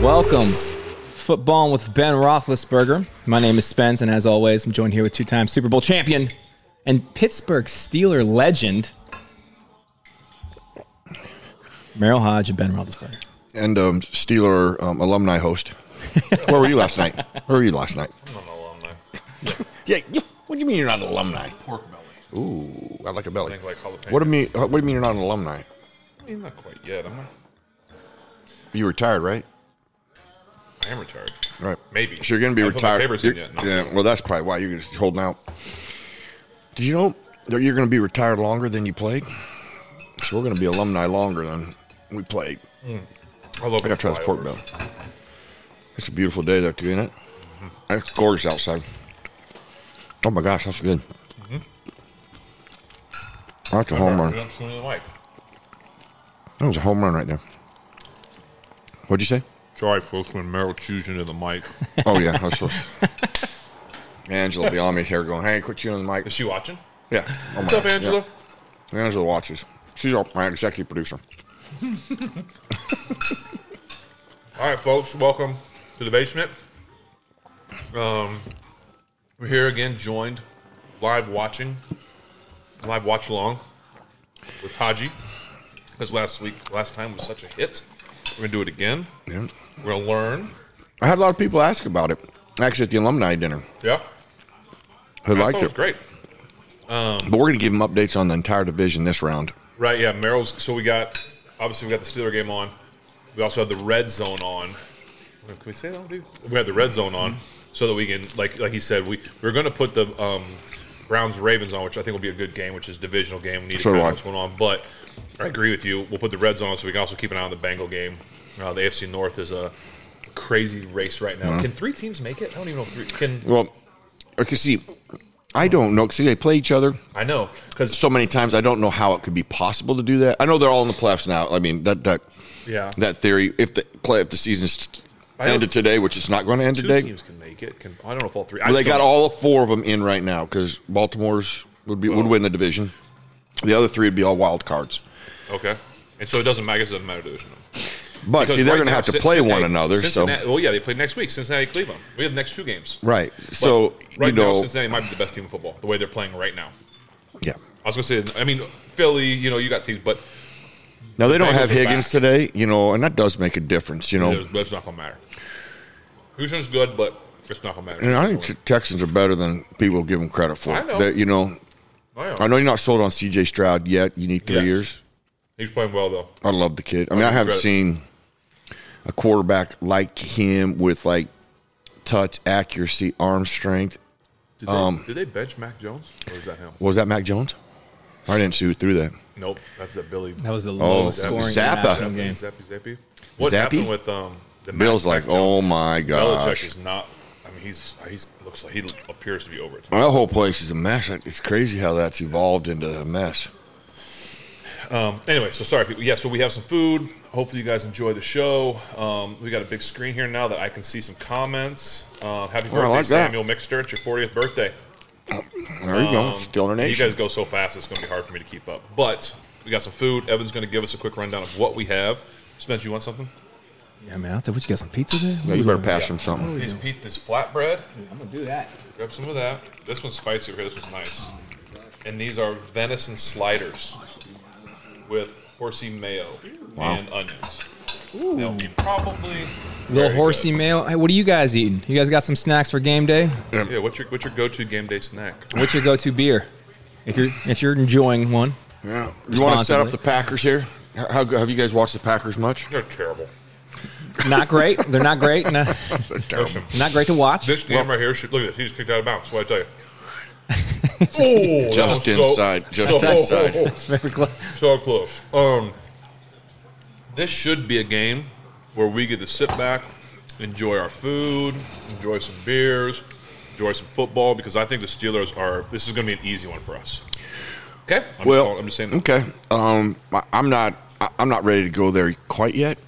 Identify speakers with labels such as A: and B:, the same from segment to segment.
A: Welcome, Football with Ben Roethlisberger. My name is Spence, and as always, I'm joined here with two-time Super Bowl champion and Pittsburgh Steeler legend, Merrill Hodge and Ben Roethlisberger.
B: and um, Steeler um, alumni host. Where were you last night? Where were you last night?
C: I'm an alumni.
B: Yeah, you- what do you mean you're not an alumni?
C: Pork belly.
B: Ooh, I like a belly.
C: Think like jalapeno.
B: What do you mean? What do you mean you're not an alumni?
C: I mean, not quite yet. I'm not,
B: You retired, right?
C: I am retired.
B: Right.
C: Maybe.
B: So you're going to be
C: I haven't put my
B: retired.
C: papers in
B: You're-
C: yet. No.
B: Yeah. Well, that's probably why you're just holding out. Did you know that you're going to be retired longer than you played? So we're going to be alumni longer than we played.
C: All over
B: I got to try this pork
C: flyovers.
B: belly. It's a beautiful day there, too, isn't it? It's gorgeous outside. Oh my gosh, that's good. Oh, That's a home
C: You
B: run.
C: don't see me in life.
B: That was a home run right there. What'd you say?
C: Sorry, folks, when Merrill chews into the mic.
B: Oh yeah, that's what. Angela beyond me here going, "Hey, quit chewing the mic."
C: Is she watching?
B: Yeah. Oh my
C: What's up,
B: gosh,
C: Angela?
B: Yeah. Angela watches. She's our, my executive producer.
C: All right, folks, welcome to the basement. Um, we're here again, joined live watching, live watch along with Haji. Because last week, last time was such a hit. We're going to do it again.
B: Yeah.
C: We're going to learn.
B: I had a lot of people ask about it. Actually, at the alumni dinner,
C: Yeah.
B: who
C: I
B: liked
C: thought it was
B: it.
C: great.
B: But we're gonna give them updates on the entire division this round.
C: Right, yeah, Merrill's. So we got obviously we got the Steeler game on. We also had the red zone on. Can we say that? Dude? We had the red zone on so that we can, like, like he said, we we're going to put the um, Browns Ravens on, which I think will be a good game, which is a divisional game. We need
B: So
C: to
B: do
C: find
B: I.
C: out what's going on, but I agree with you. We'll put the red zone on so we can also keep an eye on the Bengal game. Uh, the AFC North is a crazy race right now. Can three teams make it? I don't even know. If three, can
B: Well, okay, see, I don't know. See, they play each other
C: I know because
B: so many times. I don't know how it could be possible to do that. I know they're all in the playoffs now. I mean, that that
C: yeah,
B: that theory. If the play, if the season's
C: I know
B: ended today, which it's not going to end
C: two
B: today,
C: teams can make it. Can I don't know if all three. I
B: well, they
C: still-
B: got all four of them in right now because Baltimore's would be would win the division. The other three would be all wild cards.
C: Okay. And so it doesn't matter. It doesn't matter division.
B: But see, they're going to have to play one another.
C: Cincinnati, Well, yeah, they play next week. Cincinnati, Cleveland. We have the next two games.
B: So right, so
C: right
B: you know,
C: now, Cincinnati might be the best team in football. The way they're playing right now.
B: yeah.
C: I was going to say. I mean, Philly. You know, you got teams, but
B: Now they don't
C: Bengals
B: have
C: are back.
B: Higgins today, you know, and that does make a difference, you know.
C: it's it's not going to matter. Houston's good, but it's not going to matter.
B: And I think the Texans are better than people give them credit for.
C: I know.
B: They- you know,
C: I know.
B: I know you're not sold on C.J. Stroud yet. You need three
C: Yes.
B: years.
C: He's playing well though.
B: I love the kid. I mean, I
C: give
B: haven't
C: credit.
B: seen a quarterback like him with like touch, accuracy, arm strength.
C: Did they,
B: Um,
C: did they bench Mac Jones or is that him?
B: Was that Mac Jones? I didn't see who threw that.
C: Nope, that's that Billy.
A: That was the lowest scoring
B: Zappa.
A: international
C: Zappy,
A: game.
C: Zappy, Zappy. What
B: Zappy?
C: happened with um? The Mac-
B: Bill's like,
C: Mac Jones?
B: oh my
C: Belichick
B: gosh.
C: is not. I mean, he's he's looks like he appears to be over it.
B: That whole place is a mess. It's crazy how that's evolved into a mess.
C: Anyway, so sorry, people. Yeah, so we have some food. Hopefully, you guys enjoy the show. Um, we got a big screen here now that I can see some comments. Uh, happy
B: Oh, I
C: birthday,
B: like that.
C: Samuel Mixter! It's your 40th birthday.
B: There you go. Still in our
C: Um, You
B: nation.
C: guys go so fast, it's going to be hard for me to keep up. But we got some food. Evan's going to give us a quick rundown of what we have. Spence, you want something?
A: Yeah, man. I'll tell what you got some pizza there.
B: Yeah, you better pass him something.
C: These Pete, this flatbread.
A: I'm gonna do that.
C: Grab some of that. This one's spicy over here. This one's nice. And these are venison sliders with horsey mayo and onions. They'll be probably very
A: Little
C: good.
A: horsey mail. Hey, what are you guys eating? You guys got some snacks for game day?
C: Yeah, what's your what's your go-to game day snack?
A: What's your go-to beer? If you're if you're enjoying one,
B: Yeah. You want to set
A: Responsibly.
B: up the Packers here? How, how- have you guys watched the Packers much?
C: They're terrible.
A: not great. They're not great. No,
C: Listen,
A: not great to watch.
C: this game right here should look at this. He just kicked out of bounds. What I tell you. oh, that
B: Just
C: was so-
B: inside, just
C: so-
B: inside.
A: It's very close.
C: So close. Um, this should be a game where we get to sit back, enjoy our food, enjoy some beers, enjoy some football because I think the Steelers are. This is going to be an easy one for us. Okay. I'm just, calling- I'm just saying. That.
B: Okay. Um, I- I'm not. I- I'm not ready to go there quite yet.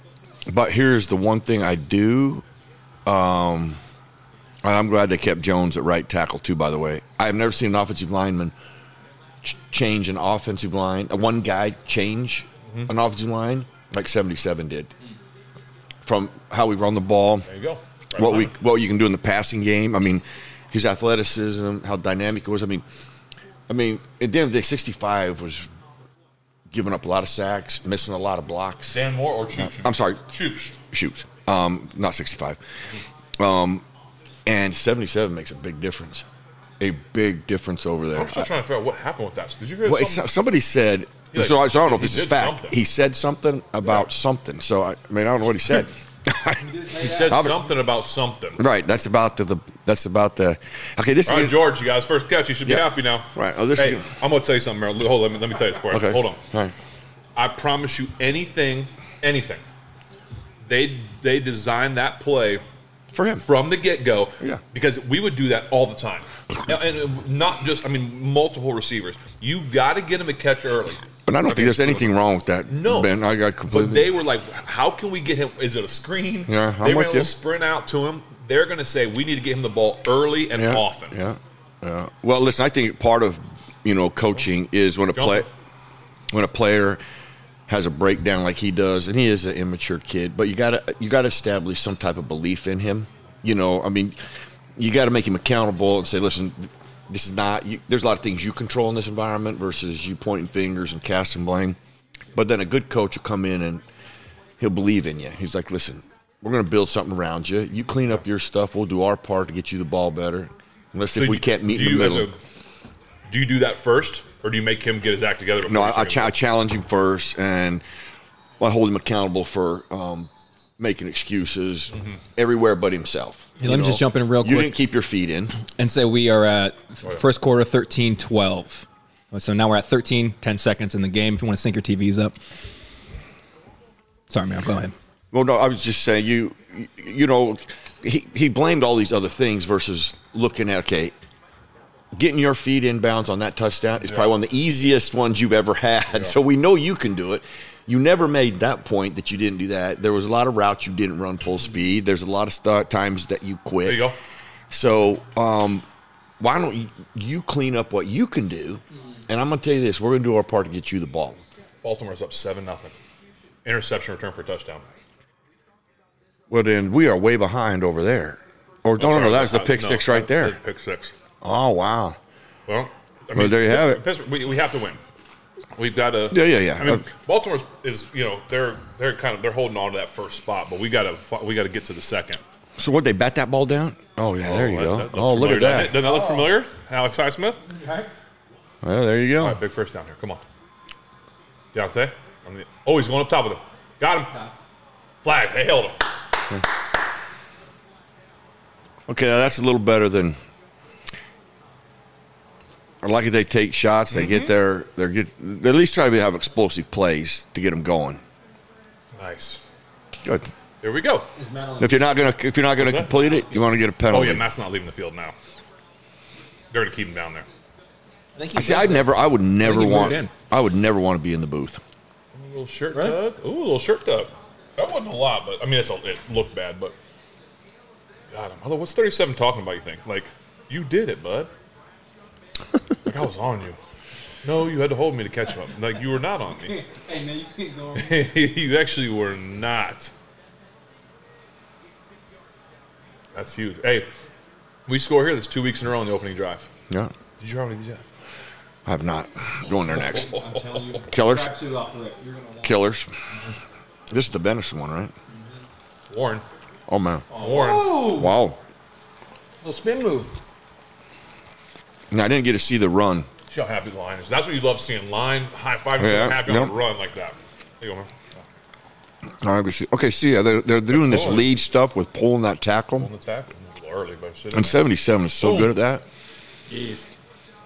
B: But here's the one thing I do. Um, I'm glad they kept Jones at right tackle too. By the way, I've never seen an offensive lineman ch- change an offensive
C: Mm-hmm.
B: line. uh, One guy change an offensive line like 77 did. from how we run the ball,
C: There you go. Right
B: what
C: on.
B: we what you can do in the passing game. I mean, his athleticism, how dynamic it was. I mean, I mean, at the end of the day, sixty-five was giving up a lot of sacks, missing a lot of blocks.
C: Dan Moore or Chooch?
B: I'm sorry,
C: Chooch.
B: shoots. Um, not 65. Um, and 77 makes a big difference. A big difference over there.
C: I'm still trying to figure out what happened with that. Did you hear
B: Well,
C: something?
B: it's, somebody said,
C: He, like,
B: so, I, so I don't know if
C: he
B: this is
C: did
B: fact.
C: something.
B: He said something about something. So I, I mean, I don't know what he said.
C: He said
B: Robert-
C: something about something.
B: right. That's about the, the. That's about the. Okay. This.
C: All right, George, you guys first catch. You should be
B: Yeah.
C: happy now.
B: Right. Oh, this is
C: hey,
B: good.
C: I'm gonna tell you something, Merrill. Hold on, let me, let me tell you this for you.
B: okay.
C: Hold on.
B: All right.
C: I promise you anything, anything. They they designed that play
B: For him.
C: from the get go
B: Yeah.
C: because we would do that all the time, and, and not just I mean multiple receivers. You got to get them a catch early.
B: But I don't
C: Okay.
B: think there's anything wrong with that.
C: No.
B: Ben, I got
C: But
B: completely.
C: they were like, "How can we get him? Is it a screen?"
B: Yeah, I'm
C: they ran
B: with
C: a
B: you.
C: little sprint out to him. They're going to say, "We need to get him the ball early and
B: yeah,
C: often."
B: Yeah. Yeah. Well, listen. I think part of you know coaching is when a
C: Jump.
B: play when a player has a breakdown like he does, and he is an immature kid, but you gotta you gotta establish some type of belief in him. You know, I mean, you gotta make him accountable and say, listen, this is not. You, there's a lot of things you control in this environment versus you pointing fingers and casting blame. But then a good coach will come in and he'll believe in you. He's like, listen, we're gonna build something around you. You clean up your stuff. We'll do our part to get you the ball better. Unless if we
C: you-
B: can't meet
C: do
B: in the
C: you, as
B: middle.
C: a- do you do that first, or do you make him get his act together? before
B: No,
C: you
B: I, I,
C: start
B: cha- I challenge him first, and I hold him accountable for um, making excuses
C: Mm-hmm.
B: everywhere but himself.
A: Yeah, let me
B: you
A: just jump in real
B: You
A: quick.
B: didn't keep your feet in.
A: and say we are at f-
C: Oh, yeah.
A: first quarter 13 12. So now we're at 13, 10 seconds in the game if you want to sync your TVs up. Sorry, man, go ahead.
B: Well, no, I was just saying you. You know, he he blamed all these other things versus looking at okay. Getting your feet inbounds on that touchdown is probably one of the easiest ones you've ever had. So we know you can do it. You never made that point that you didn't do that. There was a lot of routes you didn't run full speed. There's a lot of st- times that you quit.
C: There you go.
B: So um, why don't you, you clean up what you can do?
C: Mm-hmm.
B: And I'm going to tell you this: we're going to do our part to get you the ball.
C: Baltimore's up seven nothing. Interception return for a touchdown.
B: Well, then we are way behind over there. Or no,
C: I'm
B: no,
C: sorry,
B: no, that was the
C: uh,
B: pick
C: no,
B: six right
C: that-
B: there.
C: that Pick six.
B: Oh wow.
C: Well, I mean,
B: Well, there you have it.
C: Pittsburgh- Pittsburgh- we, we have to win. We've got to.
B: Yeah, yeah, yeah.
C: I mean,
B: Uh,
C: Baltimore is you know they're they're kind of they're holding on to that first spot, but we got to we got to get to the second.
B: So what? They bat that ball down? Oh yeah, there you
C: That-
B: go.
C: that looks
B: oh look
C: familiar.
B: at that.
C: Doesn't that look familiar, Alex Highsmith?
B: Well, there you go.
C: All right, big first down here. Come on. Deontay. On the, oh, he's going up top of him. Got him. Flag. They held him.
B: Okay, now that's a little better than. I like it. They take shots. They
C: Mm-hmm.
B: get their. They get. They at least try to have explosive plays to get them going.
C: Nice.
B: Good.
C: Here we go.
B: If you're not gonna, if you're not gonna
C: that?
B: complete it, you want to get a
C: Oh,
B: penalty.
C: yeah, Matt's not leaving the field now. They're going to keep him down there.
B: See, I never, I would never
A: he's
B: want,
A: moved in.
B: I would never want to be in the booth.
C: A little shirt tug. Ooh, a little shirt tug. That wasn't a lot, but I mean, it's a, it looked bad, but. God, although what's 37 talking about, you think? Like, you did it, bud. like, I was on you. No, you had to hold me to catch up. Like, you were not on me.
D: Hey man, you can go.
C: you actually were not. That's huge. Hey, we score here. That's two weeks in a row on the opening drive.
B: Yeah,
C: Did you hear how many did you
B: I have not. Going there next.
D: I'm telling you.
B: Killers.
D: Grab two off the rip. You're gonna want.
B: Killers. This is the venison one, right?
C: have? Warren.
B: Oh man!
C: Warren.
B: Wow.
D: Little spin move.
B: Now I didn't get to see the run.
C: See how happy the line is. That's what you love seeing. Line, high five,
B: Yeah,
C: happy on
B: yep.
C: a run like that. There you go, man.
B: No, I didn't see. Okay, see, yeah, they're, they're doing this
C: pulling.
B: lead stuff with pulling that tackle,
C: On the tackle. A little early, but shit.
B: and seventy-seven is so
C: Boom.
B: good at that.
D: Yes.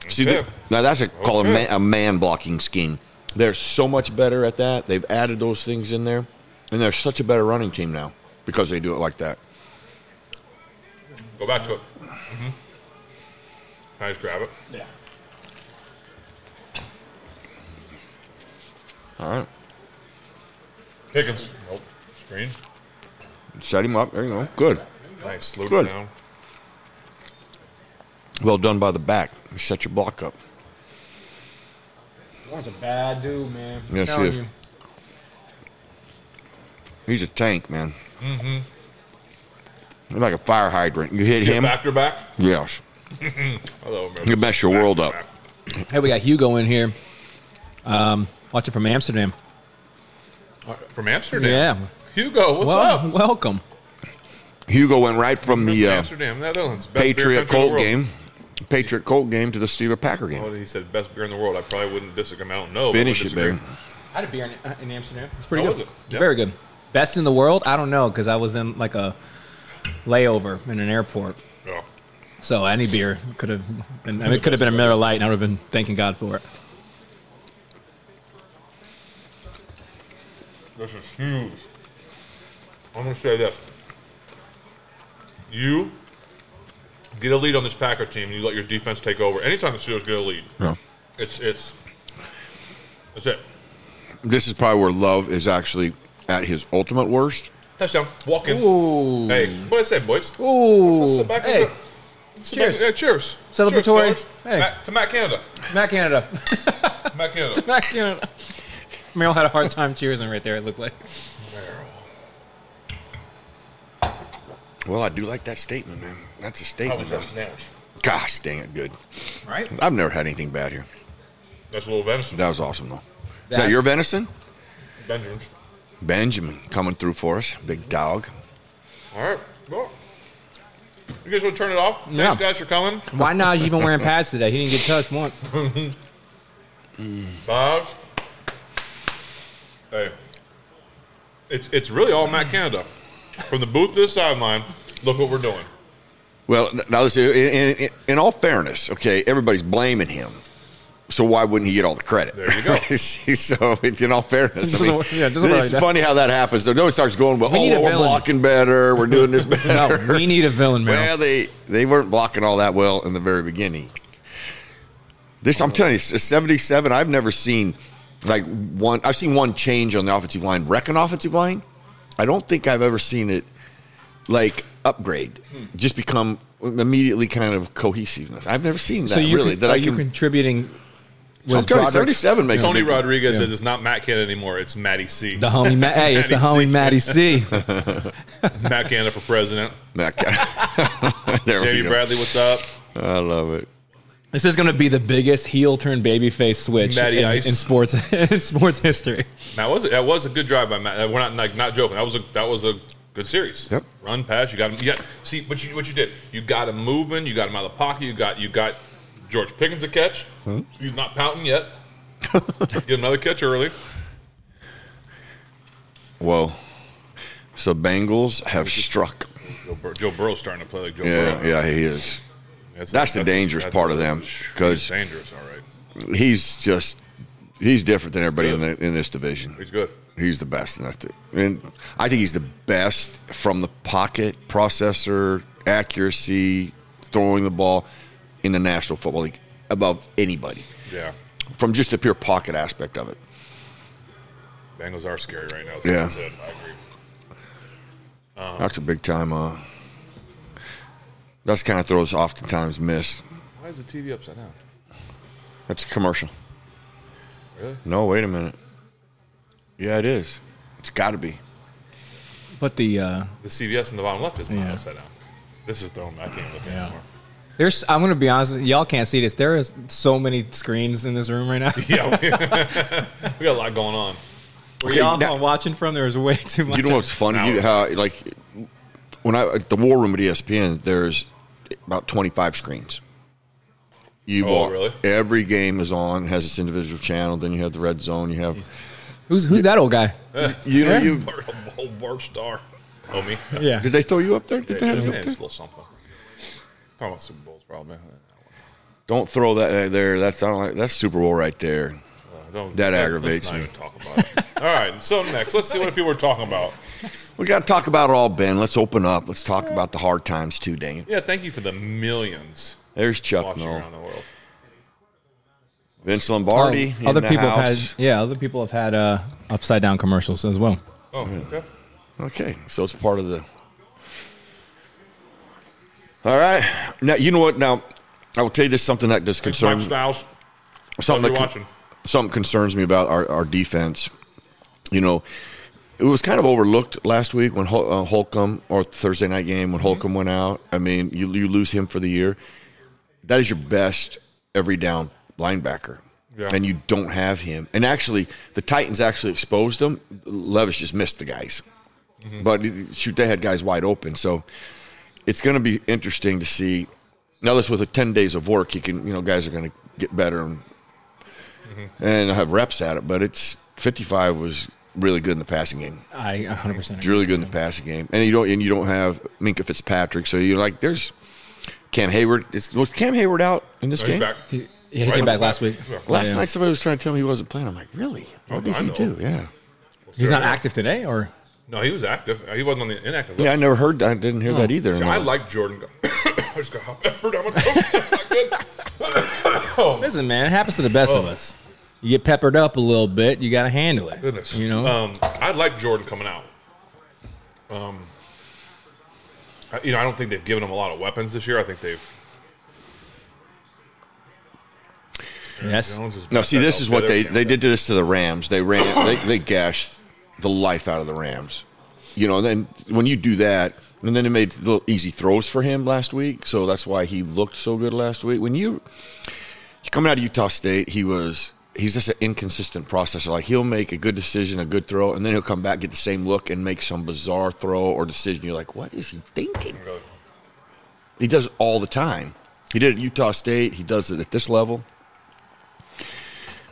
B: See, the-
C: Okay.
B: now that's a, called a
C: Okay.
B: man, a man blocking scheme. They're so much better at that. They've added those things in there, and they're such a better running team now because they do it like that.
C: Go back to it. Mm-hmm. I just grab it.
D: Yeah.
B: All right,
C: Pickens. Nope. Screen.
B: set him up. There you go. Good.
C: Nice. Slow it
B: Good.
C: down.
B: Well done by the back. You set your block up.
D: Warren's a bad dude, man.
B: Yes,
D: Telling
B: he is.
D: you.
B: He's a tank, man. Mm-hmm. Like a fire hydrant. You hit him,
C: Back to back.
B: yes.
C: I love him.
B: You mess your world up.
A: Hey, we got Hugo in here. Um, watching from Amsterdam.
C: From Amsterdam.
A: Yeah.
C: Hugo, what's
A: well,
C: up?
A: welcome.
B: Hugo went right from the uh,
C: Amsterdam. Netherlands. Best beer
B: Patriot
C: country in the
B: Colt
C: world.
B: game, Patriot Colt game to the Steeler Packer
C: Well,
B: game.
C: he said best beer in the world. I probably wouldn't disagree. I don't know. but I
B: Finish it,
C: wouldn't disagree.
B: baby.
A: I had a beer in,
C: uh,
A: in Amsterdam. It's pretty
C: How
A: good.
C: was it? Yeah.
A: Very good. Best in the world? I don't know because I was in like a layover in an airport.
C: Yeah.
A: So any beer could have been, I mean, it could have been a Miller Light, and I would have been thanking God for it.
C: This is huge. I'm gonna say this. You get a lead on this Packer team, and you let your defense take over. Anytime the Steelers get a lead,
B: Yeah.
C: it's it's that's it.
B: This is probably where Love is actually at his ultimate worst.
C: Touchdown. Walk in.
A: Ooh.
C: Hey, what I say, boys?
A: Ooh.
C: Sit back and
A: Hey,
C: go- sit back
A: cheers.
C: and- yeah, cheers.
A: Celebratory.
C: Cheers,
A: Hey.
C: hey. Matt, to Matt Canada.
A: Matt Canada.
C: Matt Canada.
A: Matt Canada. Meryl had a hard time cheersing right there, it looked like.
B: Well, I do like that statement, man. That's a
C: That
B: statement.
C: was a sandwich.
B: Gosh, dang it, good.
A: Right?
B: I've never had anything bad here.
C: That's a little venison.
B: That was awesome, though. Is
A: That-
B: that your venison?
C: Benjamin's.
B: Benjamin coming through for us. Big dog.
C: All right. Well, you guys want to turn it off?
A: Yeah.
C: Thanks, guys, for coming.
A: Why Naj even wearing pads today? He didn't get touched once.
C: Bob. Hey. It's it's really all Matt Canada. From the booth to the sideline, look what we're doing.
B: Well, n- now this in, in, in all fairness, okay, everybody's blaming him. So why wouldn't he get all the credit?
C: There you go.
B: so in all fairness, I
A: Doesn't
B: mean,
A: work- yeah, it doesn't work
B: it's
A: like that.
B: funny how that happens. Though nobody starts going, well,
A: We need a
B: oh, we're
A: villain."
B: blocking better, we're doing this better.
A: No, we need a villain,
B: well,
A: Meryl.
B: they they weren't blocking all that well in the very beginning. This I'm telling you, s- 77. I've never seen like one. I've seen one change on the offensive line, wreck an offensive line. I don't think I've ever seen it like upgrade, just become immediately kind of cohesiveness. I've never seen that
A: so you
B: really.
A: con-
B: that
A: are
B: I
A: you
B: can.
A: contributing
B: So I'm
A: was
B: telling you,
A: Broderick's-
B: 77 makes a
C: Tony
B: big-
C: Rodriguez
A: Yeah.
C: says it's not Matt Canada anymore, it's Matty C.
A: the homie Matt. Hey, it's the homie Matty
C: Matty
A: C.
C: Matt Canada for president.
B: Matt Canada. there we
C: Jamie
B: go.
C: Bradley, what's up?
B: I love it.
A: This is going to be the biggest heel turn babyface switch in,
C: Matty
A: in
C: Ice.
A: sports in sports history.
C: That was that was a good drive by Matt. We're not like not joking. That was a that was a good series.
B: Yep.
C: Run pass. You got him. Yeah. See what you what you did. You got him moving. You got him out of the pocket. You got you got George Pickens a catch.
B: Hmm?
C: He's not pouting yet. Get another catch early.
B: Whoa. So Bengals have struck.
C: Joe, Bur- Joe Burrow's starting to play like Joe
B: Yeah,
C: Burrow.
B: yeah, he is. That's the dangerous part of them, 'cause-
C: he's dangerous. All right,
B: he's just he's different than everybody in the, in this division.
C: he's good.
B: He's the best, and, that's it. and I think he's the best from the pocket processor, accuracy, throwing the ball in the National Football League above anybody
C: Yeah,
B: from just the pure pocket aspect of it.
C: Bengals are scary right now. So
B: Yeah.
C: yeah, I agree.
B: That's a big time. Uh, that's the kind of throws oftentimes missed.
C: Why is the TV upside down?
B: That's a commercial.
C: Really?
B: No, wait a minute. Yeah, it is. It's got to be.
A: But the uh,
C: The CVS in the bottom left is not
A: Yeah.
C: upside down. This is thrown. I can't look at it
A: Yeah.
C: anymore.
A: there's I'm going to be honest, with you, y'all can't see this. There is so many screens in this room right now.
C: Yeah, we, we got a lot going on.
A: Where
B: Okay,
A: y'all
B: now-
A: are watching from there is way too much.
B: You know what's funny? You, how like when I at the war room at E ESPN, there's about 25 screens. You
C: Oh,
B: walk-
C: really?
B: Every game is on, has its individual channel. Then you have the red zone. You have
A: Who's who's that old guy?
B: you know you.
C: Bar- whole bar star, homie.
A: Yeah.
B: Did they throw you up there? Did they
C: Yeah,
B: have you
C: yeah,
B: up
C: just a
B: there?
C: little something. Talking about Super Bowls, probably. Uh,
B: Don't throw that there. That's I don't like, that's Super Bowl right there.
C: don't-
B: That
C: let's
B: aggravates
C: not
B: me.
C: even Talk about it. All right, so next, let's see what people are talking about.
B: We got to talk about it all, Ben. Let's open up. Let's talk about the hard times too. Dang it.
C: Yeah, thank you for the millions
B: There's Chuck.
C: watching
B: No.
C: around the world.
B: Vince Lombardi.
A: Oh,
B: in
A: other
B: the
A: people have
B: house.
A: had yeah, other people have had uh, upside down commercials as well.
C: Oh, okay.
B: Okay, so it's part of the. All right, now you know what. Now I will tell you this: something that does
C: It's
B: concern
C: Mike Styles.
B: something
C: you're
B: that con-
C: watching. Oh,
B: something concerns me about our, our defense. You know, it was kind of overlooked last week when Hol- uh, Holcomb or Thursday night game when Holcomb went out. I mean, you you lose him for the year. That is your best every down linebacker,
C: Yeah.
B: and you don't have him. And actually, the Titans actually exposed him. Levis just missed the guys, but shoot, they had guys wide open. So it's going to be interesting to see. Now this with the ten days of work, you can you know guys are going to get better and and have reps at it. But it's fifty five was really good in the passing game.
A: I 100 percent
B: It's really good in the passing game, and you don't and you don't have Minka Fitzpatrick, so you're like there's Cam Hayward. Is, was Cam Hayward out in this
C: He's
B: game?
C: back.
A: He, yeah, he
C: Right.
A: came back last week.
C: Yeah.
B: Last
A: Yeah.
B: night somebody was trying to tell me he wasn't playing. I'm like, really? What
C: Oh,
B: did
C: I
B: he
C: know.
B: do? Yeah.
A: He's not active today, or
C: No, he was active. He wasn't on the inactive list.
B: Yeah, I never heard. I didn't hear that either.
C: See, I like Jordan. Go- I just got hot pepper down my throat. That's not good. oh,
A: listen, man, it happens to the best of us. You get peppered up a little bit, you got to handle it.
C: goodness.
A: You know,
C: um, I like Jordan coming out. Um, I- you know, I don't think they've given him a lot of weapons this year. I think they've.
A: yes.
C: Jones is
B: No, see, this is what they,
C: Yeah.
B: they did to this to the Rams. They ran, they, they gashed the life out of the Rams. You know, then when you do that, and then they made little easy throws for him last week, so that's why he looked so good last week. When you coming out of Utah State, he was he's just an inconsistent processor. Like he'll make a good decision, a good throw, and then he'll come back get the same look and make some bizarre throw or decision. You're like, what is he thinking? He does it all the time. He did it at Utah State. He does it at this level.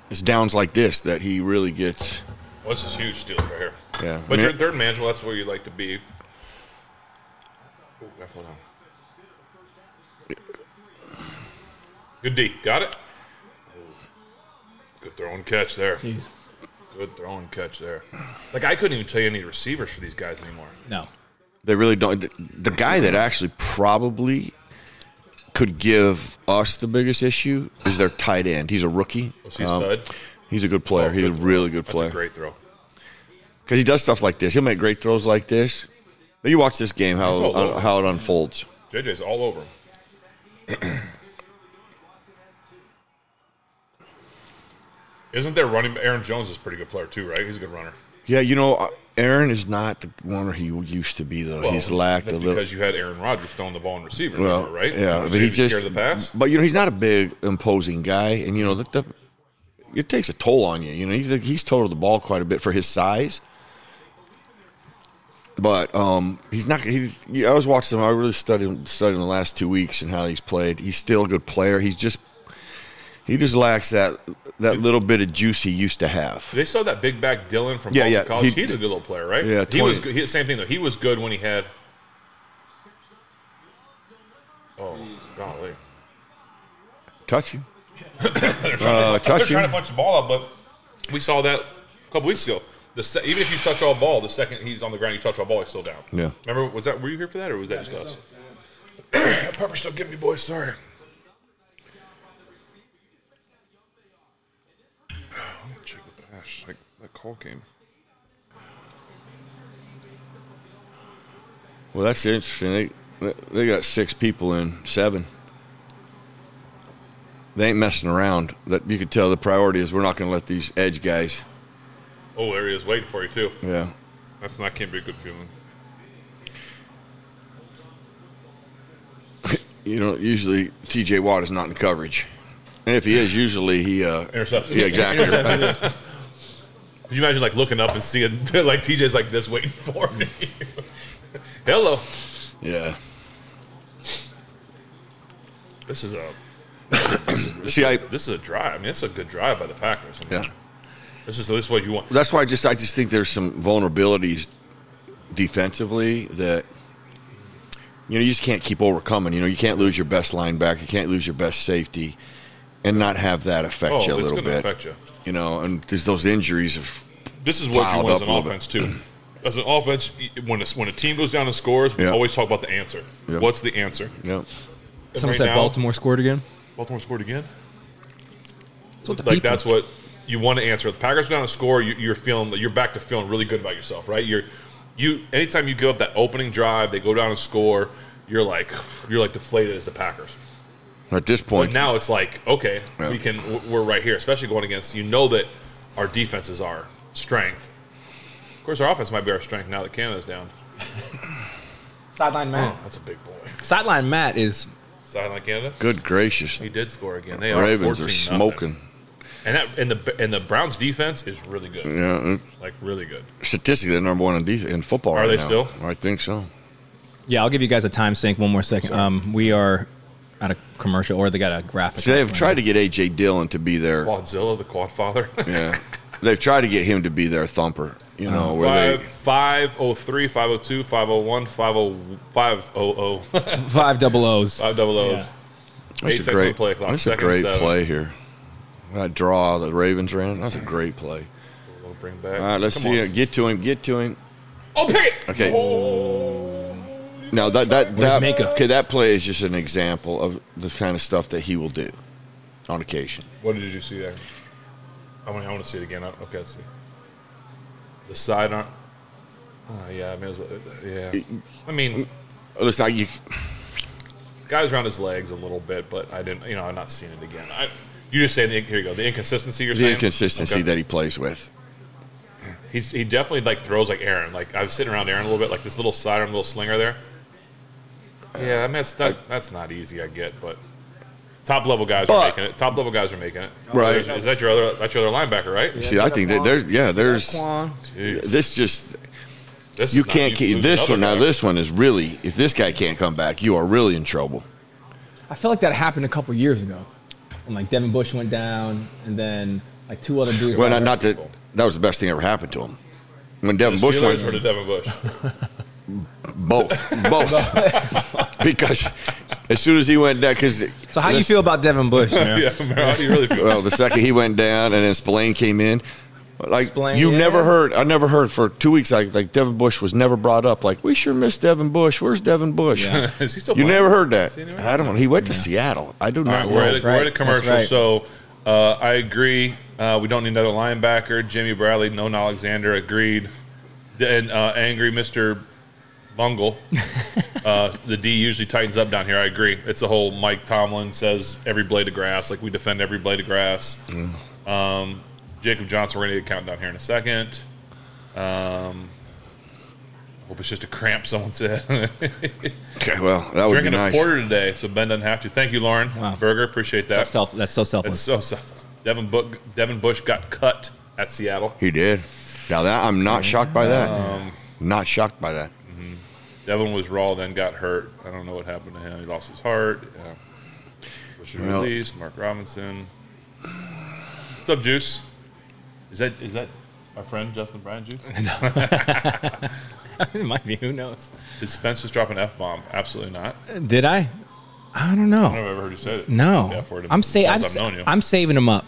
B: It's downs like this that he really gets.
C: Well, this is huge steal right here.
B: Yeah.
C: But
B: I
C: you're
B: mean-
C: in third manageable. That's where you like to be. Oh, I fell down. Good D. Got it? Good throw and catch there.
A: Jeez.
C: Good throw and catch there. Like, I couldn't even tell you any receivers for these guys anymore.
A: No.
B: They really don't. The, the guy that actually probably could give us the biggest issue is their tight end. He's a rookie.
C: Was he a
B: Um,
C: stud?
B: He's a good player.
C: Oh,
B: he's
C: good
B: a really good
C: That's a
B: player.
C: great throw.
B: Because he does stuff like this. He'll make great throws like this. But you watch this game, how,
C: He's all over.
B: how it unfolds.
C: JJ's all over him. Isn't there running? Aaron Jones is a pretty good player, too, right? He's a good runner.
B: Yeah, you know, Aaron is not the runner he used to be, though.
C: Well,
B: he's lacked
C: that's
B: a little.
C: because you had Aaron Rodgers throwing the ball in receiver,
B: Well,
C: right?
B: Yeah,
C: so
B: but he's just
C: scared of the pass.
B: But you know, he's not a big imposing guy, and you know that that- it takes a toll on you. You know, he's, he's totaled the ball quite a bit for his size. But um, he's not. He, yeah, I was watching him. I really studied him, studied him the last two weeks and how he's played. He's still a good player. He's just he just lacks that that little bit of juice he used to have.
C: They saw that big back Dylan from
B: Yeah,
C: Boston
B: yeah,
C: College.
B: he-
C: He's a good little player, right?
B: Yeah,
C: he
B: 20.
C: was good. He, same thing though. He was good when he had. Oh golly!
B: Touch you. Uh,
C: They're
B: touch you.
C: trying to punch the ball up, but we saw that a couple weeks ago. The se- even if you touch all ball, the second he's on the ground, you touch all ball, he's still down.
B: Yeah.
C: Remember, was that were you here for that, or was that just us? Pepper's still getting me, boys. Sorry. Let me check the pass. Like that call came.
B: Well, that's interesting. They they got six people in seven. They ain't messing around. That you could tell the priority is we're not going to let these edge guys.
C: Oh, there he is waiting for you too.
B: Yeah,
C: That's not can't be a good feeling.
B: you know, usually T.J. Watt is not in coverage, and if he is, usually he uh,
C: Intercepts.
B: Yeah, exactly.
C: Could you imagine like looking up and seeing like TJ's like this waiting for me? Hello.
B: yeah.
C: This is a
B: See, I
C: this is a drive. I mean, it's a good drive by the Packers. I mean,
B: yeah.
C: This is this is what you want.
B: That's why I just I just think there's some vulnerabilities defensively that you know you just can't keep overcoming. You know, you can't lose your best linebacker, you can't lose your best safety, and not have that affect
C: Oh,
B: you a little
C: it's going to
B: bit.
C: affect you.
B: You know, and there's those injuries of
C: This is what you
B: Piled
C: want as
B: up
C: an
B: a little
C: offense too. As an offense, y- when a, when a team goes down and scores, we
B: Yeah.
C: always talk about the answer.
B: Yeah.
C: What's the answer?
B: you know,
C: And
A: Someone
C: right
A: said
C: now,
A: Baltimore scored again.
C: Baltimore scored again.
A: That's what the
C: like
A: people-
C: that's what you want to answer. The Packers are down a score. You, you're feeling you're back to feeling really good about yourself, right? You're you anytime you give up that opening drive, they go down and score. You're like you're like deflated as the Packers.
B: at this
C: But
B: point.
C: now it's like okay,
B: Yeah.
C: we can w- we're right here, especially going against you know that our defenses are strength. Of course, our offense might be our strength now that Canada's down. Oh,
A: Sideline Matt.
C: That's a big boy.
A: Sideline Matt is
C: Sideline Canada.
B: Good gracious.
C: He did score again. They are
B: Ravens
C: 14
B: are smoking.
C: And that and the and the Browns defense is really good.
B: Yeah,
C: Like really good.
B: statistically, they're number one in, def- in football.
C: Are
B: right
C: they
B: now.
C: still?
B: I think so.
A: Yeah, I'll give you guys a time sync one more second. Um, we are at a commercial, or they got a graphic.
B: See, they've tried to get AJ Dillon to be their
C: Quadzilla, the quad father.
B: yeah. They've tried to get him to be their thumper. You know, where
C: Uh-huh. Five,
B: they
C: 503, 502, 501, 50, 500,
A: five double O's.
C: 500s.
A: Yeah.
C: Eight
B: that's a
C: seconds
B: great
C: on play clock,
B: That's a
C: second and
B: great
C: seven.
B: play here. That draw the Ravens ran. That's a great play.
C: We'll bring back.
B: All right, let's
C: Come
B: see.
C: on.
B: it. Get to him. Get to him.
C: Oh, pick it!
B: Okay. Now that that
A: Where's
B: that
A: Minka?
B: okay, that play is just an example of the kind of stuff that he will do on occasion.
C: What did you see there? I want, I want to see it again. I, okay, let's see. The side arm. Oh, yeah, I mean, it was, uh, yeah. I mean,
B: Listen, I, Oh, you,
C: guys around his legs a little bit, but I didn't. You know, I'm not seeing it again. I, you just saying the, here you go the inconsistency. You're
B: the
C: saying
B: inconsistency
C: Okay.
B: that he plays with.
C: He's, he definitely like throws like Aaron. Like I was sitting around Aaron a little bit, like this little sidearm, little slinger there. Yeah, I mean that's not, that's not easy. I get, but top level guys are
B: But-
C: making it. Top level guys are making it.
B: Right.
C: Is, that your other? That's your other linebacker, right?
B: See, I think that there's yeah, there's
C: Jeez.
B: this just
C: This is
B: you
C: not-
B: can't keep
C: lose
B: this
C: another
B: one. Now
C: guy.
B: this one is really if this guy can't come back, you are really in trouble.
A: I feel like that happened a couple years ago. And like Devin Bush went down, and then like two other dudes.
B: Well, not, not that that was the best thing ever happened to him. When Devin Bush went,
C: Steelers or the Devin Bush.
B: both, both, because as soon as he went down, because
A: so how do you feel about Devin Bush? man?
C: yeah, man, how do you really feel?
B: Well, the second he went down, and then Spillane came in. Like
A: Spillane,
B: you
A: yeah.
B: never heard, I never heard for two weeks. Like like Devin Bush was never brought up. Like we sure miss Devin Bush. Where's Devin Bush?
A: Yeah.
C: Is he still
B: You
C: playing?
B: never heard that.
C: Is he anywhere?
B: I don't know. He went to Seattle. I do
C: All
B: not
C: right, we're
B: know.
C: at,
A: That's
C: we're at a
A: right.
C: commercial,
A: That's
C: so uh, I agree. Uh, we don't need another linebacker. Jimmy Bradley, no Alexander, agreed. And uh, angry Mr. Bungle. uh, the D usually tightens up down here. I agree. It's the whole Mike Tomlin says every blade of grass. Like we defend every blade of grass.
A: Mm.
C: Um, Jacob Johnson, we're going to get a countdown here in a second. Um, hope it's just a cramp, someone said.
B: Okay, well, that would be
C: Drinking
B: nice.
C: a porter today, so Ben doesn't have to. Thank you, Lauren.
A: Wow.
C: Berger, appreciate that.
A: That's self. That's so
C: That's
A: selfless.
C: so selfless. Devin, Book, Devin Bush got cut at Seattle.
B: He did. Now that I'm not shocked by that. not shocked by that.
C: Devin was raw, then got hurt. I don't know what happened to him. He lost his heart. Yeah. Bush was
B: Well-
C: released. Mark Robinson. What's up, Juice? Is that is that our friend Justin Bryan Juice?
A: it might be. Who knows?
C: Did Spence just drop an f bomb? Absolutely not.
A: Did I? I don't know.
C: I never ever heard you say it. The
A: No,
C: F word in-
A: I'm say I'm,
C: since
A: sa-
C: I've known you.
A: I'm saving them up.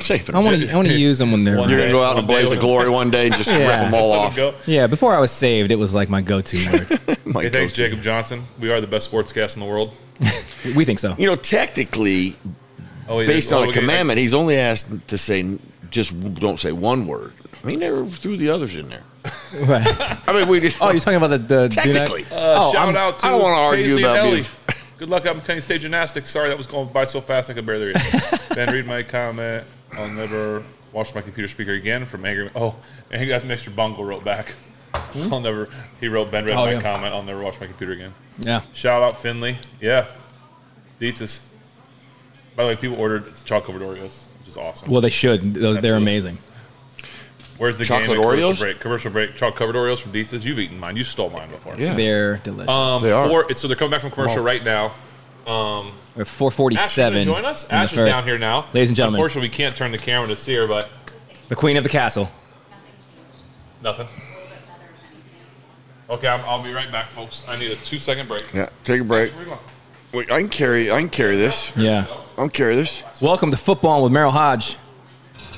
B: Safe.
A: I want to I want to use them when they're.
C: One
B: You're gonna go out in
C: One
B: a
C: day
B: blaze
C: with
B: of
C: him.
B: glory one day and just rip
A: Yeah.
B: them all
C: Let him
B: off.
C: go.
A: Yeah, before I was saved, it was like my go-to word.
B: My
C: Hey, thanks,
B: go-to.
C: Jacob Johnson. We are the best sportscast in the world.
A: we think so.
B: You know, technically,
C: Oh, yeah.
B: based
C: Oh,
B: on a
C: okay.
B: commandment, he's only asked to say just don't say one word. I mean, they threw the others in there.
A: Right.
B: I mean, we just
A: Oh, you're talking about the, the do not-
B: Technically.
C: Uh,
A: oh,
C: shout
A: I'm-
C: out to
B: I don't wanna argue
C: Paisley and
B: about
C: Ellie.
B: being-
C: Good luck up in Kenny State Gymnastics. Sorry, that was going by so fast I could barely read. it. ben, read my comment. I'll never watch my computer speaker again from angry. Oh, and that's Mr. Bungle wrote back.
B: Hmm?
C: I'll never. He wrote Ben read
A: Oh,
C: my
A: yeah.
C: comment. I'll never watch my computer again.
A: Yeah.
C: Shout out Finley. Yeah, Dietzes. By the way, people ordered chocolate covered Oreos, which is awesome.
A: Well, they should. Those- They're
C: Absolutely.
A: amazing.
C: Where's the
B: Chocolate
C: game? at Commercial
B: Oreos?
C: break. Commercial break. Chocolate covered Oreos from Dietzes. You've eaten mine. You stole mine before.
B: Yeah.
A: They're delicious.
C: Um,
B: They are.
C: four- so they're coming back from commercial
A: Well-
C: right now.
A: We're
C: Ash is
A: 447.
C: gonna join us.
A: in the
C: Ash is
A: first.
C: down here now.
A: Ladies and gentlemen.
C: Unfortunately, we can't turn the camera to see her, but
A: The queen of the castle.
C: nothing. Okay, I'm, I'll be right back, folks. I need a two second break.
B: yeah, take a break.
C: Where you going?
B: Wait, I can carry. I can carry this.
A: Yeah.
B: I can carry this.
A: Welcome to Football with Merrill Hodge.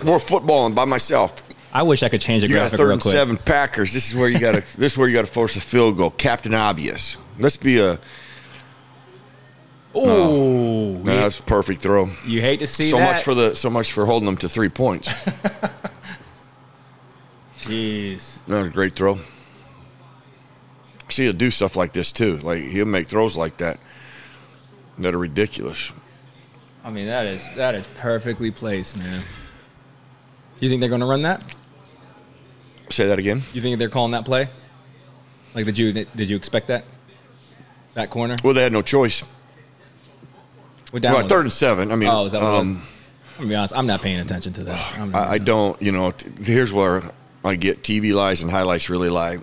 B: More footballing by myself.
A: I wish I could change the
B: You got
A: graphic
B: third
A: real
B: and
A: quick.
B: seven Packers. This is where you got to. this is where you got to force a field goal. Captain Obvious. Let's be a.
A: Ooh.
B: No, that's a perfect throw.
A: Oh. You hate to see
B: Oh. so
A: that.
B: much for the. So much for holding them to three points.
A: Jeez.
B: That was a great throw. See, he'll do stuff like this too. Like he'll make throws like that that are ridiculous.
A: I mean, that is that is perfectly placed, man. You think they're going to run that?
B: Say that again.
A: You think they're calling that play? Like, did you did you expect that? That corner?
B: Well, they had no choice.
A: We're down.
B: Well,
A: with
B: third
A: it.
B: and seven. I mean,
A: Oh, is that what?
B: um,
A: Um, I'm gonna be honest. I'm not paying attention to that. I'm
B: I, I don't, you know, t- here's where I get TV lies and highlights really lie.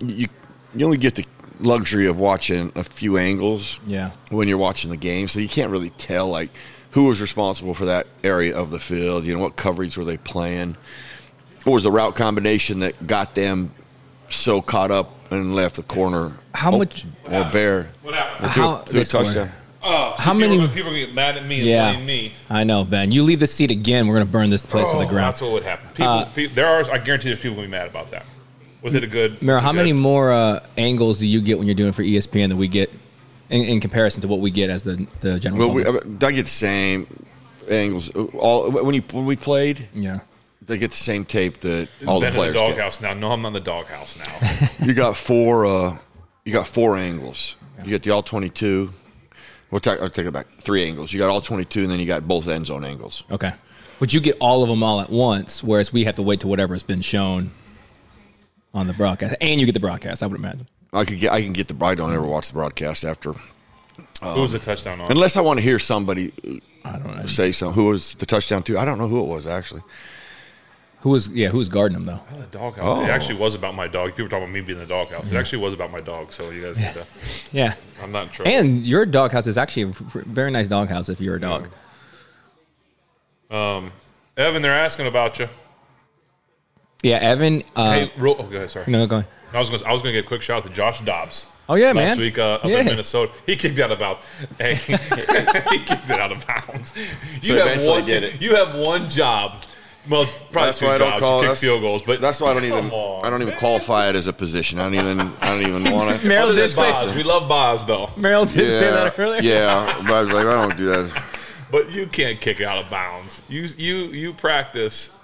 B: You, you only get the luxury of watching a few angles
A: Yeah.
B: when you're watching the game, so you can't really tell, like, who was responsible for that area of the field, you know, what coverage were they playing, what was the route combination that got them so caught up and left the corner
A: How
B: op-
A: much-
B: or bare
C: What happened?
B: through,
A: How-
B: a- through a
A: they scored.
B: touchdown.
C: Oh, see,
A: Ah, How
C: people-
A: many-
C: people get mad at me and
A: Yeah.
C: blame me?
A: I know, Ben. You leave the seat again, we're gonna burn this place to the
C: Oh,
A: ground. Uh,
C: That's what would happen. People, pe- there are. I guarantee there's people gonna be mad about that. Was it a good?
A: Mira, how
C: good-
A: many more uh, angles do you get when you're doing it for E ESPN that we get in, in comparison to what we get as the, the general
B: Well, we,
A: public?
B: I I get the same angles. All when you when we played,
A: yeah.
B: They get the same tape that all the
C: Been in
B: players
C: the
B: get.
C: doghouse now. No, I'm not in the doghouse now.
B: You got four. Uh, you got four angles. You get the all twenty-two. We'll talk. I'll take it back. Three angles. You got all twenty-two, and then you got both end zone angles.
A: Okay. But you get all of them all at once, whereas we have to wait to whatever has been shown on the broadcast. And you get the broadcast, I would imagine.
B: I could get. I can get the. I don't ever watch the broadcast after,
C: Who was the touchdown on?
B: unless I want to hear somebody
A: I don't know.
B: say something. Who was the touchdown to? I don't know who it was actually.
A: Who was yeah, who was guarding him though?
C: The doghouse.
B: Oh.
C: It actually was about my dog. People were talking about me being in the doghouse. It actually was about my dog. So you guys, need to,
A: Yeah.
C: I'm not sure.
A: And your doghouse is actually a v- very nice doghouse if you're a dog.
C: Evan, they're asking about you.
A: Yeah, Evan uh
C: hey, real, oh, go ahead, sorry.
A: no go on.
C: I was gonna, I was gonna give a quick shout out to Josh Dobbs.
A: Oh, yeah,
C: last
A: man.
C: week uh, up
A: Yeah.
C: in Minnesota, he kicked it out of bounds. Hey, he kicked it out of bounds. You have
B: eventually
C: one.
B: did it.
C: You have one job. Well, probably
B: That's
C: two
B: why I
C: jobs.
B: don't call.
C: kick
B: That's,
C: field goals, but
B: that's why I don't even.
C: come on.
B: I don't even qualify it as a position. I don't even. I don't even want to.
A: Merrill
C: Other
A: did
C: than
A: say
C: Boz, we love Boz though,
A: Merrill did
B: yeah,
A: say that earlier.
B: yeah, but I was like, I don't do that.
C: but you can't kick it out of bounds. You you you practice.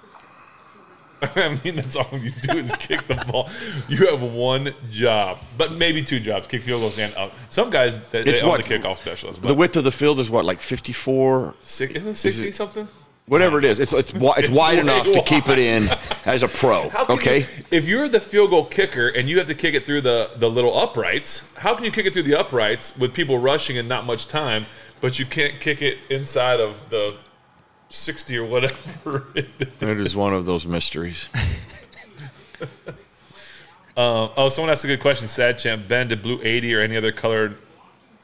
C: I mean, that's all you do is kick the ball. You have one job, but maybe two jobs: kick field goals and up. Some guys that
B: It's
C: they are
B: what-
C: the kickoff specialists,
B: The
C: but
B: width of the field is what, like fifty-four
C: six, isn't it sixty something?
B: whatever it is. It's it's, wi- it's,
C: It's
B: wide
C: way
B: enough to keep it in as a pro.
C: How can
B: Okay,
C: you- if you're the field goal kicker and you have to kick it through the, the little uprights, how can you kick it through the uprights with people rushing and not much time, but you can't kick it inside of the 60 or whatever?
B: it is one of those mysteries.
C: um, oh, someone asked a good question. Sad champ, Ben, did blue 80 or any other color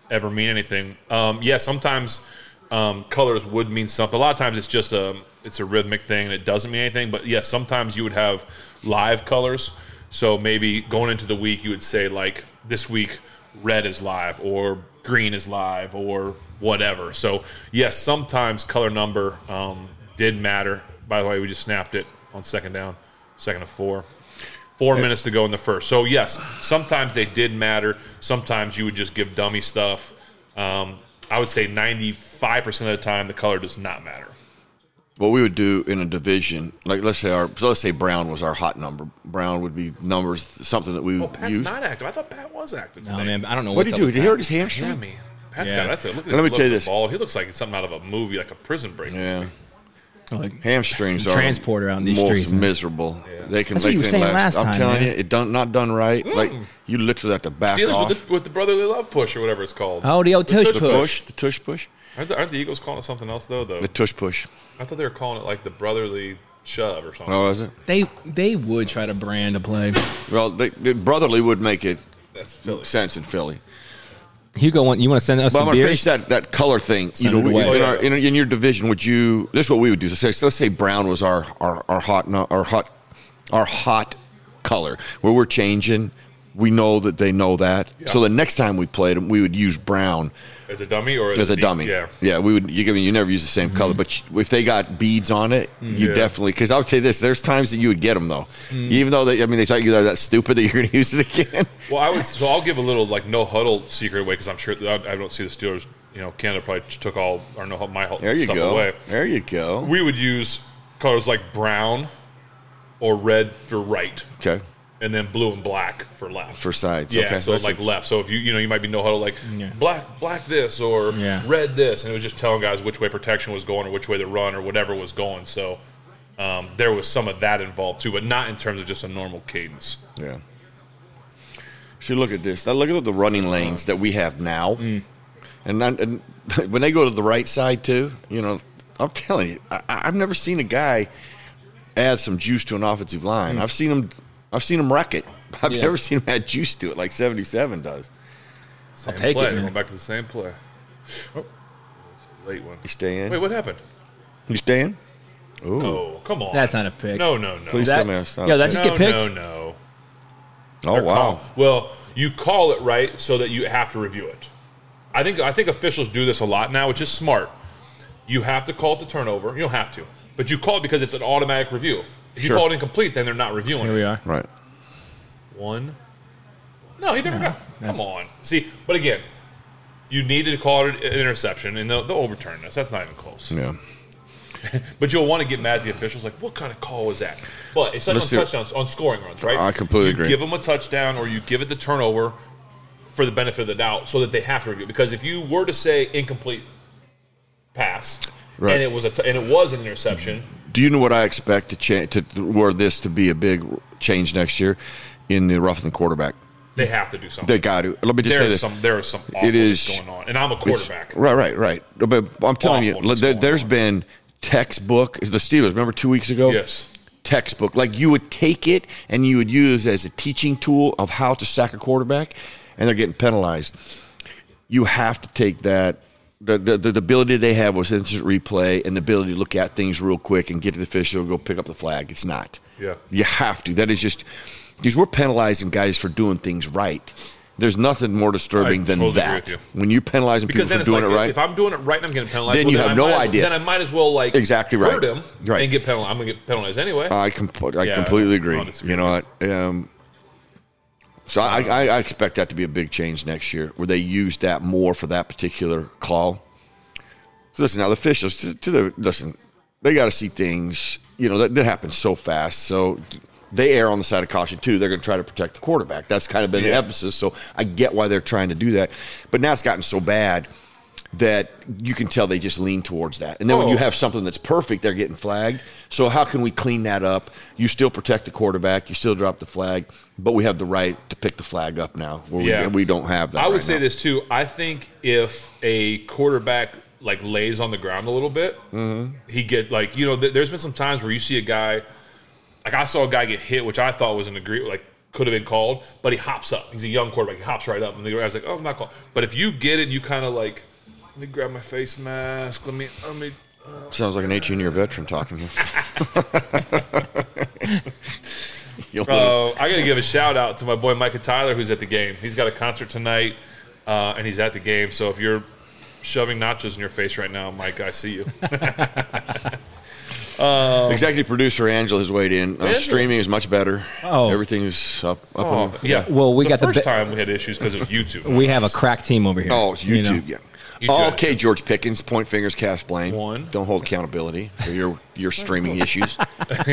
C: ever mean anything? Um, yeah, sometimes um, colors would mean something. A lot of times it's just a it's a rhythmic thing and it doesn't mean anything. But yeah, sometimes you would have live colors. So maybe going into the week, you would say like this week red is live or green is live or whatever. So yes, sometimes color number um, did matter. By the way, we just snapped it on second down, second of four. Four minutes to go in the first. So yes, sometimes they did matter. Sometimes you would just give dummy stuff. Um, I would say ninety-five percent of the time, the color does not matter.
B: What we would do in a division, like let's say our so let's say brown was our hot number. Brown would be numbers something that we
C: Oh,
B: would
C: Pat's
B: use.
C: not active. I thought Pat was active.
A: No
C: today.
A: Oh, man, I don't know
B: What
A: what's
B: did he
A: up
B: do?
A: with
B: Did he
A: that.
B: hurt his hamstring?
C: Dammy. Pat's
A: Yeah.
C: got that's it. Look at
B: Let
C: his
B: me tell you
C: look
B: this.
C: Bald. He looks like something out of a movie, like a prison break.
B: Yeah,
A: Like,
B: hamstrings are
A: Transporter on these
B: most
A: streets, man.
B: miserable. They can
A: That's what
B: make
A: you were
B: things
A: saying
B: last.
A: last
B: I'm
A: time,
B: telling
A: man.
B: you, it done not done right. Like you literally have to back
C: Dealers
B: off.
C: Mm. with the, with the brotherly love push or whatever it's called.
A: oh, the old tush
C: tush
A: push.
B: push, the tush push,
C: Aren't, the, aren't the Eagles calling it something else though? Though
B: the tush push.
C: I thought they were calling it like the brotherly shove or something.
B: Oh, is it?
A: They they would try to brand a play.
B: Well, they, they- brotherly would make it
C: That's Philly.
B: sense in Philly.
A: Hugo, want, you want to send us
B: But I'm
A: some
B: going to finish
A: beers?
B: that, that color thing. You know,
A: it away.
B: in,
A: Oh,
C: yeah.
B: our, in, in your division, would you? This is what we would do. So, say, so let's say brown was our our, our hot no- our hot our hot color where we're changing. We know that they know that. So the next time we played them, we would use brown
C: As a dummy or as,
B: as a
C: the-
B: dummy.
C: Yeah.
B: we would. You I mean, you never use the same color,
A: Mm-hmm.
B: but you- if they got beads on it, you
C: Mm. Yeah. Mm.
B: definitely. Because I would say this: there's times that you would get them though, even though they, I mean they thought you were that stupid that you're going to use it again.
C: Well, I would. So I'll give a little like no huddle secret away because I'm sure I, I don't see the Steelers. You know, Canada probably took all or no my huddle
B: There you
C: stuff
B: go.
C: away.
B: There you go.
C: We would use colors like brown or red for right,
B: Okay.
C: and then blue and black for left.
B: For sides,
C: yeah.
B: okay.
C: So
B: That's
C: like
B: a-
C: left. So if you you know you might be no huddle like
A: Yeah.
C: black black this or
A: Yeah.
C: red this, and it was just telling guys which way protection was going or which way the run or whatever was going. So Um, there was some of that involved too, but not in terms of just a normal cadence.
B: Yeah. If you look at this, now look at the running lanes that we have now,
C: Mm.
B: and, I, and when they go to the right side too, you know, I'm telling you, I, I- I've never seen a guy add some juice to an offensive
C: Mm.
B: line. I've seen him, I've seen him wreck it. I've
A: Yeah.
B: never seen him add juice to it like 77 does.
C: Same
A: take it,
C: play.
A: man.
C: Going back to the same play. Oh, late one.
B: You stay in.
C: Wait, what happened?
B: You stay in. Ooh.
C: Oh, come on.
A: That's not a pick.
C: No, no, no.
B: Please
A: That-
B: tell me that's not
A: yeah,
B: a
A: that
B: pick.
A: just
C: no,
A: get picked.
C: No, no.
B: Oh wow.
C: Call- Well, you call it right so that you have to review it. I think I think officials do this a lot now, which is smart. You have to call it the turnover. You don't have to, but you call it because it's an automatic review. If you
B: Sure.
C: call it incomplete, then they're not reviewing.
A: Here
C: it.
A: we are.
B: Right.
C: One. No, he never got. Come
A: that's-
C: on. See, but again, you needed to call it an interception, and they'll, they'll overturn this. That's not even close.
B: Yeah.
C: But you'll want to get mad at the officials, like, what kind of call was that? But it's like
B: Let's
C: on
B: see-
C: touchdowns, on scoring runs, right?
B: I completely
C: you
B: agree.
C: Give them a touchdown, or you give it the turnover for the benefit of the doubt, so that they have to review. Because if you were to say incomplete pass,
B: Right.
C: and it was a t- and it was an interception,
B: Do you know what I expect to change to were this to be a big change next year in the roughing quarterback?
C: they have to do something.
B: They got to. Let me just
C: there
B: say
C: is
B: this.
C: some there is some awfulness
B: is-
C: going on, and I'm a
B: It's-
C: quarterback.
B: Right, right, right. But I'm telling
C: Awful
B: you,
C: what's
B: there,
C: going
B: there's
C: on.
B: been textbook. The Steelers, remember two weeks ago?
C: Yes.
B: Textbook. Like you would take it and you would use it as a teaching tool of how to sack a quarterback, and they're getting penalized. You have to take that. The, the, the ability they have was instant replay and the ability to look at things real quick and get to the official and go pick up the flag. It's not.
C: Yeah.
B: You have to. That is just, because we're penalizing guys for doing things right. There's nothing more disturbing than
C: totally agree
B: that.
C: with you.
B: When you're penalizing
C: Because then
B: people for doing
C: it's like,
B: it right,
C: if I'm doing it right and I'm getting penalized,
B: Then
C: well,
B: you have
C: I
B: no
C: might-
B: idea.
C: Then I might as well like
B: Exactly right.
C: hurt him
B: Right.
C: and get penalized. I'm gonna get penalized anyway.
B: I, com- I
C: Yeah,
B: completely
C: I'll
B: agree.
C: disagree
B: You know what? Um, so I, I, I expect that to be a big change next year, where they use that more for that particular call. 'Cause Listen, now the officials to, to the listen, they got to see things. You know that, that happens so fast, so they err on the side of caution too. They're going to try to protect the quarterback. That's kind of been
C: Yeah.
B: the emphasis. So I get why they're trying to do that, but now it's gotten so bad that you can tell they just lean towards that. And then when
C: Oh.
B: you have something that's perfect, they're getting flagged. So how can we clean that up? You still protect the quarterback, you still drop the flag, but we have the right to pick the flag up now. Where
C: Yeah.
B: we, we don't have that.
C: I would
B: right
C: say
B: now.
C: this too. I think if a quarterback like lays on the ground a little bit,
B: Mm-hmm.
C: he get like you know. Th- there's been some times where you see a guy, like I saw a guy get hit, which I thought was an agree, like could have been called, but he hops up. He's a young quarterback. He hops right up, and the guy's like, "Oh, I'm not called." But if you get it, you kind of like, let me grab my face mask. Let me, let me.
B: sounds like an 18 year veteran talking here. You'll-
C: Uh, I got to give a shout out to my boy Micah Tyler, who's at the game. He's got a concert tonight, uh, and he's at the game. So if you're shoving nachos in your face right now, Mike, I see you.
B: Executive producer Angela has weighed in. Uh,
C: Angela.
B: streaming is much better.
A: Oh.
B: Everything's up. up
C: Oh,
B: on,
C: yeah.
A: Well, we
C: the
A: got the
C: first
A: be-
C: time we had issues because of YouTube.
B: Um,
A: We have a crack team over here.
B: Oh, it's
A: you
B: YouTube.
A: know?
B: Yeah.
C: You judge.
B: okay, George Pickens. Point fingers, cast blame.
C: One.
B: Don't hold accountability for your your streaming issues.
C: Um, all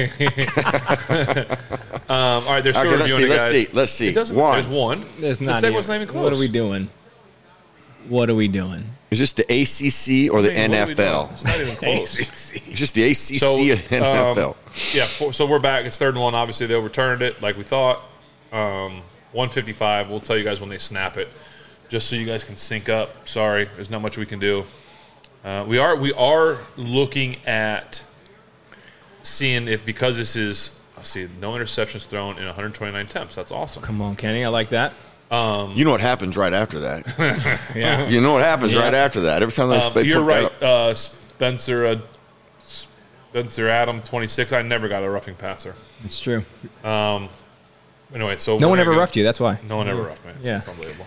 C: right, they're still
B: Okay, let's
C: reviewing
B: see. Let's
C: it, guys.
B: see. Let's see.
C: It doesn't.
B: One.
C: There's one.
A: There's
C: the
A: not.
C: segment's
A: even-
C: not even close.
A: What are we doing? What are we doing?
B: Is this the ACC or the
C: Hey, what are we doing?
B: NFL?
C: It's not even close.
B: Is this the ACC
C: so,
B: or the
C: um,
B: NFL?
C: yeah. Four, so we're back. It's third and one. Obviously, they overturned it like we thought. Um, 155. We'll tell you guys when they snap it, just so you guys can sync up. Sorry, there's not much we can do. Uh, we are we are looking at seeing if because this is. I see no interceptions thrown in 129 attempts. That's awesome.
A: Come on, Kenny. I like that.
B: you know what happens right after that.
A: Yeah.
B: you know what happens
A: Yeah.
B: right after that. Every time they
C: Um,
B: they
C: you're
B: put that
C: right,
B: up.
C: uh, Spencer. Uh, Spencer Adam, 26. I never got a roughing passer.
A: It's true.
C: Anyway, so
A: No one
C: we're gonna
A: ever
C: get-
A: roughed you. That's why.
C: No one ever roughed me. It's,
A: Yeah.
C: it's unbelievable.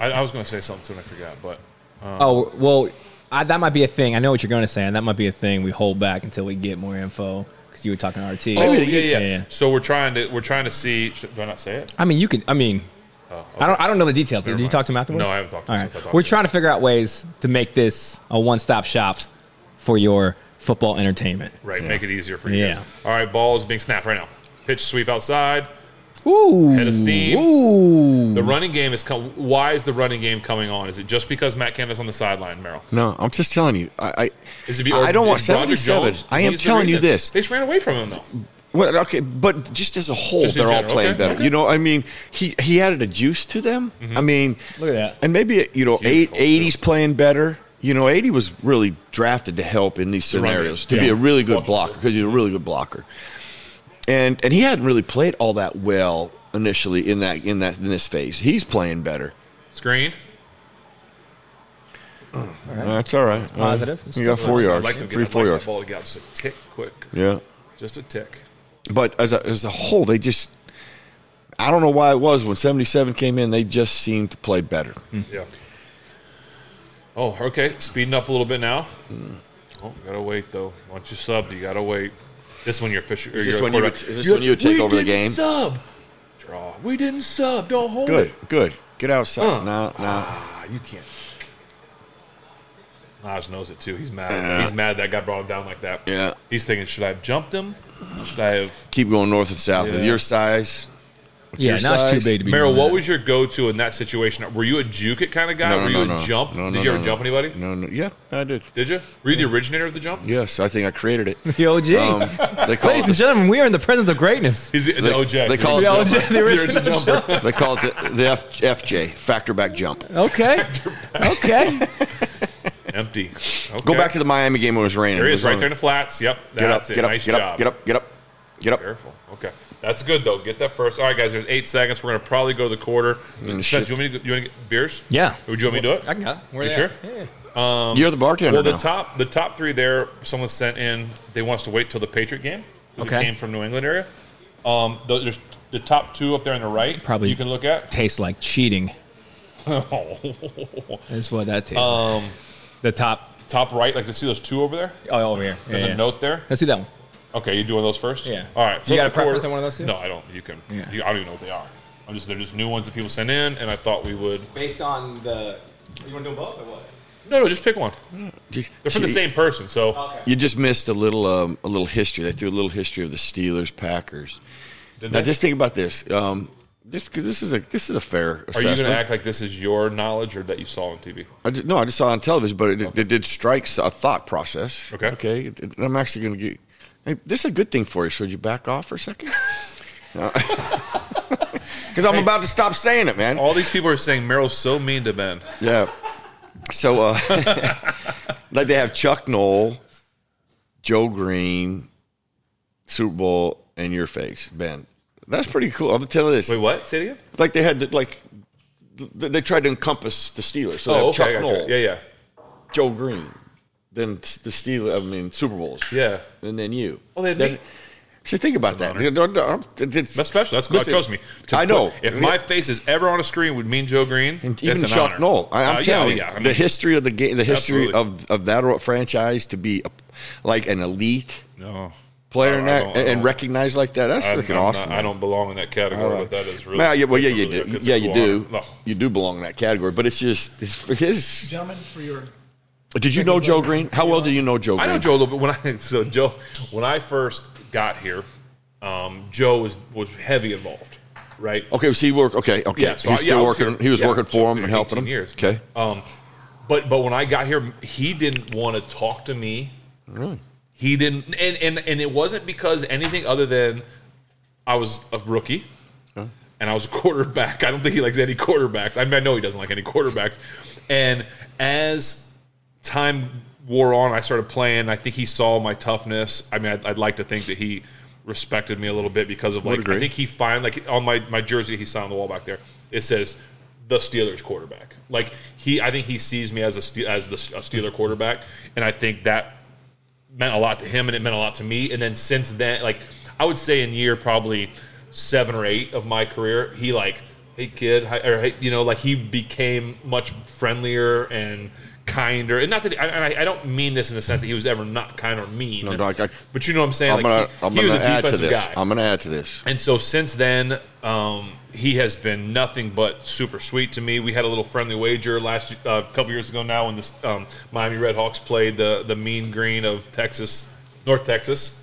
C: I, I was going to say something too, and I forgot. But
A: Oh well, I, that might be a thing. I know what you're going to say, and that might be a thing. We hold back until we get more info because you were talking to RT.
C: oh, yeah, yeah,
A: yeah.
C: So we're trying to we're trying to see. Should, do I not say it?
A: I mean, you can. I mean, I don't. I don't know the details. Did you
C: Oh, mind.
A: talk to him afterwards?
C: No, I haven't talked to him
A: All right.
C: since I talked
A: We're
C: to
A: trying to figure out ways to make this a one-stop shop for your football entertainment.
C: Right. Make it easier for you
A: Yeah.
C: guys. All right. Ball is being snapped right now. Pitch sweep outside.
A: Ooh.
C: Head of steam.
A: Ooh.
C: The running game is come. Why is the running game coming on? Is it just because Matt Canada's on the sideline, Merrill?
B: No, I'm just telling you. I, I
C: Is it be,
B: I don't want
C: is Roger
B: 77.
C: Jones-
B: I am
C: he's the
B: telling you
C: reason.
B: this.
C: They just ran away from him though.
B: Well, okay, but just as a whole,
C: Just in
B: they're all
C: general,
B: playing
C: okay, Mm-hmm.
B: better.
C: okay.
B: You know, I mean, he he added a juice to them. I mean,
A: Look at that.
B: and maybe you know, eight, 80's playing better. You know, eighty was really drafted to help in these
C: run game,
B: scenarios to
C: yeah.
B: be a really good
C: Washington.
B: blocker because he's a really good blocker, and and he hadn't really played all that well initially in that in that in this phase. He's playing better.
C: Screen.
B: That's all right.
A: positive.
B: You got four
C: I'd
B: yards,
C: like them to
B: three,
C: get- I'd
B: four
C: like that
B: yards.
C: Ball to get out just a tick quick.
B: Yeah.
C: Just a tick.
B: but as a, as a whole, they just I don't know why it was when 77 came in, they just seemed to play better.
C: Yeah. Oh, okay. Speeding up a little bit now.
B: Hmm.
C: Oh, you gotta wait though. Once you subbed, you gotta wait. This one you're fishing. Is
B: would take over the game?
C: Sub. Draw. We didn't sub. Don't hold
B: Good,
C: it.
B: good. Get
C: Uh.
B: outside. No, no.
C: Ah, you can't. Naj knows it too. He's mad. He's mad that guy brought him down like that.
B: Yeah.
C: He's thinking, should I have jumped him? Should I have?
B: Keep going north and south.
C: Yeah.
B: With your size,
A: Yeah,
B: your
A: now it's too
B: size.
A: big to be.
C: Merrill,
A: doing
C: what
A: that.
C: was your go-to in that situation? Were you a juke it kind of guy?
B: no, no,
C: Were
B: no,
C: you a
B: no.
C: jump?
B: No,
C: did
B: no,
C: you
B: no,
C: ever
B: no.
C: jump anybody?
B: No, no. Yeah, I did.
C: Did you? Were you the originator of the jump?
B: Yes, I think I created it.
A: The OG.
B: Um, they call
A: Ladies and
B: it.
A: gentlemen, we are in the presence of greatness.
C: He's the, the
B: They-
C: OJ.
B: they call
A: The
B: it
A: OG, the original jumper.
B: They call it the, the F, FJ, factor back jump.
A: Okay. Okay.
C: empty.
B: Go back to the Miami game when it was raining.
C: there
B: It
C: he
B: was
C: is, right
B: on-
C: there in the flats. Yep,
B: Get up,
C: that's
B: get
C: it.
B: up,
C: nice
B: get
C: job.
B: up, get up, get up, get up.
C: Careful. Okay, that's good though. Get that first. All right, guys. There's eight seconds. We're gonna probably go to the quarter. Spence,
B: Mm, shit.
C: you want me to? You want to get beers?
A: Yeah.
C: Would you want me to do it?
A: I got it. Where
C: You
A: they
C: sure?
A: at? Yeah.
B: You're the bartender
C: Well, the
B: now.
C: top the top three there, someone sent in. They want us to wait till the Patriot game. 'cause It
A: Okay.
C: came from New England area. Um, tho- there's the top two up there on the right.
A: Probably-
C: you can look at.
A: Tastes like cheating.
C: top
A: That's what that tastes. Um, the top.
C: right, like to see those two over there.
A: Oh, over here.
C: There's
A: Yeah, yeah.
C: a note there.
A: Let's do that one.
C: Okay, you do one of those first.
A: Yeah.
C: All right.
A: You got
C: it's
A: a
C: the
A: preference
C: quarter-
A: on one of those two?
C: No, I don't. You can.
A: Yeah.
C: You, I don't even know what they are. I'm just they're just new ones that people send in, and I thought we would.
A: Based on the. You want to do both or what?
C: No, no, just pick one.
B: Just-
C: They're from the
B: gee,
C: same person, so
B: You just missed a little um, a little history. They threw a little history of the Steelers Packers.
C: Didn't
B: Now
C: they?
B: just think about this. Um, just because this is a this is a fair
C: are you
B: assessment.
C: going to act like this is your knowledge or that you saw on TV?
B: I did, no, I just saw it on television, but it, it, did strike a thought process.
C: Okay.
B: Okay. It- it- I'm actually going to get. Hey, this is a good thing for you. Should you back off for a second? Because I'm about to stop saying it, man.
C: All these people are saying Meryl's so mean to Ben.
B: Yeah. So, uh, like they have Chuck Knoll, Joe Green, Super Bowl, and your face, Ben. That's pretty cool. I'm telling you this.
C: Wait, what? Say it again.
B: Like they had, to, like th- they tried to encompass the Steelers. So they
C: Oh,
B: have
C: okay, I
B: Chuck
C: gotcha.
B: Knoll,
C: Yeah, yeah,
B: Joe Green, then s- the Steelers. I mean, Super Bowls.
C: yeah.
B: and then you.
C: Oh, they had
B: Then-
C: me.
B: So think about that.
C: honor.
B: You know, no, I'm- it's-
C: That's special. That's cool.
B: Listen,
C: Trust me. To
B: I
C: put-
B: know.
C: if my face is ever on a screen with Mean Joe Green,
B: And
C: that's
B: even
C: an
B: Chuck
C: honor.
B: Knoll. I, am
C: Uh,
B: telling
C: yeah,
B: you,
C: yeah, I mean,
B: the history of the game, the history
C: Absolutely.
B: of, of that or- franchise to be a, like an elite
C: no.
B: player
C: Oh, I-
B: in
C: I
B: that
C: don't- I
B: and,
C: don't-
B: recognized like that. That's
C: I'm-
B: freaking
C: I'm not-
B: awesome.
C: I don't belong in that category,
B: Uh,
C: but that is really.
B: well, yeah, well, yeah,
C: that's
B: you
C: really-
B: do.
C: it's a
B: Yeah, you
C: cool
B: do.
C: honor. Oh. No.
B: You do belong in that category, but it's just it's, it's
D: Gentlemen, for your.
B: Did you know Joe Green? How well do you know Joe Green?
C: I know Joe a little bit. When I so Joe, when I first got here, um, Joe was was heavy involved, right?
B: Okay, so he worked. Okay, okay.
C: so
B: Oh, He's
C: I-
B: still
C: yeah, I was
B: working.
C: here-
B: he was
C: yeah,
B: working for him
C: so
B: and helping
C: 18
B: him.
C: years.
B: Okay.
C: Um, but but when I got here, he didn't want to talk to me.
B: Really?
C: He didn't, and and and it wasn't because anything other than I was a rookie. And I was a quarterback. I don't think he likes any quarterbacks. I mean, I know he doesn't like any quarterbacks. And as time wore on, I started playing. I think he saw my toughness. I mean, I'd, I'd like to think that he respected me a little bit because of like I
B: agree.
C: think he find like on my my jersey he signed on the wall back there. It says the Steelers quarterback. Like he, I think he sees me as a Ste- as the a Steeler quarterback, and I think that meant a lot to him and it meant a lot to me. And then since then, like I would say in year probably seven or eight of my career, he like, hey kid, hi, or hey, you know, like he became much friendlier and kinder. And not that I, and I, I don't mean this in the sense that he was ever not kind or mean,
B: No, Doc, I-
C: but you know what I'm saying.
B: I'm
C: like
B: gonna.
C: he,
B: I'm
C: he was
B: gonna
C: a
B: add to
C: defensive
B: this.
C: guy.
B: I'm gonna add to this.
C: And so since then, um, he has been nothing but super sweet to me. We had a little friendly wager last a couple years ago now when the um, Miami Redhawks played the the Mean Green of Texas, North Texas.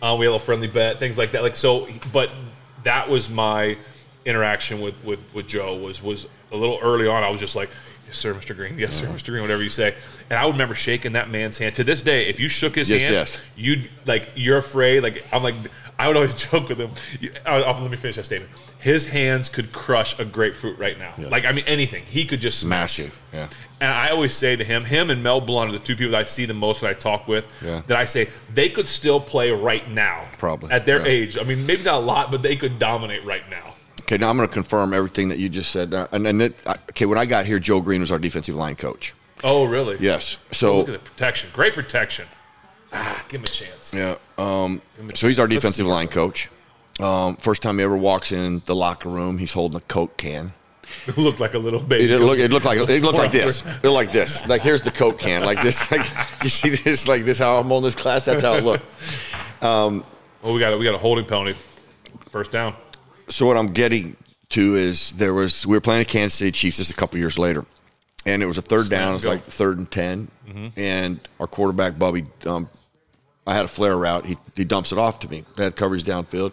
C: Uh, we had a little friendly bet, things like that. Like so, but that was my interaction with, with, with Joe was was a little early on. I was just like, yes, sir, Mr. Green, yes,
B: Uh-huh.
C: sir, Mr. Green, whatever you say. And I would remember shaking that man's hand. To this day, if you shook his
B: Yes,
C: hand,
B: yes.
C: you'd like you're afraid. Like I'm like I would always joke with him. You- I'll, I'll- let me finish that statement. His hands could crush a grapefruit right now.
B: Yes.
C: Like I mean, anything he could just smash.
B: Massive. Yeah.
C: And I always say to him, him and Mel Blunt are the two people that I see the most that I talk with.
B: Yeah.
C: That I say they could still play right now,
B: Probably,
C: at their
B: yeah.
C: age. I mean, maybe not a lot, but they could dominate right now.
B: Okay, now I'm going to confirm everything that you just said. Now, And, and it, I- okay, when I got here, Joe Green was our defensive line coach.
C: Oh, really?
B: Yes.
C: Look
B: So
C: at the protection. Great protection. Ah, give him a chance.
B: yeah. Um, so he's our defensive line coach. Um, first time he ever walks in the locker room, he's holding a Coke can.
C: It looked like a little baby.
B: It didn't look. It looked like it looked like
C: Four
B: this. It looked like this. Like here's the coke can. Like this. Like you see this. Like this. How I'm on this class. That's how it looked.
C: Well, Oh, we got a, we got a holding penalty. First down.
B: So what I'm getting to is there was we were playing the Kansas City Chiefs. This is a couple years later, and it was a third down. It's
C: go.
B: like third and 10 and our quarterback Bubby. Um, I had a flare route. He he dumps it off to me. They had coverage downfield.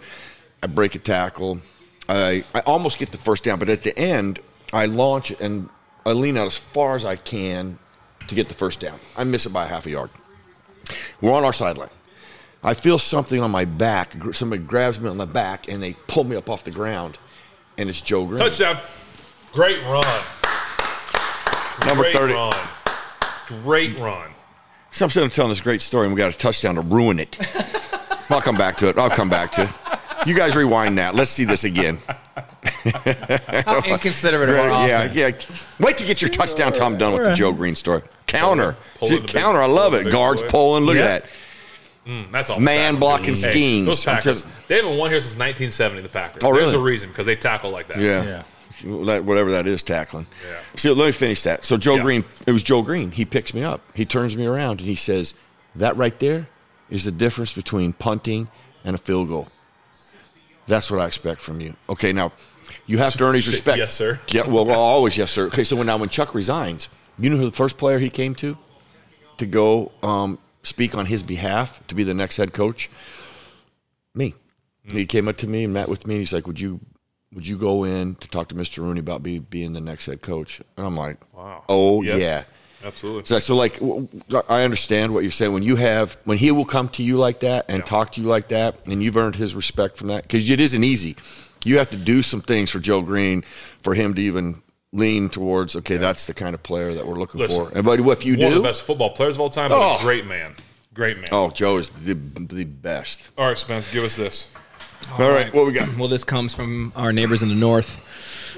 B: I break a tackle. I I almost get the first down, but at the end I launch and I lean out as far as I can to get the first down. I miss it by half a yard. We're on our sideline. I feel something on my back. Gr- Somebody grabs me on the back and they pull me up off the ground, and it's Joe Green.
C: Touchdown. Great run.
B: Number
C: Great
B: 30.
C: Run. Great run.
B: So I'm sitting there telling this great story, and we got a touchdown to ruin it. I'll come back to it. I'll come back to it. You guys rewind that. Let's see this again.
A: How inconsiderate of our
B: yeah,
A: offense.
B: yeah. Wait to get your touchdown till I'm done with the Joe Green story. Counter.
C: Pulling the big-
B: counter. I love
C: pulling the
B: it.
C: big
B: Guards
C: boy.
B: pulling. Look
C: Yeah.
B: at that.
C: Mm, that's all.
B: Man
C: Packers
B: blocking
C: do. Hey,
B: schemes.
C: those
B: I'm
C: Packers,
B: telling-
C: they haven't won here since 1970. The Packers.
B: Oh,
C: There's
B: really?
C: a reason because they tackle like that.
B: Yeah.
A: Yeah.
B: That- whatever that is tackling.
C: Yeah.
B: So let me finish that. So Joe
C: Yeah.
B: Green, it was Joe Green. He picks me up. He turns me around and he says, "That right there is the difference between punting and a field goal. That's what I expect from you." Okay, now you have to earn his
C: Say,
B: respect.
C: "Yes, sir."
B: Yeah. Well, well, always yes, sir. Okay. So when now when Chuck resigns, you know who the first player he came to to go um, speak on his behalf to be the next head coach? Me. He came up to me and met with me. And he's like, "Would you, would you go in to talk to Mr. Rooney about be, being the next head coach?" And I'm like,
C: Wow.
B: oh
C: Yes.
B: yeah."
C: Absolutely.
B: So, so like, w- w- I understand what you're saying. When you have, when he will come to you like that and talk to you like that, and you've earned his respect from that, because it isn't easy. You have to do some things for Joe Green for him to even lean towards. Okay, that's the kind of player that we're looking
C: Listen,
B: for. And but if you
C: One
B: do,
C: of the best football players of all time. But
B: Oh.
C: a great man. Great man.
B: oh, Joe is the, the best.
C: All right, Spence, give us this.
B: All right, what we got?
A: Well, this comes from our neighbors in the north.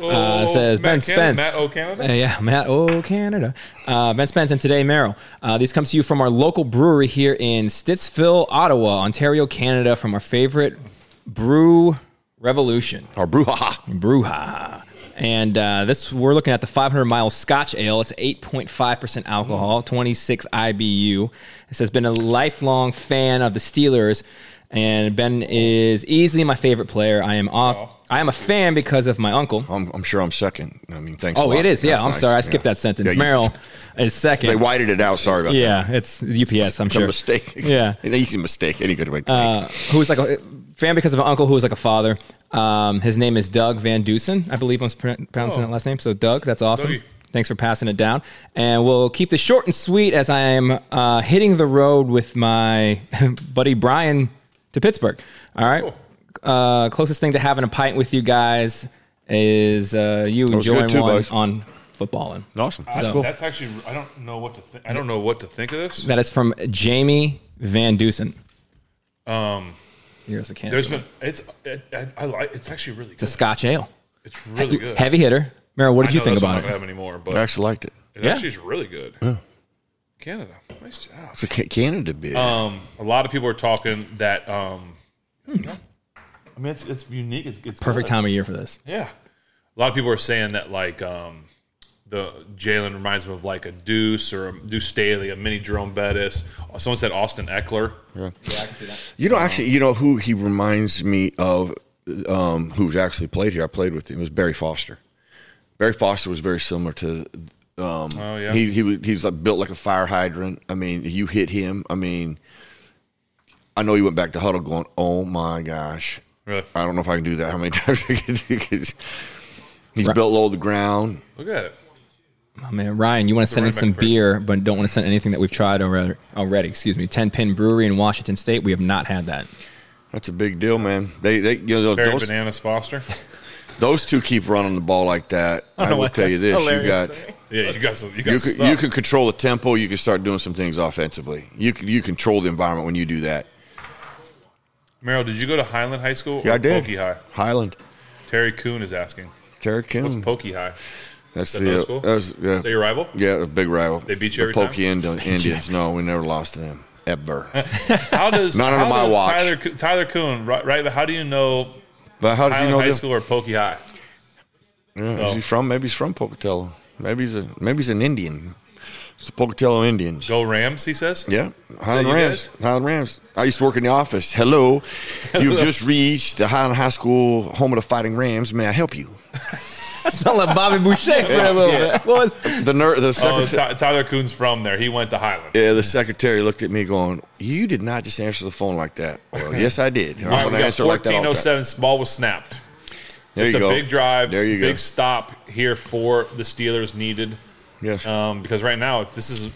A: Uh,
C: Oh,
A: it says Ben
C: Matt Canada-
A: Spence.
C: Matt O'Canada?
A: Uh, yeah, Matt O Canada. Uh, ben Spence and today Merrill. Uh, these comes to you from our local brewery here in Stittsville, Ottawa, Ontario, Canada, from our favorite brew revolution.
B: Our brouhaha.
A: Brouhaha. And uh, this, we're looking at the 500 mile Scotch Ale. It's 8.5%
B: Mm.
A: alcohol, 26 IBU. It says, been a lifelong fan of the Steelers, and Ben is easily my favorite player. I am off.
B: Oh.
A: I am a fan because of my uncle.
B: I'm, I'm sure I'm second. I mean, thanks. a
A: Oh,
B: lot.
A: it is. Yeah,
B: That's
A: I'm
B: nice.
A: sorry. I skipped
B: Yeah.
A: that sentence.
B: Yeah, you-
A: Merrill is second.
B: They whited it out. Sorry about that.
A: yeah, it's UPS, I'm
B: It's a
A: sure.
B: mistake.
A: Yeah.
B: an easy mistake. Any good way to make.
A: uh, who was like a fan because of an uncle who was like a father. Um, his name is Doug Van Dusen. I believe I'm pron- pronouncing that last name. So, Doug, that's awesome.
C: Oh. Dougie.
A: Thanks for passing it down. And we'll keep this short and sweet as I am uh, hitting the road with my buddy Brian to Pittsburgh. All right. Uh, closest thing to having a pint with you guys is uh, you
B: was good
A: enjoying
B: too,
A: one
B: boys.
A: on footballing.
B: Awesome. That's
A: so-
B: cool.
C: That's actually I don't know what to think. I don't know what to think of this.
A: That is from Jamie Van Dusen.
C: Um,
A: Here's the can.
C: there's been it's it, I, I like it's actually really
A: it's a
C: good.
A: Scotch ale.
C: It's really good.
A: Heavy hitter. Meryl, what did
C: I
A: you
C: know
A: think
C: that's why
A: about
C: I don't
A: it?
C: have anymore, but
B: I actually liked it.
C: it
A: Yeah.
C: actually is really good. Canada, nice job.
B: It's a Ca- Canada beer.
A: Uh,
C: Um, a lot of people are talking that. Um, I mean, it's it's unique. It's, it's
A: Perfect
C: good.
A: time of year for this.
C: Yeah, a lot of people are saying that like um, the Jalen reminds them of like a Deuce or a Deuce Staley, a mini Jerome Bettis. Someone said Austin Eckler.
B: You know,
A: uh,
B: actually, you know who he reminds me of, um, who's actually played here. I played with him. Was Barry Foster. Barry Foster was very similar to. Um,
C: Oh, yeah.
B: He he was, he was like built like a fire hydrant. I mean, you hit him. I mean, I know he went back to huddle going, "Oh my gosh,
C: Really?
B: I don't know if I can do that. How many times I can do 'cause He's
A: Right.
B: built low to the ground.
C: Look at it.
A: Oh, man, Ryan, you want to send in
C: right
A: some
C: back first.
A: beer, but don't want to send anything that we've tried already. Already, excuse me. Ten Pin Brewery in Washington State. We have not had that.
B: That's a big deal, man. They, they, you know,
C: Barry
B: those,
C: Bananas Foster.
B: those two keep running the ball like that. I,
E: know
B: will
E: what
B: tell you
E: Oh, that's
B: this: you
E: hilarious
B: got,
E: to me.
C: Yeah, you got some. You got
B: you
C: some
B: can,
C: stuff.
B: you can control the tempo. You can start doing some things offensively. You can, you control the environment when you do that.
C: Merrill, did you go to Highland High School?
B: Yeah,
C: or
B: I did.
C: Pokey High.
B: Highland,
C: Terry Kuhn is asking.
B: Terry
C: What's
B: Kim.
C: Pokey High?
B: That's
C: that middle
B: the
C: school?
B: that was, yeah,
C: Is that your rival?
B: yeah, a big rival.
C: They beat you
B: the
C: every time?
B: Pokey Indi- Indians. No, we never lost to them ever.
C: How does
B: Not under
C: how
B: my
C: does
B: watch.
C: Tyler Ku- Tyler Kuhn right, right? How do you know
B: But how does he
C: Highland
B: know
C: High
B: this?
C: School or Pokey High?
B: Yeah,
C: So-
B: Is he from? Maybe he's from Pocatello. Maybe he's a maybe he's an Indian. It's the Pocatello Indians.
C: Go Rams, he says.
B: Yeah, Highland
C: you
B: Rams. Highland Rams. I used to work in the office. Hello, you've just reached the Highland High School, home of the Fighting Rams. May I help you?
A: That sounded like Bobby Boucher for a little bit. What was?
B: The ner- the
C: Oh,
B: secretary.
C: Ty- Tyler Kuhn's from there. He went to Highland.
B: yeah, the secretary looked at me going, "You did not just answer the phone like that." Well, yes, I did.
C: All right,
B: I'm going
C: we
B: to
C: got
B: answer like that all the time.
C: 1407. Ball was snapped.
B: There
C: it's
B: you
C: a
B: go.
C: big drive.
B: There you go.
C: Big stop here for the Steelers needed.
B: Yes.
C: Um, because right now, it's, this is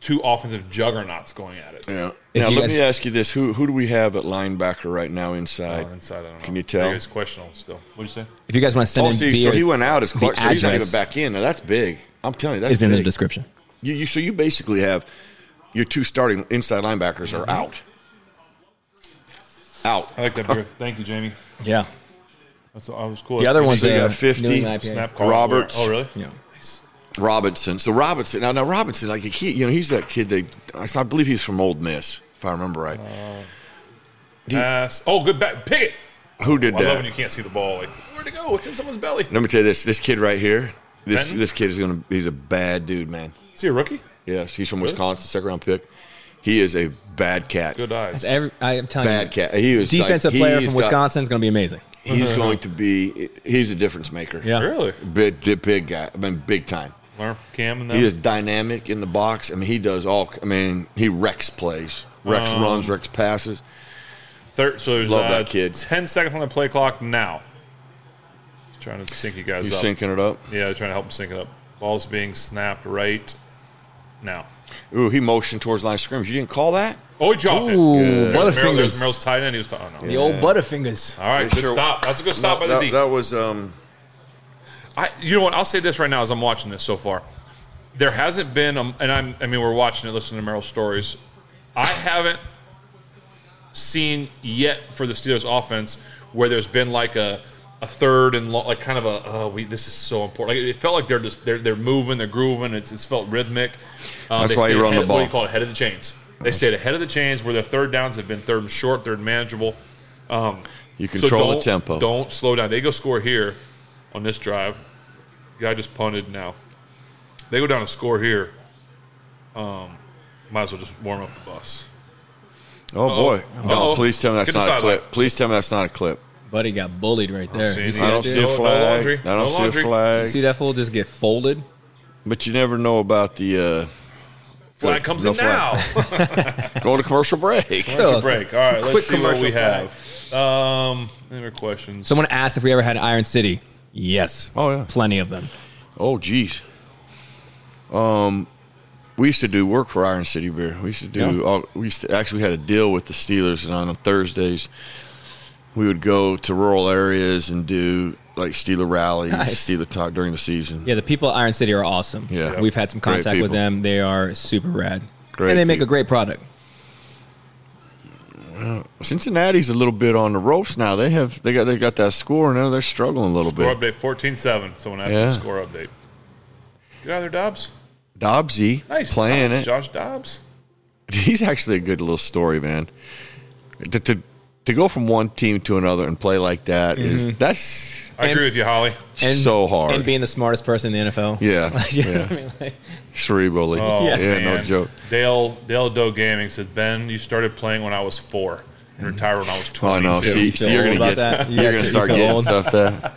C: two offensive juggernauts going at it.
B: yeah.
A: If
B: Now
A: you
B: let
A: guys-
B: me ask you this: Who who do we have at linebacker right now inside?
C: Uh, Inside, I don't know.
B: Can you
C: I
B: tell?
C: think it's questionable still. What'd you say?
A: If you guys want to send
B: Oh,
A: in
B: see,
A: beer,
B: so he went out as
A: the
B: Clark. So he's not
A: address
B: even back in. Now that's big. I'm telling you, that's
A: Is in the
B: big.
A: description.
B: You, you so you basically have your two starting inside linebackers
A: Mm-hmm.
B: are out. Out.
C: I like that beer. Thank you, Jamie.
A: Yeah.
C: That's, I was cool.
A: The other one's
B: So you
A: a
B: got 50,
A: New England IPA.
C: Snap call.
B: Roberts.
C: Oh, really?
A: Yeah.
B: Robinson. So Robinson. Now, now Robinson, like he, you know, he's that kid. They, I believe he's from Old Miss, if I remember right.
C: Uh, Pass. Oh, good back. Pick it.
B: Who did
C: Well, I love
B: that?
C: when you can't see the ball. Like, where'd it go? It's in someone's belly.
B: Let me tell you this. This kid right here. This
C: Benton?
B: this kid is gonna. He's a bad dude, man.
C: Is he a rookie?
B: Yes, he's from Wisconsin, second round pick. He is a bad cat.
C: Good
A: It's
C: eyes.
A: every- I am telling
B: Bad
A: you,
B: cat. He was like-
A: defensive player
B: he's
A: from
B: got-
A: Wisconsin is going to be amazing.
B: he's
C: Uh-huh.
B: going to be. He's a difference maker.
A: Yeah.
C: Really?
B: Big, big, big guy. I mean, big time.
C: Learn from Cam and them.
B: He is dynamic in the box. I mean, he does all. I mean, he wrecks plays, wrecks
C: Um,
B: runs, wrecks passes.
C: Thir- so there's
B: Love
C: uh,
B: that kid.
C: 10 seconds on the play clock now. Trying to sync you guys
B: He's
C: up.
B: syncing it up.
C: Yeah, trying to help him sync it up. Ball's being snapped right now.
B: Ooh, he motioned towards line of scrimmage. You didn't call that?
C: Oh, he dropped
A: Ooh,
C: it. There's Merrill, there's Merrill's
A: Butterfingers.
C: tight end. He was talking. Oh, no.
A: The old Butterfingers.
C: All right,
B: It
C: good
B: sure-
C: stop. That's a good stop by the
B: that,
C: D.
B: that was um.
C: I, you know what? I'll say this right now as I'm watching this so far. There hasn't been, um, and I'm, I mean, we're watching it, listening to Merrill's stories. I haven't seen yet for the Steelers offense where there's been like a, a third and lo- like kind of a oh we this is so important. Like it felt like they're just they're they're moving, they're grooving. It's, it's felt rhythmic. Uh,
B: That's
C: they
B: why you
C: stayed
B: run the
C: ahead- What do you
B: ball.
C: call it? Head of the chains. They stayed ahead of the chains where their third downs have been third and short, third and manageable.
B: You
C: So
B: control the
C: don't-
B: tempo.
C: Don't slow down. They go score here on this drive. Guy just punted now. They go down and score here. Um, might as well just warm up the bus.
B: Oh boy! No,
C: Uh-oh.
B: please tell me that's
C: Get the
B: not a
C: sideline.
B: clip. Please tell me that's not a clip.
A: Buddy got bullied right there.
C: see
A: You
C: any-
A: see
B: I
A: that,
B: don't
A: dude?
B: see a
C: No- no
B: flag.
C: laundry.
B: I don't
C: No
B: see
C: laundry.
B: a
A: You
B: flag.
A: see that fool just get folded?
B: But you never know about the uh,
C: Flag
B: Good.
C: comes
B: No
C: in
B: flag.
C: now.
B: going to commercial break.
A: Still,
C: Break. All right,
A: Quick
C: let's see what we
A: commercial flag.
C: have. Um, any more questions?
A: Someone asked if we ever had Iron City. Yes.
B: Oh, yeah.
A: Plenty of them.
B: Oh, geez. Um, we used to do work for Iron City Beer. We used to do.
A: Yeah.
B: All, we used to actually we had a deal with the Steelers, and on Thursdays, we would go to rural areas and do like Steeler rallies,
A: Nice.
B: Steeler talk during the season.
A: Yeah, the people at Iron City are awesome.
B: Yeah.
A: We've had some
B: Great
A: contact with
B: people.
A: them. They are super rad.
B: Great
A: and they make
B: people.
A: a great product.
B: Cincinnati's a little bit on the ropes now. They have they got they got that score now. They're struggling a little
C: score
B: bit.
C: update 14 7. Someone asked
B: Yeah.
C: for the score update. Get out of there, Dobbs.
B: Dobbsy
C: Nice.
B: playing
C: Dobbs,
B: it.
C: Josh Dobbs.
B: He's actually a good little story, man. To, to to go from one team to another and play like that is
A: Mm-hmm.
B: that's
C: I
A: And-
C: agree with you, Holly.
A: And,
B: so hard.
A: And being the smartest person in the NFL.
B: Yeah.
A: you know
B: yeah.
A: what I mean? Like,
B: Cerebrally.
C: Oh,
A: Yes.
B: Yeah, no
C: man.
B: joke.
C: Dale Dale Doe Gaming said, Ben, you started playing when I was four. You retired when I was
B: Oh,
C: 22.
B: no. See,
A: You
B: see
A: feel
B: you're going
A: old
B: to get
A: about that?
B: You're
A: Yes,
B: going
A: you
B: to start
A: feel
B: getting
A: old.
B: stuff there.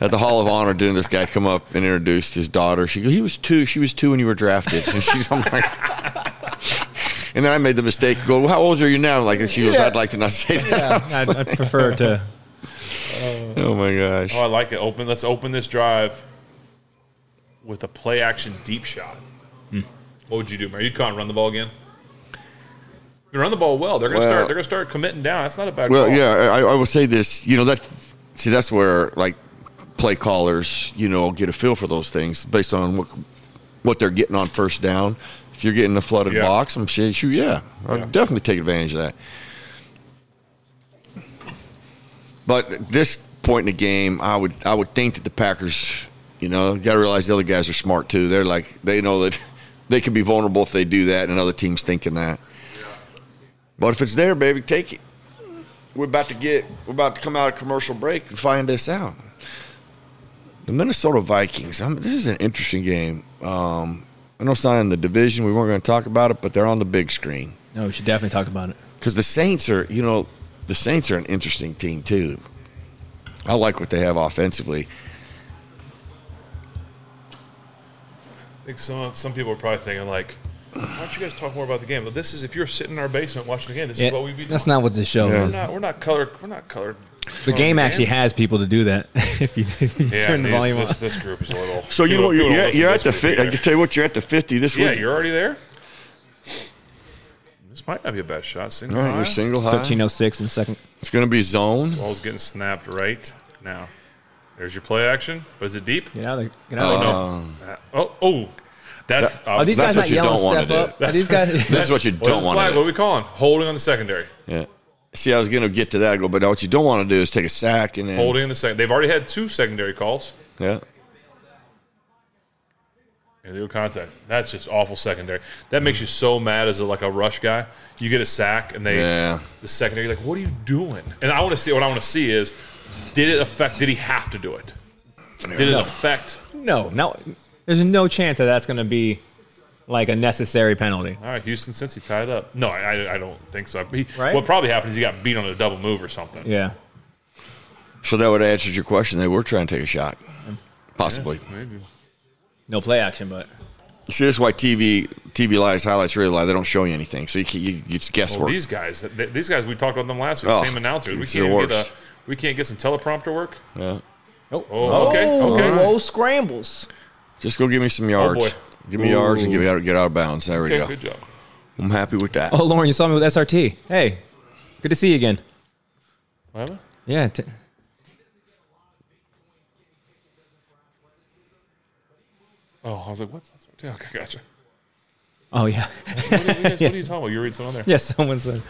B: At the Hall of Honor, doing this guy come up and introduced his daughter. She goes, he was two. She was two when you were drafted. And she's I'm like, and then I made the mistake. Go, well, how old are you now? Like, and she goes,
A: Yeah.
B: I'd like to not say that.
A: yeah, I'd, I'd prefer to
B: Oh my gosh.
C: Oh, I like it. Open. Let's open this drive with a play action deep shot.
B: Hmm.
C: What would you do, Mayor? You'd come and run the ball again. You run the ball well. They're gonna
B: Well-
C: start. They're gonna start committing down. That's not a bad.
B: Well,
C: call.
B: yeah, I, I will say this. You know that. See, that's where like play callers, you know, get a feel for those things based on what what they're getting on first down. If you're getting a flooded
C: Yeah.
B: box, I'm sure, shoot, yeah, I'll
C: Yeah.
B: definitely take advantage of that. But at this point in the game, I would I would think that the Packers, you know, got to realize the other guys are smart too. They're like they know that they could be vulnerable if they do that, and other teams thinking that. But if it's there, baby, take it. We're about to get we're about to come out of commercial break and find this out. The Minnesota Vikings. I'm, this is an interesting game. Um, I know it's not in the division. We weren't going to talk about it, but they're on the big screen
A: No, we should definitely talk about it.
B: because the Saints are, you know, the Saints are an interesting team too. I like what they have offensively.
C: I think some some people are probably thinking like, why don't you guys talk more about the game? But this is if you're sitting in our basement watching the game. This
A: Yeah,
C: is what we'd be.
A: that's not what this show
B: Yeah.
C: We're
A: is.
C: not. We're not colored. We're not colored.
A: The game actually has
C: fans.
A: people to do that. if you, if you
C: Yeah,
A: turn the
C: these-
A: volume
C: this,
A: up,
C: this group is a little.
B: So you
C: people
B: know
C: don't-
B: you're,
C: people don't
B: you're, you're
C: listen to
B: at the
C: this group
B: fifty. I
C: either.
B: can tell you what, you're at the fifty this
C: Yeah,
B: week.
C: you're already there. This might not be a bad shot. Single
B: All right,
C: high.
B: you're single high.
A: 1306 in second.
B: It's going to be zone.
C: Ball's getting snapped right now. There's your play action. But is it deep?
A: Get out of there. Get
B: Uh,
A: out of there.
C: No. Oh, oh, that's
B: That-
A: Are these
B: that's
A: guys
B: what
A: not
B: you
A: yelling
B: don't wanna
A: step
B: do.
A: up? Are
C: That's-
A: these guys,
B: This is what you
C: What is
B: don't
C: the
B: want
C: flag?
B: to
C: What are
B: do.
C: we calling? Holding on the secondary.
B: Yeah. See, I was going to get to that. I go, but what you don't want to do is take a sack and then
C: Holding in the second. They've already had two secondary calls.
B: Yeah.
C: And they were contact. That's just awful secondary. That makes you so mad as a, like a rush guy. You get a sack and they
B: Yeah.
C: the secondary. You're like, what are you doing? And I want to see what I want to see is, did it affect? Did he have to do it? Did it affect?
A: no, no. There's no chance that that's going to be like a necessary penalty.
C: All right, Houston, since he tied up. No, I, I- I don't think so. He,
A: Right?
C: What probably happened is he got beat on a double move or something.
A: Yeah.
B: So that would answer your question. They were trying to take a shot, possibly.
C: Maybe.
A: No play action, but
B: See, this is why TV TV lies highlights really lie. They don't show you anything, so you, can, you it's
C: Well,
B: guesswork.
C: these guys, th- these guys, we talked about them last week.
B: Oh,
C: same announcers. We
B: it's the
C: can't even get
B: worst.
C: a, we can't get some teleprompter work.
B: yeah.
A: oh,
C: Oh, okay, okay.
E: Oh, scrambles.
B: Just go give me some yards.
C: Oh, boy.
B: give me yards and give me out, get out of bounds. There we
C: Okay,
B: go.
C: good job.
B: I'm happy with that.
A: oh, Lauren, you saw me with SRT. Hey, good to see you again.
C: What happened?
A: Yeah. T-
C: Oh, I was like, what's that? Yeah, okay, gotcha.
A: oh yeah.
C: What are, you guys, what are you talking about? You read something on there.
A: Yes, someone said.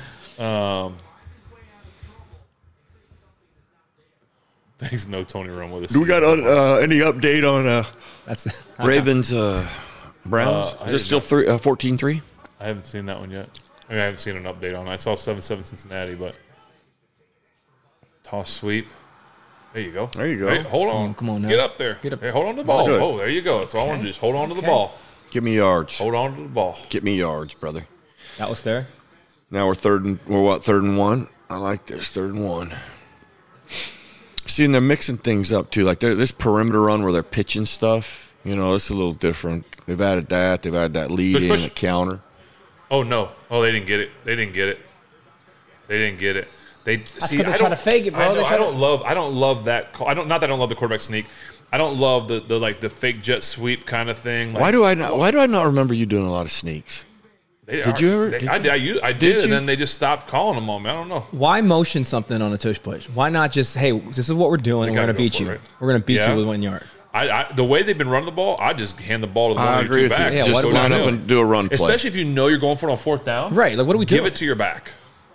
C: Thanks, no Tony Romo. with us.
B: Do we got uh, any update on uh,
A: That's
B: Ravens uh, Browns?
C: Uh, I
B: Is it
C: did
B: still
C: not-
B: three, uh, 14-3?
C: I haven't seen that one yet. I mean, I haven't seen an update on. it. I saw seven seven Cincinnati, but toss sweep. There you go.
B: There you go.
C: Hey, hold
A: on,
C: on.
A: come on now.
C: Get up there.
A: Get up.
C: Hey, hold on to the ball.
B: do it.
C: Oh, there you go. That's all I want to do. Just hold on to the ball.
B: Give me yards.
C: Hold on to the ball.
B: Get me yards, brother.
A: that was there.
B: Now we're third and we're what third and one. I like this third and one. See, and they're mixing things up too. Like they're- this perimeter run where they're pitching stuff. You know, it's a little different. They've added that. They've added that lead
C: Push,
B: in
C: push.
B: the counter.
C: Oh no! Oh, they didn't get it. They didn't get it. They didn't get it. They see.
E: they
C: I
E: try
C: don't
E: to fake it, bro.
C: I, know,
E: They try
C: I don't love. I don't love that. Call. I don't. Not that I don't love the quarterback sneak. I don't love the, the like the fake jet sweep kind of thing. Like,
B: Why do I not? Why do I not remember you doing a lot of sneaks?
C: they
B: did
C: are-
B: you ever-
C: They,
B: did
C: I,
B: you-
C: I, u- I did,
B: did you?
C: and then they just stopped calling them on me. I don't know.
A: Why motion something on a tush push? Why not just hey, this is what we're doing. and We're
C: gotta
A: gonna
C: go
A: beat
C: for
A: you.
C: it.
A: We're gonna beat
C: Yeah.
A: you with one yard.
C: I, I the way they've been running the ball, I just hand the ball to the
B: I
C: one or
B: agree
C: two
B: with you.
C: backs.
A: Yeah,
C: Just
A: why do
C: go
A: we do
C: down
B: line up
C: the
B: and
C: field.
B: do a run play.
C: Especially if you know you're going for it on fourth down.
A: Right, like, what are we
C: Give
A: doing?
C: it to your back.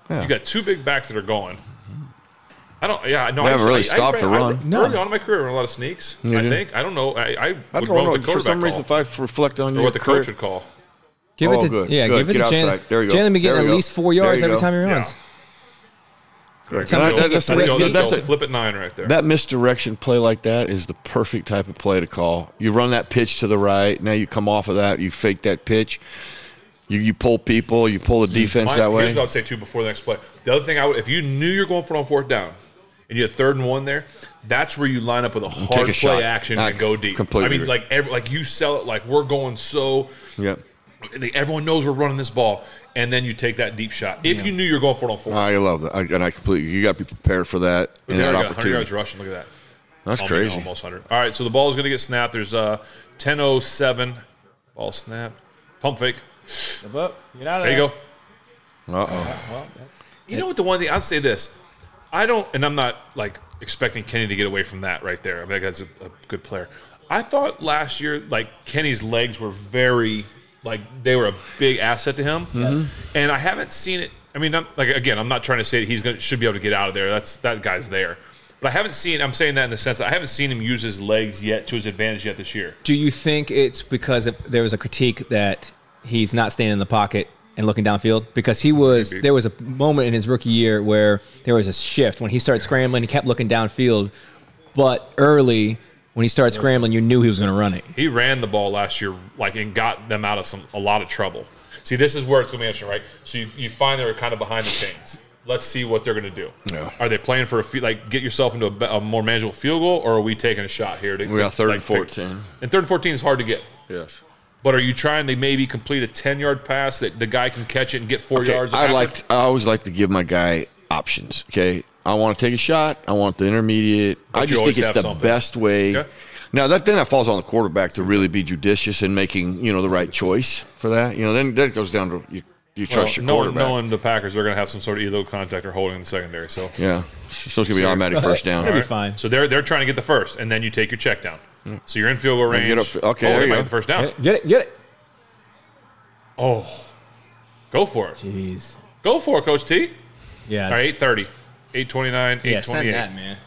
C: You got two big backs that are going. I don't. Yeah, no,
B: They
C: I
B: haven't
C: used-
B: really
C: I- I
B: stopped to
C: ran- I-
B: run.
A: No.
C: Early on in my career, I ran a lot of sneaks. I
B: did?
C: think I don't know. I, I,
B: I
C: would
B: don't
C: run
B: know.
C: with the
B: For some
C: quarterback
B: reason, if
C: call,
B: I reflect on
C: or
B: your
C: what the coach
B: career-
C: would call.
A: Give
B: Oh,
A: it to
B: good,
A: yeah.
B: good.
A: Give it
B: Get
A: to Jalen.
B: outside. There you go.
A: Jalen be
B: There
A: getting
B: you
A: at
B: go.
A: least four
B: There
A: yards
B: you
A: every
B: go.
A: time he runs.
C: Yeah.
B: Correct.
A: Tell me
B: That-
A: if you
B: that's-
A: get
C: That's,
A: Flip-
C: the old- that's
B: that's
C: the old
B: a-
C: flip at nine right there.
B: That misdirection play like that is the perfect type of play to call. You run that pitch to the right. Now you come off of that. You fake that pitch. You, you pull people. You pull the defense
C: Mine-
B: that way.
C: Here's what I would say too before the next play. The other thing I would, if you knew you're going for it on fourth down, and you had third and one there, that's where you line up with a hard
B: take a
C: play
B: shot.
C: action
B: I
C: and go deep.
B: completely
C: I mean,
B: agree.
C: like every, like you sell it like we're going so
B: Yep.
C: They- Everyone knows we're running this ball, and then you take that deep shot. If you knew you're going for it on four,
B: I love that, I, and I completely. You got to be prepared for that Uh, and
C: There
B: that
C: we go, 100 yards
B: opportunity.
C: rushing. Look at that.
B: That's
C: Almost-
B: crazy.
C: Almost 100. All right, so the ball is going to get snapped. There's uh 10:07. Ball snap. Pump fake.
E: Step up. Get out of
C: There you
E: there.
C: go.
B: Uh oh.
C: You know what? The one thing I'll say this, I don't, and I'm not like expecting Kenny to get away from that right there. I mean, that guy's a, a good player. I thought last year, like Kenny's legs were very, like they were a big asset to him, and I haven't seen it. I mean, I'm, like again, I'm not trying to say that he's gonna should be able to get out of there. That's that guy's there, but I haven't seen. I'm saying that in the sense that I haven't seen him use his legs yet to his advantage yet this year.
A: Do you think it's because if there was a critique that he's not staying in the pocket and looking downfield? Because he was
C: Maybe.
A: there was a moment in his rookie year where there was a shift when he started scrambling, he kept looking downfield, but early when he started scrambling, you knew he was going to run it.
C: He ran the ball last year, like and got them out of some a lot of trouble. See, this is where it's going to be interesting, right? So you, you find they're kind of behind the chains. Let's see what they're going to do.
B: Yeah.
C: Are they playing for a fe- like get yourself into a, be- a more manageable field goal, or are we taking a shot here? To,
B: We got third
C: like,
B: and
C: pick-
B: 14.
C: and third and fourteen is hard to get.
B: Yes.
C: But are you trying to maybe complete a ten yard pass that the guy can catch it and get four
B: Okay,
C: yards?
B: I
C: after?
B: like. I always like to give my guy options. Okay, I want to take a shot. I want the intermediate. I
C: you
B: just
C: always
B: think it's
C: have
B: the
C: something.
B: best way.
C: Okay.
B: Now that then that falls on the quarterback to really be judicious in making you know the right choice for that. You know, then then it goes down to you. You trust your
C: knowing,
B: quarterback.
C: knowing the Packers, they're going to have some sort of illegal contact or holding in the secondary. So
B: Yeah, so it's gonna be automatic first down.
A: Maybe
B: All
A: You're fine.
C: So they're they're trying to get the first, and then you take your check down. So you're in field goal range.
B: Mm. get up- okay,
C: oh,
B: there
C: they
B: you
C: might
B: go.
C: get the first down.
A: Get it, get it.
C: Oh, go for it.
A: Jeez,
C: Go for it, Coach T.
A: yeah,
C: All right, 830, 829,
A: yeah, send
C: 828.
A: that man.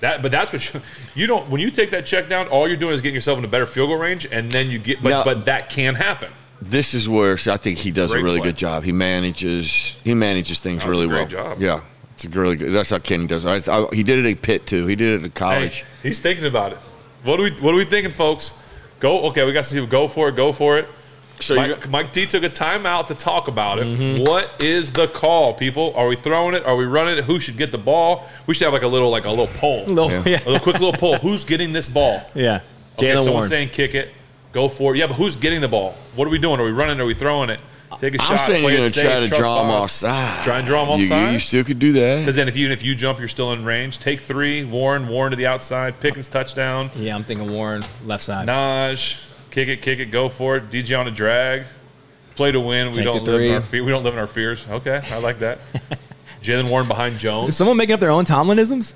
C: That- but that's what you, you don't, when you take that check down, all you're doing is getting yourself in a better field goal range, and then you get, but,
B: Now-
C: but that can happen.
B: This is where so I think he does
C: Great
B: a really
C: play.
B: good job. He manages he manages things
C: That's a
B: really
C: great
B: well.
C: job.
B: Yeah, it's a really good. That's how Kenny does it. I, I, he did it at Pitt too. He did it at
C: Hey,
B: college.
C: he's thinking about it. What are we, what are we thinking, folks? Go, okay, we got some people. Go for it, go for it.
B: So you
C: Mike, Mike D took a timeout to talk about it. What is the call, people? Are we throwing it? Are we running it? Who should get the ball? We should have like a little, like a little poll.
A: Little-
B: Yeah.
A: yeah,
C: a little quick little poll. Who's getting this ball?
A: yeah.
C: Okay,
A: Jalen
C: someone's
A: Warren.
C: saying kick it, go for it. Yeah, but who's getting the ball? What are we doing? Are we running? Are we throwing it? Take a
B: I'm
C: shot.
B: saying
C: play
B: you're
C: it
B: going to
C: safe,
B: try to
C: trust
B: draw him
C: balls.
B: offside.
C: Try and draw him
B: You- You,
C: offside?
B: you still could do
C: Because
B: that.
C: then if you if you jump, you're still in range. Take three. Warren, Warren to the outside. Pickens touchdown.
A: yeah, I'm thinking Warren left side.
C: Naj, kick it, kick it, go for it. DJ on a drag. Play to win. We
A: Take
C: don't
A: the
C: live in our
A: three.
C: fe- we don't live in our fears. Okay, I like that. Jalen Warren behind
A: Is
C: Jones.
A: someone making up their own Tomlinisms?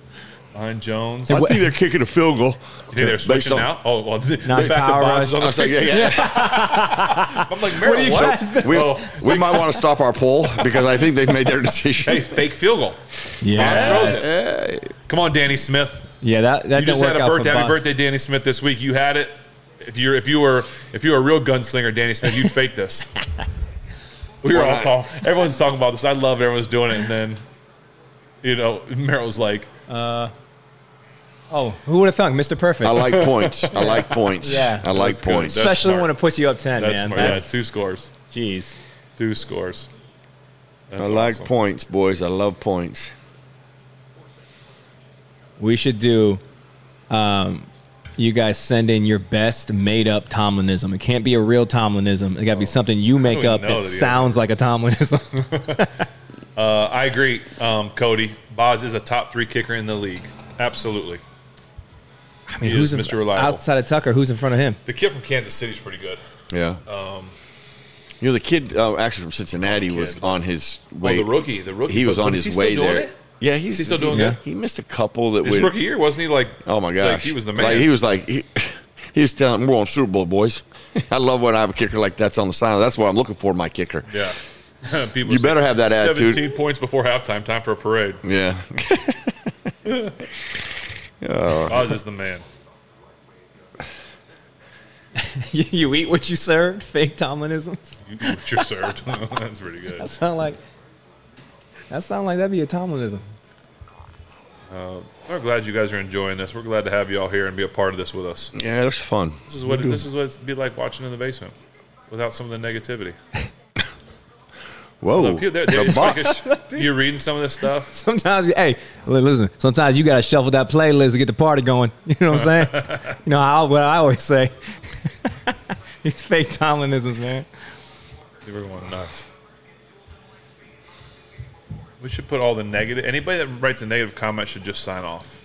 C: Behind Jones.
B: I think they're kicking a field goal.
C: You think they're switching now? Oh well, the, the
A: Not
C: fact the
A: power
C: boss
A: rush.
C: is on
B: I
C: the
B: was like, yeah, yeah.
C: I'm like, Merrill,
A: you
C: what?
A: guys doing?
B: we,
C: Oh,
B: we might want to stop our poll because I think they've made their decision.
C: hey, fake field goal.
A: Yeah,
C: Come on, Danny Smith.
A: yeah. That that didn't
C: You just
A: work
C: had a
A: out for
C: birthday. Happy
A: Bucks.
C: birthday, Danny Smith, this week. You had it. If you're if you were if you were a real gunslinger, Danny Smith, you'd fake this. we were all
B: Why?
C: talking. Everyone's talking about this. I love it. everyone's doing it, and then you know Merrill's like,
A: Oh, who would have thunk, Mr. Perfect?
B: I like points. I like points.
A: Yeah.
B: I like
C: That's good.
B: points.
C: That's-
A: Especially
C: smart.
A: when it puts you up ten,
C: "That's
A: man.
C: smart. yeah,
A: That's
C: two scores,
A: jeez.
C: two scores." That's
B: I like
C: awesome.
B: points, boys. I love points.
A: We should do. Um, you guys send in your best made-up Tomlinism. It can't be a real Tomlinism. It
C: Oh.
A: got to be something you make
C: we
A: up
C: know
A: that
C: that he-
A: sounds like a Tomlinism.
C: Uh, I agree, um, Cody. Boz is a top three kicker in the league. Absolutely.
A: I mean,
C: He
A: who's
C: is
A: in,
C: Mr. Reliable.
A: outside of Tucker? Who's in front of him?
C: The kid from Kansas City is pretty good.
B: Yeah. you know, the kid uh, actually from Cincinnati was
C: Um, kid.
B: on his
C: Well,
B: way.
C: the rookie, the rookie.
B: He was
C: but-
B: on
C: is
B: his
C: he
B: way
C: still doing
B: there.
C: it?
B: Yeah, he's
C: he still doing
B: he,
C: good?
B: He missed a couple that
C: His
B: we.
C: rookie year wasn't he like?
B: Oh my gosh,
C: like, he was the man.
B: Like, he was like he, he was telling we're on Super Bowl, boys. I love when I have a kicker like that's on the sideline. That's what I'm looking for, in my kicker.
C: Yeah. People
B: You
C: say,
B: better have that attitude.
C: 17 points before halftime. Time for a parade.
B: Yeah, Uh,
C: Oz is the man.
A: you eat what you served. Fake Tomlinisms.
C: You, you're served. That's pretty good.
A: That sound like. That sound like that'd be a Tomlinism.
C: We're glad you guys are enjoying this. We're glad to have you all here and be a part of this with us.
B: yeah, that's fun.
C: This is what this is what it's be like watching in the basement without some of the negativity.
B: Whoa,
C: People, they're- they're
B: the
C: just
B: box.
C: fucking- you're reading some of this stuff.
A: Sometimes, hey, li- listen. Sometimes you gotta shuffle that playlist to get the party going. You know what I'm saying? you know how what I always say. These fake Tomlinisms, man.
C: They were going nuts. We should put all the negative. Anybody that writes a negative comment should just sign off.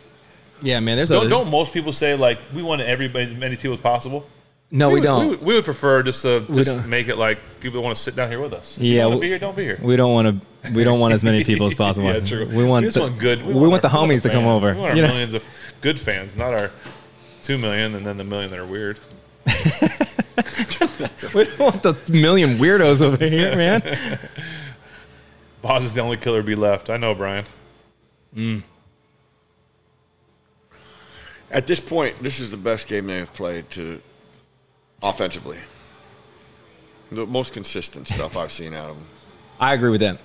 A: Yeah, man. There's
C: Don't,
A: a,
C: don't most people say like we want everybody as many people as possible?
A: no, we,
C: would-
A: don't.
C: We would, we would prefer just to just
A: don't.
C: make it like people that want to sit down here with us.
A: Yeah,
C: Yeah, want to
A: we-
C: be here. Don't be here.
A: We don't want to. We don't want as many people as possible.
C: yeah, true.
A: We want.
C: just
A: the,
C: want good.
A: We, want,
C: our-
A: the
C: we
A: homies to come
C: fans.
A: over.
C: We want our
A: you know?
C: millions of good fans, not our two million and then the million that are weird.
A: We don't want the million weirdos over here, man.
C: Boz is the only killer to be left. I know, Brian.
B: At this point, this is the best game they have played to offensively. The most consistent stuff I've seen out of them.
A: I agree with that.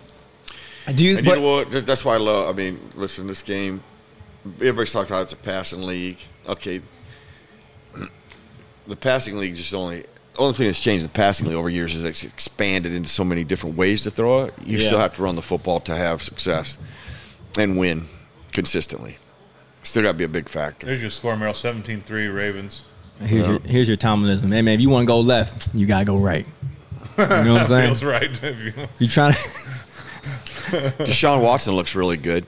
A: Do you?
B: And
A: but-
B: you know what? Th- That's why I love. I mean, listen, this game. Everybody's talking about it's a passing league. Okay, the passing league just only. Only thing that's changed in the passing league over years is it's expanded into so many different ways to throw it. You
A: Yeah.
B: still have to run the football to have success and win consistently. Still got to be a big factor.
C: There's your score, Merrill. 17-3 Ravens.
A: Here's your here's your Tomlinism. Hey man, if you want to go left, you gotta go right. You know what I'm saying?
C: Feels right. If you-
A: You trying to?
B: Deshaun Watson looks really good.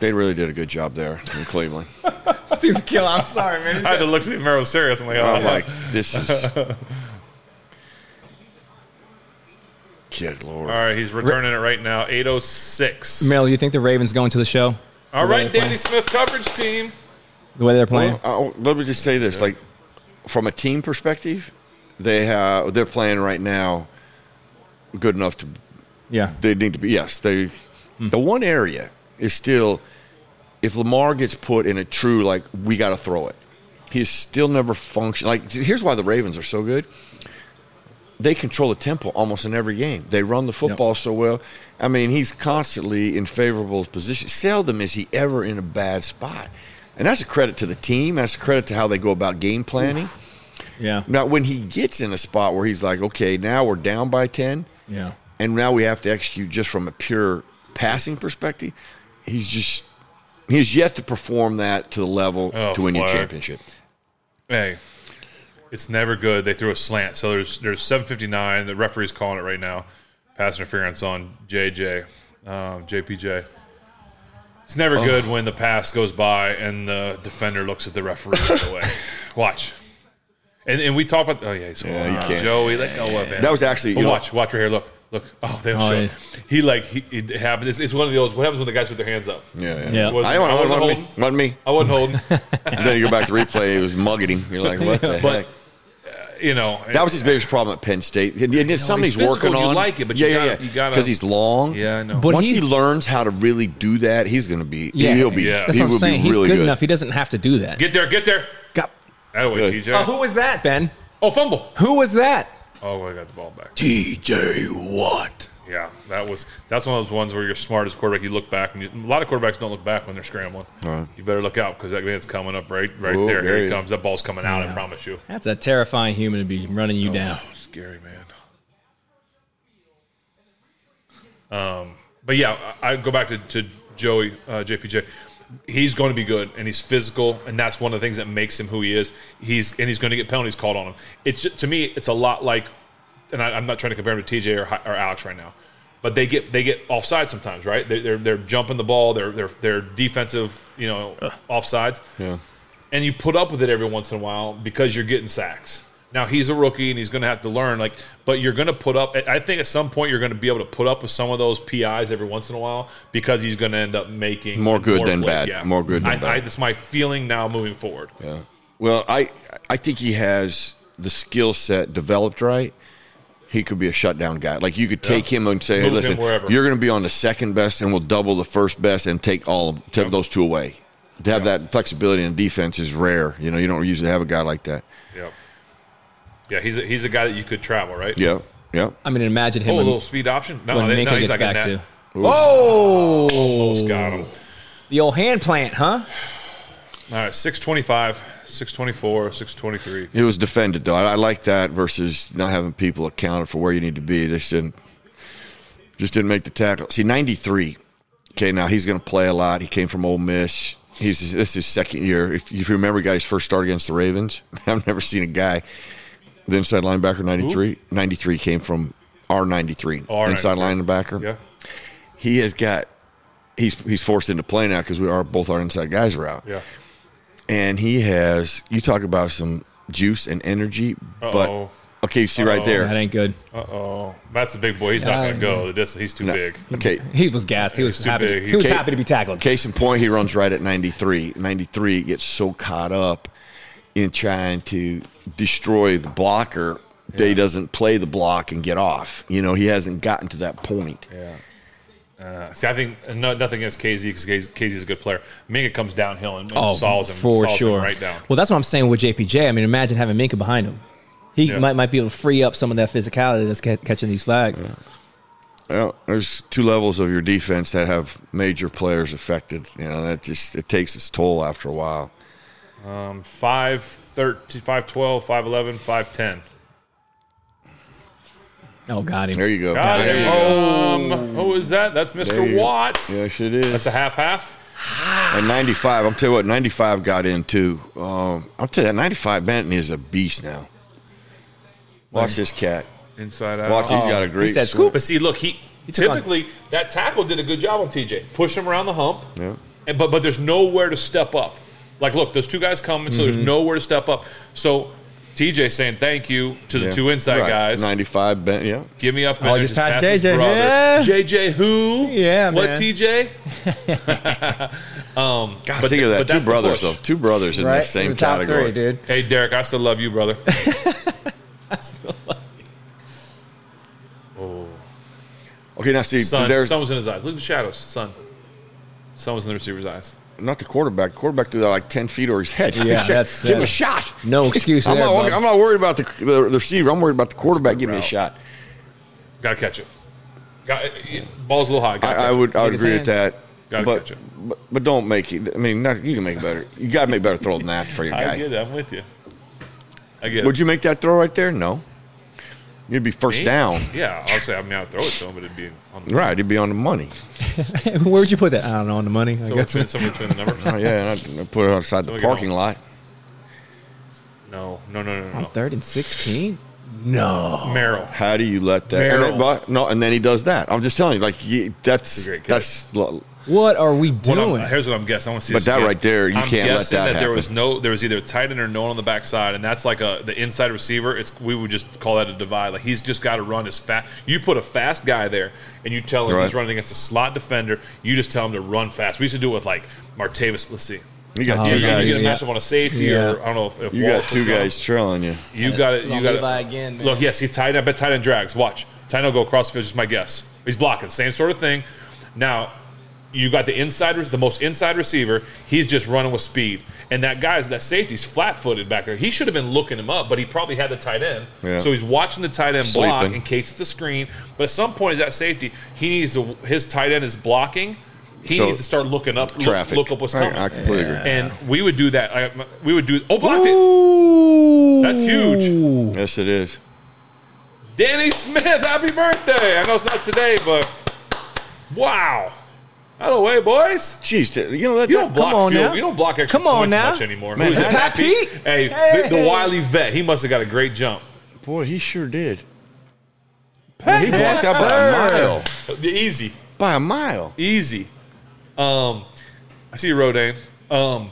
B: They really did a good job there in Cleveland.
A: He's a killer. I'm sorry, man.
C: I had to look see if Merrill was serious. I'm like, oh,
B: I'm
C: yeah.
B: like, this is. Good lord.
C: all right, he's returning it right now. 806.
A: Mel, you think the Ravens going to the show?
C: all
A: The way
C: right,
A: they're
C: Danny
A: playing?
C: Smith coverage team.
A: The way they're playing.
B: Well, I- let me just say this: like, from a team perspective, they have they're playing right now good enough to
A: Yeah.
B: they need to be. Yes, they. The one area is still if Lamar gets put in a true like we got to throw it. He's still never function. Like here's why the Ravens are so good. They control the tempo almost in every game. They run the football so well. I mean, he's constantly in favorable position. Seldom is he ever in a bad spot. And that's a credit to the team. That's a credit to how they go about game planning.
A: Yeah.
B: Now, when he gets in a spot where he's like, okay, now we're down by 10,
A: Yeah.
B: and now we have to execute just from a pure passing perspective. He's just he's yet to perform that to the level
C: Oh,
B: to win your
C: flag.
B: championship.
C: Hey, it's never good. They threw a slant. So there's there's 759. The referee's calling it right now. Pass interference on JJ, um, JPJ. It's never
B: Oh.
C: good when the pass goes by and the defender looks at the referee right away. Watch. And, and we talk about oh yeah, he's
B: Yeah, you
C: oh,
B: can't.
C: Joey, let go of him.
B: That was actually-
C: But
B: you know-
C: watch, watch right here. Look, look. Oh, they don't
A: Oh,
C: show.
A: yeah.
C: He like he, it happens. It's, it's one of those. What happens when the guys put their hands up?
B: Yeah,
A: Yeah.
C: It wasn't-
B: I want, I
C: wasn't
B: want, want me,
C: holding.
B: want me.
C: I wasn't holding.
B: then you go back to replay. It was mugging him. You're like, what the heck?
C: you know,
B: That was his biggest problem at Penn State. And, and it's something
C: he's
B: he's working
C: physical, you
B: on.
C: like it, but you gotta- you gotta-
B: because he's long.
C: Yeah, I know.
A: But
B: Once he
A: he's-
B: learns how to really do that, he's going to be.
A: Yeah.
B: he'll be.
C: Yeah.
A: That's
B: He
A: what I'm
B: will be
A: saying. He's
B: really
A: good,
B: good.
A: enough. He doesn't have to do that.
C: Get there, get there.
A: Got-
C: That away,
B: Good.
C: TJ.
A: oh, who was that, Ben?
C: Oh, fumble.
A: Who was that?
C: Oh, I got the ball back.
B: DJ Watt.
C: Yeah, that was that's one of those ones where you're smart as a quarterback. You look back, and you, a lot of quarterbacks don't look back when they're scrambling. You better look out because that man's coming up right, right
B: Whoa,
C: there.
B: there
C: Here he
B: he-
C: comes. That ball's coming out. I
A: Yeah.
C: promise you.
A: That's a terrifying human to be running
C: Oh.
A: you down.
C: Scary man. Um, but yeah, I, I go back to, to Joey uh, JPJ. He's going to be good, and he's physical, and that's one of the things that makes him who he is. He's and he's going to get penalties called on him. It's just, to me, it's a lot like, and I, I'm not trying to compare him to TJ or, Hi- or Alex right now, but they get they get offside sometimes, right? They, they're they're jumping the ball, they're they're they're defensive, you know, offsides
B: Yeah.
C: and you put up with it every once in a while because you're getting sacks. Now he's a rookie and he's going to have to learn. Like, but you're going to put up. I think at some point you're going to be able to put up with some of those PIs every once in a while because he's going to end up making
B: More good than bad. More good than
C: I,
B: bad.
C: I, that's my feeling now moving forward.
B: Yeah. Well, I I think he has the skill set developed right. He could be a shutdown guy. Like you could take him and say, "Hey,
C: Move him
B: listen,
C: wherever.
B: you're going to be on the second best, and we'll double the first best and take all of take those two away." To have that flexibility in defense is rare. You know, you don't usually have a guy like that.
C: Yep. Yeah, he's a, he's a guy that you could travel right.
B: Yeah, yeah.
A: I mean, imagine him
C: Oh, a
A: when,
C: little speed option. No,
A: when
C: they,
A: Minka
C: no he's
A: gets
C: not getting
A: back
C: that.
A: to
C: Almost got him.
A: the old hand plant, huh?
C: All right, six twenty-five, six twenty-four, six twenty-three.
B: It was defended though. I, I like that versus not having people accounted for where you need to be. They just didn't just didn't make the tackle. See, ninety three. Okay, now he's going to play a lot. He came from Ole Miss. He's this is his second year. If you remember, he got his first start against the Ravens. I've never seen a guy The inside linebacker 93. 93 came from R93.
C: Oh, R93.
B: Inside linebacker.
C: Yeah.
B: He has got he's he's forced into play now because we are both our inside guys are out.
C: Yeah.
B: And he has you talk about some juice and energy,
C: Uh-oh.
B: but okay, you see
A: That
B: right there.
A: ain't good.
C: Uh oh. Matt's the big boy. He's not
A: Yeah,
C: going to go. The distance, he's too
B: No.
C: big.
B: Okay.
A: He was gassed. He was
C: He's too
A: happy.
C: big.
A: He was
B: He's-
A: happy to be tackled.
B: Case in point, he runs right at 93. 93 gets so caught up in trying to destroy the blocker that he doesn't play the block and get off. You know, he hasn't gotten to that point.
C: Yeah. Uh, see, I think and no, nothing against KZ because KZ's a good player. Minga comes downhill and, and solves him,
A: Oh, for
C: solves
A: sure.
C: him right down.
A: Well, that's what I'm saying with JPJ. I mean, imagine having Minka behind him. He
C: Yeah.
A: might might be able to free up some of that physicality that's ca- catching these flags.
B: Well, there's two levels of your defense that have major players affected. You know, that just it takes its toll after a while.
C: 5, 13, 5, 12, 5, 11, 5, 10.
A: Oh, got him.
B: There you go.
C: Got Oh,
B: there
C: him.
B: you
C: Um, who is that? That's
B: There
C: Mr.
B: you go.
C: Watt.
B: go. Yes, it is.
C: That's a half half.
B: And 95, I'll tell you what, 95 got in too. Um, I'll tell you that 95 Benton is a beast now. Watch this cat.
C: Inside out.
B: Watch, he's got a great
A: oh, he said
B: swing.
A: scoop.
C: Uh, But see, look, he,
A: took on-
C: typically that tackle did a good job on TJ. Push him around the hump.
B: Yeah.
C: And, but but there's nowhere to step up. Like, look, those two guys come, and so
B: Mm-hmm.
C: there's nowhere to step up. So TJ saying thank you to the
B: Yeah.
C: two inside
B: Right.
C: guys.
B: 95 Benton, yeah.
C: Give me up and
A: Oh,
C: I
A: just
C: just
A: passed
C: pass his
A: JJ.
C: brother.
A: Yeah.
C: JJ who?
A: Yeah,
C: What
A: man.
C: TJ?
B: God,
C: But
B: think
C: th-
B: of
C: but
B: that. Two
C: that's the
B: brothers,
C: push.
B: though. Two brothers in that same category.
A: dude.
C: Hey Derek, I still love you, brother.
B: Okay, now see,
C: Sun.
B: there's
C: Sun was in his eyes. Look at the shadows. Sun. Sun was in the receiver's eyes.
B: not the quarterback. Quarterback threw that like 10 feet over his head.
A: Yeah, that's-
B: Give him a
A: that's-
B: shot.
A: No excuse
B: I'm,
A: there,
B: not,
A: bud.
B: I'm not worried about the, the, the receiver. I'm worried about the quarterback.
C: good
B: Give me a
C: route.
B: shot.
C: Gotta catch it. Got, eh, ball's a little high. Gotta
B: I, I
C: catch it.
B: would I would
A: his
B: agree
A: hand.
B: with that.
C: Gotta
B: but,
C: catch it.
B: but but don't make it. I mean, not, you can make a better. You got to make a better throw than that for your
C: I
B: guy.
C: get it. I'm with you. I get it.
B: Would you make that throw right there? No. You'd be first
C: Me?
B: down.
C: Yeah, I'll say I mean I'd throw it to him, but it'd be on the
B: Right, it'd be on the money.
A: Where would you put that? I don't know. On the money. I
C: So
A: guess.
C: between, somewhere between the numbers.
B: Oh, yeah, and I'd- I'd put it outside
C: So
B: the
C: we get
B: parking
C: home.
B: lot.
C: No, no, no, no,
A: On
C: no.
A: third and sixteen. No.
C: Merrill.
B: How do you let that? And
C: Merrill.
B: then, but, no, and then he does that. I'm just telling you, like you, that's
C: a great catch.
B: that's. lo-
A: What are we
C: What I'm-
A: doing?
C: here's what I'm guessing. I want to see.
B: But
C: this
B: that
C: again.
B: right there, you
C: I'm
B: can't let
C: guessing
B: that
C: There was
B: happen.
C: no, there was either a tight end or no one on the backside, and that's like a the inside receiver. It's we would just call that a divide. Like he's just got to run as fast. You put a fast guy there, and you tell him he's
B: Right.
C: running against a slot defender. You just tell him to run fast. We used to do it with like Martavis. Let's see.
B: You got
A: Oh,
B: two
C: You,
A: yeah,
C: you
B: guys.
C: get a
A: yeah.
C: matchup on a safety, or I don't know if, if
B: You got
C: Walsh
B: two
C: was going.
B: guys trailing you.
C: You got it.
E: It's
C: You
E: on
C: got
E: Levi
C: it.
E: again, man.
C: Look, yes, he tied. I bet tight end drags. Watch, tight end will go across the field. Just my guess. He's blocking, same sort of thing. Now, you got the inside, the most inside receiver. He's just running with speed, and that guy's that safety's flat-footed back there. He should have been looking him up, but he probably had the tight end.
B: Yeah.
C: So he's watching the tight end block
B: Sleeping.
C: in case it's a screen. But at some point, is that safety? He needs to. His tight end is blocking. He
B: So,
C: needs to start looking up. Look,
B: Traffic.
C: look up what's
B: I-
C: coming.
B: I, completely agree.
C: and we would do that. I, we would do. Oh, blocked it.
A: Ooh.
C: That's huge.
B: Yes, it is.
C: Danny Smith, happy birthday! I know it's not today, but wow. Out of the way, boys.
B: Jeez, you know that.
C: You don't
B: that-
C: block
A: on
C: field.
A: now.
C: You don't block extra
A: Come on
C: points
A: now.
C: much anymore.
B: Man,
C: Who's
B: that-
C: it?
A: Pat Pete?
C: Hey, The, the
A: Hey.
C: wily vet. He must have got a great jump.
B: boy, he sure did.
C: Pat
B: He blocked that by a mile.
C: Easy,
B: By a mile.
C: easy. Um, I see you, Rodane. Um,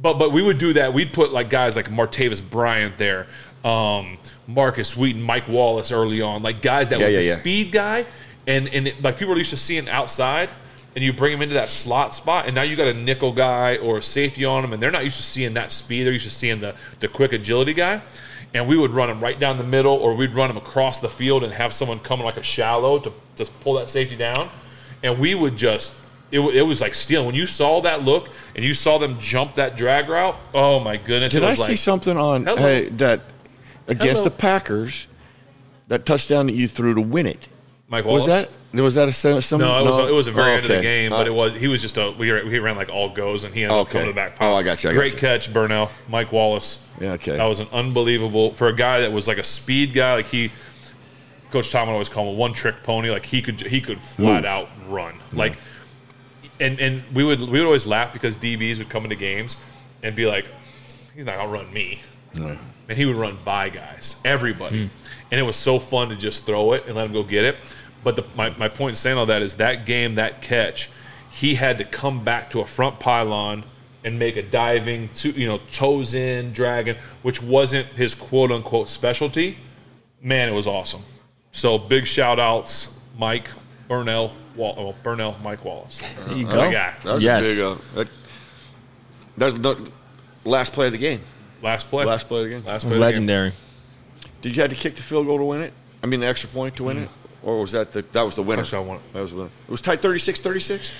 C: but but we would do that. We'd put like guys like Martavis Bryant there, um, Marcus Wheaton, Mike Wallace early on, like guys that
B: Yeah,
C: were
B: yeah,
C: the
B: yeah.
C: speed guy, and and it- like people are used to seeing outside, and you bring them into that slot spot, and now you got a nickel guy or a safety on them, and they're not used to seeing that speed. They're used to seeing the the quick agility guy. And we would run them right down the middle, or we'd run them across the field and have someone coming like a shallow to, to pull that safety down. And we would just it, wa- it was like stealing. When you saw that look and you saw them jump that drag route, oh my goodness!
B: Did
C: it
B: I
C: was
B: see
C: like,
B: something on
C: Hello.
B: hey, that against
C: Hello.
B: the Packers? That touchdown that you threw to win it
C: Mike
B: was
C: Wallace?
B: that was that a sen- some?
C: No, it was it was the very
B: Oh,
C: end of the
B: okay.
C: game,
B: Uh,
C: but it was he was just a we ran, he ran like all goes and he ended up
B: Okay.
C: coming to the back.
B: Oh, I got you, I got
C: Great
B: you.
C: catch, Burnell. Mike Wallace.
B: Yeah, okay.
C: That was an unbelievable for a guy that was like a speed guy. Like he, Coach Tom would always call him a one trick pony. Like he could he could flat
B: Move.
C: out run. Like and and we would we would always laugh because DBs would come into games and be like, he's not gonna run me. and he would run by guys, everybody.
A: Hmm.
C: And it was so fun to just throw it and let him go get it. But the, my, my point in saying all that is that game, that catch, he had to come back to a front pylon and make a diving, to, you know, toes in, dragon, which wasn't his quote unquote specialty. Man, it was awesome. So big shout outs, Mike Burnell, Wall, oh, Burnell, Mike Wallace.
A: There you
B: Oh.
C: That
A: go.
C: guy.
B: That was
A: Yes.
B: a big. Uh, that, that's the last play of the game.
C: Last play.
B: Last play of the game.
C: Last play. of the game.
A: Legendary.
B: Did you have to kick the field goal to win it? I mean, the extra point to win it, or was that the that was the winner?
C: Mm. Touchdown won.
B: That was the winner. It was tied 36-36?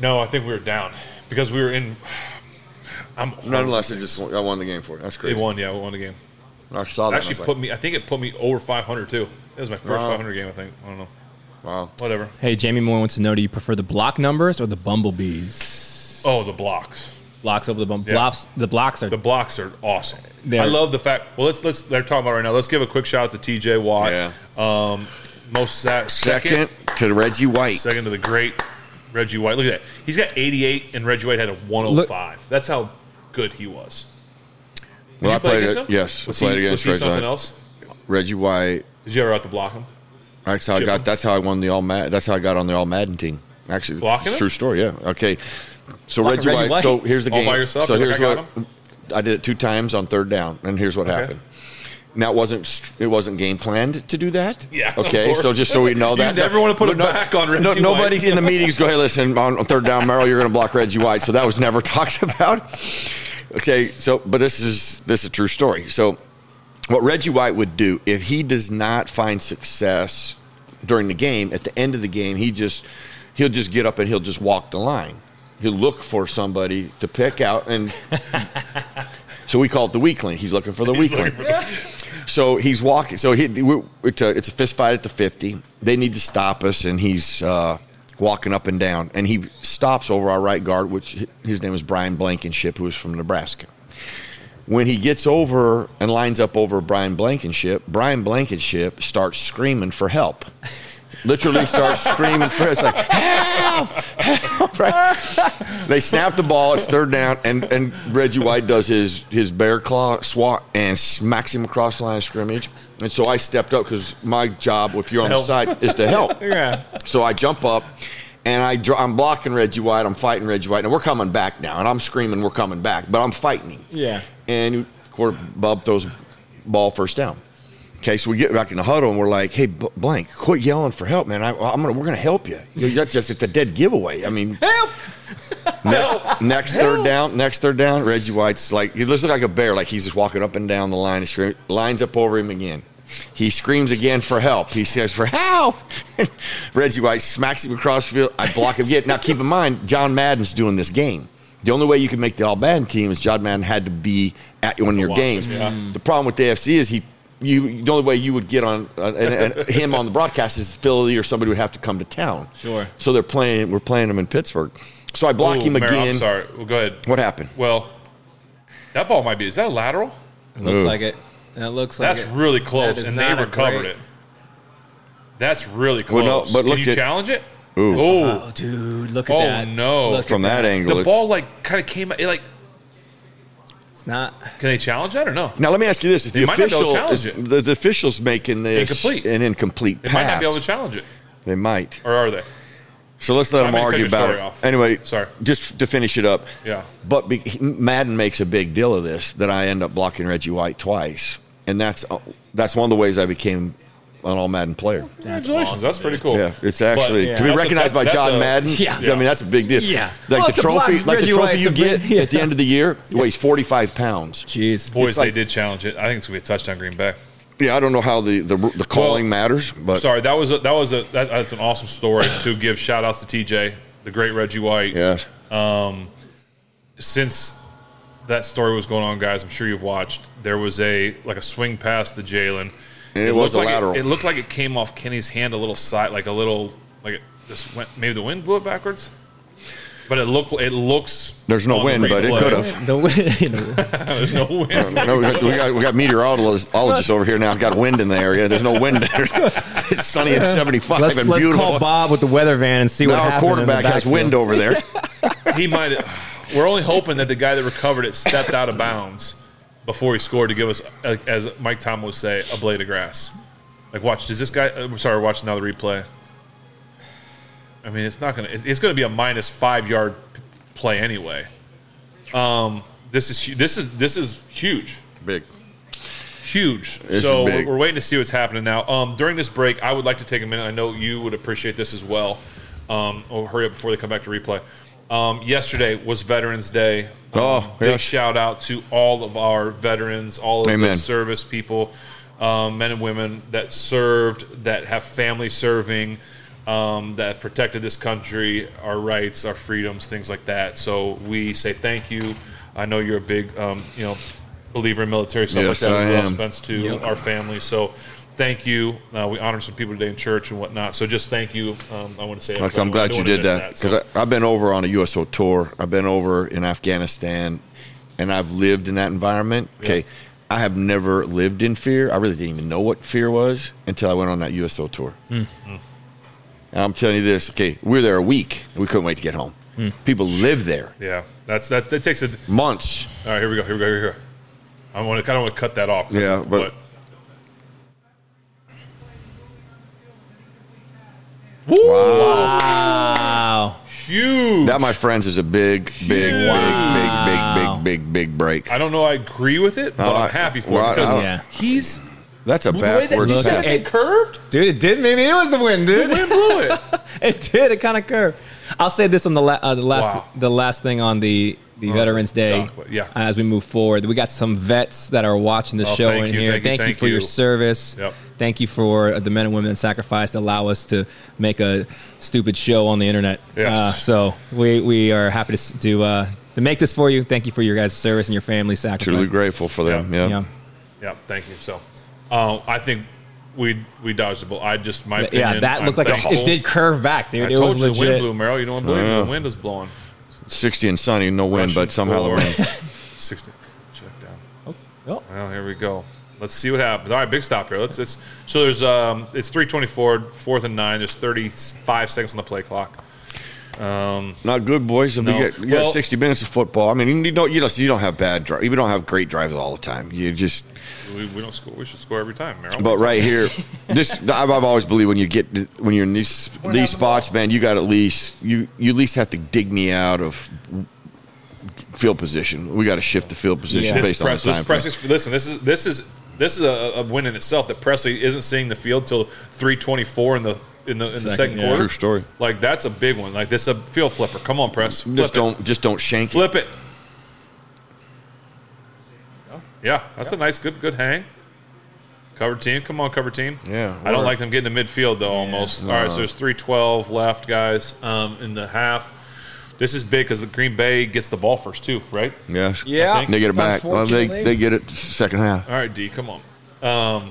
C: No, I think we were down because we were in. I'm
B: Not unless it just I won the game for it. That's
C: They
B: crazy.
C: won, yeah, we won the game.
B: I saw that. and I
C: Actually,
B: was like,
C: put me. I think it put me over 500 too. It was my first
B: Wow.
C: 500 game. I think. I don't know.
B: wow.
C: Whatever.
A: Hey, Jamie Moore wants to know: Do you prefer the block numbers or the bumblebees?
C: Oh, the blocks.
A: Blocks over the bump.
C: Yeah.
A: Blops, the blocks are
C: The blocks are awesome.
A: They're-
C: I love the fact. Well, let's let's. They're talking about right now. Let's give a quick shout out to T.J. Watt.
B: Yeah.
C: Um, most sa-
B: Second
C: second.
B: to Reggie White.
C: Second to the great Reggie White. Look at that. He's got 88, and Reggie White had a 105. That's how good he was. Did
B: Well,
C: you
B: I
C: play
B: played
C: against
B: it-
C: him?
B: yes, I
C: Was
B: played
C: he,
B: against
C: was he
B: Reggie
C: something
B: White.
C: else?
B: Reggie White.
C: Did you ever have to block him?
B: That's how I
C: Chip.
B: got. That's how I won the all. Mad, that's how I got on the all Madden team. Actually,
C: Blocking
B: it's a
C: it?
B: true story. Yeah. Okay. So
A: Blocking
B: Reggie,
A: Reggie
B: White,
A: White?
B: So here's the
C: All
B: game.
C: by yourself?
B: So
C: You're
B: here's
C: like, "I
B: what
C: got
B: I did it two times on third down, and here's what happened. Now it wasn't str- it wasn't game planned to do that.
C: Yeah, of
B: Okay. So
C: course.
B: just so we know
C: You
B: that
C: never wanna put a back on Reggie
B: nobody
C: White.
B: in the meetings go. Hey, listen. On on third down, Merrill, you're going to block Reggie White. So that was never talked about. Okay. So, but this is this is a true story. So what Reggie White would do if he does not find success during the game, at the end of the game, he just he'll just get up and he'll just walk the line. He'll look for somebody to pick out, and so we call it the weakling. He's looking for the
C: He's
B: weakling.
C: looking for-
B: So he's walking. So he, we it's, a, it's a fist fight at the 50. They need to stop us, and he's uh, walking up and down. And he stops over our right guard, which hi- his name is Brian Blankenship, who is from Nebraska. When he gets over and lines up over Brian Blankenship, Brian Blankenship starts screaming for help. Literally starts screaming for it's like help, help! Right? They snap the ball. It's third down, and, and Reggie White does his his bear claw swat and smacks him across the line of scrimmage. And so I stepped up because my job, if you're on
C: Help.
B: the side, is to help.
A: Yeah.
B: So I jump up and I dr- I'm blocking Reggie White. I'm fighting Reggie White. And we're coming back now. And I'm screaming, we're coming back. But I'm fighting him.
A: Yeah.
B: And quarter Bub throws ball first down. Okay, so we get back in the huddle and we're like, "Hey, B- blank, quit yelling for help, man. I, I'm gonna, we're gonna help you. you know, that's just it's a dead giveaway. I mean,
A: Help!
B: next third down, next third down, Reggie White's like he looks like a bear, like he's just walking up and down the line. He scream, lines up over him again. He screams again for help. He says for help. Reggie White smacks him across the field. I block him again. now keep in mind, John Madden's doing this game. The only way you can make the All Madden team is John Madden had to be at one of your
C: watch it,
B: games.
C: yeah.
B: The problem with the AFC is he. You, the only way you would get on uh, and, and him on the broadcast is Philly or somebody would have to come to town.
A: Sure.
B: So they're playing. We're playing him in Pittsburgh. So I block
C: Ooh,
B: him
C: Merrill,
B: again.
C: I'm sorry. Well, go ahead.
B: What happened?
C: Well, that ball might be. Is that a lateral?
A: Looks
B: Ooh.
A: like it. That looks like
C: That's
A: it.
C: really
A: That
C: close,
A: is
C: and they
A: not a
C: recovered
A: great-
C: it. That's really
B: Well,
C: close.
B: no, but
C: Can
B: look
C: you
B: at-
C: challenge it?
B: Ooh.
A: Oh,
C: Oh,
A: dude, look at
C: Oh,
A: that.
C: no.
A: Look at
B: From that angle,
C: the
B: it's-
C: ball like kind of came. It like,
A: It's not.
C: can they challenge that or no?
B: Now let me ask you this: If
C: They
B: the
C: might not be able to
B: official, is,
C: challenge
B: the, the officials making this
C: Incomplete.
B: an incomplete
C: They
B: pass,
C: might not be able to challenge it,
B: they might.
C: or are they?
B: So let's let
C: Sorry,
B: them
C: I mean, cut
B: argue
C: your
B: about
C: story
B: it.
C: off.
B: Anyway,
C: Sorry.
B: Just to finish it up.
C: Yeah.
B: But be, Madden makes a big deal of this that I end up blocking Reggie White twice, and that's uh, that's one of the ways I became an All Madden player.
C: Congratulations, that's pretty cool.
B: Yeah, it's actually
A: yeah,
B: to be
C: that's a-
B: recognized by
C: that's- that's
B: John
C: a-
B: Madden.
A: Yeah.
B: I mean that's a big deal.
A: Yeah.
B: like
A: Well,
B: the
A: to block
B: trophy, like
A: Reggie
B: the trophy
A: White's
B: you
A: a
B: get
A: big- yeah.
B: at the end of the year weighs forty five pounds.
A: Jeez.
C: Boys,
B: like-
C: they did challenge it. I think it's gonna be a touchdown, Green Bay.
B: Yeah, I don't know how the the, the calling matters, but
C: Sorry, that was a, that was a that, that's an awesome story to give shout outs to TJ, the great Reggie White.
B: yeah.
C: since that story was going on, guys, I'm sure you've watched. There was a like a swing pass to Jalen.
B: And it was
C: looked
B: a
C: like
B: lateral.
C: It, looked like it came off Kenny's hand a little side, like a little like it just went. Maybe the wind blew it backwards, but it looked it looks.
B: There's no
C: on the
B: wind, but it
C: replay.
B: could have.
A: The, the,
C: There's no wind.
B: No, we got, we got, we got meteorologists over here now. Got wind in the area. There's no wind. There's, it's sunny and 75
A: let's
B: and
A: let's
B: beautiful.
A: call Bob with the weather van and see what
B: now our
A: happens.
B: quarterback has wind over there.
C: he might. We're only hoping that the guy that recovered it stepped out of bounds before he scored to give us, uh, as Mike Tom would say, a blade of grass. Like, watch, does this guy, uh, I'm sorry, watch now the replay. I mean, it's not going to, it's going to be a minus five yard p- play anyway. Um, this is, hu- this is, this is huge
B: Big.
C: huge.
B: This is
C: so we're,
B: big.
C: we're waiting to see what's happening now. Um, during this break, I would like to take a minute. I know you would appreciate this as well. Um, oh, hurry up before they come back to replay. Um, yesterday was Veterans Day. Um,
B: Oh,
C: big
B: yes.
C: shout out to all of our veterans, all of the
B: Amen.
C: service people, um, men and women that served, that have family serving, um, that have protected this country, our rights, our freedoms, things like that. So we say thank you. I know you're a big, um, you know, believer in military stuff
B: Yes,
C: like that as
B: I
C: well,
B: am.
C: Spence, to our family. So thank you. Uh, we honored some people today in church and whatnot. So just thank you. Um, I want to say,
B: Like,
C: everybody.
B: I'm
C: I
B: glad
C: don't
B: you did
C: wanna miss
B: that
C: so-
B: because I've been over on a USO tour. I've been over in Afghanistan, and I've lived in that environment. Okay, I have never lived in fear. I really didn't even know what fear was until I went on that USO tour.
C: Hmm.
B: And I'm telling you this. Okay, we were there a week. And we couldn't wait to get home.
C: Hmm.
B: People live there
C: yeah, that's that. That takes a. All
B: months.
C: right, here we go. Here we go. Here we go. I want to kind of want to cut that off. 'cause-
B: Yeah, but-
A: Wow.
C: huge.
B: That, my friends, is a big, big, big,
A: Wow.
B: big, big, big, big, big break.
C: I don't know. I agree with it, but
B: Oh, I-
C: I'm happy for
B: well, I-
C: it because
B: I-
A: Yeah.
C: he's
B: That's a
C: the way that
B: backwards
C: he
A: Look
C: said
A: at
B: pass.
C: it it curved.
A: Dude, it did. Maybe it was the wind, dude.
C: Wind blew it.
A: it did. It kind of curved. I'll say this on the, la- uh, the last
C: Wow. Oh,
A: the last thing on the the Veterans Day. uh,
C: doc, but yeah.
A: As we move forward, we got some vets that are watching the
C: Oh,
A: show
C: thank
A: in
C: you,
A: here.
C: thank you, thank
A: for your
C: you.
A: service.
C: Yep.
A: Thank you for uh, the men and women that sacrificed to allow us to make a stupid show on the internet.
C: Yes.
A: Uh, so we we are happy to s- to uh, to make this for you. Thank you for your guys' service and your family sacrifice.
B: Truly grateful for them.
C: Yeah.
B: Yeah.
A: Yeah.
C: Yeah, thank you. So, uh, I think we we dodged the bullet. I just my opinion,
A: yeah, that
C: I'm
A: looked like a,
C: thankful.
A: it did curve back, dude.
C: I
A: it
C: told
A: was
C: you
A: legit.
C: the wind blew, Merrill. You don't believe
B: Yeah.
C: it. The wind is blowing.
B: 60 and sunny, no wind,
C: Russian
B: but somehow the
C: floor.
B: wind.
C: Sixty. Check down.
A: Oh,
C: Well, here we go. Let's see what happens. All right, big stop here. Let's. It's, so there's um it's three twenty four, fourth and nine. There's thirty five seconds on the play clock.
B: Not good, boys. And
C: No.
B: We get, you got
C: Well-
B: 60 minutes of football. I mean, you don't, you, don't, you don't have bad drives. You don't have great drives all the time. You just,
C: We, we don't score. We should score every time, Merrill.
B: but right here, this I've, I've always believed when you get when you're in these these spots, man, you got at least you you at least have to dig me out of field position. We got to shift the field position
A: Yeah.
C: this
B: based
C: press,
B: on the
C: this
B: time.
C: press
B: frame.
C: is, listen, this is this is this is a, a win in itself that Presley isn't seeing the field till three twenty four in the in the in the
A: Second,
C: second
A: yeah.
C: quarter.
B: True story.
C: Like that's a big one. Like this is a field flipper. Come on, press. Flip
B: Just
C: it.
B: don't just don't shank it.
C: flip it. Yeah, that's a nice good good hang. Cover team, come on, cover team.
B: Yeah,
C: I don't
B: work.
C: like them getting to midfield though. Almost. All right, so there's three twelve left, guys, um, in the half. This is big because the Green Bay gets the ball first too, right?
B: Yes.
C: I
D: Yeah.
C: think-
B: They get it back. Well, they
D: Unfortunately.
B: they get it second half.
C: All right, D, come on. Um,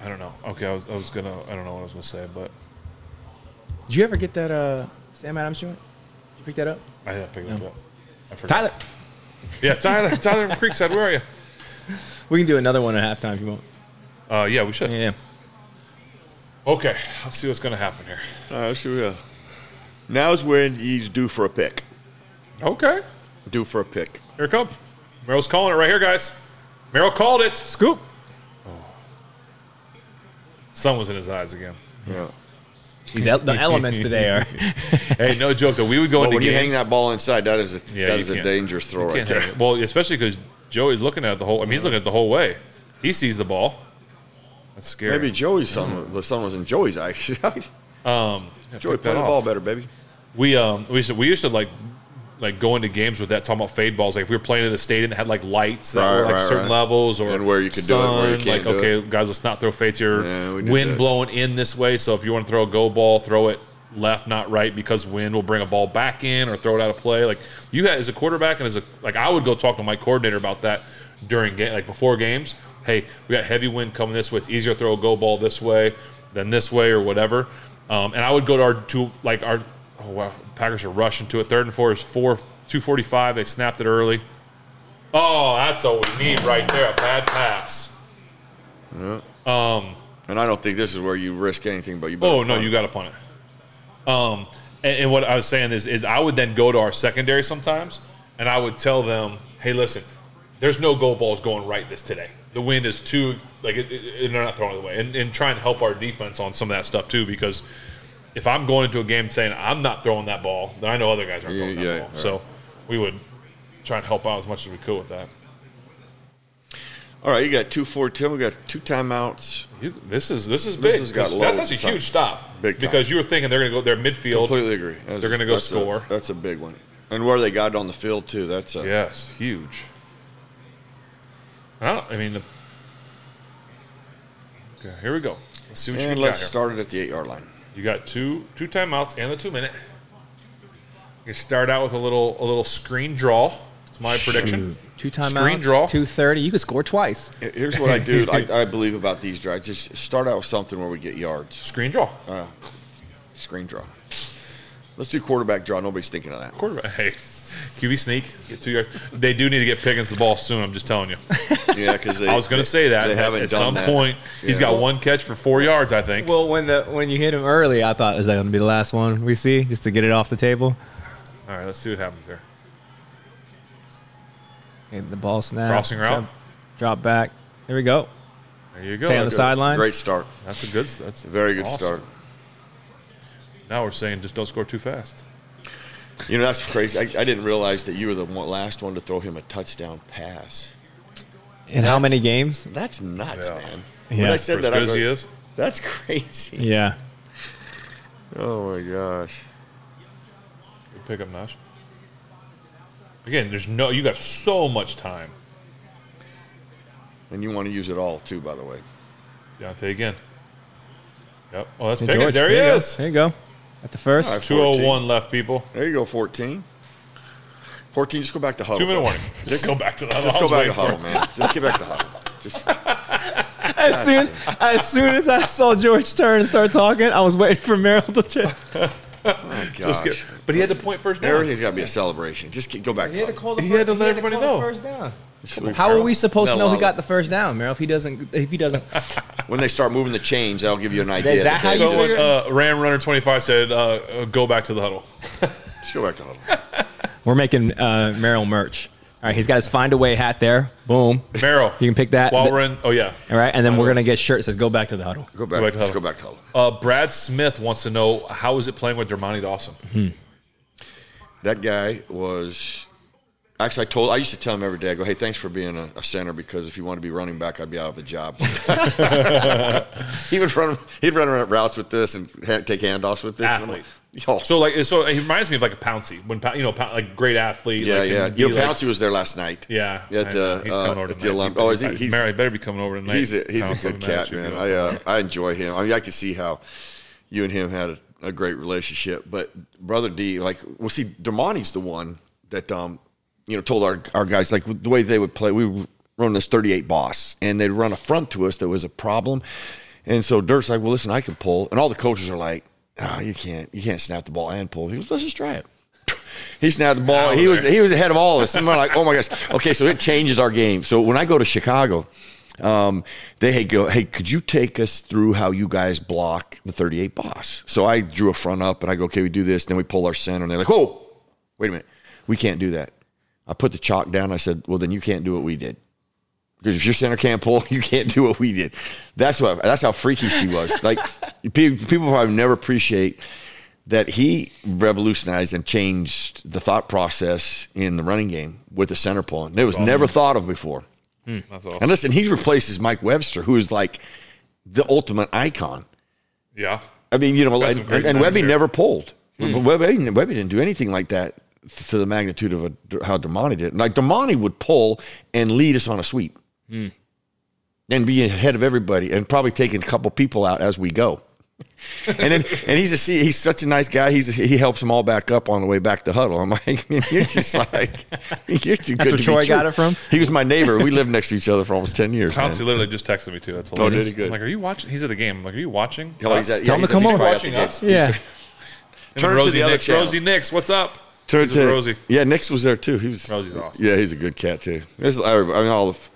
C: I don't know. Okay, I was, I was gonna. I don't know what I was gonna say, but
A: Did you ever get that uh, Sam Adams joint? Did you pick that up?
C: I didn't pick it up. I forgot.
A: Tyler,
C: Yeah, Tyler. Tyler from Creekside. Where are you?
A: we can do another one at halftime if you want.
C: Uh, yeah, we should.
A: Yeah.
C: Okay, let's see what's gonna happen here.
B: All right, so yeah. Now's when he's due for a pick.
C: Okay,
B: Due for a pick.
C: here it comes. Merrill's calling it right here, guys. Merrill called it.
A: Scoop.
C: Sun was in his eyes again.
B: Yeah.
A: These el- the elements today are.
C: Hey, no joke though. We would go
B: Well,
C: into
B: when you hang
C: games.
B: that ball inside, that is a,
C: Yeah,
B: that
C: you
B: is a
C: can't-
B: dangerous throw right
C: Can't
B: there.
C: hang it. Well, especially because Joey's looking at it the whole. I mean, he's looking at it the whole way. He sees the ball. That's scary.
B: Maybe Joey's son, the son was in Joey's eye. Joey,
C: Yeah, pick
B: play
C: that
B: the
C: off.
B: ball better, baby.
C: We um we used to, we used to like like go into games with that talking about fade balls. Like if we were playing at a stadium that had like lights that were
B: Right,
C: like
B: right,
C: certain
B: right.
C: levels or
B: And where you could do it, where you
C: like
B: can't do
C: okay,
B: it.
C: guys, let's not throw fades here.
B: Yeah, we did
C: wind
B: that.
C: blowing in this way, so if you want to throw a go ball, throw it left, not right, because wind will bring a ball back in or throw it out of play. Like you had as a quarterback and as a like I would go talk to my coordinator about that during game like before games. Hey, we got heavy wind coming this way. It's easier to throw a go ball this way than this way or whatever. Um, and I would go to our two like our oh wow Packers are rushing to it. Third and four is four two forty five. They snapped it early. Oh, that's all we need right there. A bad pass.
B: And I don't think this is where you risk anything, but you. better
C: Oh no,
B: punt.
C: you got to punt it. Um, and, and what I was saying is, is I would then go to our secondary sometimes and I would tell them, "Hey, listen, there's no goal balls going right this today. The wind is too like it, it, it- they're not throwing it away, and, and try and help our defense on some of that stuff too. Because if I'm going into a game saying I'm not throwing that ball, then I know other guys aren't
B: Yeah,
C: throwing that
B: yeah,
C: ball.
B: right.
C: So we would try and help out as much as we could with that.
B: All right, you got two four ten. We got two timeouts.
C: You- This is this is big.
B: This has got
C: that,
B: loads
C: that's a
B: of time.
C: huge stop
B: Big time.
C: because you were thinking they're going to go their midfield.
B: Completely agree. That's-
C: They're gonna go
B: that's a-
C: score.
B: that's a big one. And where they got it on the field too. That's a
C: Yes, huge. I don't. I mean, the, okay, here we go. Let's see what you
B: And
C: can
B: let's
C: got here.
B: start it at the eight yard line.
C: You got two two timeouts and the two minute. You start out with a little a little screen draw. It's my prediction.
A: Two
C: Screen
A: timeouts,
C: draw.
A: two thirty. You could score twice.
B: Here- Here's what I do. I, I believe about these drives. Just start out with something where we get yards.
C: Screen draw.
B: Screen draw. Let's do quarterback draw. Nobody's thinking of that.
C: Quarterback. Hey, QB sneak. Get two yards. They do need to get Pickens the ball soon. I'm just telling you.
B: Yeah, because
C: I was going to say that.
B: they
C: that
B: haven't
C: at
B: done
C: some
B: that.
C: point he's
B: Yeah.
C: got one catch for four yards. I think.
A: Well, when the when you hit him early, I thought is that going to be the last one we see just to get it off the table.
C: All right, let's see what happens there.
A: And the ball snap,
C: Crossing route.
A: drop, drop back. There we go.
C: There you go.
A: Stay on the sideline.
B: Great start.
C: That's a good. That's a
B: Very good
C: awesome.
B: start.
C: Now we're saying just don't score too fast.
B: You know that's crazy. I, I didn't realize that you were the one, last one to throw him a touchdown pass.
A: In how many games?
B: That's nuts,
C: Yeah.
B: man.
A: Yeah.
B: When I
C: For
B: said
C: as
B: that,
C: good
B: I
C: as he
B: go,
C: is,
B: that's crazy.
A: Yeah.
B: Oh my gosh.
C: good pick up Nash. Again, there's no. You got so much time,
B: And you want to use it all too, by the way.
C: Deontay. Again. Yep. Oh, that's
A: Hey,
C: Pickens.
A: George,
C: There he
A: you go.
C: is.
A: There you go. At the first.
B: All right.
C: 201 left, people.
B: There you go, 14. 14, just go back to huddle.
C: Two minute
B: bro.
C: warning. Just go back to the.
B: Just go
C: I was
B: back to
C: waiting for
B: huddle, man. Just get back to huddle. Just,
A: As soon as soon as I saw George turn and start talking, I was waiting for Merrill to check.
B: my
C: it. Just
B: gosh.
C: get- but he had the point first down.
B: Everything's got to be a celebration. Just get, go back to huddle.
A: call
C: the He had fir- to he let had to everybody call the know.
A: first down.
B: Should
A: How are we supposed to
B: No,
A: know he
B: I'll-
A: got the first down, Merrill? If he doesn't, if he doesn't,
B: When they start moving the chains, that'll give you an idea.
A: that how you
C: So
B: they-
A: figure-
C: uh, Ram Runner 25 said, uh, uh, go back to the huddle.
B: Just go back to huddle.
A: we're making uh, Merrill merch. All right, he's got his find a way hat there. Boom.
C: Merrill.
A: You can pick that.
C: While we're in. Oh, yeah.
A: All right, and then we're gonna get shirts that says "Go back to the huddle."
B: Go back.
C: back to
B: Let's
C: huddle.
B: go back to huddle.
C: Uh, Brad Smith wants to know how is it playing with Dermani Dawson?
B: That guy was. Actually, I told I used to tell him every day. I go, "Hey, thanks for being a, a center because if you want to be running back, I'd be out of a job." he would run. He'd run around routes with this and ha- take handoffs with this. and I'm like, "Yo."
C: So like, so he reminds me of like a Pouncy when Pou- you know, Pou- like great athlete.
B: yeah,
C: like,
B: yeah.
C: can be,
B: You know,
C: like-
B: Pouncey was there last night.
C: yeah,
B: at the
C: I- he's
B: uh,
C: coming over
B: at the
C: tonight.
B: Olymp- Oh, is he?
C: He's,
B: He's,
C: Mary better be coming over tonight.
B: he's a he's a
C: Pounce
B: good
C: on the
B: cat,
C: match, you
B: man.
C: know.
B: I uh, I enjoy him. I mean, I can see how you and him had a, a great relationship. But brother D, like, well, see, Damani's the one that um, you know, told our our guys like the way they would play. We would run this thirty eight boss, and they'd run a front to us that was a problem. And so Dirt's like, well, listen, I can pull, and all the coaches are like, oh, you can't, you can't snap the ball and pull. He goes, let's just try it. He snapped the ball. He was he was ahead of all of us. And we're like, oh my gosh. Okay, so it changes our game. So when I go to Chicago, um, they hey, go, hey, could you take us through how you guys block the 38 boss? So I drew a front up and I go, okay, we do this. Then we pull our center and they're like, whoa, wait a minute. We can't do that. I put the chalk down. I said, well, then you can't do what we did. Because if your center can't pull, you can't do what we did. That's what. That's how freaky she was. Like pe- people probably never appreciate that he revolutionized and changed the thought process in the running game with the center pulling. It was never thought of before.
C: Mm, That's all.
B: And listen, he replaces Mike Webster, who is like the ultimate icon.
C: Yeah,
B: I mean, you know,
C: That's
B: and,
C: some great
B: and Webby
C: centers there.
B: never pulled.
A: Hmm.
B: Webby, Webby didn't do anything like that to the magnitude of a, how Damani did. Like Damani would pull and lead us on a sweep,
A: Hmm.
B: and be ahead of everybody, and probably taking a couple people out as we go. and then, and he's a see, he's such a nice guy. He's he helps them all back up on the way back to huddle. I'm like, you're just like, you're too good.
A: where
B: to be
A: Troy got
B: true.
A: it from?
B: He was my neighbor. We lived next to each other for almost ten years. man.
C: Pouncy literally just texted me too. That's
B: Oh,
C: hilarious.
B: did he? Good.
C: I'm like, are you watching? He's at the game. I'm like, are you watching?
B: Oh, he's at-
C: us?"
A: Tell him
B: he's
A: to come
B: at- he's
A: over.
B: probably at the
C: Watching
B: game.
C: us.
A: Yeah,
C: And
B: Turn to
C: Rosie
B: the other
C: Nix.
B: channel.
C: Rosie Nix, what's up?
B: Turn
C: He's with
B: to-
C: Rosie.
B: Yeah, Nix was there too. He was.
C: Rosie's awesome.
B: Yeah, he's a good cat too. This is- I, I mean, all of.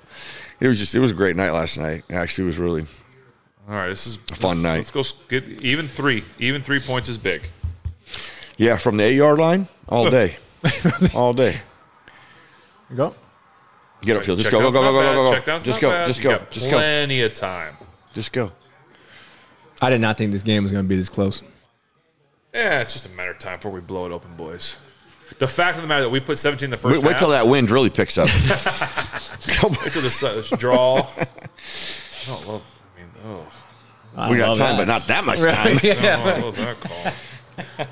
B: It was just. It was a great night last night. Actually, it was really.
C: All right, this is a
B: fun
C: Let's go s- get even three. Even three points is big.
B: Yeah, from the eight yard line all day, all day.
A: You go.
B: Get upfield. Just go, go,
C: Checkdown's
B: go, go, go,
C: not
B: go,
C: bad.
B: go, go.
C: Checkdown's
B: Just
C: not
B: go,
C: bad.
B: just
C: You
B: go,
C: got
B: just go,
C: Plenty of time.
B: just go.
A: I did not think this game was going to be this close.
C: Yeah, it's just a matter of time before we blow it open, boys. The fact of the matter that we put 17 in the first
B: Wait, wait
C: half,
B: till that wind really picks up.
C: wait till this, uh, this draw. I don't love. I mean, oh,
A: I
B: We got
A: love
B: time,
A: that.
B: but not that much time.
C: I don't love that call.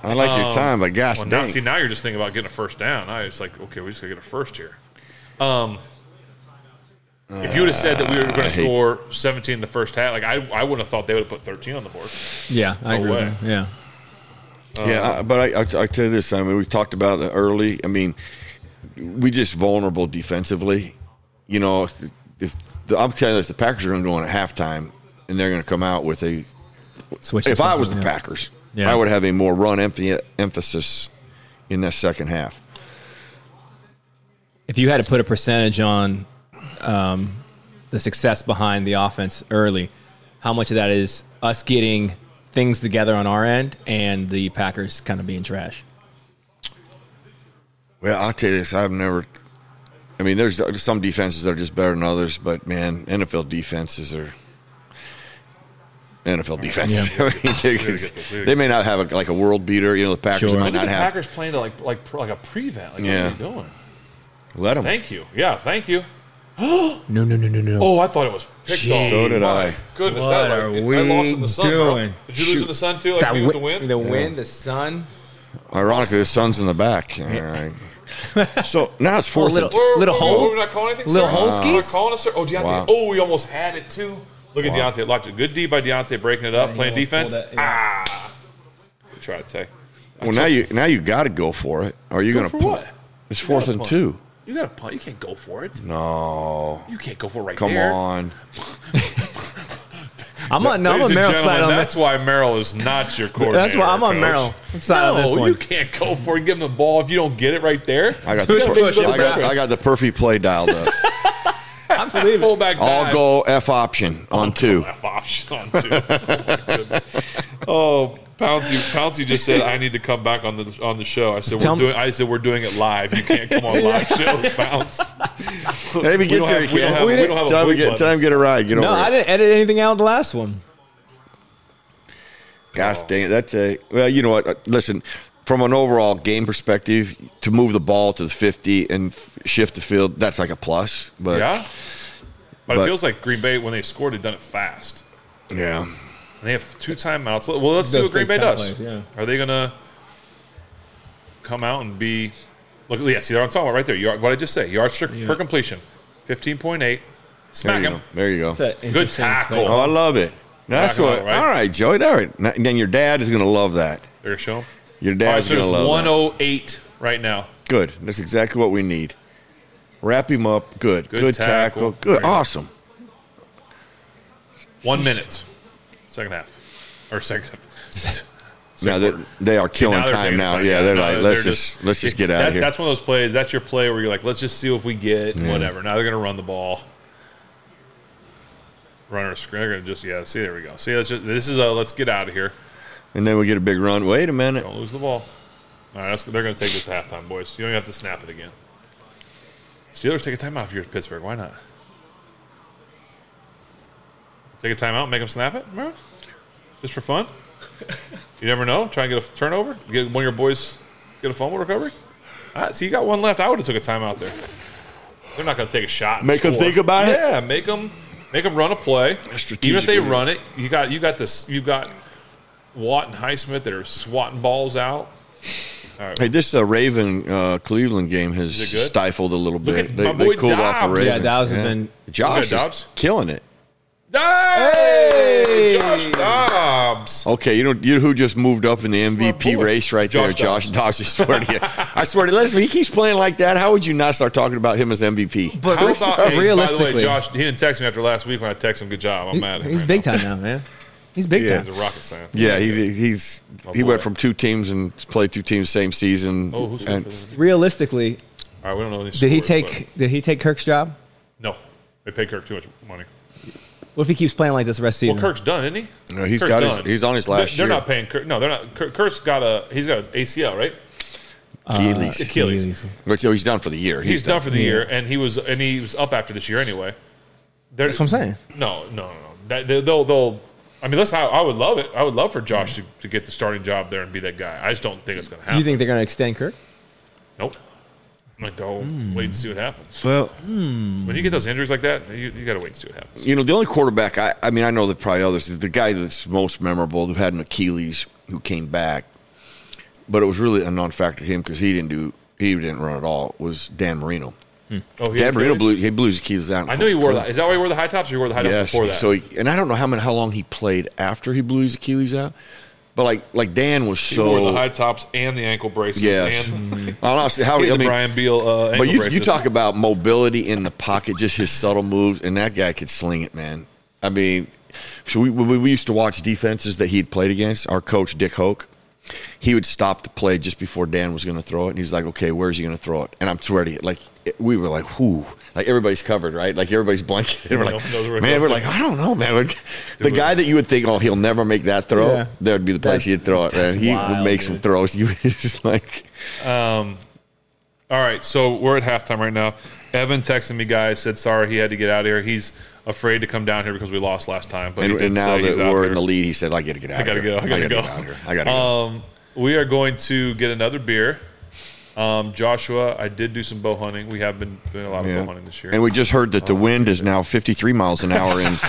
B: I like your time, but gosh,
C: Oh. Well, now,
B: dang.
C: see, now you're just thinking about getting a first down. I was like, okay, we just gotta get a first here. Um, if you would have said that we were going
B: Ah, I
C: to
B: hate-
C: score 17 in the first half, like I, I wouldn't have thought they would have put 13 on the board.
A: Yeah, I agree
C: way.
A: with that. Yeah. Uh,
B: yeah, I, but I, I, I tell you this, I mean, we talked about it early. I mean, we just vulnerable defensively. You know, if, if the, I'm telling you this, the Packers are going to go in at halftime, and they're going to come out with a.
A: Switch
B: If
A: to
B: I
A: something,
B: was the
A: yeah.
B: Packers,
A: Yeah.
B: I would have a more run emph- emphasis in that second half.
A: if you had to put a percentage on um, the success behind the offense early, how much of that is us getting things together on our end and the Packers kind of being trash?
B: Well, I'll tell you this. I've never. I mean, there's some defenses that are just better than others, but man, NFL defenses are NFL defenses. I mean, they, could- they may not have a, like a world beater. You know, the Packers
A: Sure.
B: might
A: Look
B: not
C: the
B: have.
C: Packers playing to like like pro- like a prevent. Like,
B: Yeah.
C: what are you doing?
B: Let them.
C: Thank you. Yeah, thank you.
A: No, no, no, no, no.
C: Oh, I thought it was picked off.
B: So did I.
C: Goodness,
A: What
C: that
A: are
C: like,
A: we
C: I lost in the sun. bro.
A: doing?
C: Did you lose in the sun too? Like
A: that
C: me with the
A: wi-
C: wind?
A: the wind, the sun,
B: Ironically, the sun's in the back. All right. so now it's fourth.
A: little-
B: and two.
C: We're-
A: Little
C: we're-
A: hole?
C: We're not calling anything.
A: Little
C: sir?
A: hole
C: We're
A: skis?
C: not calling it, sir. Oh, Deontay.
B: Wow.
C: Oh, we almost had it too. Look at Deontay. Locked it. Good D by Deontay, breaking it up,
A: he
C: playing
A: almost pulled
C: defense.
A: that,
C: Ah. Good try to take.
B: Well, now you now you got to go for it. Are you
C: Go
B: going to
C: for
B: punt?
C: what?
B: It's fourth
C: gotta
B: and
C: punt.
B: two.
C: You got to punt. You can't go for it.
B: No,
C: You can't go for it right
B: come
C: there.
B: on.
A: I'm on. No, I'm on
C: Ah. Ladies and
A: Merrill
C: gentlemen,
A: side on
C: that's
A: this.
C: why Merrill is not your coordinator.
A: That's why I'm on
C: coach.
A: Merrill side on this
C: No, you
A: one.
C: can't go for it. Give him the ball if you don't get it right there.
B: I got, the,
A: Push,
B: per-
A: push,
B: I, got,
A: push.
B: I got the perfect play dialed up.
A: I believe it.
C: Fullback
B: All
C: dive.
B: go F option on two.
C: F option on two. oh, my goodness. oh, Pouncy, Pouncy just said I need to come back on the on the show. I said we're
A: Tell me-
C: doing. I said we're doing it live. You can't come on live shows, Pounce.
B: Maybe get
C: don't
B: here,
C: have- we don't
B: kid.
C: have- we don't have a
B: Time to
C: boot
B: get
C: button.
B: time to get a ride. Get
A: No,
B: over.
A: I
B: it.
A: didn't edit anything out of the last one.
B: Gosh dang it! That's a well. You know what? Uh, Listen, from an overall game perspective, to move the ball to the fifty and f- shift the field, that's like a plus. But
C: Yeah, but, it
B: But-
C: feels like Green Bay when they scored, they've done it fast.
B: yeah.
C: And they have two timeouts. Well, let's see
A: Those
C: what Green Bay
A: big
C: does.
A: time plays,
C: Are they gonna come out and be? Look, yeah, see, they're on top right there. Yard, what I just say, yards per, per completion, fifteen point eight.
B: There
C: Smack
B: you
C: him.
B: go. There you go.
C: Good tackle.
B: Oh, I love it. That's
C: Rock and roll,
B: what.
C: right?
B: All right, Joey. All right. Now- Then your dad is going to love that.
C: There, show him.
B: Your
C: All right,
B: dad's
C: so there's
B: going to love
C: one
B: that.
C: oh eight right now.
B: Good. That's exactly what we need. Wrap him up. Good.
C: Good
B: Good, tackle.
C: tackle.
B: Good.
C: There you go.
B: Awesome.
C: One minute. Second half. Or second half.
B: Now they, they are killing
C: Now they're
B: time
C: taking
B: now.
C: time.
B: Yeah, they're
C: Now
B: like, let's just, let's just get out
C: that-
B: of here.
C: That's one of those plays. That's your play where you're like, let's just see if we get and
B: Yeah.
C: whatever. Now they're going to run the ball. Runner screen. They're going to just, yeah, see, there we go. See, that's just, this is a let's get out of here.
B: and then we get a big run. Wait a minute.
C: Don't lose the ball. All right, that's, they're going to take this to halftime, boys. You don't even have to snap it again. Steelers take a timeout if you're at Pittsburgh. Why not? Take a timeout, make them snap it, bro? Just for fun? you never know. Try and get a turnover. Get one of your boys get a fumble recovery. All right, see, you got one left. I would have took a timeout there. They're not going to take a shot. and
B: Make 'em
C: score.
B: think about it?
C: Yeah, make them make them run a play. Even if
B: strategic
C: they
B: move.
C: run it, you got you got this. You got Watt and Highsmith that are swatting balls out.
B: Hey, this uh, Raven uh, Cleveland game has
C: Is it good?
B: stifled a little
C: Look
B: bit.
C: at
B: they
C: my
B: they
C: boy
B: cooled off the
C: Dobbs.
B: Ravens.
A: Yeah, Dobbs has been-
C: Look at
B: Josh
C: Dobbs.
B: is killing it.
C: Hey, Josh Dobbs.
B: Okay, you know you know who just moved up in the MVP
C: boy.
B: race right
C: Josh
B: there, Josh Dobbs. I swear to you, I swear to you. Listen, if he keeps playing like that, how would you not start talking about him as MVP?
A: But
C: How about, hey, by the way,
A: realistically,
C: Josh, he didn't text me after last week when I texted him. Good job. I'm mad at him.
A: he's
C: right
A: big time now, man. He's big
B: Yeah.
C: now. He's
A: time.
C: a rocket scientist.
B: Yeah, he he's
C: My
B: he
C: boy.
B: went from two teams and played two teams same season.
C: Oh, who's
B: and,
A: Realistically,
C: All right, we don't know. Any
A: did he
C: scores,
A: take did he take Kirk's job?
C: but- no, they paid Kirk too much money.
A: What if he keeps playing like this the rest of the
C: Well,
A: season?
C: Kirk's done, isn't he?
B: No, he's
C: Kirk's
B: got his- he's on his last
C: They're, they're
B: year.
C: not paying Kirk. No, they're not. Kirk, Kirk's got a. He's got an ACL, right?
B: Achilles.
C: Achilles.
A: Achilles.
B: Which- oh, he's done for the year.
C: Uh, He's, done, for the year, and he was and he was up after this year anyway. There-
A: That's what I'm saying.
C: No, no, no. no. That, they- they'll, they'll. I mean, that's how I would love it. I would love for Josh to, to get the starting job there and be that guy. I just don't think it's going to happen.
A: You think they're going to extend Kirk?
C: Nope. I'm like, go
A: Hmm.
C: wait and see what happens.
B: Well,
C: When you get those injuries like that, you, you got to wait and see what happens.
B: You know, the only quarterback I, I mean, I know there probably others. The guy that's most memorable who had an Achilles who came back, but it was really a non-factor to him because he didn't do he didn't run at all. Was Dan Marino?
C: Oh, he
B: Dan
C: had
B: Marino
C: Achilles?
B: blew he blew his Achilles out.
C: I know he wore that. Is that why he wore the high tops? Or he wore the high tops
B: Yes.
C: before that.
B: So he, and I don't know how many, how long he played after he blew his Achilles out, but like like Dan was
C: he
B: so
C: wore the high tops and the ankle braces.
B: yes.
C: and
B: Honestly, how
C: he
B: I
C: had the
B: mean,
C: Brian Beal uh, ankle
B: but you,
C: braces.
B: you talk about mobility in the pocket, just his subtle moves, and that guy could sling it, man. I mean, so we, we, we used to watch defenses that he'd played against. Our coach, Dick Hoke, he would stop the play just before Dan was going to throw it, and he's like, okay, where's he going to throw it? And I'm sweating, like, it- we were like, whoo, like everybody's covered, right? Like everybody's blanketed. We're like,
C: Yeah, those were-
B: man, we're like, I don't know, man. We're- The guy that you would think, oh, he'll never make that throw,
A: Yeah.
B: that would be the place
A: That-
B: he'd throw it, man.
A: that's
B: He would
A: wild,
B: make
A: dude.
B: some throws. You just like,
C: All right, so we're at halftime right now. Evan texted me, guys, said sorry he had to get out of here. He's afraid to come down here because we lost last time. But
B: And,
C: he did
B: and now
C: say he's
B: that
C: out
B: we're
C: here.
B: in the lead, he said, "I got to get out.
C: I gotta
B: here.
C: go. I gotta,
B: gotta
C: go.
B: get out here. I gotta go."
C: Um, we are going to get another beer. Um, Joshua, I did do some bow hunting. We have been doing a lot of
B: Yeah.
C: bow hunting this year. Oh,
B: And we just heard that the wind is now 53 miles an hour, and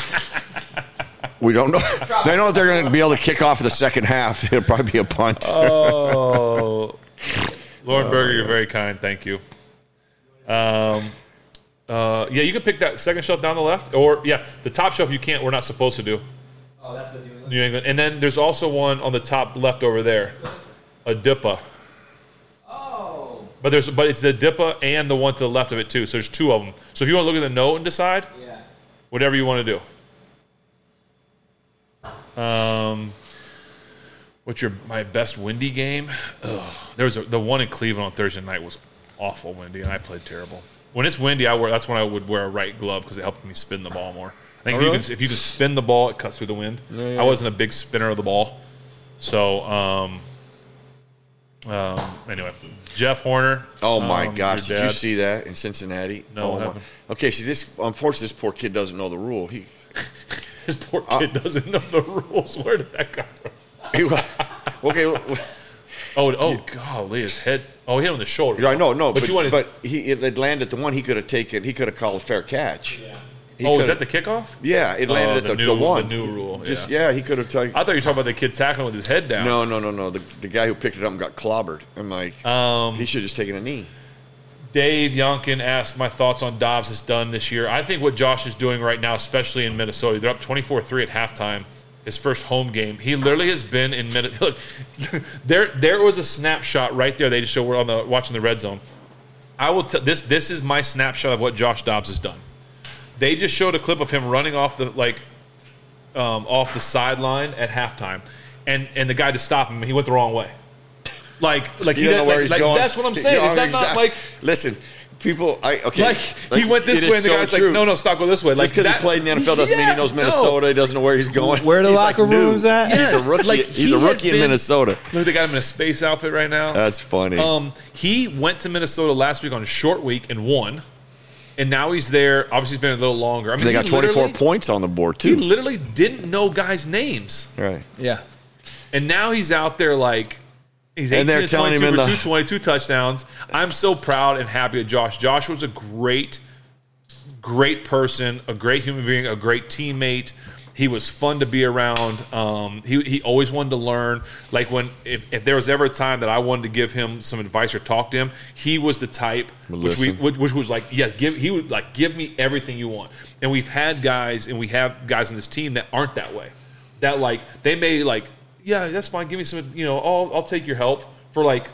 B: we don't know. They know that they're going to be able to kick off the second half. It'll probably be a punt.
C: oh, Lauren
B: Oh,
C: Berger, you're very kind. Thank you. Um, uh, yeah, you can pick that second shelf down the left, or yeah, the top shelf you can't. We're not supposed to do.
E: Oh, that's the New England.
C: New England. And then there's also one on the top left over there, a Dippa.
E: Oh,
C: But there's but it's the Dippa and the one to the left of it too. So there's two of them. So if you want to look at the note and decide,
E: yeah.
C: whatever you want to do. Um, what's your my best windy game? Ugh. There was a, the one in Cleveland on Thursday night was awful windy, and I played terrible. When it's windy, I wear that's when I would wear a right glove because it helped me spin the ball more. I think if,
E: Oh,
C: you can, if you can spin the ball, it cuts through the wind. I wasn't a big spinner of the ball, so um, um, anyway, Jeff Horner.
B: Oh my
C: um,
B: gosh!
C: your
B: Did you
C: dad.
B: see that in Cincinnati?
C: No,
B: Oh,
C: what
B: my-
C: happened?
B: Okay, see this. Unfortunately, this poor kid doesn't know the rule. He,
C: His poor
B: Uh,
C: kid doesn't know the rules. Where did that come from?
B: he wa- okay. well,
C: Oh, oh, golly, his head. Oh, he hit him on the shoulder.
B: I know, no,
C: But
B: but
C: you wanted-
B: but he it landed the one he could have taken. He could have called a fair catch. He
C: oh,
B: coulda-
C: is that the kickoff?
B: Yeah, it landed
C: Oh,
B: at the,
C: new,
B: the one.
C: The new rule.
B: Just
C: yeah.
B: yeah, he could have taken.
C: I thought you were talking about the kid tackling with his head down.
B: No, no, no, no. The, the guy who picked it up and got clobbered. I'm like,
C: Um,
B: he should have just taken a knee.
C: Dave Yonkin asked my thoughts on Dobbs is done this year. I think what Josh is doing right now, especially in Minnesota, they're up 24-3 at halftime. His first home game. He literally has been in Minnesota. Look, there, there was a snapshot right there. They just show we're on the watching the red zone. I will tell this. This is my snapshot of what Josh Dobbs has done. They just showed a clip of him running off the like um, off the sideline at halftime, and and the guy to stop him, he went the wrong way. Like like
B: You don't know
C: didn't-
B: where
C: like-
B: he's
C: like,
B: going.
C: That's what I'm saying.
B: Yeah,
C: Is that not
B: exact-
C: like
B: Listen, people. I okay.
C: like, he went this
B: it
C: way,
B: is
C: and the
B: so
C: guy's
B: true.
C: like, "No, no, stop, go this way." Like
B: Just because he
C: that-
B: played in the NFL doesn't mean
C: Yeah,
B: he knows
C: no.
B: Minnesota. He doesn't know where he's going.
A: Where the
B: He's
A: locker
B: new.
A: room's at?
B: He's
C: Yes.
B: a rookie.
C: Like,
B: he's
C: he
B: a
C: has
B: rookie in
C: been-
B: Minnesota.
C: Look, they got him in a space outfit right now.
B: That's funny.
C: um, he went to Minnesota last week on a short week and won, and now he's there. Obviously, he's been a little longer. I mean,
B: they got
C: he
B: 24
C: literally-
B: points on the board
C: He
B: too.
C: literally didn't know guys' names,
B: Right.
A: Yeah.
C: and now he's out there like. He's 18
B: And they're telling him
C: 22
B: in
C: for
B: the-
C: 222 touchdowns. I'm so proud and happy of Josh. Josh was a great great person, a great human being, a great teammate. He was fun to be around. Um, he, he always wanted to learn. Like when if, if there was ever a time that I wanted to give him some advice or talk to him, he was the type which we
B: Listen.
C: which, which was like yeah give he would like give me everything you want. And we've had guys and we have guys on this team that aren't that way. That like they may like yeah that's fine give me some you know I'll I'll take your help for like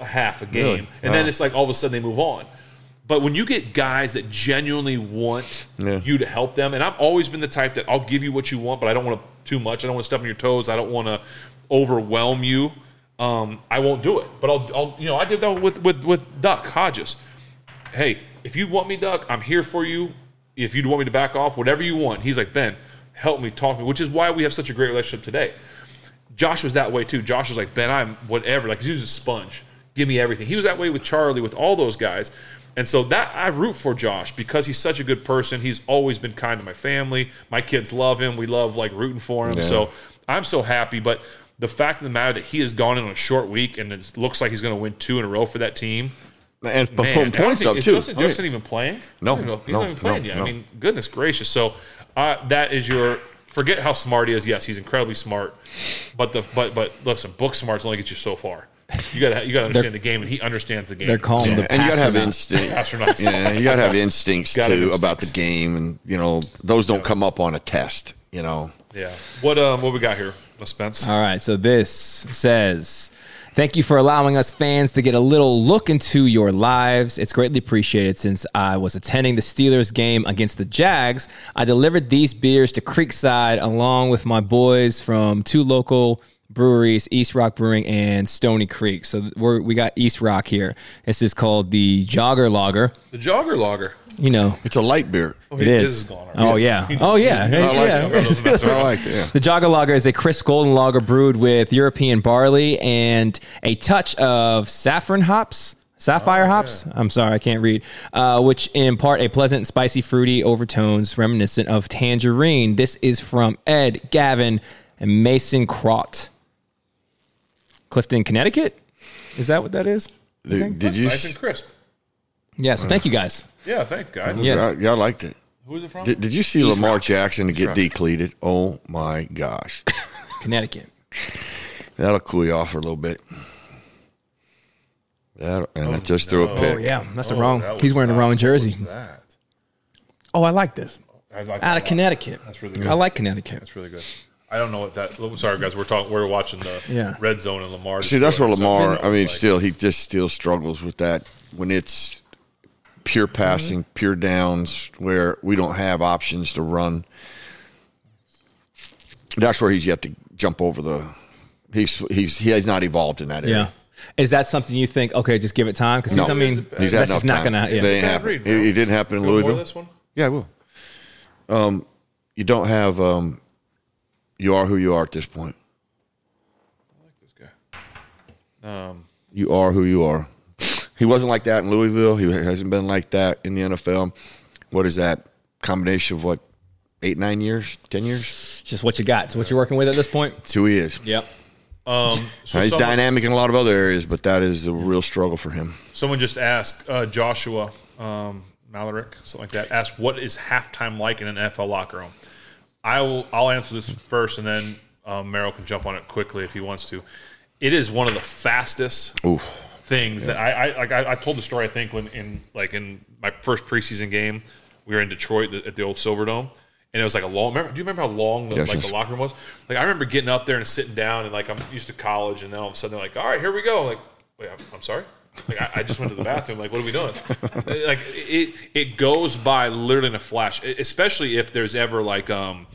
C: a half a game and then
B: Wow.
C: it's like all of a sudden they move on. But when you get guys that genuinely want
B: Yeah.
C: you to help them, and I've always been the type that I'll give you what you want, but I don't want to too much. I don't want to step on your toes. I don't want to overwhelm you. Um, I won't do it. But I'll, I'll, you know, I did that with with with Duck Hodges. Hey, if you want me, Duck, I'm here for you. If you want me to back off, whatever you want. He's like Ben, help me, talk me, which is why we have such a great relationship today. Josh was that way too. Josh was like, Ben, I'm whatever. Like he was a sponge. give me everything. He was that way with Charlie, with all those guys. And so that I root for Josh because he's such a good person. He's always been kind to my family. My kids love him. We love like rooting for him.
B: Yeah.
C: So I'm so happy. But the fact of the matter that he has gone in on a short week and it looks like he's going to win two in a row for that team.
B: and p- putting
C: Man, I don't
B: points
C: think-
B: up
C: is
B: too.
C: Justin
B: Oh, yeah.
C: Jefferson even playing?
B: No,
C: I don't know. he's
B: no,
C: not even playing
B: no,
C: yet.
B: no.
C: I mean, goodness gracious. So uh, that is your forget how smart he is. Yes, he's incredibly smart, but the but but listen, book smarts only get you so far. You got to you got to understand the game, and he understands the game.
A: They're calling
B: Yeah,
A: the
B: and you gotta have
A: astronaut.
B: instinct.
C: astronauts.
B: yeah, you gotta have instincts
C: Gotta have
B: too about the
C: instincts.
B: game, and you know those don't come up on a test. You know,
C: Yeah. What um what we got here, Miss Spence?
A: All right, so this says, "Thank you for allowing us fans to get a little look into your lives. It's greatly appreciated since I was attending the Steelers game against the Jags. I delivered these beers to Creekside along with my boys from two local breweries, East Rock Brewing and Stony Creek. So we're, we got East Rock here. This is called the Jogger Lager.
C: The jogger logger.
A: You know,
B: it's a light beer.
C: Oh,
A: it
C: he-
A: is.
C: This is gone already.
A: oh yeah, oh yeah,
B: I like
A: yeah.
B: it.
C: Jogger doesn't mess around.
B: I like it. Yeah.
A: The Jogger Lager is a crisp golden lager brewed with European barley and a touch of saffron hops, sapphire
C: Oh,
A: hops. I'm sorry, I can't read, uh, which impart a pleasant, spicy, fruity overtones reminiscent of tangerine. This is from Ed, Gavin, and Mason Crott. Clifton, Connecticut? Is that what that is?
B: Dude, Did you?
C: Nice
B: s-
C: and crisp.
A: Yeah, so thank you guys.
C: Yeah, thanks guys.
A: Yeah.
B: I, yeah, I liked it.
C: Who is it from?
B: Did, did you see Lamar Jackson get decleated? Oh my gosh,
A: Connecticut.
B: that'll cool you off for a little bit. That and I just threw a pick.
A: Oh, yeah, that's the
C: Oh,
A: wrong.
C: that was
A: He's wearing the
C: nuts.
A: wrong jersey.
C: What was that?
A: Oh, I like this.
C: I like that a
A: Out
C: lot.
A: of Connecticut.
C: That's really good.
A: I like Connecticut.
C: That's really good. I don't know what that. look, Sorry, guys, we're talking. We're watching the
A: Yeah.
C: red zone and Lamar.
B: See, that's where
C: destroyed himself.
B: Lamar. I mean,
C: Like,
B: still, he just still struggles with that when it's pure
A: Mm-hmm.
B: passing, pure downs, where we don't have options to run. That's where he's yet to jump over the. He's he's he has not evolved in that area.
A: Yeah. Is that something you think? Okay, just give it time because he's.
B: No.
A: I mean,
B: He's had
A: that's
B: enough
A: just not
B: time.
A: gonna.
B: That
A: Yeah.
B: ain't
C: Bad
B: happened.
C: read, man.
B: It, it didn't happen in
C: you want more of
B: Louisville.
C: this one.
B: Yeah, I will. Um, you don't have. Um, you are who you are at this point.
C: This guy. Um,
B: You are who you are. He wasn't like that in Louisville. He hasn't been like that in the NFL. What is that combination of what eight, nine years, ten years?
A: It's just what you got. It's what you're working with at this point.
B: It's who he is.
A: Yep.
C: um, so
B: Now, he's
C: someone,
B: dynamic in a lot of other areas, but that is a real struggle for him.
C: someone just asked uh, Joshua um, Malarick, something like that. Asked what is halftime like in an NFL locker room. I will. I'll answer this first, and then um, Merrill can jump on it quickly if he wants to. It is one of the fastest
B: Oof.
C: things that I, I like. I, I told the story I think when in like in my first preseason game, we were in Detroit at the old Silverdome, and it was like a long. Remember, do you remember how long the,
B: Yes,
C: like
B: yes.
C: the locker room was? Like I remember getting up there and sitting down, and like I'm used to college, and then all of a sudden they're like, "All right, here we go." I'm like, wait, I'm, I'm sorry. Like I, I just went to the bathroom. Like, what are we doing? like it it goes by literally in a flash. e, Especially if there's ever like um,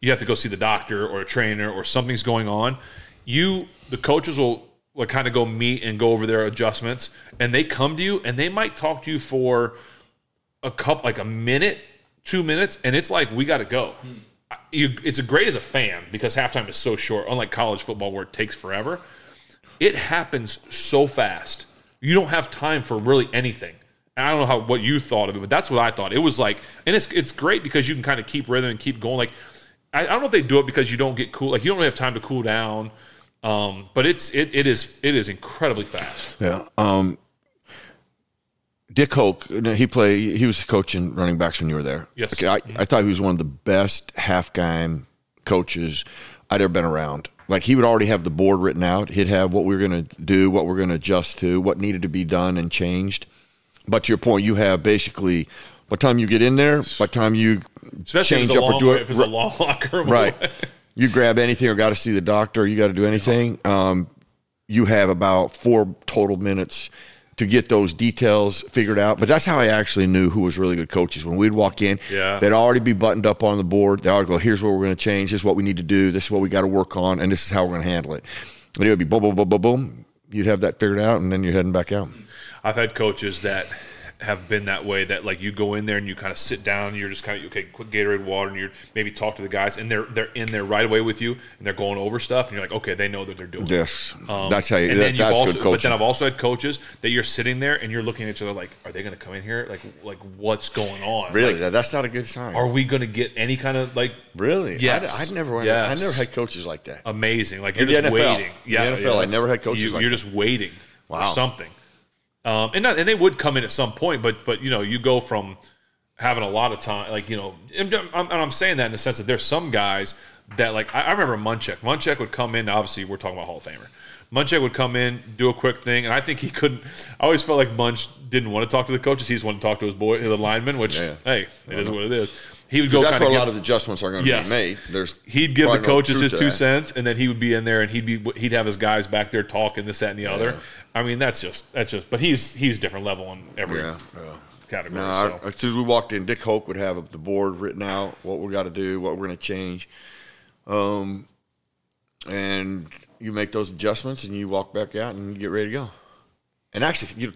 C: you have to go see the doctor or a trainer or something's going on. You the coaches will will kind of go meet and go over their adjustments and they come to you and they might talk to you for a cup like a minute two minutes and it's like we got to go I- you, it's great as a fan because halftime is so short unlike college football where it takes forever it happens so fast you don't have time for really anything and i don't know how what you thought of it but that's what i thought it was like and it's it's great because you can kind of keep rhythm and keep going like I, I don't know if they do it because you don't get cool like you don't really have time to cool down um, but it's it, it is it is incredibly fast
B: Yeah. Um, Dick Hoke, he played. He was coaching running backs when you were there.
C: Yes.
B: Okay, I, I thought he was one of the best half-game coaches I'd ever been around. Like he would already have the board written out. He'd have what we were going to do, what we're going to adjust to, what needed to be done and changed. But to your point, you have basically by the time you get in there, by the time you
C: especially
B: change
C: if it's a
B: up
C: long,
B: or do it
C: if it's a long locker room.
B: Right. You grab anything or got to see the doctor, you got to do anything. Um, you have about four total minutes to get those details figured out. But that's how I actually knew who was really good coaches. When we'd walk in,
C: Yeah.
B: they'd already be buttoned up on the board. They'd already go, here's what we're going to change. This is what we need to do. This is what we got to work on. And this is how we're going to handle it. And it would be boom, boom, boom, boom, boom. You'd have that figured out, and then you're heading back out.
C: I've had coaches that have been that way that like you go in there and you kind of sit down you're just kind of okay quick gatorade water and you're maybe talk to the guys and they're they're in there right away with you and they're going over stuff and you're like okay they know that they're doing it. Um,
B: Yes, that's how you.
C: And
B: That,
C: then you've
B: that's
C: also,
B: good
C: But then
B: coaching.
C: I've also had coaches that you're sitting there and you're looking at each other like, are they going to come in here? Like, like what's going on?
B: really,
C: Like,
B: that, that's not a good sign.
C: are we going to get any kind of like
B: really?
C: Yes.
B: I, I never. I
C: Yes.
B: never had coaches like that.
C: amazing? Like you're
B: the
C: just
B: NFL.
C: waiting.
B: The NFL, I
C: that's-
B: never had coaches
C: You,
B: like
C: you're
B: that.
C: just waiting
B: Wow.
C: for something. Um, and not, and they would come in at some point, but but you know you go from having a lot of time, like you know, and I'm, and I'm saying that in the sense that there's some guys that like I, I remember Munchak. Munchak would come in. Obviously, we're talking about Hall of Famer. Munchak would come in, do a quick thing, and I think he couldn't. I always felt like Munch didn't want to talk to the coaches. He just wanted to talk to his boy, the lineman. Which
B: Yeah.
C: hey, it is what it is. He would go.
B: 'Cause that's
C: kinda
B: where a lot
C: give-
B: of adjustments are going to
C: Yes.
B: be made. There's
C: he'd give the
B: probably no
C: coaches
B: truth
C: his
B: to
C: two
B: that.
C: cents, and then he would be in there and he'd be he'd have his guys back there talking this, that, and the other. I mean, that's just that's just. But he's he's different level on every
B: Yeah. yeah.
C: category.
B: No,
C: so.
B: I- as soon as we walked in, Dick Hoke would have the board written out, what we got to do, what we're going to change, um, and you make those adjustments, and you walk back out and you get ready to go. And actually, you,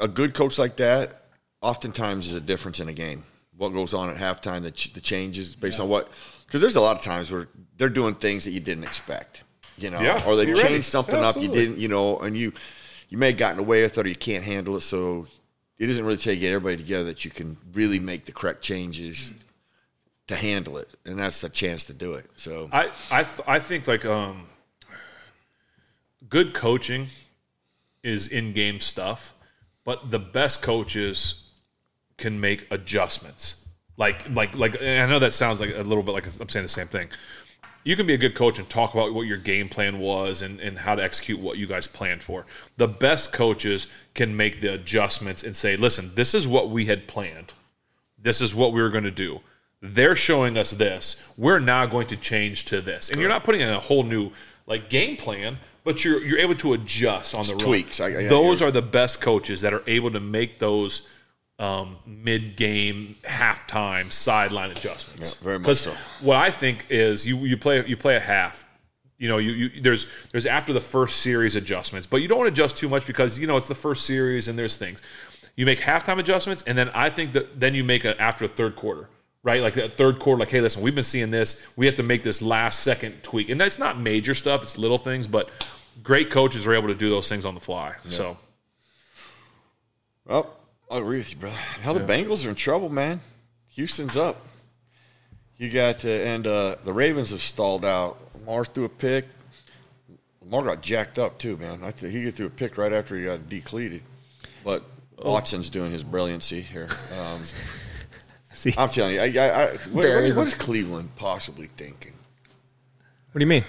B: a good coach like that oftentimes is a difference in a game. What goes on at halftime, the, ch- the changes based on what, because there's a lot of times where they're doing things that you didn't expect, you know,
C: Yeah,
B: or they
C: you're
B: changed
C: right.
B: something up you
C: Absolutely.
B: didn't, you know, and you you may have gotten away with it or you can't handle it, so it doesn't really take everybody together that you can really make the correct changes to handle it, and that's the chance to do it. So
C: I I th- I think like um, good coaching is in game stuff, but the best coaches can make adjustments. Like like like and I know that sounds like a little bit like I'm saying the same thing. You can be a good coach and talk about what your game plan was and, and how to execute what you guys planned for. The best coaches can make the adjustments and say, listen, this is what we had planned. This is what we were going to do. They're showing us this. We're now going to change to this. And you're not putting in a whole new like game plan, but you're you're able to adjust on the run.
B: tweaks. I- I-
C: Those are the best coaches that are able to make those um, mid game, halftime, sideline adjustments.
B: Yeah, very much
C: 'Cause
B: so.
C: What I think is you you play you play a half. You know, you, you there's there's after the first series adjustments, but you don't want to adjust too much because you know it's the first series and there's things. You make halftime adjustments, and then I think that then you make it after the third quarter, right? Like that third quarter, like hey, listen, we've been seeing this. We have to make this last second tweak, and that's not major stuff; it's little things. But great coaches are able to do those things on the fly. So
B: Well, I agree with you, brother. Hell, the Bengals are in trouble, man. Houston's up. You got to, and uh, the Ravens have stalled out. Lamar threw a pick. Lamar got jacked up too, man. I think he threw a pick right after he got decleated. But
A: Oh.
B: Watson's doing his brilliancy here. Um,
A: See,
B: I'm
A: what
B: telling you, I, I, I, what- what,
A: There
B: is,
A: isn't.
B: what is Cleveland possibly thinking?
A: do you mean?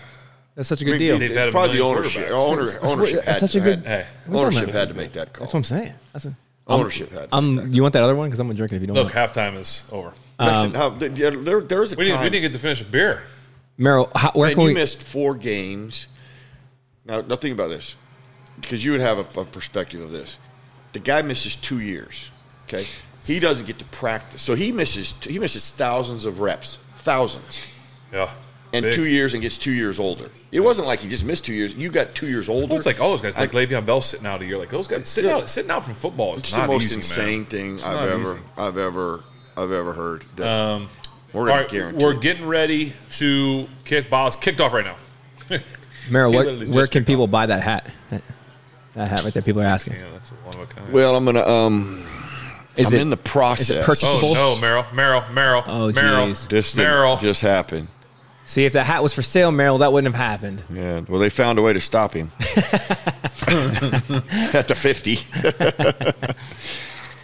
A: That's such a good
B: I
A: deal.
B: mean,
C: They've had a
B: probably the
C: million
B: ownership.
C: quarterbacks.
B: Owner,
A: That's- that's
B: ownership
A: what- that's
B: had
A: such a
B: to-
A: good-
B: had-
A: what are you
B: ownership
A: talking about?
B: had to make that call.
A: That's what I'm saying. That's a,
B: ownership had. To
A: um, you want that other one? Because I'm gonna drink it if you don't.
C: look,
A: want
C: halftime is over.
B: Listen,
A: Um,
B: how, there, there there was a
C: We
B: time.
C: didn't, we didn't get to finish a beer.
A: it. Merrill, how, where
B: and
A: can
B: you
A: we?
B: missed four games. Now, now think about this, because you would have a, a perspective of this. The guy misses two years. Okay, he doesn't get to practice, so he misses he misses thousands of reps, thousands,
C: Yeah.
B: and
C: Big.
B: two years and gets two years older. It wasn't like he just missed two years. You got two years older.
C: Well, it's like all those guys, like Le'Veon Bell sitting out a year, like those guys sitting out, sitting out from football is
B: It's
C: not
B: the most
C: easy,
B: insane
C: man.
B: thing
C: not
B: I've ever
C: easy. Um,
B: I've ever I've ever heard. That we're
C: All
B: gonna
C: right,
B: guarantee.
C: we're
B: it.
C: getting ready to kick balls. Kicked off right now. yeah,
A: Merrill,
C: He
A: what,
C: literally
A: where
C: just
A: can
C: picked
A: people buy that hat? That, that hat right there. People are asking.
C: that's a one of a kind.
B: well, I'm gonna um.
A: Is
B: I'm
A: it
B: in the process.
A: purchasable?
C: oh no, Merrill, Merrill, Merrill,
A: Oh,
C: Merrill,
A: jeez.
B: This thing
C: Merrill.
B: just happened.
A: See, if that hat was for sale, Merrill, that wouldn't have happened.
B: Yeah, well, they found a way to stop him at the 50.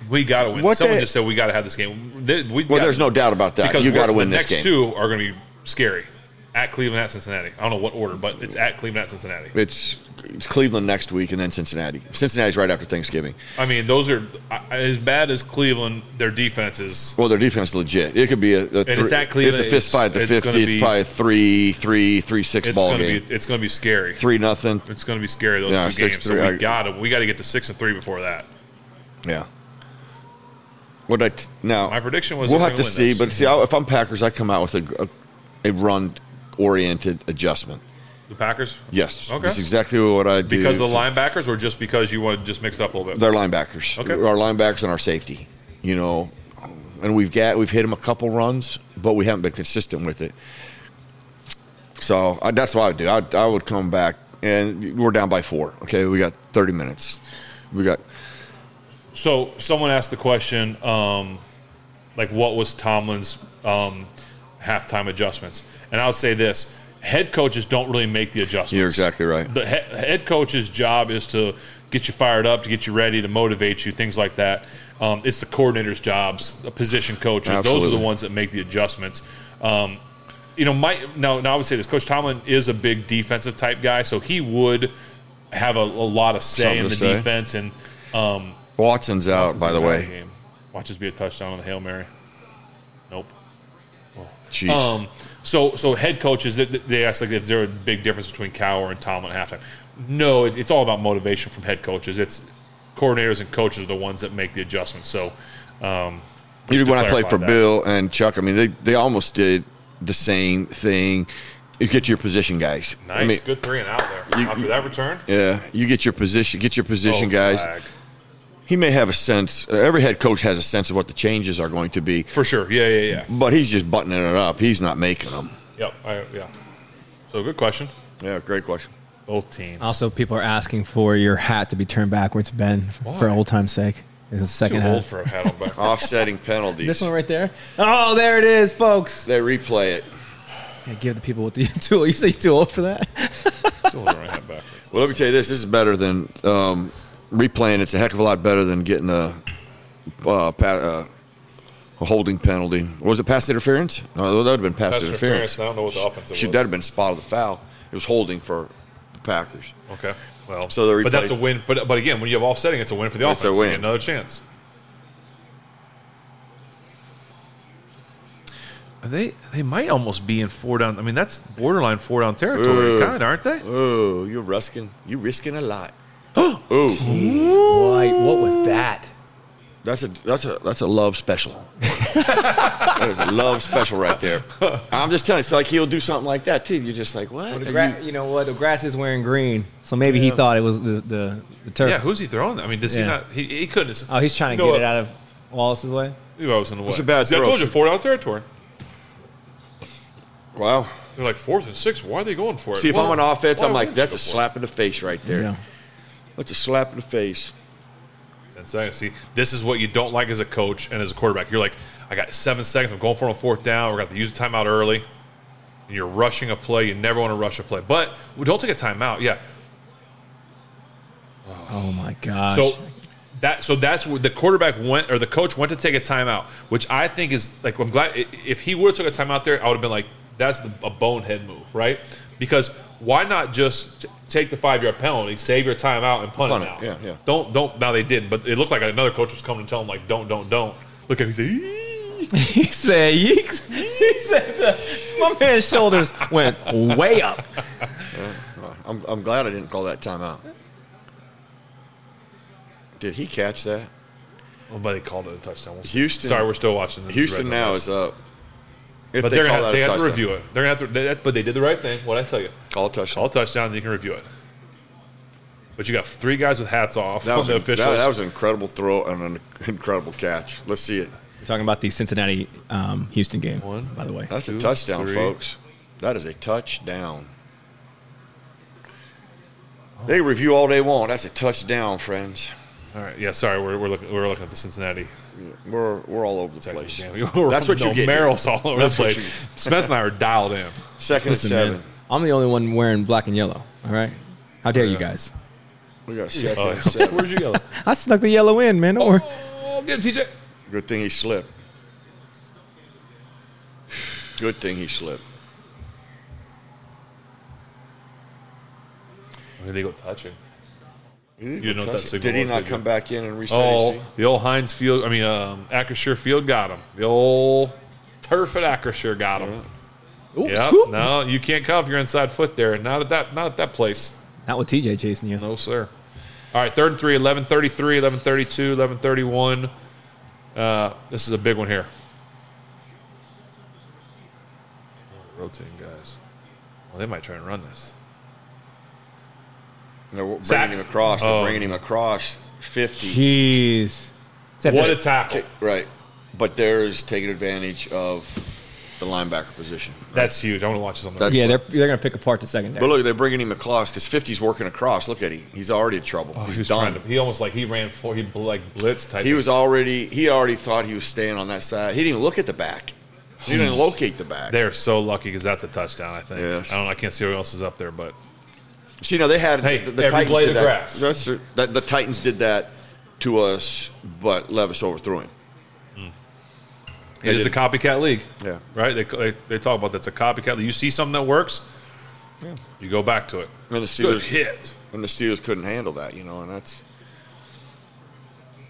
C: we got to win.
B: What
C: Someone
B: the-
C: just said we got to have this game. Th- We,
B: Well, there's no doubt about that.
C: because
B: you got to
C: we're-
B: win
C: the
B: this game.
C: Next two are going to be scary. At Cleveland, at Cincinnati. I don't know what order, but it's at Cleveland, at Cincinnati.
B: It's it's Cleveland next week and then Cincinnati. Cincinnati's right after Thanksgiving.
C: I mean, those are I- as bad as Cleveland. Their defense is
B: Well, their defense is legit. It could be a, a
C: it's
B: three-
C: at Cleveland.
B: It's a fist fight at the
C: It's
B: 50.
C: gonna
B: it's
C: be-
B: probably a three, three, three, six
C: it's
B: ball
C: going
B: game.
C: to be it's going to be scary.
B: three nothing.
C: It's going to be scary those
B: Yeah,
C: two
B: six,
C: games.
B: three,
C: so
B: I-
C: we got to we got to get to six and three before that.
B: Yeah. What I t- now?
C: My prediction was
B: we'll
C: they're
B: have to
C: gonna
B: see.
C: win this.
B: But see, I, if I'm Packers, I come out with a, a, a run oriented adjustment.
C: The Packers?
B: Yes,
C: Okay.
B: that's exactly what I do.
C: Because of the
B: to-
C: linebackers, or just because you want to just mix it up a little bit?
B: They're linebackers.
C: Okay.
B: Our linebackers and our safety. You know, and we've got we've hit them a couple runs, but we haven't been consistent with it. So I, that's what I would do. I, I would come back, and we're down by four. Okay, we got thirty minutes. We got
C: So someone asked the question, um, like, what was Tomlin's um, halftime adjustments? And I would say this: head coaches don't really make the adjustments.
B: You're exactly right.
C: The he- head coach's job is to get you fired up, to get you ready, to motivate you, things like that. Um, it's the coordinator's jobs, the position coaches. Those are
B: Absolutely.
C: the ones that make the adjustments. Um, you know, my now, now I would say this: Coach Tomlin is a big defensive type guy, so he would have a, a lot of say
B: Something
C: in
B: to
C: the
B: say.
C: defense and. Um,
B: Watson's out. by
C: it's
B: the
C: a bad
B: way,
C: game. watch this be a touchdown on the hail mary. Nope.
B: jeez.
C: Um. So so head coaches they, they ask like if there a big difference between Cowher and Tomlin at halftime. No, it's, it's all about motivation from head coaches. It's coordinators and coaches are the ones that make the adjustments. So. Um,
B: Even when I played
C: clarify
B: for
C: that.
B: Bill and Chuck, I mean, they, they almost did the same thing. You get your position, guys.
C: nice,
B: I mean,
C: good three and out there
B: You-
C: after
B: you-
C: that return.
B: yeah, you get your position, get your position,
C: oh,
B: guys.
C: flag.
B: He may have a sense. Every head coach has a sense of what the changes are going to be,
C: For sure. Yeah, yeah, yeah.
B: but he's just buttoning it up. He's not making them.
C: Yep. I, yeah. So good question.
B: Yeah, great question.
C: Both teams.
A: Also, people are asking for your hat to be turned backwards, Ben, f- for
C: Why?
A: old time's sake. It's the
C: Too
A: second
C: old
A: half.
C: for a hat on back.
B: Offsetting penalties.
A: This one right there. Oh, there it is, folks.
B: They replay it.
A: Yeah, give the people what the too. You say too old for that?
C: Too old to wear a hat backwards.
B: Well, let me tell you this. This is better than um, replaying. It's a heck of a lot better than getting a, uh, pa- uh, a holding penalty. Was it pass interference? No, that would have been pass,
C: Pass
B: interference.
C: interference. I don't know what the offense was.
B: Shoot, that would have been spot of the foul. It was holding for the Packers.
C: Okay. Well,
B: So they're
C: but that's a
B: replaced-
C: win. But but again, when you have offsetting, it's a win for the
B: It's a
C: offense. You
B: win.
C: get another chance. They they might almost be in four down. I mean, that's borderline four down territory,
B: Ooh.
C: kind, aren't they?
B: Oh, you're risking. You're risking a lot. oh,
A: Why? What was that?
B: that's a that's a that's a love special. that is a love special right there. I'm just telling you. It's like he'll do something like that too. You're just like what?
A: The
B: Are
A: gra-
B: you-
A: you, know what? The grass is wearing green, so maybe he thought it was the the, the turf.
C: Yeah. Who's he throwing? I mean, does
A: Yeah.
C: he not? He, he couldn't. have-
A: oh, he's trying to
C: You know
A: get it
C: what?
A: out of Wallace's way.
C: Knew I was in the way.
B: a bad
C: See, I
B: throw.
C: told you four down territory.
B: wow.
C: They're like fourth and six. Why are they going for it?
B: See, if
C: Why-
B: I'm on offense,
C: why
B: I'm like,
C: wouldn't you
B: that's a
C: go for it?
B: slap in the face right there.
A: Yeah.
B: That's a slap in the face.
C: Ten seconds. See, this is what you don't like as a coach and as a quarterback. You're like, I got seven seconds. I'm going for it on fourth down. We're going to use a timeout early. And you're rushing a play. You never want to rush a play. But well, don't take a timeout. Yeah.
A: Oh my gosh.
C: So that so that's where the quarterback went or the coach went to take a timeout, which I think is like I'm glad i- if he would have took a timeout there, I would have been like, that's the, a bonehead move, right? Because why not just t- take the five yard penalty, save your timeout, and punt,
B: Punt
C: it
B: it,
C: out?
B: yeah, yeah.
C: Don't don't. Now they didn't, but it looked like another coach was coming to tell him like, don't, don't, don't. Look at him. He's like, "Ee."
A: he said, yeeks. he said, the, my man's shoulders went way up.
B: I'm, I'm glad I didn't call that timeout. Did he catch that?
C: Oh, but they called it a touchdown. We'll see.
B: Houston-
C: Sorry, we're still watching. the
B: Houston
C: red zone
B: now
C: guys.
B: is up. If
C: But they are gonna
B: call
C: have,
B: that
C: they
B: a
C: have to
B: touchdown.
C: review it. They're gonna have to. They, but they did the right thing. What I tell you.
B: Call a touchdown.
C: All touchdown, then you can review it. But you got three guys with hats off
B: That
C: on
B: was,
C: the
B: an-
C: officials.
B: that- that was an incredible throw and an incredible catch. Let's see it.
A: We're talking about the Cincinnati um, Houston game,
C: One.
A: by the way.
B: That's
C: Two,
B: a touchdown,
C: three.
B: folks. That is a touchdown.
C: Oh.
B: They review all they want. That's a touchdown, friends.
C: All right, yeah. Sorry, we're, we're looking we're looking at the Cincinnati
B: We're we're all over the
C: Texans
B: place.
C: game. We're-
B: That's what
C: no,
B: you get.
C: Merrill's all over
B: That's
C: the
B: what
C: place.
B: you
C: Spence and I are dialed in.
B: Second
A: Listen,
B: and seven.
A: man, I'm the only one wearing black and yellow. All right. How dare you guys?
B: We got second
C: Oh,
B: and seven.
C: Where's your yellow?
A: I snuck the yellow in, man. Don't worry.
C: Oh, get him, TJ.
B: Good thing he slipped. Good thing he slipped.
C: Where they go touching?
B: He didn't
C: You
B: even
C: didn't know
B: touch
C: what that
B: it.
C: signal
B: Did he
C: was,
B: not
C: did you?
B: come back in and reset his
C: Oh,
B: knee?
C: the old Heinz Field. I mean, um, Akershire Field got him. The old turf at Akershire got him.
A: Ooh,
C: Yeah.
A: scoop.
C: No, you can't cover your inside foot there. Not at that. Not at that place.
A: Not with TJ chasing you.
C: No, sir. All right, third and three, 1133, 1132, 1131. Uh, this is a big one here. Rotating guys. Well, they might try and run this.
B: They're bringing
C: Sack.
B: him across. They're
C: Oh.
B: bringing him across 50.
A: Jeez.
C: What a tackle.
B: Right. But there's taking advantage of the linebacker position.
C: That's huge. I want to watch this on the
B: That's-
A: Yeah, they're, they're going to pick apart the secondary.
B: But look, they're bringing him across because 50's working across. Look at him. He's already in trouble.
C: Oh,
B: he's
C: he was
B: done.
C: trying to. He almost like he ran for he bl- like blitz type.
B: He was already, he already thought he was staying on that side. He didn't even look at the back. He didn't locate the back.
C: They're so lucky because that's a touchdown. I think.
B: Yes.
C: I don't. know. I can't see who else is up there, but
B: See, no, they had
C: Hey,
B: the,
C: every
B: the Titans
C: blade
B: did that.
C: of grass.
B: That's true. That- the Titans did that to us, but Levis overthrew him.
C: it is a
B: did.
C: copycat league.
B: Yeah.
C: Right. They, they they talk about that's a copycat. league. You see something that works, you go back to it.
B: And the
C: Good
B: Steelers,
C: hit.
B: and the Steelers couldn't handle that, you know. And that's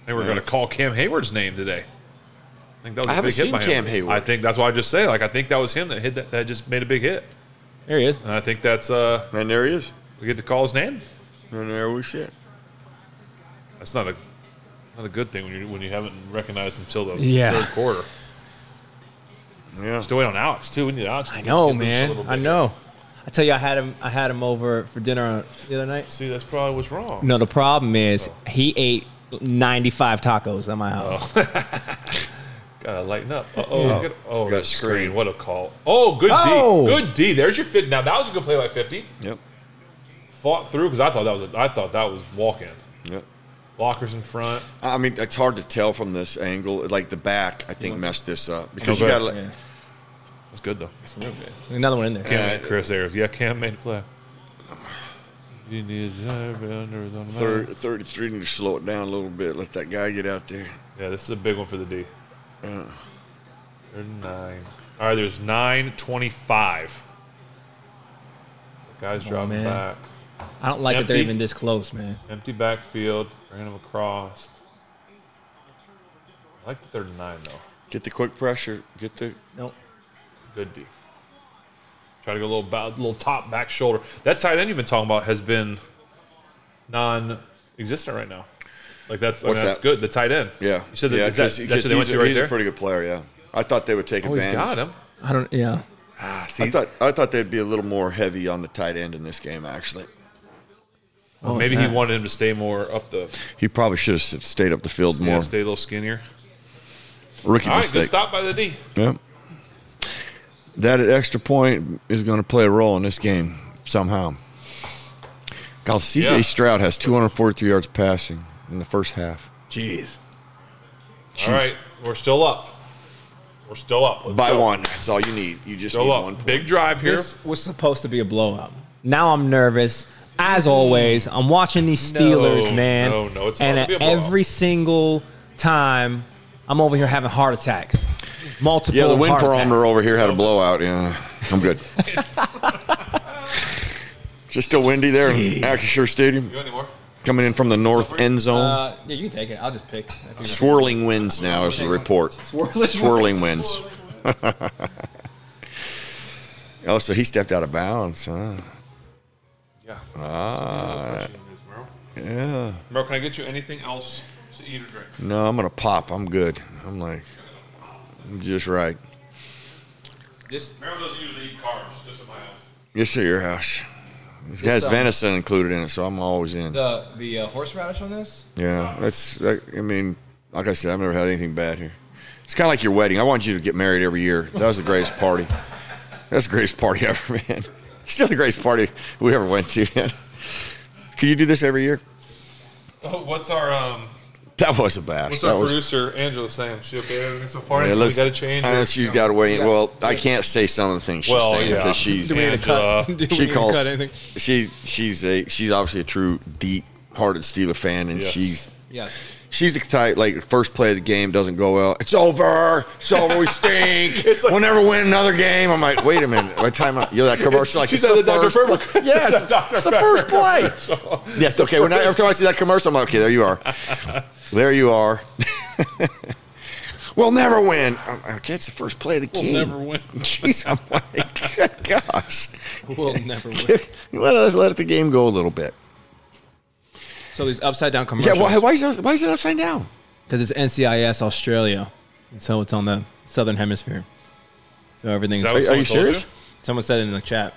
C: They were going to
B: That's-
C: call Cam Hayward's name today. I think that was a
B: I haven't
C: big hit
B: seen
C: by him.
B: Cam Hayward.
C: I think that's why I just say like I think that was him that hit that, that just made a big hit.
A: There he is.
C: And I think that's uh
B: and there he is,
C: we get to call his name.
B: and there we sit.
C: That's not a not a good thing when you when you haven't recognized until the
A: Yeah.
C: third quarter.
B: Yeah,
C: Still wait on Alex too. We need Alex. To
A: I know,
C: get loose a
A: man.
C: little
A: I
C: bit.
A: know. I tell you, I had him. I had him over for dinner the other night.
C: See, that's probably what's wrong.
A: No, the problem is
C: Oh.
A: he ate ninety-five tacos at my house.
C: Gotta lighten up. Uh oh. Oh,
B: Got screened.
C: got screen. What a call. Oh, good
A: Oh!
C: D. Good D. There's your fit. Now that was a good play by fifty.
B: yep,
C: Fought through because I thought that was a, I thought that was walk in.
B: yep.
C: Blockers in front.
B: I mean, it's hard to tell from this angle. Like the back, I think messed this up because you
C: Okay.
B: got to.
A: Yeah.
C: That's good though.
A: Another one in there.
C: Cam,
B: Uh,
C: Chris Ayers. Yeah, Cam made a play. You need to drive under the mountain.
B: Third, third, three need to slow it down a little bit. Let that guy get out there.
C: Yeah, this is a big one for the D.
A: Uh.
C: Third and nine. All right, there's nine twenty-five. The guy's
A: on,
C: dropping
A: man.
C: back.
A: I don't like that they're
C: Empty.
A: even this close, man.
C: Empty backfield. Bringing him across. I like the third and nine though.
B: Get the quick pressure. Get the.
A: Nope.
C: Good D. Try to go a little bow, little top back shoulder. That tight end you've been talking about has been non-existent right now. Like that's I mean,
B: What's
C: that's
B: that?
C: good. The tight end.
B: Yeah,
C: You said that,
B: yeah,
C: is that,
B: 'cause-
C: that's what
B: 'cause
C: they went
B: he's,
C: to
B: a,
C: right
B: he's
C: there.
B: a pretty good player. Yeah, I thought they would take
C: oh, he's
B: advantage.
C: got him.
A: I don't. Yeah.
C: Ah, see,
B: I thought I thought they'd be a little more heavy on the tight end in this game. Actually,
A: Oh,
C: Maybe he
A: snap.
C: wanted him to stay more up the
B: he probably should have stayed up the field
C: yeah,
B: more.
C: stay a little skinnier.
B: Rookie
C: All right,
B: mistake.
C: good stop by the D.
B: Yep. That extra point is going to play a role in this game somehow. God, CJ
C: Yeah.
B: Stroud has 243 yards passing in the first half.
A: Jeez.
C: All right, we're still up. We're still up. Let's
B: By
C: go.
B: one, that's all you need. You just need
C: Still
B: one
C: up.
B: point.
C: Big drive here.
A: This was supposed to be a blowout. Now I'm nervous. As always, I'm watching these Steelers,
C: No,
A: man.
C: no, no, it's
A: and
C: hard to
A: at
C: be a blowout.
A: every single time, I'm over here having heart attacks. Multiple.
B: yeah, the wind
A: heart attacks.
B: barometer over here had a blowout. Yeah, I'm good. Is it still windy there in Acrisure Stadium?
C: You anymore?
B: Coming in from the north end zone.
A: Uh, yeah, you can take it. I'll just pick. if you-
B: Swirling winds now is the report.
A: Swirling
B: Swirling winds. Oh, so he stepped out of bounds, huh?
C: Yeah. Ah.
B: Yeah.
C: Merle, can I get you anything else to eat or drink?
B: No, I'm gonna pop. I'm good. I'm like, I'm just right.
C: This Merle doesn't usually eat carbs. Just at my house.
B: Just at your house. This has
A: uh,
B: venison included in it, so I'm always in.
A: The the uh, horseradish on this.
B: yeah, that's. I, I mean, like I said, I've never had anything bad here. It's kind of like your wedding. I want you to get married every year. That was the greatest party. That's the greatest party ever, man. Still the greatest party we ever went to. Man. Can you do this every year?
C: Oh, what's our um?
B: That was a bash.
C: What's
B: that
C: our
B: was.
C: producer Angela saying? She okay? with Everything so far?
B: Yeah,
C: Anything
B: let's-
C: we got to change.
B: uh,
C: or-
B: she's got to weigh in. Well, I can't say some of the things she's
C: Well,
B: saying
C: yeah.
B: because she's
C: Do we need to cut- Angela.
A: Do
B: she calls
A: cut anything?
B: she she's a she's obviously a true deep hearted Steeler fan and
C: Yes.
B: she's
A: Yes.
B: she's the type like first play of the game doesn't go well it's over it's over we stink
C: It's like-
B: we'll never win another game I'm like wait a minute what time out you know that commercial like
C: She's
B: it's
C: at the
B: the
C: Dr.
B: first
C: Pepper.
B: play. yes it's,
C: Dr.
B: it's the
C: Pepper
B: first play yes okay when I, every time I see that commercial I'm like okay there you are there you are we'll never win I'm, okay it's the first play of the game
C: never win.
B: jeez I'm like good gosh
A: We'll never win.
B: let us let the game go a little bit.
A: So these upside down
B: Yeah,
A: commercials.
B: why, why, is, it, why is it upside down?
A: Because it's NCIS Australia, and so it's on the southern hemisphere. So everything's.
C: Is that
B: Are,
C: what
B: are you
C: someone told
B: serious?
A: Someone said it in the chat.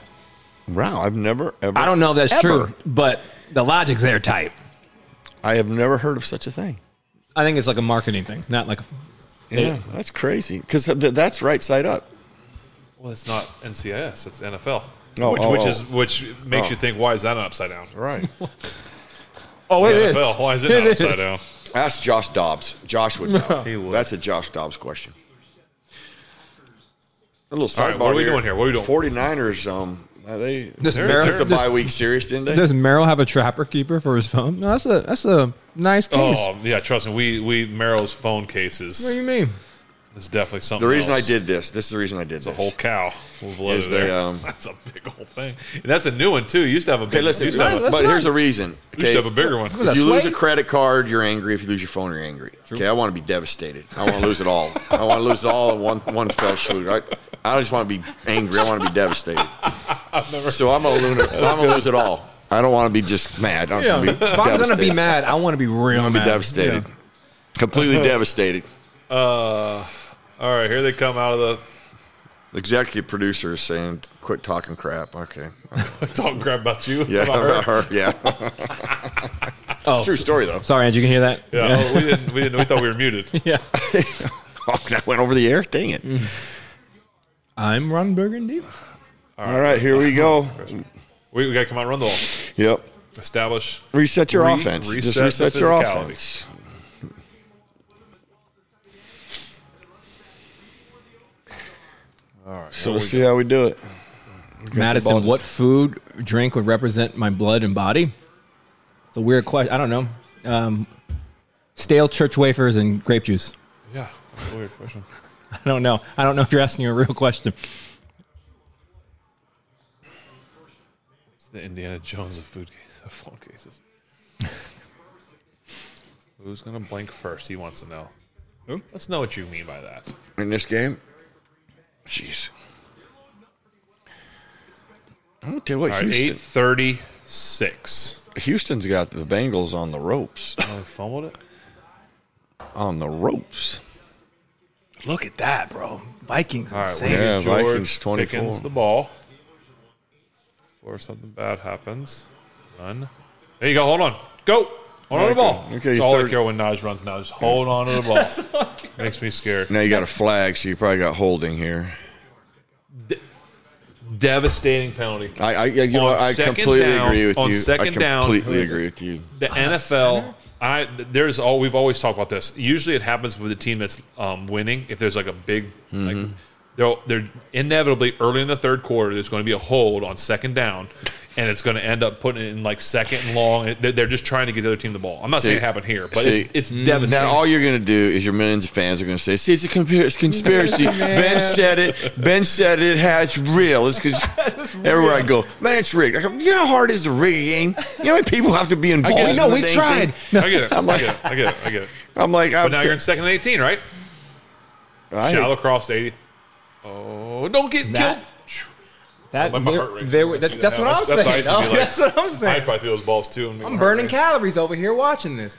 B: Wow, I've never ever.
A: I don't know if that's
B: Ever.
A: true, but the logic's there tight.
B: I have never heard of such a thing.
A: I think it's like a marketing thing, not like a,
B: Yeah, that's crazy because th- that's right side up.
C: Well, it's not NCIS; it's NFL.
B: Oh,
C: which
B: oh,
C: which
B: oh.
C: is which makes
B: Oh.
C: you think, why is that an upside down?
B: Right.
A: oh, it is.
C: NFL, why is it, not upside down?
B: Ask Josh Dobbs. Josh would know.
C: He would.
B: That's a Josh Dobbs question. A little sidebar.
C: All right, what are we doing here? What are we doing?
B: 49ers, um, uh, they
A: Does
C: They're-
A: Merrill,
C: they're-
B: took the
A: does-
B: bye week serious, didn't they?
A: does Merrill have a trapper keeper for his phone? No, that's a that's a nice case.
C: Oh yeah, trust me. We we Merrill's phone cases
A: What do you
C: is
A: mean?
C: definitely something.
B: The reason I
C: else.
B: did this, this is the reason I did this.
C: whole cow was loaded
B: Is the,
C: there.
B: um,
C: that's a big old thing. And that's a new one too. You used to have a big.
B: okay, listen,
C: you used to have a,
A: that's
B: but
A: not-
B: here's the reason.
C: you used
B: Okay,
C: to have a bigger one.
A: was
B: if
A: that,
B: you lose a
A: Slade?
B: credit card, you're angry. If you lose your phone, you're angry. Okay, I want to be devastated. I want to lose it all. I want to lose it all in one one fell swoop. I, I just want to be angry. I want to be devastated. so I'm a lunar. I'm gonna lose it all. I don't want to be just mad. I'm just gonna be
A: If I'm gonna be
B: devastated.
A: mad, I want to be real
B: I'm gonna
A: mad.
B: be devastated. Completely devastated.
C: All right, here they come out of
B: Executive producer is saying, "Quit talking crap." Okay.
C: the talking crap about you.
B: Yeah.
C: about her.
B: Yeah. it's a
A: Oh.
B: true story though.
A: Sorry, Andrew, you can hear that?
C: Yeah, oh, we didn't. We didn't. We thought we were muted.
A: yeah.
B: Oh, that went over the air. Dang it!
A: Mm. I'm Ron Burgundy.
B: All right, here we go.
C: We, we got to come out and run the ball.
B: Yep.
C: Establish.
B: Reset your
C: Re-
B: offense. Just
C: reset the
B: reset your
C: physicality.
B: offense. All right. So we'll see how we do it. ball.
A: Madison, what food, drink would represent my blood and body? It's a weird question. I don't know. Um, stale church wafers and grape juice.
C: Yeah. Weird question.
A: I don't know. I don't know if you're asking a real question.
C: It's the Indiana Jones of food case, of phone cases. Who's gonna blink first? He wants to know.
A: Who?
C: Let's know what you mean by that.
B: In this game, jeez. I'm gonna tell you what
C: All right,
B: Houston.
C: eight thirty-six.
B: Houston's got the Bengals on the ropes. uh,
C: Oh, he fumbled it.
B: on the ropes.
A: Look at that, bro. Vikings.
C: All right,
A: insane.
C: well,
B: Yeah,
C: here's George
B: Vikings 24.
C: Pickens the ball before something bad happens. Run. There you go. Hold on. Go. Hold on to the ball.
B: Okay, okay,
C: That's all I
B: third-
C: care when Naj runs now. Just hold on to the ball. Makes me scared.
B: Now you got a flag, so you probably got holding here.
C: Devastating penalty.
B: I, I you know,
C: On
B: I
C: second
B: completely
C: down-
B: agree with
C: on
B: you. I
C: second down-
B: completely agree with you.
C: The NFL, I there's all we've always talked about this. Usually, it happens with a team that's um, winning. If there's like a big, like they're they're inevitably early in the third quarter, there's going to be a hold on second down, and it's going to end up putting it in like second and long. They're, they're just trying to get the other team the ball. I'm not saying it
B: See-
C: happened here, but
B: see,
C: it's, it's devastating.
B: Now all you're going to do is your millions of fans are going to say, "See, it's a compar- it's conspiracy." ben said it. Ben said it. Ha, it's real. It's cons- everywhere I go, man, it's rigged. I go, you know how hard it is to rig a game. You know how many people have to be involved.
A: it.
B: in
A: No,
B: the
A: Oh, we
B: dang
A: tried.
B: thing?
C: I get it.
B: I'm
C: I
B: like,
C: get it. I get it. I get it.
B: I'm like,
C: But now you're in second and 18, right? Shallow cross to 80. Oh, don't get
A: That-
C: killed.
A: That,
C: My- my
A: there-
C: heart rates
A: there-
C: when I
A: that-
C: see that
A: that's what
C: happen.
A: I'm saying.
C: That's- that's what I used to be
A: no?
C: like.
A: That's what I'm
C: I
A: saying.
C: probably threw those balls too. and make my
A: I'm
C: heart
A: burning
C: race.
A: calories over here watching this.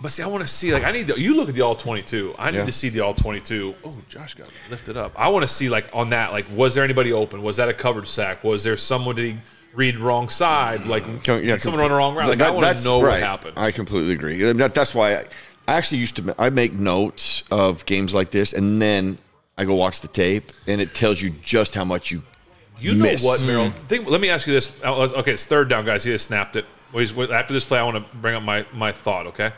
C: But see, I want to see like I need to. You look at the all twenty two. I need
B: Yeah.
C: to see the all twenty two. Oh, Josh got lifted up. I want to see like on that. Like, was there anybody open? Was that a coverage sack? Was there someone did he read wrong side? Like,
B: Don't- yeah,
C: did someone
B: com-
C: run the wrong route? Like, I
B: that-
C: want to
B: that's
C: know what
B: right.
C: happened.
B: I completely agree. That- that's why I, I actually used to. ma- I make notes of games like this, and then I go watch the tape, and it tells you just how much you.
C: you know
B: miss.
C: what, Merrill? Think, let me ask you this. Uh, let's- Okay, it's third down, guys. He just snapped it. Wait, wait, After this play, I want to bring up my my thought. Okay,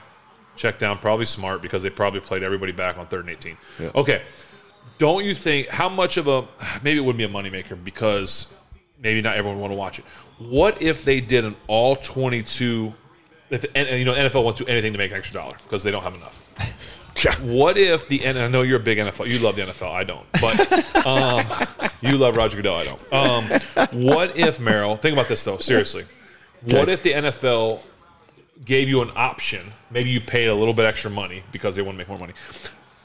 C: check down. Probably smart because they probably played everybody back on third and eighteen. Okay. Don't you think how much of a maybe it would be a moneymaker because maybe not everyone want to watch it. What if they did an all twenty two? If and, and, you know NFL wants to do anything to make an extra dollar because they don't have enough. What if the and I know you're a big NFL, you love the NFL, I don't, but um, you love Roger Goodell, I don't. Um, what if Merrill? Think about this though, seriously. What
B: Okay.
C: if the NFL gave you an option? Maybe you paid a little bit extra money because they want to make more money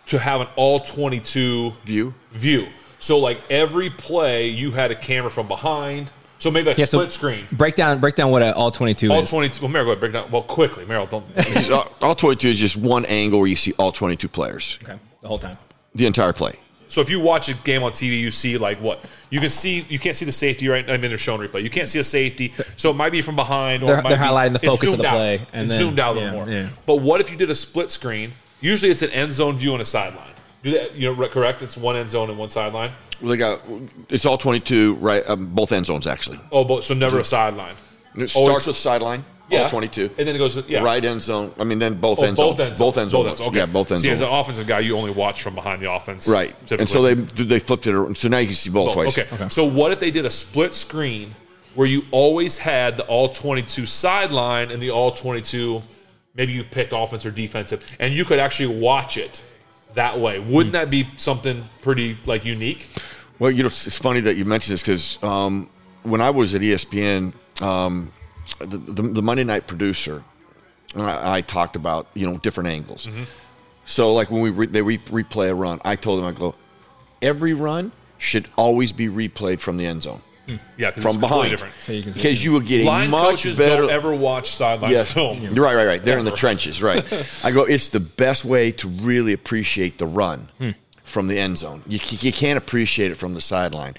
C: to have an all twenty-two
B: View.
C: view. So like every play, you had a camera from behind. So maybe like
A: Yeah, so
C: split screen.
A: Break down, break down what a all 22
C: All
A: is.
C: twenty-two. Well, Merrill, go ahead, break it down. Well, quickly, Merrill, don't.
B: all, all 22 is just one angle where you see all 22 players
A: okay, the whole time.
B: the entire play
C: So if you watch a game on TV, you see like what you can see. You can't see the safety right. I mean, they're showing replay. You can't see a safety, so it might be from behind. Or
A: They're-
C: it might
A: they're
C: be-
A: highlighting the
C: it's
A: focus of
C: zoomed
A: the
C: out.
A: play, and
C: It's
A: then-
C: zoomed out a
A: yeah,
C: little more.
A: yeah.
C: But what if you did a split screen? Usually, it's an end zone view and a sideline. Do that, you know, correct? It's one end zone and one sideline.
B: They got it's all twenty two right, um, both end zones actually.
C: Oh, but so never a sideline.
B: And It starts
C: Always-
B: with sideline, all twenty two,
C: and then it goes to- yeah.
B: right end zone. I mean, then both
C: Oh,
B: end
C: both
B: zones,
C: ends.
B: both end zones, yeah, both end
C: See,
B: zones,
C: as an offensive guy, you only watch from behind the offense,
B: right.
C: typically.
B: And so they they flipped it. around. So now you can see both,
C: Oh,
B: ways.
C: Okay. So what if they did a split screen where you always had the all 22 sideline and the all 22 maybe you picked offense or defensive and you could actually watch it that way. Wouldn't that be something pretty like unique?
B: Well, you know, it's it's funny that you mentioned this because um, when I was at ESPN, um, the, the, the Monday night producer, and I, I talked about you know different angles.
A: Mm-hmm.
B: So, like when we re- they re- replay a run, I told them I go, every run should always be replayed from the end zone,
A: Hmm.
C: Yeah, cuz
B: from behind,
C: different.
A: So you can see
B: because you will get a
C: Line
B: much
C: coaches
B: better.
C: don't ever watch sideline
B: Yes.
C: film.
B: You're Right, right, right. They're in the trenches, right. I go, it's the best way to really appreciate the run from the end zone. You, c- you can't appreciate it from the sideline.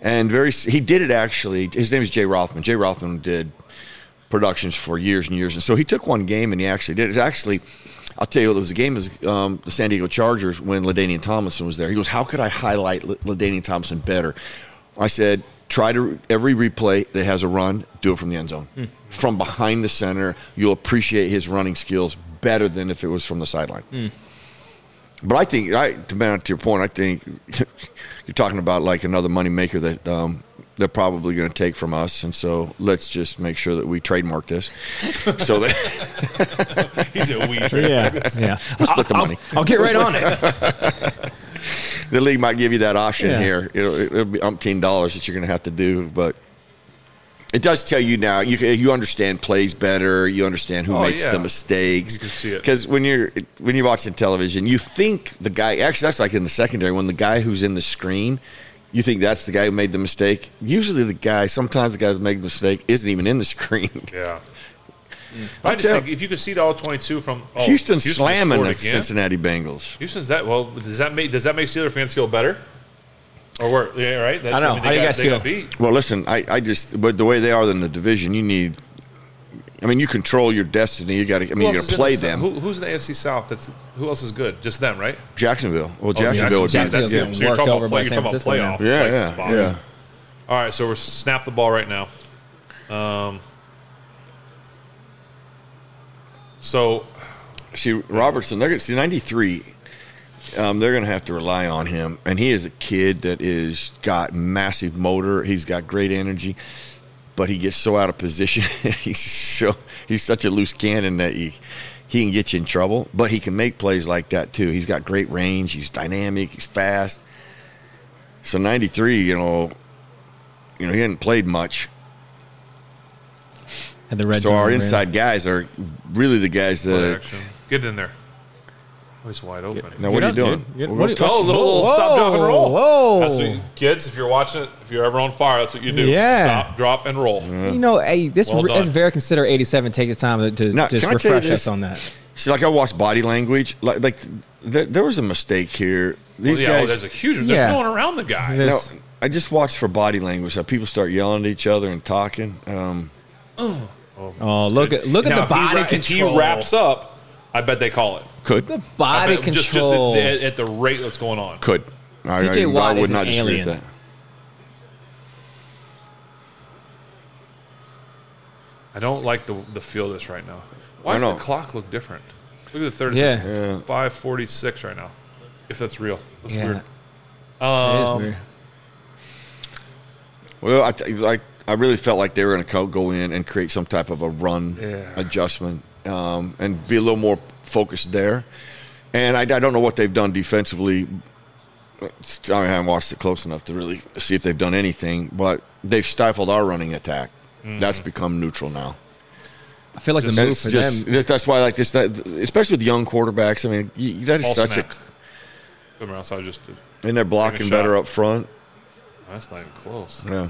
B: And very, s- he did it actually. His name is Jay Rothman. Jay Rothman did productions for years and years. And so he took one game and he actually did it. It's actually, I'll tell you, what, it was a game, it was, um, the San Diego Chargers when LaDainian Tomlinson was there. He goes, How could I highlight La- LaDainian Thompson better? I said, Try to, every replay that has a run, do it from the end zone. From behind the center, you'll appreciate his running skills better than if it was from the sideline. But I think, I, to man, to your point, I think you're talking about like another moneymaker that um, they're probably going to take from us. And so let's just make sure that we trademark this. So that,
C: He's a weed.
A: Yeah, yeah.
B: split the
A: I'll-
B: money.
A: I'll, I'll get right on it.
B: the league might give you that option
A: Yeah.
B: here. It'll, it'll be umpteen dollars that you're going to have to do. But it does tell you now, you, can- you understand plays better. You understand who
C: Oh,
B: makes
C: yeah.
B: the mistakes.
C: You can see it.
B: Because when you're, when you're watching television, you think the guy, actually, that's like in the secondary, when the guy who's in the screen, you think that's the guy who made the mistake. Usually, the guy, sometimes the guy that made the mistake isn't even in the screen.
C: Yeah. I just
B: tell-
C: think if you could see the all 22 from oh,
B: Houston slamming
C: scored
B: the
C: again.
B: Cincinnati Bengals.
C: Houston's that well. Does that make does that make Steeler fans feel better? Or work? Yeah, right. That,
A: I don't know.
C: mean,
A: How do you
C: they got-
A: guys
C: they got
A: feel?
C: beat.
B: Well, listen, I, I just but the way they are in the division, you need. I mean, you control your destiny. You got to. I mean,
C: Who
B: you got
C: else
B: to
C: is
B: play
C: in the-
B: them.
C: Who, who's in the AFC South? That's who else is good? Just them, right?
B: Jacksonville. Well,
C: Oh,
B: Jacksonville would be.
A: Jacksonville's
C: That's it.
A: getting
C: So you're
A: worked
C: talking
A: over
C: about, play,
A: by San
C: you're talking about
A: Francisco now.
C: playoff
B: Yeah,
C: like,
B: yeah,
C: spots.
B: yeah.
C: All right, so we're snap the ball right now. Um, so
B: See Robertson. They're gonna see ninety three. Um, they're going to have to rely on him, and he is a kid that is got massive motor. He's got great energy, but he gets so out of position. he's so he's such a loose cannon that he he can get you in trouble. But he can make plays like that too. He's got great range. He's dynamic. He's fast. So ninety three, you know, you know he hadn't played much.
A: And the red
B: so
A: zone
B: our
A: ran.
B: inside guys are really the guys that.
C: action. Get in there. Oh, he's wide open.
B: Now what
A: Get
B: are you
A: up,
B: doing?
A: dude. Get-
B: We're
A: what
B: gonna
A: do you-
B: touch
C: Oh,
B: him.
C: little, little
A: Whoa,
C: stop, drop, and roll.
A: whoa.
C: That's what you- kids, if you're watching it, if you're ever on fire, that's what you do.
A: Yeah.
C: Stop, drop, and roll.
A: You know, hey, this
C: Well
A: re-
C: done.
A: it's very considerate. Eighty-seven take the time to, to
B: Now,
A: just
B: can I tell you
A: refresh us
B: this?
A: on that.
B: See, like I watched body language. Like, like th- there was a mistake here.
C: Well,
B: These
C: yeah, oh,
B: guys.
C: there's a huge one. There's
A: Yeah.
C: going around the guy.
A: There's-
B: No, I just watched for body language. How people start yelling at each other and talking. Um,
A: Oh, look at look at the
C: Now,
A: body
C: if he, ra-
A: control.
C: If he wraps up, I bet they call it.
B: could
A: the
C: I
A: body
C: bet- just- just at-
A: control.
C: at, at the rate that's going on.
B: could. I,
A: TJ Watt is an alien.
B: that.
C: I don't like the the feel of this right now. Why
B: I
C: does the
B: know.
C: clock look different? Look at the third.
A: Yeah.
C: It's five forty six right now. If that's real, that's
A: yeah,
C: weird.
A: it is
C: Um,
A: weird.
B: Well, I t- like I really felt like they were going to go in and create some type of a run
C: Yeah.
B: adjustment um, and be a little more focused there. And I, I don't know what they've done defensively. It's- I, mean, I haven't watched it close enough to really see if they've done anything, but they've stifled our running attack.
C: Mm-hmm.
B: That's become neutral now.
A: I feel like the
B: And
A: move
B: it's
A: for
B: just
A: them.
B: that's why like this, that, especially with young quarterbacks. I mean, you, that is
C: All
B: such
C: smack. Somewhere else, I was just.
B: a, and they're blocking
C: shot.
B: better up front.
C: That's not even close.
B: Yeah.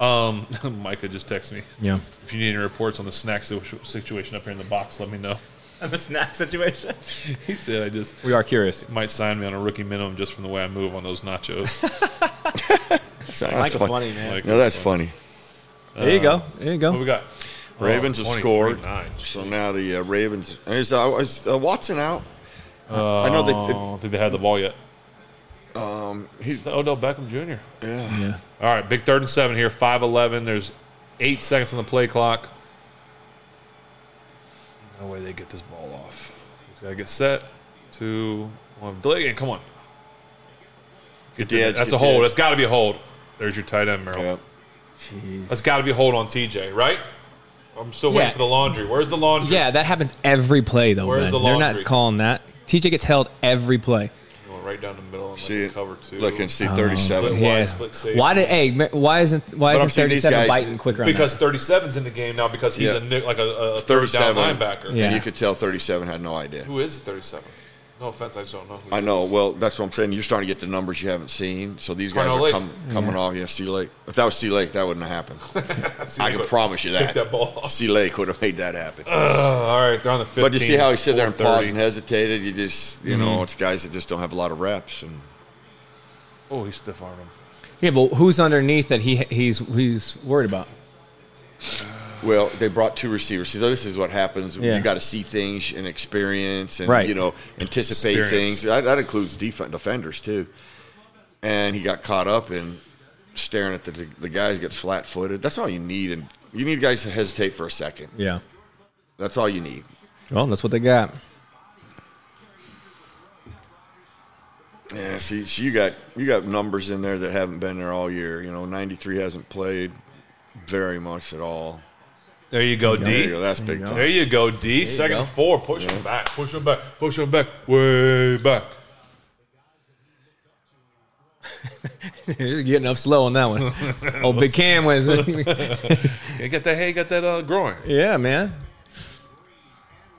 C: Um, Micah just texted me.
A: Yeah,
C: If you need any reports on the snack situ- situation up here in the box, let me know.
A: on the snack situation.
C: He said, "I just
A: We are curious.
C: might sign me on a rookie minimum just from the way I move on those nachos."
A: Like
B: That's
A: a funny man.
C: Like,
B: No, that's funny.
A: there you go. There you
C: What
A: go.
C: we got?
B: Ravens
C: Oh,
B: have scored.
C: 23-9.
B: So now the uh, Ravens is, uh, is uh, Watson out. I know
C: Oh, I
B: they. they
C: don't think they had the ball yet.
B: Um, he,
C: Is that Odell Beckham Jr.
B: yeah.
C: All right, big third and seven here, 5 11. There's eight seconds on the play clock. No way they get this ball off. He's got to get set. Two, one. Delay again. Come on. Get
B: the edge,
C: That's
B: get
C: a
B: the
C: hold.
B: edge.
C: That's got to be a hold. There's your tight end, Merrill.
B: yeah.
C: That's got to be a hold on TJ, right? I'm still waiting
A: Yeah.
C: for the laundry. Where's the laundry?
A: Yeah, that happens every play though. man.
C: Where's the
A: They're
C: laundry?
A: not calling that. TJ gets held every play.
C: Going right down the middle and
B: See,
C: like cover two.
B: look and see 37.
C: Why
A: Yeah.
C: split safety?
A: Why did hey? ma- Why isn't why
B: But I'm
A: isn't
B: seeing
A: thirty
B: these
A: seven
B: guys-
A: biting quicker? On
C: Because 37's in the game now because he's
B: Yeah.
C: a ni- like a, a third down
B: 37.
C: linebacker.
A: Yeah.
B: And you could tell 37 had no idea.
C: Who is 37? No offense, I just don't know. Who
B: I
C: he
B: know.
C: is.
B: Well, that's what I'm saying. You're starting to get the numbers you haven't seen. So these guys
C: Cornell
B: are
C: Lake.
B: com- coming off. Yeah, Sea Lake. If that was Sea Lake, that wouldn't have happened.
C: See,
B: I can
C: but-
B: promise you
C: Pick that
B: that.
C: ball. off.
B: Sea Lake would have made that happen.
C: All right, they're on the 15.
B: But you see how he stood there and
C: 4:30.
B: paused and hesitated. You just, you know, it's guys that just don't have a lot of reps. And
C: Oh, he stiff armed him.
A: that? Yeah, but who's underneath that he he's he's worried about?
B: well, they brought two receivers. See, this is what happens. when
A: Yeah.
B: You got to see things and experience, and
A: Right.
B: you know, anticipate
C: Experience.
B: things. That, that includes def- defenders too. And he got caught up in staring at the the guys gets flat footed. That's all you need, and you need guys to hesitate for a second.
A: Yeah.
B: That's all you need.
A: Well, that's what they got.
B: Yeah, see, so you got you got numbers in there that haven't been there all year. You know, ninety three hasn't played very much at all.
C: There you go,
B: There
C: D.
B: you go. That's big time.
C: There you go, D. Second
A: go.
C: and four. Push him back.
F: Push him back. Push him back. Way back.
A: You're getting up slow on that one. oh, Big Cam was.
C: You got that, hey, you got that uh, groin.
A: yeah, man.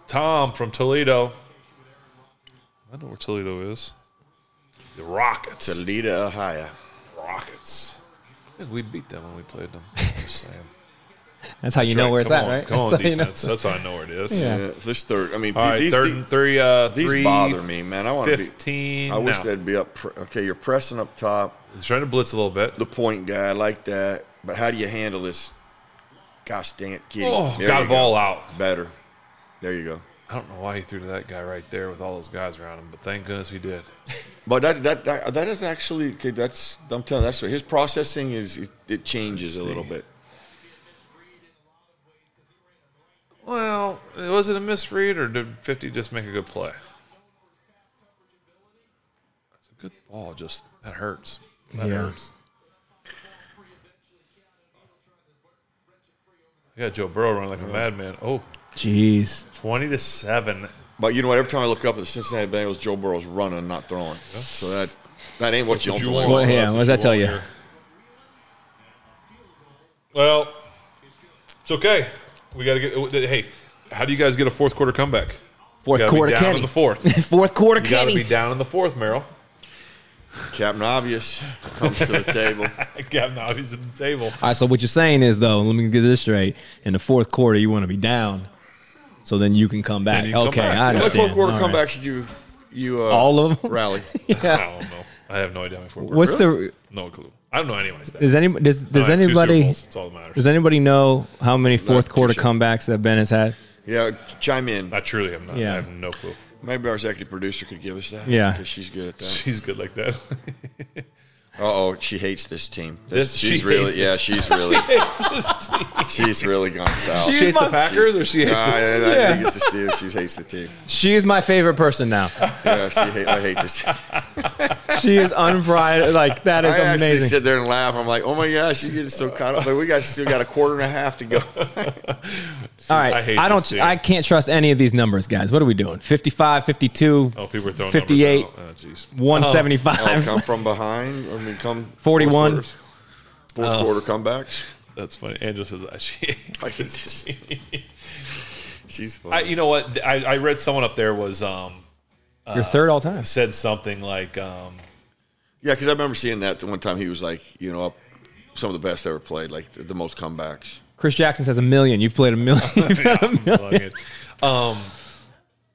C: Tom from Toledo. I know where Toledo is. The Rockets.
B: Toledo, Ohio.
C: Rockets. I think we beat them when we played them. Just saying.
A: That's how you know
C: Right,
A: where it's
C: come
A: at,
C: on,
A: right?
C: Come on,
A: That's how you know.
C: defense. That's how I know where it is.
A: Yeah.
B: Yeah, this third. I mean,
C: All right,
B: these,
C: third and three. Uh,
B: these
C: three
B: bother me, man. I wanna be-
C: 15
B: I wish
C: now.
B: they'd be up. Pr- okay, you're pressing up top.
C: He's trying to blitz a little bit.
B: The point guy, I like that. But how do you handle this? Gosh dang it, Kitty.
C: Oh,
B: There
C: got a
B: you
C: ball
B: go.
C: out.
B: Better. There you go.
C: I don't know why he threw to that guy right there with all those guys around him, but thank goodness he did.
B: But that that that, that is actually okay, that's I'm telling you, that's his processing is it, it changes a little bit.
C: Well, was it a misread or did 50 just make a good play? That's a good ball. Just that hurts. That
A: Yeah.
C: hurts. Yeah, Joe Burrow running like a madman. Oh,
A: Jeez.
C: 20 to 7.
B: But you know what? Every time I look up at the Cincinnati Bengals, Joe Burrow's running, not throwing. So that that ain't what you
C: what
B: want
C: you
B: to
C: want.
B: want.
A: What, yeah, what does that tell you?
C: Well,
F: It's okay.
C: we got to get. Hey, how do you guys get a fourth quarter comeback?
A: Fourth
C: Gotta be
A: quarter,
C: down in
A: Kenny.
C: the fourth.
A: fourth quarter,
C: You got to
A: Kenny.
C: be down in the fourth, Merrill.
B: Captain Obvious comes to the table.
C: Gavin Obvious at the table.
A: All right, so what you're saying is though, let me get this straight. In the fourth quarter, you want to be down, so then you can come back.
C: Then you come
A: okay,
C: back.
A: I
C: How
B: How
C: many
B: many
A: understand.
B: fourth quarter
A: All right.
B: comebacks did you you uh,
A: All of 'em?
B: rally?
C: I don't know. I have no idea how many fourth quarter.
A: What's
C: No clue. I don't know any of my stats.
A: the? Does any does, does
C: I have two Super
A: anybody
C: Bowls. That's all that matters.
A: does anybody know how many fourth
B: two
A: quarter
B: shows.
A: comebacks that Ben has had?
B: Yeah, chime in.
C: I truly am not.
A: Yeah.
C: I have no clue.
B: Maybe our executive producer could give us that.
A: Yeah.
B: because she's good at that.
C: She's good like that.
B: Uh oh, she hates this team.
C: This-
B: This,
C: she
B: she's
C: hates
B: really
C: this
B: yeah,
C: team.
B: she's really she's really gone south.
C: She hates the Packers or she hates
B: Nah, I,
C: the
B: I
A: Yeah.
B: think it's the Steelers. She hates the team.
A: She is my favorite person now.
B: Yeah, she hate, I hate this. Team.
A: she is unbridled. Like that is
B: I actually
A: amazing.
B: sit there and laugh. I'm like, oh my gosh, you get so caught up. Like we got still got a quarter and a half to go.
A: All right,
C: I
A: I,
C: hate
A: don't.
C: this team.
A: I can't trust any of these numbers, guys. What are we doing? 55, 52,
C: Oh, people are throwing
A: 58,
C: numbers out. Oh, jeez.
A: 175,
B: Oh, come from behind. I mean, come
A: 41.
B: fourth quarters, fourth
A: Oh.
B: quarter comebacks.
C: That's funny. Angela says I- she hates
B: I hate
C: this
B: this
C: team.
B: She's funny.
C: I, you know what? I, I read someone up there was um
A: You're third all time.
C: said something like um
B: Yeah, because I remember seeing that the one time he was like, you know, up some of the best ever played, like the, the most comebacks.
A: Chris Jackson says a million. You've played a million. You've had a million.
C: um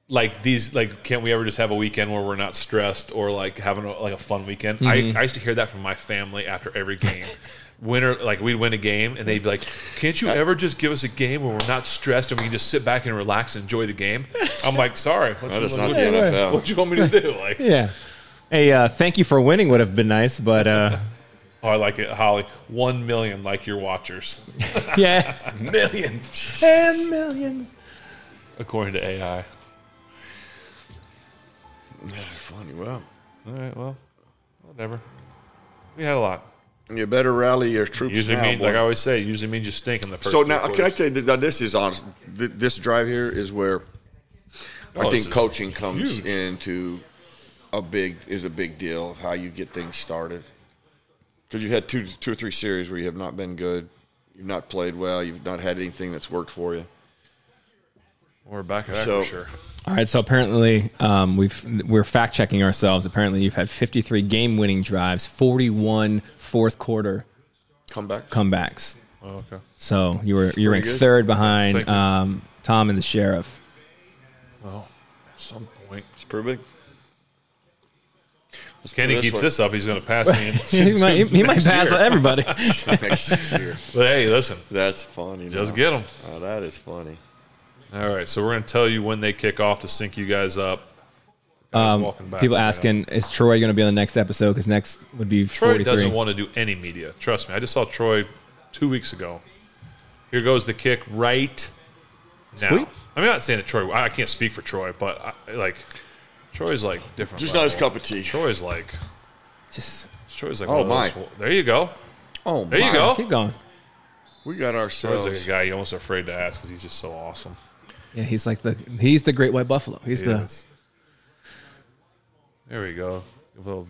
C: like these like can't we ever just have a weekend where we're not stressed or like having a, like a fun weekend
B: Mm-hmm.
C: I, I used to hear that from my family after every game winner like we'd win a game and they'd be like can't you ever just give us a game where we're not stressed and we can just sit back and relax and enjoy the game i'm like sorry what,
B: That
C: you,
B: is
C: what,
B: not
C: what
B: the
C: you-
B: NFL.
C: what you want me to do like
A: Yeah. Hey, uh, thank you for winning would have been nice, but uh,
C: oh i like it holly one million like your watchers
A: yeah,
C: millions
A: and millions.
C: according to ai
B: Yeah, funny. Well,
C: all right well whatever we had a lot
B: you better rally your troops
C: usually
B: now.
C: mean,
B: boy.
C: like i always say usually means you stink in the first
B: so
C: three
B: now, can I
C: quarters.
B: tell you that this is honest? th- This drive here is where I
C: Oh,
B: think
C: this is
B: coaching comes
C: huge.
B: into a big is a big deal of how you get things started. Because you've had two, two or three series where you have not been good, you've not played well, you've not had anything that's worked for you.
C: We're back at that
B: So-
C: for sure.
A: All right, so apparently um, we've we're fact checking ourselves. Apparently, you've had 53 game winning drives, 41 fourth quarter
B: Come back.
A: comebacks.
C: Oh, okay.
A: So you were you ranked
B: good.
A: third behind
C: Thank you.
A: um, Tom and the sheriff.
C: Well, at some point.
B: It's pretty big. Let's
C: Kenny
B: put it
C: keeps
B: way.
C: this up, he's going to pass me. in-
A: he might, he, might
C: next
A: pass
C: year.
A: everybody.
B: next year.
C: But hey, listen,
B: That's funny.
C: just
B: now.
C: get them.
B: Oh, that is funny.
C: All right, so we're going to tell you when they kick off to sync you guys up. Guys walking back
A: People
C: right now.
A: asking, is Troy going to be on the next episode? Because next would be
C: Troy
A: 43.
C: doesn't want to do any media. Trust me. I just saw Troy two weeks ago. Here goes the kick right now.
A: Sweet.
C: I mean, I'm not saying that Troy. I I can't speak for Troy, but I, like, Troy's like oh. different.
B: Just not his
C: level.
B: cup of tea.
C: Troy's like,
A: Just
C: Troy's like.
B: Oh,
C: one of those- There you go.
B: Oh,
C: There you
B: my.
C: go.
A: keep going.
B: We got
C: Troy's like
B: ourselves.
C: a guy you're almost afraid to ask because he's just so awesome.
A: Yeah, he's like the he's the great white buffalo. He's the
C: Yes. There we go. A little-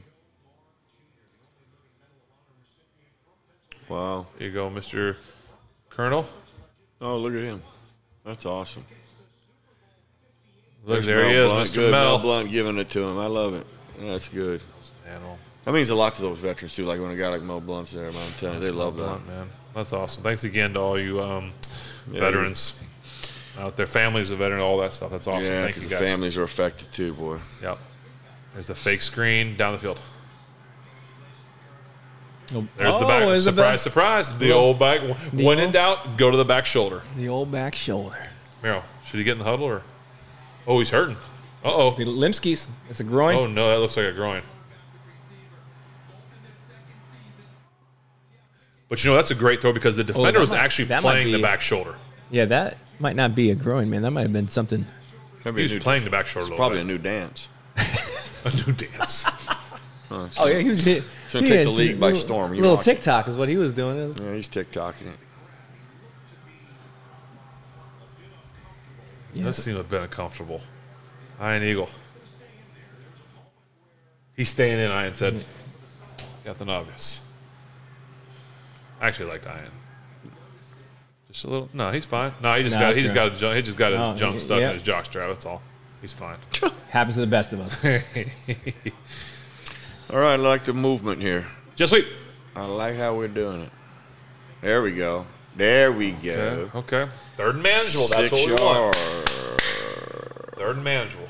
B: Wow.
C: there you go, Mr. Colonel.
B: Oh, look at him. That's awesome.
C: Look,
B: There's
C: there he
B: Mel
C: is,
B: Blunt.
C: Mr.
B: Good, Mel
C: Mel.
B: Blunt giving it to him. I love it. That's good.
C: Animal.
B: That means a lot to those veterans too. Like when a guy like Mel Blunt's there, man, I'm telling you, they love that.
C: Blunt, man. That's awesome. Thanks again to all you um, veterans out there, families of veterans, all that stuff. That's awesome.
B: Yeah,
C: Thank
B: because
C: you
B: the
C: guys.
B: families are affected too, boy.
C: Yep. There's the fake screen down the field. There's the
A: Oh,
C: back.
A: is it
C: Surprise, surprise. The old back. when in
A: old-
C: doubt, go to the back shoulder.
A: back- the old back shoulder.
C: Merrill, should he get in the huddle or? Oh, he's hurting. Uh oh.
A: The Limskys. It's a groin.
C: Oh no, that looks like a groin. But you know that's a great throw because the defender
A: Oh, that
C: was
A: might-
C: actually
A: that might
C: playing the
A: be-
C: back shoulder.
A: Yeah, that might not be a groin, man. That might have been something.
B: That'd be
C: He
B: a
C: was
B: new-
C: playing the back shoulder.
B: It's
C: a
B: probably a new
C: little
B: dance.
C: bit. a new dance.
A: Oh yeah, he was. He,
B: So take the league by storm. You
A: little
B: watch.
A: TikTok is what he was doing. It was-
B: Yeah, he's TikToking it.
A: Yeah.
C: That seemed a bit uncomfortable. Iron Eagle. He's staying in. Iron said,
A: Mm.
C: "Got the obvious." I actually liked Iron. Just a little. No, he's fine. No, he just
A: No,
C: got.
A: that's
C: He just
A: good.
C: got. A, ju- he just got his
A: No,
C: jump
A: he-
C: stuck
A: yeah.
C: in his jockstrap. That's all. He's fine.
A: Happens to the best of us.
B: All right, I like the movement here.
C: Just sweep.
B: I like how we're doing it. There we go. There we go.
C: Okay. Third and manageable. That's
B: Six
C: what we want.
B: yard.
C: Third and manageable.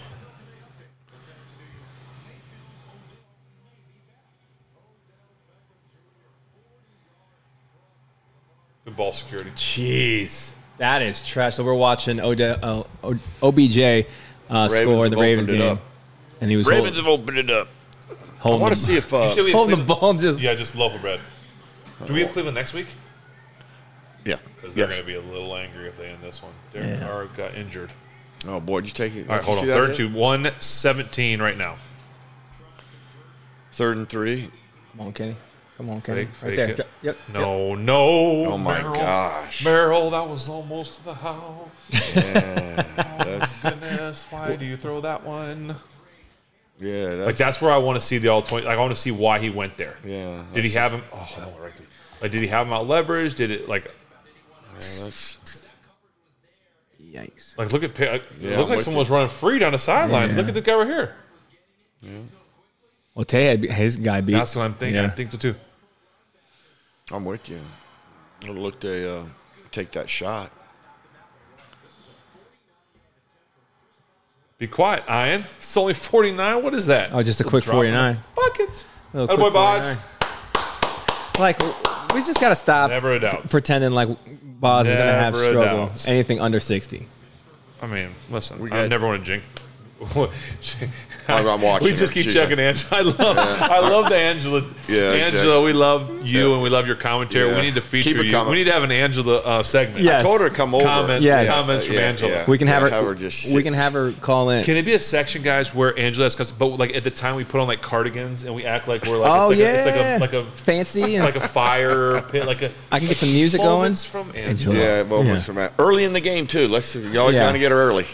C: Good ball security.
A: Jeez, that is trash. So we're watching Ode- uh, O- OBJ uh, score
B: have
A: the Ravens
B: opened it
A: game,
B: up.
A: and he was
B: Ravens
A: holding,
B: have opened it up. I
A: holding,
B: want to
A: the-
B: see if uh,
C: You see we have
A: holding the
C: Cleveland-
A: ball. Just
C: Yeah, just local bread. Do we have Cleveland next week?
B: yeah.
C: Because they're
B: Oh. Yes.
C: going to be a little angry if they end this one. They
A: Yeah.
C: are got injured.
B: Oh boy, did you take it?
C: All right,
B: did you
C: hold on.
B: see that
C: Third
B: hit?
C: to one seventeen right now.
B: Third and three.
A: Come on, Kenny. Come on, Kenny.
C: Fake,
A: right
C: fake
A: there.
C: it.
A: Yep, Yep.
C: No, no.
B: Oh my
C: Merrill.
B: gosh.
C: Merrill, that was almost the house.
B: That's,
C: Goodness, why do you throw that one?
B: yeah, that's,
C: Like that's where I want to see the all twenty. Like I want to see why he went there.
B: Yeah,
C: Did he
B: that's-
C: have him? Oh, that went right through. Like, did he have him out leverage? Did it like
B: that's
A: Yikes.
C: like look at Pitt- like,
B: Yeah,
C: it
B: I'm
C: looked like
B: with
C: someone was running free down the sideline. Look
A: Yeah.
C: at the guy right here.
A: Well, Tay had his guy beat.
C: That's what I'm thinking.
A: Yeah.
C: I'm thinking too.
B: I'm with you. I looked they uh, take that shot.
C: Be quiet, Ian. It's only 49. What is that?
A: Oh, just a
C: It's
A: quick
C: drop in a
A: 49.
C: Bucket.
A: Little
C: Attaboy,
A: quick
C: boss.
A: 49. Like we just gotta stop
C: Never a doubt.
A: pretending like Boz is gonna have
C: Never a
A: struggle.
C: doubt.
A: Anything under sixty.
C: I mean, listen,
B: We
C: I
B: got-
C: never want to jinx.
B: I'm- I'm watching
C: we just
B: her.
C: keep
B: She's
C: checking Angela. I love, I love the Angela.
B: Yeah,
C: Angela,
B: exactly.
C: we love you and we love your commentary.
B: Yeah.
C: We need to
B: Keep
C: feature
B: it
C: you.
B: coming.
C: We need to have an Angela uh, segment.
A: Yes.
B: I told her to come over.
C: Comments,
A: Yes.
C: comments from Angela.
A: We can have
B: Yeah,
A: her.
B: just
A: we
B: sit-
A: can have her call in.
C: Can it be a section, guys, where Angela has comes, but like at the time we put on like cardigans and we act like we're like,
A: oh
C: it's like
A: yeah,
C: a, it's like a like
A: fancy.
C: a
A: And
C: like a fire pit, like a
A: I can get some music going.
C: moments from Angela.
B: Yeah, moments
A: Yeah.
B: from that. Early in the game too. Let's you always
A: Yeah.
B: gotta get her early.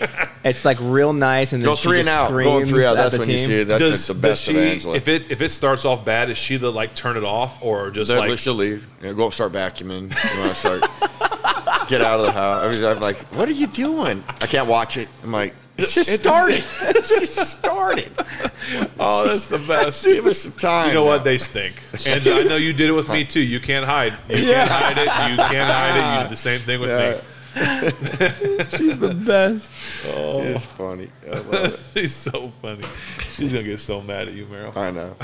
A: It's like real nice, and then
B: Go
A: she
B: three and
A: just
B: out. Go
A: screams
B: three out.
A: at
B: That's
A: the
B: when you
A: team.
B: see her. That's
C: Does-
B: the, the best
C: does
B: of
C: she-
B: Angela.
C: If it if it starts off bad, is she the like turn it off or just
B: Then
C: like
B: she'll leave. Yeah, go up, start vacuuming. You want to start get out of the house. I was, I'm like, what are you doing? I can't watch it. I'm like, it's just
C: It's-
B: started. it's just started.
C: Oh, that's the best.
B: Give us some time.
C: You know what?
B: now.
C: They stink. And I know you did it with me too. You can't hide. You can't hide it. You can't hide it. You did the same thing with
B: Yeah.
A: She's the best.
B: Oh. It's funny. I love it.
C: me. She's so funny. She's gonna get so mad at you, Meryl.
B: I know.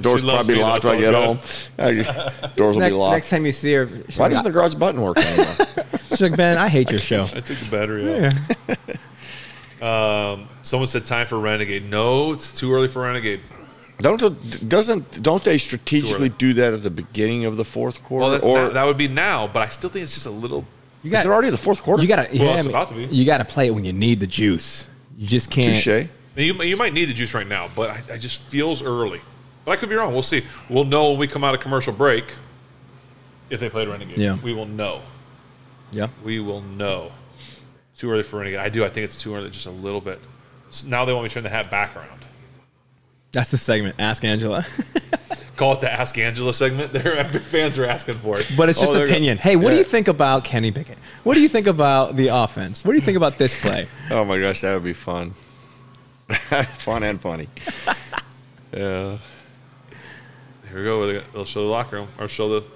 B: Doors
C: She loves
B: probably
C: me, though.
B: locked when I get home.
C: It's
B: I just, doors will
A: Next,
B: be locked.
A: next time you see her, she's
B: Why
A: like,
B: doesn't the garage button work? anymore?
A: she's like, Ben, I hate your show.
C: I took the battery out. Um, someone said time for Renegade. No, it's too early for Renegade.
B: Don't doesn't don't they strategically do that at the beginning of the fourth quarter?
C: Well, that's
B: or
C: that, that would be now, but I still think it's just a little.
A: You
B: is it already the fourth quarter?
A: You gotta. yeah,
C: it's
A: I mean,
C: about to be.
A: You gotta play it when you need the juice. You just can't.
B: touche.
C: You, you might need the juice right now, but I, I just feels early. But I could be wrong. We'll see. We'll know when we come out of commercial break if they played Renegade.
A: Yeah.
C: we will know.
A: Yeah.
C: We will know. Too early for Renegade. I do. I think it's too early, just a little bit. S now they want me to turn the hat back around.
A: That's the segment. Ask Angela.
C: Call it the Ask Angela segment. Their epic fans are asking for it.
A: But it's just
B: Oh, there you go.
A: opinion. Hey, what do
B: Yeah.
A: you think about Kenny Pickett? What do you think about the offense? What do you think about this play?
B: Oh my gosh, that would be fun. fun and funny. yeah.
C: Here we go. They'll show the locker room or show the.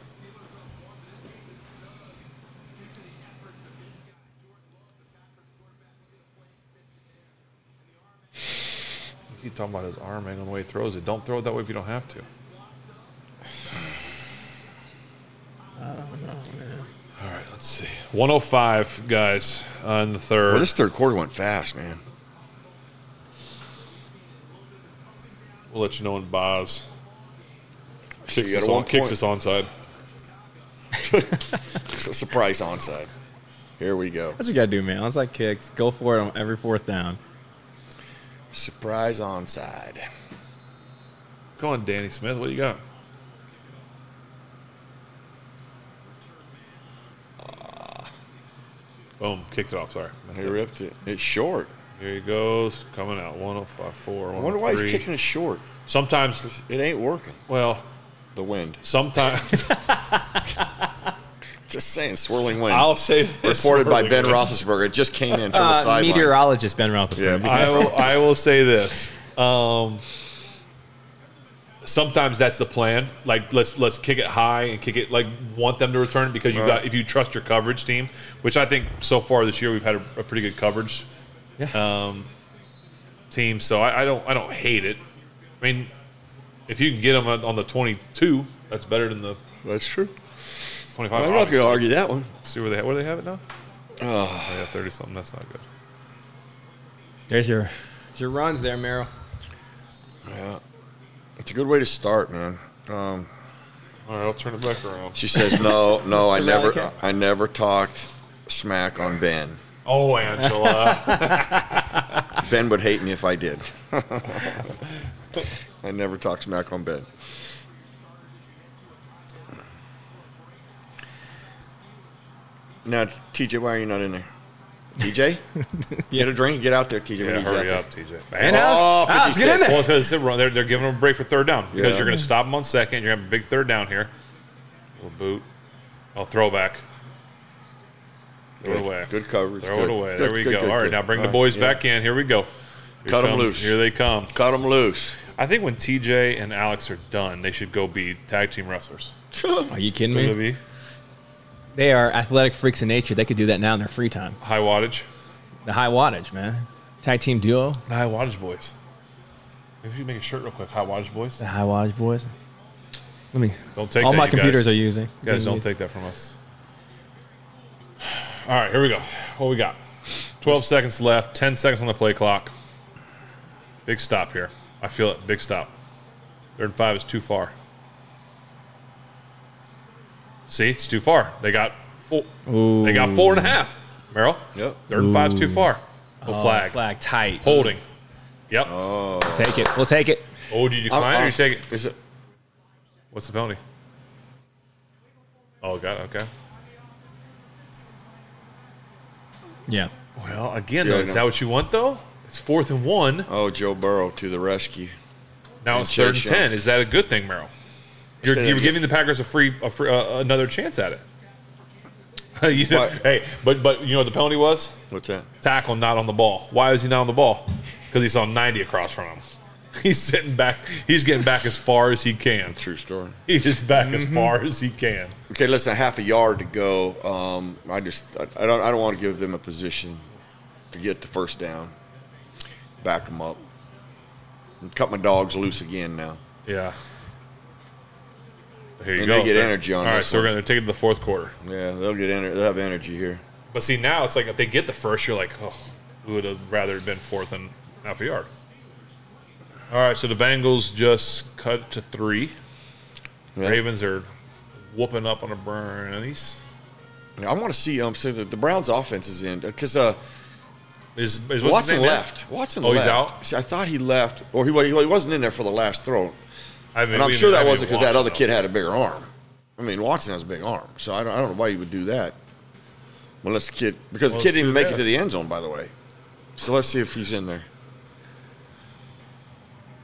C: Keep talking about his arm angle and the way he throws it. Don't throw it that way if you don't have to. All right, let's see. 105 guys on the third.
B: Well, this third quarter went fast, man.
C: we'll let you know when Boz
B: So
C: kicks, us, on, kicks us onside.
B: surprise onside. Here we go.
A: That's what you gotta do, man. Onside kicks. Go for it on every fourth down.
B: Surprise onside.
C: Go on, Danny Smith. What do you got? Boom. Kicked it off. Sorry. Messed
B: He
C: up.
B: ripped it. It's short.
C: Here he goes. Coming out. 105.4.
B: I wonder why he's kicking it short.
C: Sometimes,
B: It ain't working.
C: well,
B: The wind.
C: sometimes.
B: Just saying, swirling winds.
C: I'll say this.
B: Reported by
C: really
B: Ben
C: quick.
B: Roethlisberger. It just came in from the
A: Uh,
B: sideline.
A: meteorologist Ben
B: Yeah,
A: Roethlisberger.
B: me-
C: I will, I will say this. Um, sometimes that's the plan. Like let's let's kick it high and kick it like want them to return it because you got if you trust your coverage team, which I think so far this year we've had a, a pretty good coverage um, team. So I, I don't I don't hate it. I mean, if you can get them on, on the twenty two, that's better than the
B: That's true.
C: twenty
B: I'm not going to
C: five.
B: argue that one.
C: See where they ha- where they have it now. Oh, they have thirty something. That's not good.
A: There's your, there's your runs there, Merrill.
B: It's a good way to start, man. Um,
C: All right, I'll turn it back around.
B: she says, "No, no, I
A: Is that
B: never,
A: okay?
B: I never talked smack on Ben.
C: Oh, Angela.
B: Ben would hate me if I did. I never talked smack on Ben. Now, TJ, why are you not in there? TJ, get a drink. Get out there, TJ. We
C: Yeah,
B: need you
C: hurry
B: out
C: up, TJ.
A: And
C: oh,
A: Alex, Alex, get in
B: 56.
A: there.
C: well, because they're, they're, they're giving them a break for third down because
B: Yeah.
C: you're going to stop them on second. You're going to have a big third down here. Little boot. Oh, throwback. Throw
B: there.
C: it away.
B: Good coverage.
C: Throw
B: Good.
C: it away.
B: Good,
C: there we
B: good,
C: go.
B: good,
C: All right,
B: good.
C: now bring
B: All
C: the
B: right,
C: boys
B: yeah.
C: back in. Here we go. Here
B: Cut 'em
C: comes-
B: loose.
C: Here they come.
B: Cut them loose.
C: I think when TJ and Alex are done, they should go be tag team wrestlers.
A: Are you kidding
C: Go to
A: me?
C: be
A: They are athletic freaks in nature. They could do that now in their free time.
C: high wattage.
A: The high wattage, man. Tag team duo,
C: The High Wattage Boys. Maybe we should make a shirt real quick. High Wattage Boys.
A: the High Wattage Boys. Let me.
C: Don't take
A: all
C: that,
A: my
C: you
A: computers
C: guys.
A: are using.
C: You guys don't take that from us. All right, here we go. What we got? 12 seconds left, 10 seconds on the play clock. Big stop here. I feel it. Big stop. Third and five is too far. See, it's too far. They got four. They got four and a half. Merrill.
B: Yep.
C: Third and five's too far. No flag.
A: Flag tight.
C: Holding. Yep.
A: Take it. We'll take it.
C: oh, did you
B: I'm-
C: decline or
B: I'm-
C: you take it?
B: Is it?
C: What's the penalty? Oh, God. Okay.
A: Yeah.
C: Well, again,
B: Yeah,
C: though,
B: I
C: is
B: know.
C: that what you want though? It's fourth and one.
B: Oh, Joe Burrow to the rescue.
C: Now
B: And
C: it's third and
B: Chase Young.
C: ten. Is that a good thing, Merrill? You're,
B: Say that
C: you're
B: again.
C: giving the Packers a free, a free uh, another chance at it. you know-
B: What?
C: hey, but but you know what the penalty was?
B: What's that?
C: Tackle not on the ball. Why was he not on the ball? Because he saw ninety across from him. He's sitting back. He's getting back as far as he can.
B: True story.
C: He is back as
B: Mm-hmm.
C: far as he can.
B: Okay, less than half a yard to go. Um, I just I, I don't I don't want to give them a position to get the first down. Back them up. And cut my dogs loose again now.
C: Yeah. Here you
B: And
C: go.
B: they get
C: Fair.
B: energy on
C: All right,
B: this
C: so we're
B: one.
C: going to take it to the fourth quarter.
B: Yeah, they'll get ener- they'll have energy here.
C: But see, now it's like if they get the first, you're like, oh, we would have rather it been fourth and half a yard. All right, so the Bengals just cut to three.
B: Yeah.
C: Ravens are whooping up on the Brownies.
B: I want to see um so the, the Browns offense is in because uh
C: Is, is what's his
B: Watson
C: name in?
B: left. Watson
C: Oh, he's
B: left.
C: out?
B: See, I thought he left or he, well, he wasn't in there for the last throw.
C: I mean,
B: And I'm
C: we
B: sure
C: didn't
B: that
C: have
B: wasn't
C: any
B: because that
C: watch,
B: other
C: though.
B: kid had a bigger arm. I mean, Watson has a big arm, so I don't, I don't know why you would do that. Unless the kid, because
C: Well,
B: the kid didn't
C: see,
B: even make
C: yeah.
B: it to the end zone, by the way. So let's see if he's in there.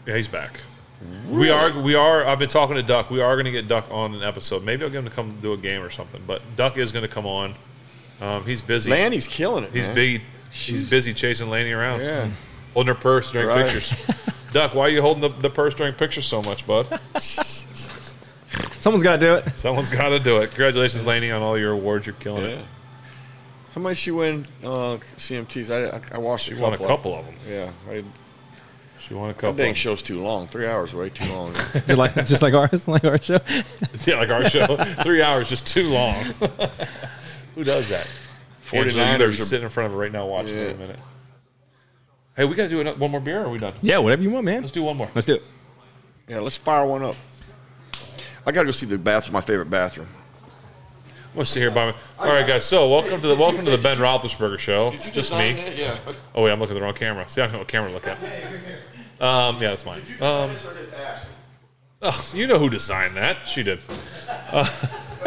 C: Yeah, he's back. We are, we are. I've been talking to Duck. We are going to get Duck on an episode. Maybe I'll get him to come do a game or something. But Duck is going to come on. Um, he's busy.
B: Man, he's killing it.
C: he's
B: man.
C: big. He's busy chasing Laney around.
B: Yeah.
C: holding her purse during
B: Right.
C: pictures. Duck, why are you holding the, the purse during pictures so much, bud?
A: Someone's got to do it.
C: Someone's got to do it. Congratulations, Laney, on all your awards. You're killing
B: Yeah.
C: it.
B: How much she win uh, CMTs? I, I, I watched
C: She
B: a
C: won a
B: couple.
C: couple of them.
B: Yeah, I,
C: She won a
B: that
C: couple.
B: dang
C: Of them.
B: show's too long. Three hours, way too long.
A: Just like, just like ours, like our show.
C: Yeah, like our show, three hours just too long. Who does that? Angela, you better be
B: 49ers are-
C: sitting in front of her right now watching.
B: Yeah.
C: Wait a minute. Hey, we got to do another, one more beer. Or are we done?
A: Yeah, whatever you want, man.
C: Let's do one more.
A: Let's do it.
B: yeah, let's fire one up. I gotta go see the bathroom. My favorite bathroom.
C: I'm gonna sit here by me. All right, guys. So welcome to the welcome to the Ben Roethlisberger show. It's just me.
B: Yeah.
C: Oh wait, I'm looking at the wrong camera. See, I don't know what camera to look at. Um, yeah, that's mine. Um, Oh, you know who designed that? She did. Uh,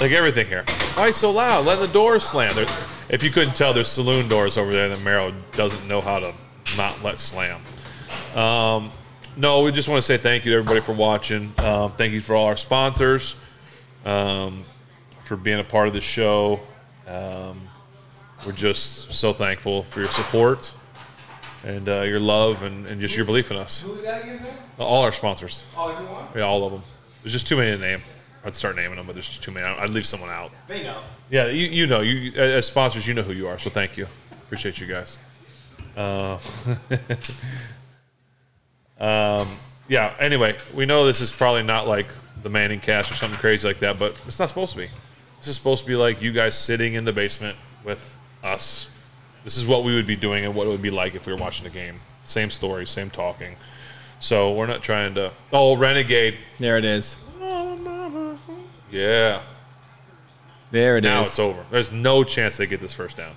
C: like everything here. Why so loud? Let the doors slam. There, if you couldn't tell, there's saloon doors over there that Merrill doesn't know how to not let slam. Um, no, we just want to say thank you to everybody for watching. Um, thank you for all our sponsors, um, for being a part of the show. Um, we're just so thankful for your support and uh, your love and, and just your belief in us.
D: Who's that again, man?
C: All our sponsors.
D: Oh, everyone?
C: Yeah, all of them. There's just too many to name. I'd start naming them, but there's just too many. I'd leave someone out.
D: They know.
C: Yeah, you, you know, you as sponsors, you know who you are. So thank you. Appreciate you guys. Uh, um, yeah. Anyway, we know this is probably not like the Manning Cash or something crazy like that, but it's not supposed to be. This is supposed to be like you guys sitting in the basement with us. This is what we would be doing and what it would be like if we were watching the game. Same story, same talking. So we're not trying to. Oh, renegade.
A: There it is.
C: Yeah.
A: There it is.
C: Now it's over. There's no chance they get this first down.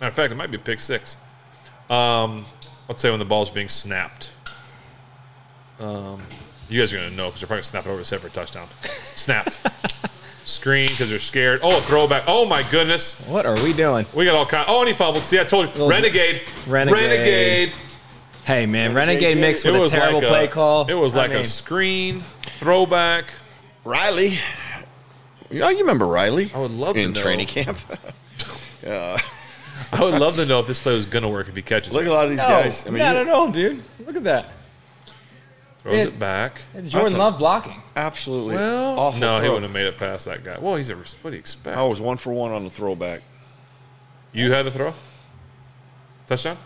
C: Matter of fact, it might be a pick six. Um, let's say when the ball's being snapped. Um, you guys are going to know because they're probably going to snap it over his head for a touchdown. Snapped. Screen because they're scared. Oh, a throwback. Oh, my goodness.
A: What are we doing?
C: We got all kind. Oh, and he fumbled. See, I told you.
A: Little-
C: Renegade.
A: Renegade.
C: Renegade.
A: Hey, man, Renegade mixed with a terrible
C: like
A: play call.
C: It was
A: I
C: like
A: mean,
C: a screen throwback.
B: Riley. Yeah, you remember Riley? I
C: would love to
B: in
C: know.
B: training camp.
C: I would love to know if this play was going to work if he catches
B: Look at
C: it.
B: a lot of these
A: No,
B: guys. I mean,
A: not
B: you-
A: at all, dude. Look at that.
C: Throws
A: Yeah.
C: it back.
A: And
B: That's
A: Jordan
B: a-
A: Love blocking.
B: absolutely
C: Well,
B: awful.
C: no, he
B: throw.
C: wouldn't have made it past that guy. Well, he's a what do you expect?
B: I was one for one on the throwback.
C: you had to throw. Touchdown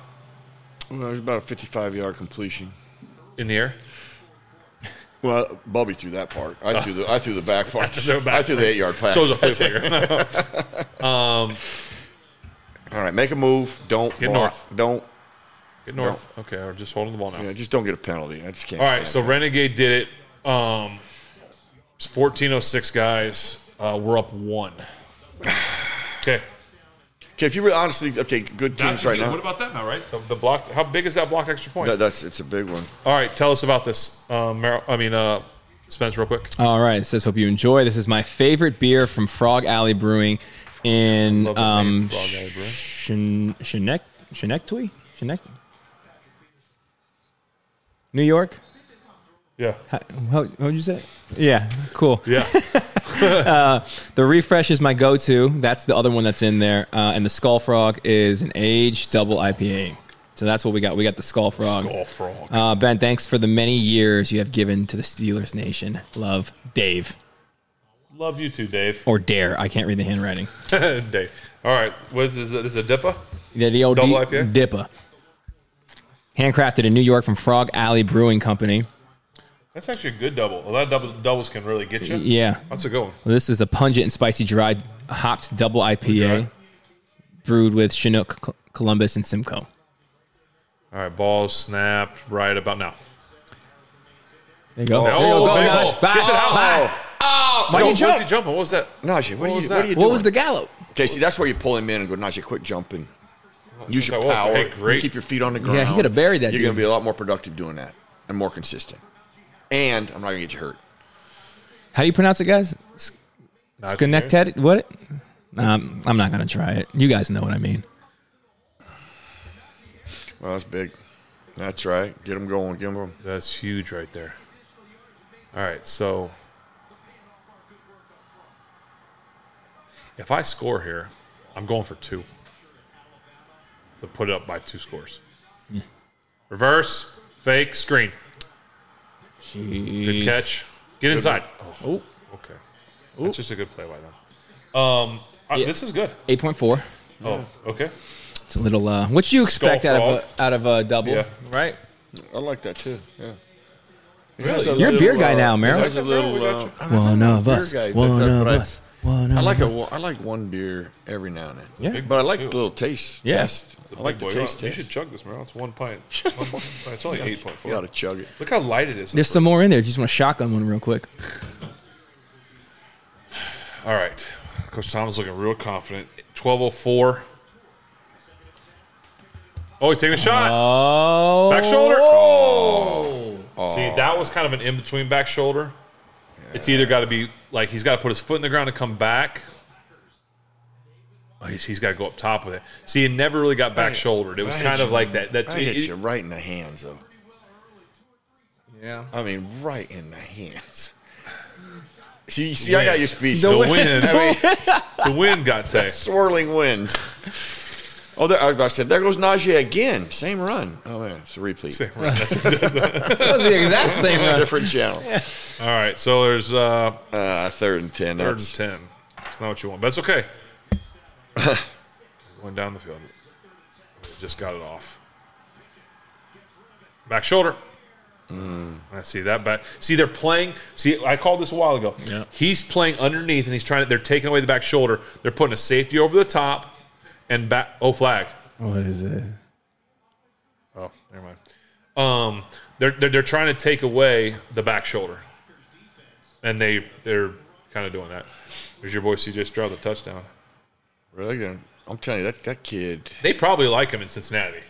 B: Well, it was about a 55 yard completion.
C: in the air.
B: Well, Bubby threw that part. I threw the I threw the back part.
C: No back
B: I threw the eight yard pass.
C: So it was a flea flicker.
B: All right, make a move. Don't
C: Get
B: block.
C: north.
B: Don't.
C: Get north. Okay, we're just holding the ball now.
B: Yeah, just don't get a penalty. I just can't.
C: All right, so
B: stand
C: Renegade did it. Um, it's 1406 guys. Uh, we're up one. Okay.
B: it. okay, if you were honestly okay, good teams right
C: What
B: now.
C: about that now, right? The, the block. How big is that blocked extra point?
B: That, that's it's a big one.
C: All right, tell us about this, um, Merrill, I mean, uh, Spence, real
B: Uh,
C: quick.
A: All right. It says, hope you enjoy. This is my favorite beer from Frog Alley Brewing in
C: Love the name,
A: um,
C: Frog Alley Brewing.
A: Shen- Shenek- Shenectady? Shenek- New York?
C: Yeah,
A: How, what would you say? Yeah, cool.
C: yeah.
A: The refresh is my go-to. That's the other one that's in there, uh, and the Skull Frog is an aged double IPA. So that's what we got. We got the Skull Frog.
C: Skull frog.
A: Uh, ben, thanks for the many years you have given to the Steelers Nation. Love, Dave
C: Love you too, Dave.
A: or Dare. I can't read the handwriting.
C: Dave. All right, what is this? This is a dipper?
A: Yeah, the old
C: Double
A: di-
C: IPA?
A: Dippa, handcrafted in New York from Frog Alley Brewing Company.
C: That's actually a good double. A lot of double, doubles can really get you.
A: Yeah,
C: That's a good one.
A: This is a pungent and spicy dry hopped double IPA,
C: Okay.
A: brewed with Chinook, Co- Columbus, and Simcoe.
C: All right, ball snapped right about now.
A: There you go.
B: Oh,
A: There you go. Go, guys.
C: oh, big hole.
A: Bye.
C: Get to the house.
A: Bye.
B: Oh,
A: Why
C: No,
A: you
C: What was he
A: jump?
C: jumping? What was that?
B: Najee, what,
C: What
B: are
C: was
B: you? What
C: that?
B: are you
A: What
B: doing?
A: was the gallop?
B: Okay, see, that's where you pull him in and go, Najee, quit jumping. Use your
C: Okay, well,
B: power.
C: hey, great.
B: Keep your feet on the ground.
A: he coulda buried that
B: You're
A: dude.
B: going to be a lot more productive doing that and more consistent. And I'm not going to get you hurt.
A: How do you pronounce it, guys?
C: Najee
A: Schenectady? What? Um, I'm not gonna try it. You guys know what I mean.
B: Well, that's big. That's right. Get him going. Get him going.
C: That's huge right there. All right, so if I score here, I'm going for two to put it up by two scores.
A: Hmm.
C: Reverse, fake, screen, good catch, get inside. Oh, okay. That's just a good play by them. Um, I-
A: Yeah.
C: This is good.
A: Eight point four.
C: Oh, okay.
A: It's a little. Uh, what you expect
C: Skull
A: out of a, out of a double?
C: Yeah.
A: Right.
B: I like that too. Yeah.
C: Really?
A: You're a beer guy now, Merrill.
B: Merrill. uh, A
C: we
B: little,
C: got you.
B: uh, I'm
A: One
B: not a
A: of
B: beer
A: us.
B: guy, but
A: One
B: that's
A: of
B: what I-
A: us. One of
B: I like a,
A: us.
B: one- I like one beer every now and then.
A: Yeah.
C: big
B: But I like
C: too.
B: the little taste.
A: Yeah.
B: Test. I like the
C: Boy,
B: taste
C: You
B: test.
C: should chug this, Merrill. It's one pint. One pint. It's only eight point
B: You ought to
C: four.
B: chug it.
C: Look how light it is.
A: There's some more in there. Just want to shotgun one real quick.
C: All right. Coach Tom's looking real confident. 1204. Oh, he's taking a shot.
A: Oh.
C: back shoulder. Oh. See, that was kind of an in between back shoulder. It's either got to be like he's got to put his foot in the ground and come back. Oh, he's- he's got to go up top with it. See, it never really got back shouldered. It was
B: I
C: kind
B: hit
C: of
B: you-
C: like that. That
B: I hit you right in the hands, though.
A: Yeah.
B: I mean, right in the hands. See, you see, I got your speech.
C: The
B: Those-
C: wind.
B: I mean,
C: the wind got
B: that
C: taken.
B: swirling winds. Oh, there, I was about to say, there goes Najee again. Same run. Oh man, it's a replete.
A: That was the exact same run.
B: Different channel.
C: All right, so there's uh,
B: Uh, third and ten.
C: Third
B: That's,
C: and ten. That's not what you want, but it's okay. Going down the field. Just got it off. Back shoulder.
B: Mm.
C: I see that back. See, they're playing. See, I called this a while ago. He's playing underneath, and he's trying to. They're taking away the back shoulder. They're putting a safety over the top, and back. Oh, flag.
A: What is it?
C: Oh, never mind. Um, they're, they're they're trying to take away the back shoulder, and they they're kind of doing that. There's your boy CJ Stroud the touchdown.
B: really good. I'm telling you, that, that kid.
C: They probably like him in Cincinnati.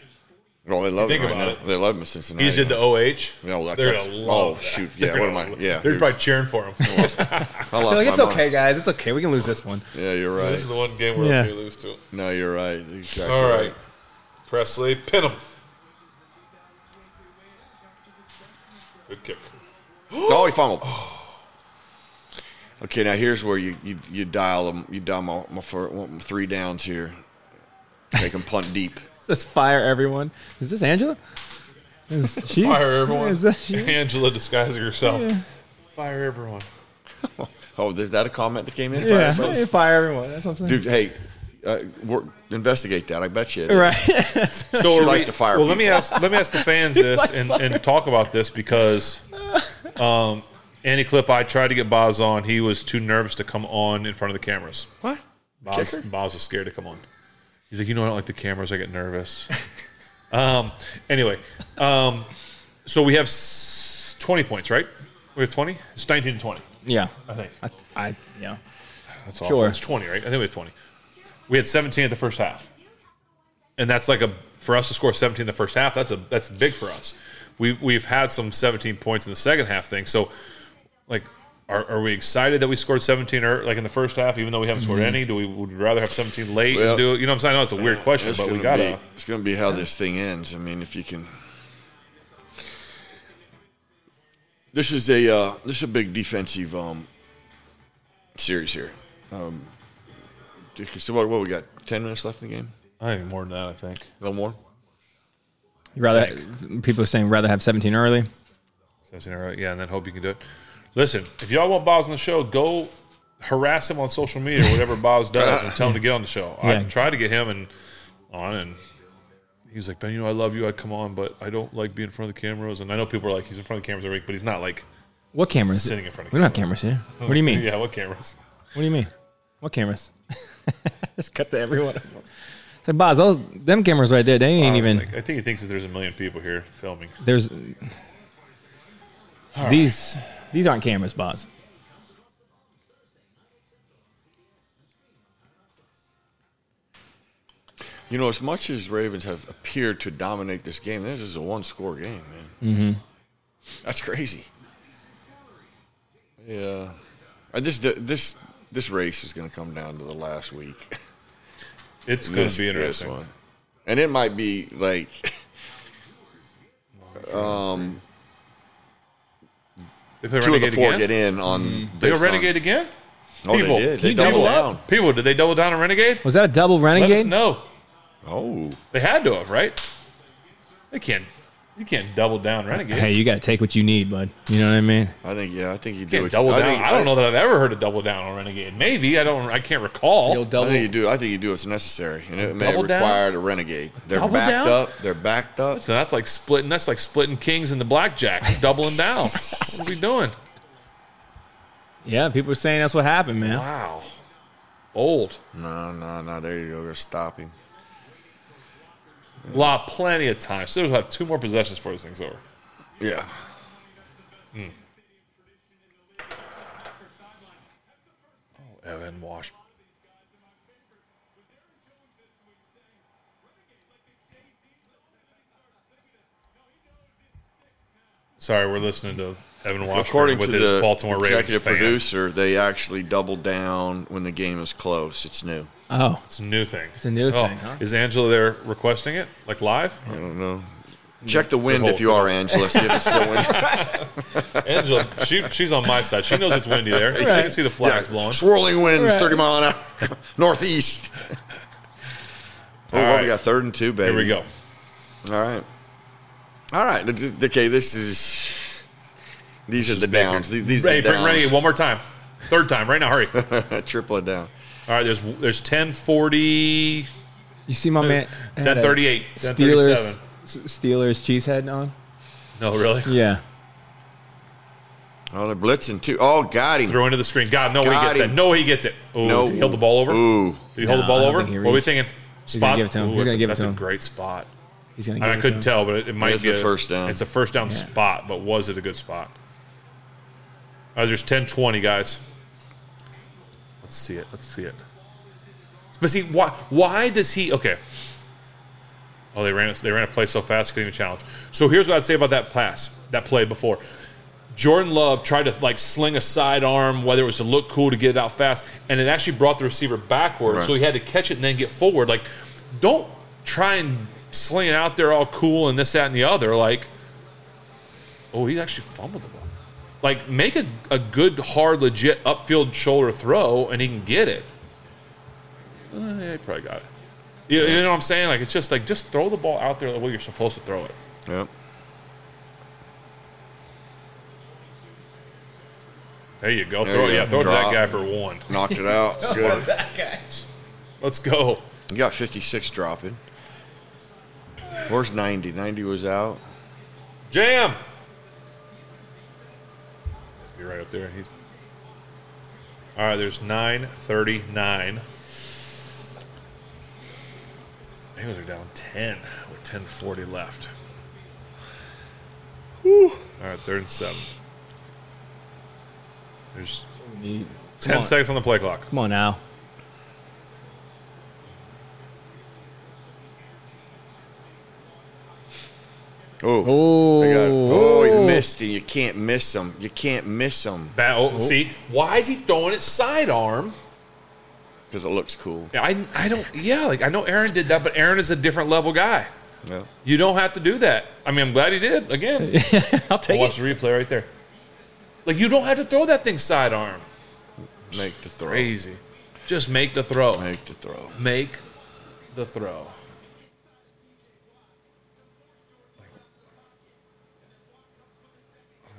B: Well, they love
C: Think
B: him right
C: about
B: now.
C: it.
B: They love him in Cincinnati.
C: He just did the OH.
B: No, that-
C: they're
B: that's-
C: gonna love
B: oh,
C: that.
B: shoot, yeah,
C: They're
B: what am
C: gonna
B: I-
C: lo-
B: yeah,
C: they're
B: you're-
C: probably cheering for him.
B: I lost
A: Like,
B: my
A: it's okay,
B: mind.
A: guys. It's okay. We can lose this one.
B: Yeah, you're
C: this
B: right.
C: is the one game where
A: Yeah.
C: we lose to.
B: No, you're right. Exactly.
C: All right,
B: right.
C: Presley, pin him. Good kick.
B: Oh, he fumbled. Okay, now here's where you you, you dial them. You dial my, my, fir- my three downs here. Make them punt deep.
A: Let's fire everyone. Is this Angela? Is she?
C: Fire everyone.
A: Is that she?
C: Angela disguising herself. Fire everyone.
B: Oh, is that a comment that came in?
A: Yeah, fire everyone. That's what I'm saying.
B: Dude, hey, uh, work, investigate that. I bet you. it is.
A: Right.
C: So
B: She
C: are
B: likes
C: we-
B: to fire
C: Well, let me ask let me ask the fans this and, and talk about this because um, Andy Clip, I tried to get Boz on. He was too nervous to come on in front of the cameras.
B: What?
C: Boz,
B: Kicker?
C: Boz was scared to come on. He's like, you know, I don't like the cameras. I get nervous. um, anyway, um, so we have s- twenty points, right? We have twenty. It's nineteen to twenty.
A: yeah.
C: I think
A: I, I yeah.
C: that's all.
A: Sure.
C: It's twenty, right? I think we had twenty. We had seventeen at the first half, and that's like a for us to score seventeen in the first half. That's a that's big for us. We've we've had some seventeen points in the second half thing. So, like, are, are we excited that we scored seventeen or like in the first half, even though we haven't scored any? Do we would we rather have seventeen late
B: Well,
C: and do it? You know what I'm saying? I know uh, it's a weird question,
B: It's
C: but we
B: gonna
C: gotta.
B: be- It's going to be how this thing ends. I mean, if you can. This is a uh, this is a big defensive um, series here. Um, so what, what we got? Ten minutes left in the game.
C: I think more than that. I think.
B: A little more.
A: You rather people are saying rather have 17 early.
C: That's all right. Yeah, and then hope you can do it. Listen, if y'all want Bob's on the show, go harass him on social media, whatever Bob's does, and tell him to get on the show. I
A: Yeah.
C: tried to get him and on, and he's like, Ben, you know, I love you. I'd come on, but I don't like being in front of the cameras. And I know people are like, he's in front of the cameras every week, but he's not like
A: What cameras?
C: sitting in front of.
A: we don't have cameras here.
B: Oh,
A: What do you mean?
C: Yeah, what cameras?
A: What do you mean? What cameras? Just cut to everyone. It's like, Boz, those them cameras right there, they ain't
C: I was
A: even.
C: like, I think he thinks that there's a million people here filming.
A: there's these. These aren't cameras, Boz.
B: You know, as much as Ravens have appeared to dominate this game, this is a one-score game, man. Mm-hmm. That's crazy. Yeah, I just this this race is going to come down to the last week.
C: It's going
B: Mm, This-
C: to be
B: this
C: interesting.
B: one. And it might be like
C: They play
B: two
C: Renegade
B: of the four
C: again.
B: get in on
C: They go
B: based on-
C: Renegade again.
B: Oh,
C: people.
B: they did. They
A: He
B: doubled
C: People,
B: down.
C: people, did they double down on Renegade?
A: Was that a double
C: Let us
A: renegade?
C: know.
B: Oh,
C: They had to have, right? They can't. You can't double down renegade.
A: Hey, you got to take what you need, bud. You know what I mean?
B: I think yeah, I think you
C: you
B: do.
C: can't
B: it-
C: double down. I,
B: think-
C: don't know that I've ever heard a double down on renegade. Maybe I don't. I can't recall.
A: You'll
B: I
A: double.
B: think you do. I think you do. It's necessary, and it may
C: Double down?
B: require a renegade. They're
C: Double
B: backed
C: down?
B: up. They're backed up.
C: so that's like splitting. That's like splitting kings in the blackjack. Doubling down. what are we doing?
A: Yeah, people are saying that's what happened, man.
C: Wow. Old.
B: No, no, no. There you go. They're stopping.
C: Law plenty of time. So we'll have two more possessions before this thing's over.
B: Yeah.
C: Evan Wash. Sorry, we're listening to Evan Wash
B: According
C: with
B: to
C: his
B: the
C: Baltimore Ravens
B: executive
C: fan.
B: producer, they actually double down when the game is close. It's new.
A: Oh,
C: It's a new thing. It's
A: a new thing, huh?
C: Is Angela there requesting it, like live?
B: I don't know. Check the wind
C: whole-
B: if you are Angela. See if it's still windy.
C: Angela, she, she's on my side. She knows it's windy there. She can see the flags blowing.
B: Swirling winds,
A: Right.
B: 30 mile an hour, northeast. Oh,
C: All
B: well,
C: right.
B: we got third and two, baby.
C: Here we go.
B: All right. All right. Okay, this is. These are the
C: bigger.
B: downs. These, these
C: Hey,
B: are the
C: bring
B: downs.
C: Renegade one more time. Third time, right now. Hurry. All
B: Triple it down.
C: right, there's there's 1040,
A: you see my man. had a
C: 1038,
A: Steelers,
C: 1037.
A: S- Steelers cheesehead on.
C: No, really?
A: Yeah.
B: Oh, they're blitzing too. Oh, got him.
C: Throw into the screen. God, no way he
B: Got
C: gets
B: him.
C: that. No way he gets it. Oh,
B: No.
C: did he hold the ball over?
B: Ooh.
C: Did he hold
A: No,
C: the ball
A: I don't
C: over?
A: think he
C: What are we
A: reached.
C: thinking?
A: He's gonna
C: Spot.
A: give it to him. He's
C: that's
A: gonna
C: a-
A: give it
C: that's
A: to
C: a
A: him.
C: great spot.
A: He's gonna.
C: And I couldn't tell, but it, it might
B: It's
C: be
B: a first down.
C: It's a first down spot, but was it a good spot? All right, there's 10 20, guys. Let's see it. Let's see it. But see, why, why does he. Okay. Oh, they ran, they ran a play so fast, couldn't even challenge. So here's what I'd say about that pass, that play before. Jordan Love tried to like sling a sidearm, whether it was to look cool to get it out fast, and it actually brought the receiver backward,
B: Right.
C: so he had to catch it and then get forward. Like, don't try and sling it out there all cool and this, that, and the other. Like, oh, he actually fumbled the ball. Like, make a, a good, hard, legit upfield shoulder throw, and he can get it. Uh, yeah, he probably got it. You, you know what I'm saying? Like, it's just like just throw the ball out there the way you're supposed to throw it.
B: Yep.
C: There you go.
B: There
C: throw
B: you
C: it.
B: go.
C: Yeah, throw it to that
B: Drop.
C: guy for one.
B: Knocked it out. Good.
C: Let's go.
B: You got 56 dropping. Where's 90? 90 was out.
C: Jam. You're right up there. He's all right. There's nine thirty-nine. Angels are down ten with ten forty left. All right, third and seven. There's ten
A: on.
C: seconds on the play clock.
A: Come on now.
B: Oh.
A: Oh,
B: I got it. Oh, you missed it. You can't miss them. You can't miss them
C: Bat- oh, see, why is he throwing it sidearm?
B: because it looks cool.
C: Yeah, I, I don't. Yeah, like I know Aaron did that, but Aaron is a different level guy.
B: Yeah.
C: You don't have to do that. I mean, I'm glad he did again.
A: I'll take
C: Watch
A: it.
C: the replay right there. Like you don't have to throw that thing sidearm.
B: Make the throw.
C: Crazy. Just make the throw.
B: Make the throw.
C: Make the throw.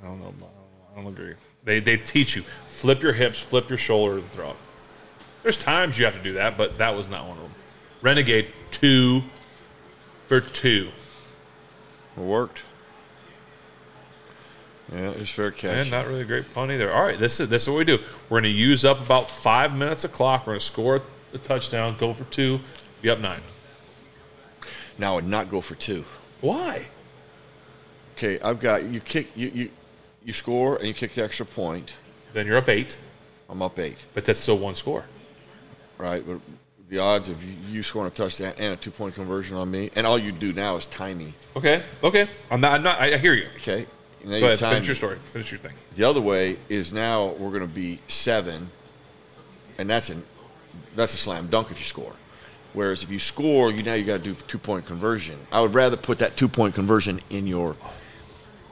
C: I don't know. I don't, I don't agree. They they teach you flip your hips, flip your shoulder, and throw. There's times you have to do that, but that was not one of them. Renegade two for two.
B: It worked. Yeah, it was fair catch.
C: And not really a great punt either. All right, this is this is what we do. We're going to use up about five minutes of clock. We're going to score a touchdown, go for two, be up nine.
B: now I would not go for two.
C: Why?
B: Okay, I've got you kick you you you score and you kick the extra point.
C: Then you're up eight,
B: I'm up eight,
C: but that's still one score.
B: right? But the odds of you- you scoring a touchdown and a two point conversion on me, and all you do now is time me.
C: Okay, okay. I'm not. I'm not I, I hear you.
B: Okay, And now
C: Go
B: you
C: ahead,
B: time
C: finish your
B: me.
C: story. Finish your thing.
B: The other way is now we're going to be seven, and that's an that's a slam dunk if you score. Whereas if you score, you now you got to do two point conversion. I would rather put that two point conversion in your.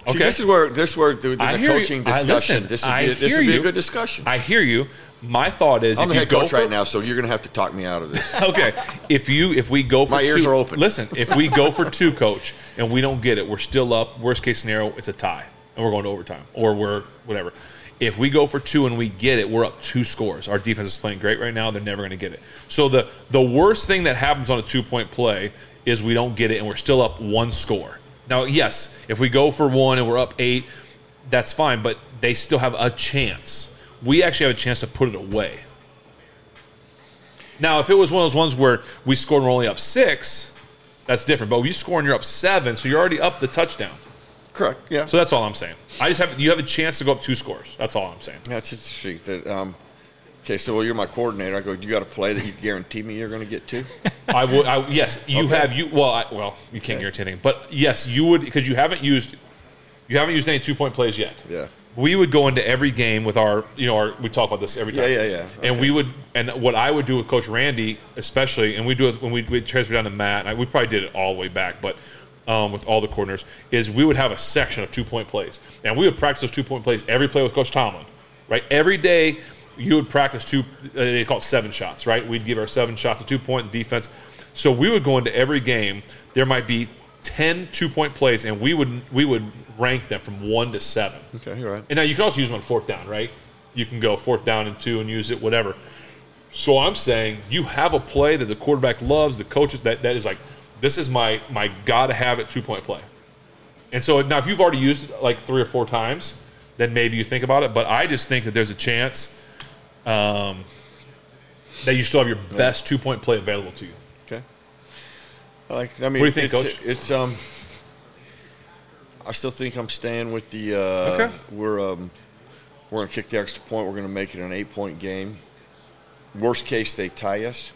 B: See,
C: Okay.
B: this is where this is where the, the
C: I hear you.
B: coaching
C: I-
B: discussion.
C: listen,
B: this would
C: I
B: be, this
C: hear
B: would be
C: you.
B: a good discussion.
C: I hear you. My thought is,
B: I'm
C: if
B: the
C: you
B: head
C: go
B: coach
C: for,
B: right now, so you're going to have to talk me out of this.
C: okay. If you if we go for
B: My ears
C: two-
B: are open.
C: Listen, if we go for two, coach, and we don't get it, we're still up. Worst case scenario, it's a tie, and we're going to overtime, or we're whatever. If we go for two and we get it, we're up two scores. Our defense is playing great right now. They're never going to get it. So the the worst thing that happens on a two point play is we don't get it, and we're still up one score. Now, yes, if we go for one and we're up eight, that's fine, but they still have a chance. We actually have a chance to put it away. Now, if it was one of those ones where we scored and we're only up six, that's different. But you score and you're up seven, so you're already up the touchdown.
B: Correct. Yeah.
C: So that's all I'm saying. I just have you have a chance to go up two scores. That's all I'm saying.
B: That's interesting. That um, okay. So well, you're my coordinator. I go. You got a play that you guarantee me you're going to get to.
C: I would. I, yes, you
B: Okay.
C: have you. Well, I, well, you can't guarantee anything, but yes, you would because you haven't used you haven't used any two point plays yet.
B: Yeah.
C: We would go into every game with our, you know, our, we talk about this every time.
B: Yeah, yeah, yeah.
C: And
B: Okay.
C: we would, and what I would do with Coach Randy, especially, and we do it when we we transfer down to Matt. And I, we probably did it all the way back, but um, with all the coordinators, is we would have a section of two point plays, and we would practice those two point plays every play with Coach Tomlin, right? Every day, you would practice two. Uh, they call it seven shots, right? We'd give our seven shots a two point defense. So we would go into every game. There might be 10 two point plays, and we would we would rank them from one to seven.
B: Okay. You're right.
C: And now you can also use them on fourth down, right? You can go fourth down and two and use it, whatever. So I'm saying you have a play that the quarterback loves, the coaches that that is like, this is my my gotta have it two point play. And so now if you've already used it like three or four times, then maybe you think about it. But I just think that there's a chance um, that you still have your best two point play available to you.
B: Okay. I Like I mean,
C: What do you think,
B: it's,
C: Coach?
B: It's um. I still think I'm staying with the. Uh,
C: Okay.
B: We're um, we're gonna kick the extra point. We're gonna make it an eight point game. Worst case, they tie us.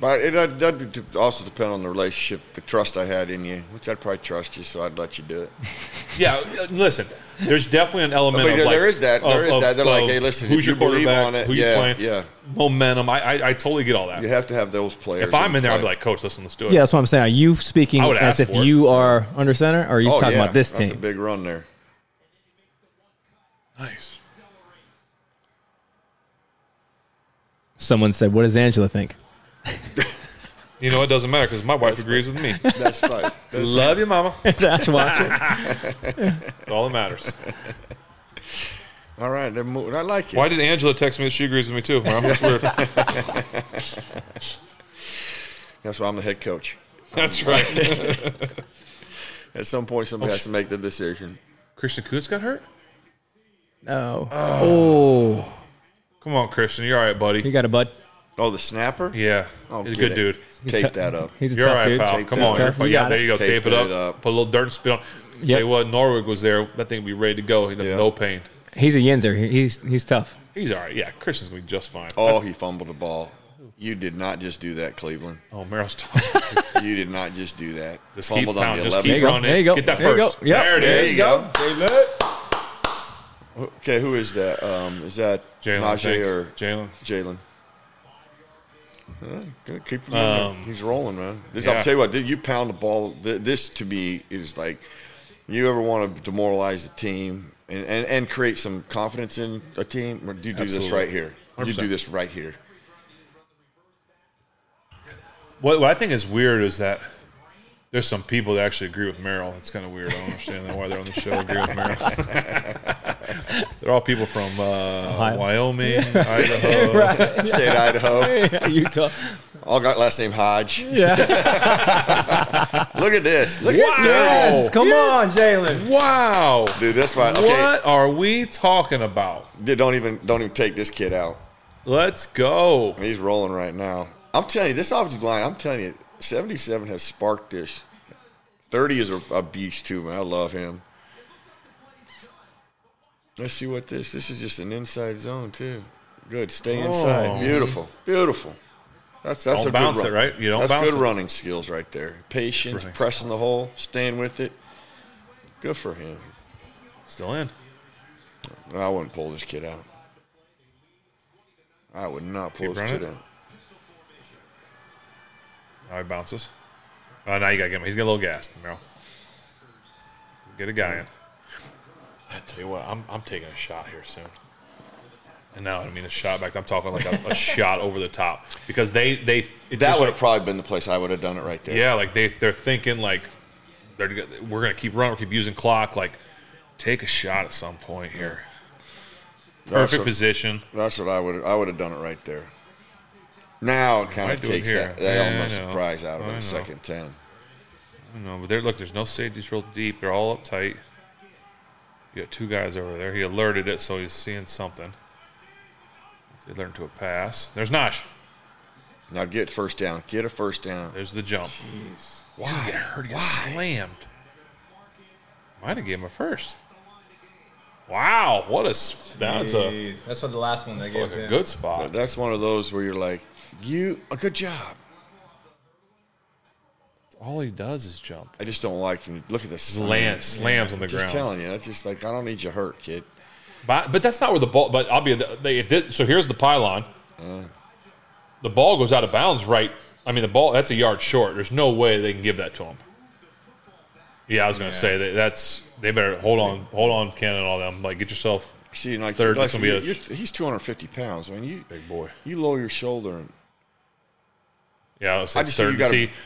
B: But it that that'd de- also depend on the relationship, the trust I had in you, which I'd probably trust you, so I'd let you do it.
C: Yeah, uh, listen. There's definitely an element.
B: But
C: of
B: there-
C: like,
B: there is that. There
C: of-
B: is
C: of-
B: that. They're like,
C: of
B: hey, listen,
C: who's
B: if
C: your
B: you believe
C: quarterback,
B: on it,
C: who
B: yeah,
C: you playing,
B: yeah.
C: momentum. I, I, I totally get all that.
B: You have to have those players.
C: If I'm in there, I'd be
B: play.
C: like, coach, listen, let's do it.
A: Yeah, that's what I'm saying. Are you speaking
C: I would
A: as
C: ask
A: if
C: for it.
A: you are under center, or are you
B: oh,
A: talking
B: yeah,
A: about this
B: That's a
A: team?
B: big run there.
C: Nice.
A: Someone said, "What does Angela think?"
C: You know, it doesn't matter because my wife agrees with me.
B: That's right. That's
C: Love you, mama. That's
A: That's watching.
C: all that matters.
B: All right, they're moving. I like it.
C: Why did Angela text me that she agrees with me too? Mom? That's weird.
B: That's why I'm the head coach.
C: That's right.
B: At some point, somebody has to make the decision.
C: Christian Coots got hurt?
A: No. Oh.
C: Come on, Christian. You're all right, buddy.
A: You got a bud.
B: Oh, the snapper?
C: Yeah.
B: Oh,
C: He's a
B: get
C: good
B: it.
C: dude.
B: Take that up.
A: He's a
C: You're all
A: tough
C: right,
A: dude.
C: pal.
B: Take
C: Come
B: this
C: on. You're
A: stuff.
C: fine.
A: You
C: Yeah,
A: got
C: there
A: it.
C: you go.
B: Take
C: Tape it up.
B: that up.
C: Put a little dirt and spit on.
A: Yep.
C: Tell you what, Norwood was there. That thing would be ready to go. He'd have
B: Yeah.
C: no pain.
A: He's a yinzer. He- He's he's tough.
C: He's all right. Yeah, Christian's going to be just fine.
B: Oh, he fumbled the ball. You did not just do that, Cleveland.
C: Oh, Meryl's talking.
B: You did not just do that.
C: Just keep
B: Fumbled on
C: pounding.
B: the
C: Just
B: 11.
C: keep
A: go.
C: running.
A: There you go.
C: Get that
A: There you
C: first.
A: go. Yep.
C: There it
B: There
C: is.
B: you go. Okay, who is that? Um, is that
C: Jalen.
B: Najee
C: thanks.
B: or
C: Jalen.
B: Jalen? Huh, good, Keep him in there.
C: Um,
B: He's rolling, man. This,
C: yeah.
B: I'll tell you what, dude, you pound the ball. th- This to me is like you ever want to demoralize the team and, and, and create some confidence in a team, or do you do this
C: Absolutely.
B: right here? You
C: 100%.
B: do this right here.
C: What, what I think is weird is that there's some people that actually agree with Merrill. It's kind of weird. I don't understand that why they're on the show agree with Merrill. they're all people from uh, Wyoming, Idaho.
B: State Idaho.
A: Utah.
B: All got last name Hodge.
A: Yeah.
B: Look at this. Look
C: Wow.
B: at this.
A: Come on, Jalen.
C: Wow.
B: Dude, that's why. Okay,
C: What are we talking about?
B: dude, don't even don't even take this kid out.
C: Let's go.
B: He's rolling right now. I'm telling you, this offensive line. I'm telling you, 77 has sparked this. 30 is a, a beast too, man. I love him. Let's see what this. This is just an inside zone too. Good, stay inside.
C: Oh.
B: Beautiful, beautiful. That's that's
C: Don't
B: a
C: bounce
B: good
C: it,
B: run.
C: right? You don't
B: That's
C: bounce
B: good
C: it.
B: running skills right there. Patience,
C: Running
B: pressing the hole, staying with it. Good for him.
C: Still in.
B: I wouldn't pull this kid out. I would not pull
C: Keep
B: this kid
C: running.
B: out.
C: Now he bounces. Oh, now you got to get him. He's getting a little gassed, Merrill. Get a guy in. I tell you what, I'm, I'm taking a shot here soon. And now I don't mean a shot back. I'm talking like a, a shot over the top because they they
B: That
C: it's just
B: would
C: like-
B: have probably been the place I would have done it right there.
C: yeah like they they're thinking like they're gonna- we're gonna keep running, we're keep using clock. Like take a shot at some point here.
B: That's
C: Perfect
B: what-
C: position.
B: That's what I would I would have done it right there. Now it kind
C: I
B: of
C: do it
B: takes
C: here?
B: that, that
C: Yeah, I
B: almost
C: know.
B: surprise out of
C: I
B: it
C: know.
B: a second ten.
C: No, but there, look, there's no safeties real deep. They're all up tight. You got two guys over there. He alerted it, so he's seeing something. He learned to a pass. There's Nosh.
B: Now get first down. Get a first down.
C: There's the jump.
B: Why?
C: Heard he got
B: Why?
C: slammed. Might have gave him a first. Wow, what a s- that's a,
G: Jeez, That's what the last one they gave
C: like a
G: him.
C: good spot.
B: But that's one of those where you're like, you a good job.
C: All he does is jump.
B: I just don't like him. Look at this.
C: Slam, slams on the
B: Just
C: ground.
B: telling you, that's just like I don't need you hurt, kid.
C: But, but that's not where the ball. But I'll be. They, if thi- so here's the pylon. The ball goes out of bounds. Right. I mean, the ball. That's a yard short. There's no way they can give that to him. Yeah, I was going to say that. That's they better hold on, hold on, Ken and all them. Like, get yourself
B: See, like,
C: Third,
B: like
C: this will be a-
B: you're- he's 250 pounds. I mean, you
C: big boy.
B: you lower your shoulder and
C: Yeah, I, was
B: I just
C: third.
B: think you gotta-
C: see,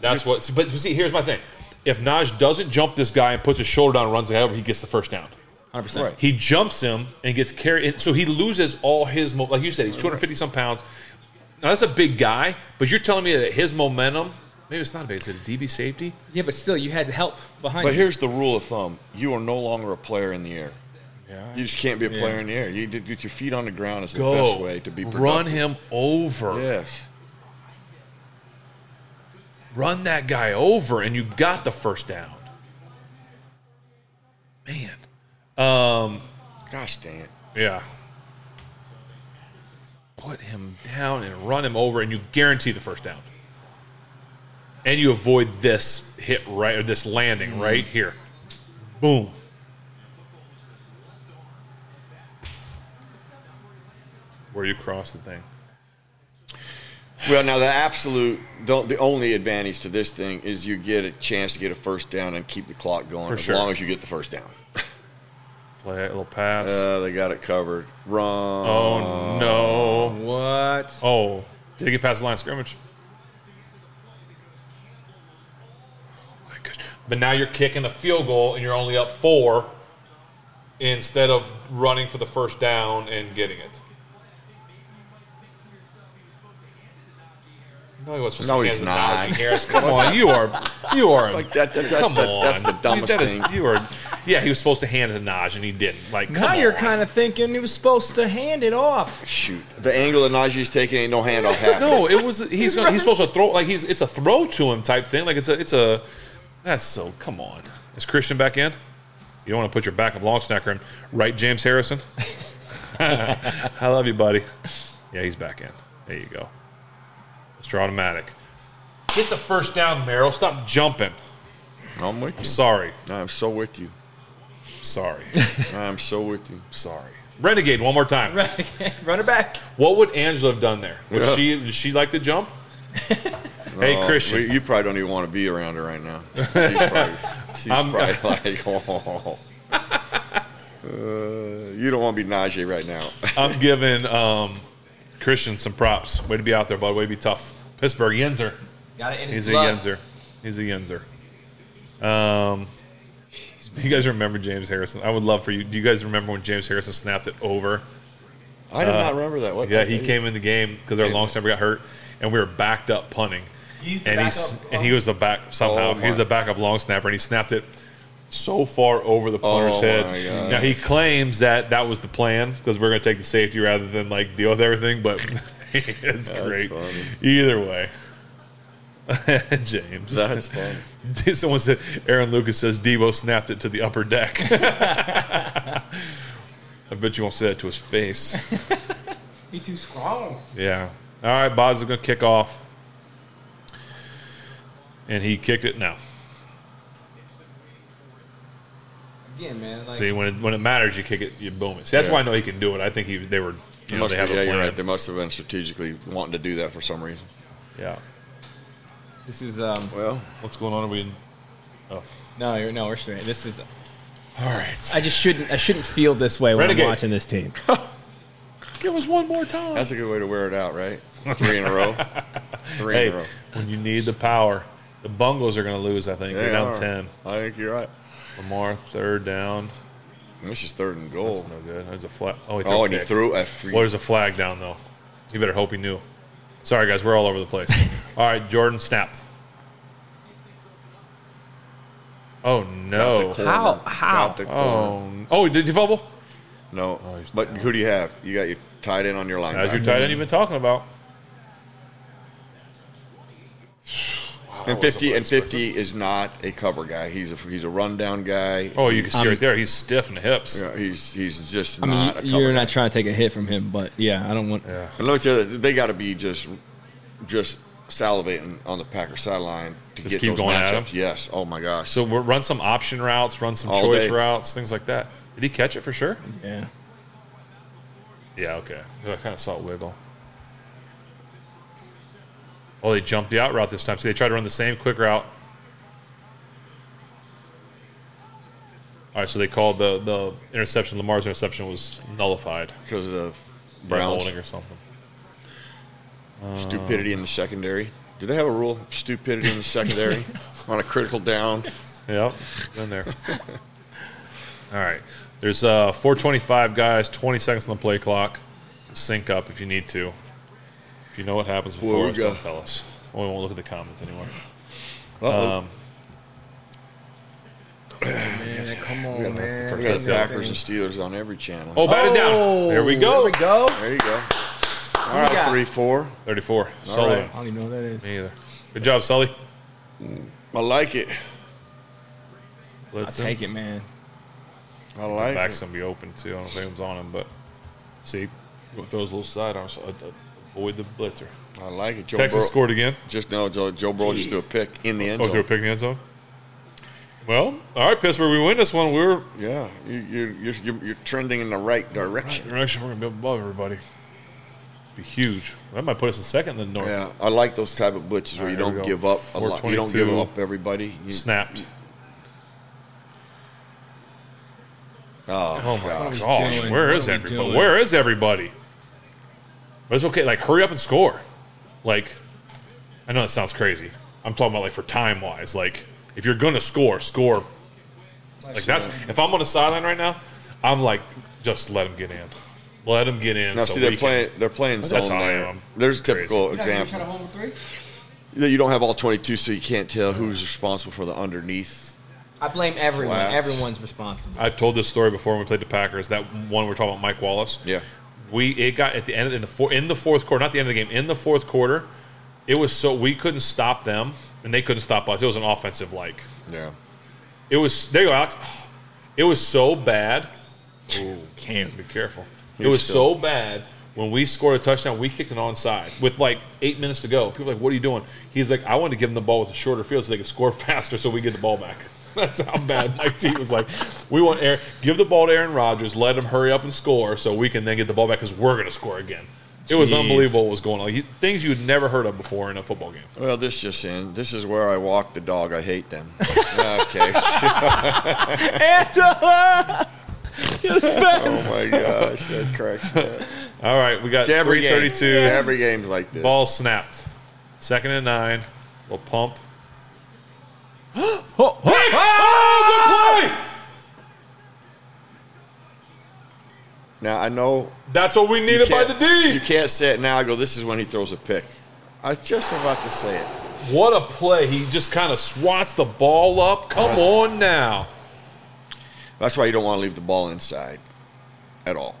C: that's what. see, But see, here's my thing. If Naj doesn't jump this guy and puts his shoulder down and runs the guy over, he gets the first down.
A: 100%.
B: Right.
C: He jumps him and gets carried. and So he loses all his, mo- like you said, he's 250 some pounds. Now that's a big guy, but you're telling me that his momentum, maybe it's not a big, is it a DB safety?
A: Yeah, but still, you had help behind
B: But
A: you.
B: here's the rule of thumb: you are no longer a player in the air. Yeah. You just can't be a player in the air. You did- get your feet on the ground is the
C: Go.
B: best way to be productive.
C: Run him over.
B: Yes.
C: Run that guy over, and you got the first down. Man. Um,
B: Gosh dang it.
C: yeah. Put him down and run him over, and you guarantee the first down. And you avoid this hit right, or this landing right here. Boom. Where you cross the thing.
B: Well, now the absolute, don't, the only advantage to this thing is you get a chance to get a first down and keep the clock going
C: For
B: as
C: sure.
B: long as you get the first down.
C: Play a little pass.
B: Uh, they got it covered. Run.
C: oh, no.
A: what?
C: Oh, did he get past the line of scrimmage? My gosh. But now you're kicking a field goal and you're only up four
H: instead of running for the first down and getting it. No, he wasn't.
B: No,
H: supposed to
B: he's
H: hand it to
B: not.
H: Najee Harris. Come on, you are, you are.
B: Like that- that's- that's
H: come
B: the-
H: on.
B: that's the dumbest
C: That is-
B: thing.
C: You are, yeah, he was supposed to hand it to Naj, and he didn't. Like,
A: Now
C: Oh, come
A: you're
C: on.
A: kind of thinking he was supposed to hand it off.
B: Shoot, the angle that Najee's taking ain't no handoff happening.
C: No, it was he's gonna, he's supposed to throw like he's it's a throw to him type thing. Like it's a it's a that's so come on. Is Christian back in? You don't want to put your backup long snacker in, right, James Harrison? I love you, buddy. Yeah, he's back in. There you go. Mr. Automatic. Get the first down, Merrill. Stop jumping.
B: I'm with you.
C: Sorry.
B: I'm so with you.
C: Sorry.
B: I'm so with you.
C: Sorry. Renegade, one more time.
A: Run it back.
C: What would Angela have done there? Would
B: Yeah.
C: she did she like to jump? hey
B: Uh,
C: Christian.
B: we- you probably don't even want to be around her right now. She's probably, she's
C: I'm-
B: probably like, oh. Uh, you don't want to be Najee right now.
C: I'm giving um, Christian some props. Way to be out there, bud. Way to be tough. Pittsburgh Yenzer.
A: Got it in his
C: He's a
A: glove.
C: Yenzer. He's a Yenzer. Um, you guys remember James Harrison? I would love for you. Do you guys remember when James Harrison snapped it over?
B: I did not remember that. What
C: Uh, Yeah, he came in the game because our long snapper got hurt, and we were backed up punting.
A: He's the
C: and
A: backup
C: and he was the back somehow.
B: Oh,
C: he was
B: my.
C: the backup long snapper, and he snapped it so far over the punter's
B: Oh, my
C: head.
B: gosh.
C: Now he claims that that was the plan because we're going to take the safety rather than like deal with everything. But it's great
B: funny.
C: either way. James,
B: That's fun.
C: someone said Aaron Lucas says Debo snapped it to the upper deck. I bet you won't say that to his face.
D: He too strong.
C: Yeah. All right, Boz is going to kick off. And he kicked it now.
D: Again, man. Like,
C: See, when it, when it matters, you kick it, you boom it. See, that's
B: Yeah.
C: why I know he can do it. I think he they were, you know,
B: Must
C: they
B: be-
C: have
B: yeah,
C: a
B: you're
C: plan.
B: right. They must have been strategically wanting to do that for some reason.
C: Yeah.
A: This is um.
B: Well,
C: What's going on? Are we in? Oh.
A: No, you're no. We're straight. This is.
C: All right.
A: I just shouldn't. I shouldn't feel this way when
C: Renegade.
A: I'm watching this team.
C: Give us one more time.
B: that's a good way to wear it out, right? Three in a row. Three in a
C: hey,
B: row.
C: when you need the power, the Bungles are going to lose, I think. They're
B: They
C: down
B: are.
C: 10.
B: I think you're right.
C: Lamar, third down.
B: This is third and
C: That's
B: goal.
C: no good. There's a flag. Oh, he,
B: Oh, and he
C: kick.
B: threw a free.
C: Well, there's a flag down, though. You better hope he knew. Sorry, guys. We're all over the place. all right, Jordan snapped. Oh,
B: out the
C: no.
B: corner,
A: How-
B: out
A: how?
B: the corner.
C: Oh, n- oh, did you fumble?
B: No.
C: Oh, he's
B: but who do you have? You got your tight end on your line.
C: That's your tight end you've been talking about.
B: And fifty and fifty is not a cover guy. He's a he's a rundown guy.
C: Oh, you can see right there. He's stiff in the hips.
B: Yeah, he's he's just
A: I mean,
B: not a
A: you-
B: cover.
A: you're
B: guy.
A: not trying to take a hit from him, but yeah, I don't want.
C: Yeah.
B: And let me tell you, they got to be just just salivating on the Packer sideline to
C: Just
B: get
C: keep
B: those
C: going at
B: matchups.
C: him?
B: Yes. Oh my gosh.
C: So we'll run some option routes, run some
B: All
C: choice
B: day.
C: routes, things like that. Did he catch it for sure?
A: Yeah.
C: Yeah, okay. I kind of saw it wiggle. Oh, they jumped the out route this time. So they tried to run the same quick route. All right, so they called the, the interception. Lamar's interception was nullified.
B: because of the
C: by
B: Browns
C: holding or something.
B: stupidity in the secondary. Do they have a rule? Stupidity in the secondary on a critical down.
C: Yep, been there. All right. There's uh, 425 guys, 20 seconds on the play clock. Sync up if you need to. If you know what happens
B: Where
C: before
B: we
C: us,
B: go?
C: don't tell us. We won't look at the comments anymore.
B: Uh-oh.
C: Um,
D: come on,
B: we got, we
D: man.
B: got
C: that's the
B: Packers and Steelers on every channel.
C: oh, bat it down. There we
A: There
C: go.
A: we go.
B: There you go. All right,
A: got?
B: three, four.
C: 34.
B: All
C: Sullivan.
B: right.
A: I don't even know what that is.
C: Me either. Good job, Sully.
B: I like it.
A: I'll take it, man.
B: I like
C: Back's
B: it.
C: going to be open, too. I don't know if anyone's on him, but see, throws a little sidearms. Uh, uh, Avoid the blitzer.
B: I like it. Joe
C: Texas
B: Burrow
C: scored again.
B: just no. Joe, Joe Burrow just threw a pick in the end
C: Oh, through a
B: zone.
C: pick in the end zone? Well, all right, Pittsburgh, we win this one. We were
B: Yeah, you, you, you're, you're, you're trending in the right direction.
C: direction. We're gonna be above everybody. Be huge. That might put us in second in the north.
B: Yeah, I like those type of blitzes where you
C: All
B: don't
C: right, here we go.
B: give up a lot. You don't give
C: 422.
B: up everybody. You,
C: Snapped.
B: Oh,
C: Oh my
B: gosh.
C: gosh,
D: doing?
C: where
D: What
C: is
D: are we
C: everybody?
D: doing?
C: Where is everybody? But it's okay. Like, hurry up and score. Like, I know that sounds crazy. I'm talking about like for time wise. Like, if you're gonna score, score. Like that's if I'm on the sideline right now, I'm like, just let him get in. Let him get in.
B: Now
C: so
B: see, they're
C: we can-
B: playing. They're playing zone
C: That's how I
B: there.
C: am.
B: There's a typical
D: You're not gonna try to
B: example.
D: hold for three?
B: that You don't have all 22, so you can't tell who's responsible for the underneath.
A: I blame everyone.
B: Flats.
A: Everyone's responsible.
C: I've told this story before when we played the Packers. That one we're talking about, Mike Wallace.
B: Yeah.
C: we it got at the end of, in the four, in the fourth quarter, not the end of the game, in the fourth quarter, it was so we couldn't stop them and they couldn't stop us. It was an offensive like.
B: Yeah.
C: It was there you go, Alex. It was so bad. Can't be careful. It was so bad when we scored a touchdown. We kicked an onside with like eight minutes to go. People were like, "What are you doing?" He's like, "I wanted to give them the ball with a shorter field so they could score faster, so we get the ball back." That's how bad my team was like. We want Aaron, give the ball to Aaron Rodgers, let him hurry up and score, so we can then get the ball back because we're going to score again. It was
A: Jeez.
C: unbelievable what was going on. Like, things you'd never heard of before in a football game.
B: Well, this just in. This is where I walk the dog. I hate them. okay.
A: Angela!
B: oh my gosh, that cracks me up.
C: All right, we got
B: It's every
C: three
B: game.
C: thirty-two.
B: Every game's like this.
C: Ball snapped. Second and nine. We'll pump. Pick! Oh, good play!
B: Now I know
C: That's what we needed by the
B: can't- you
C: D.
B: can't say it now. I go. This is when he throws a pick. I was just about to say it.
C: What a play. He just kind of swats the ball up. Come on now.
B: That's why you don't want to leave the ball inside at all.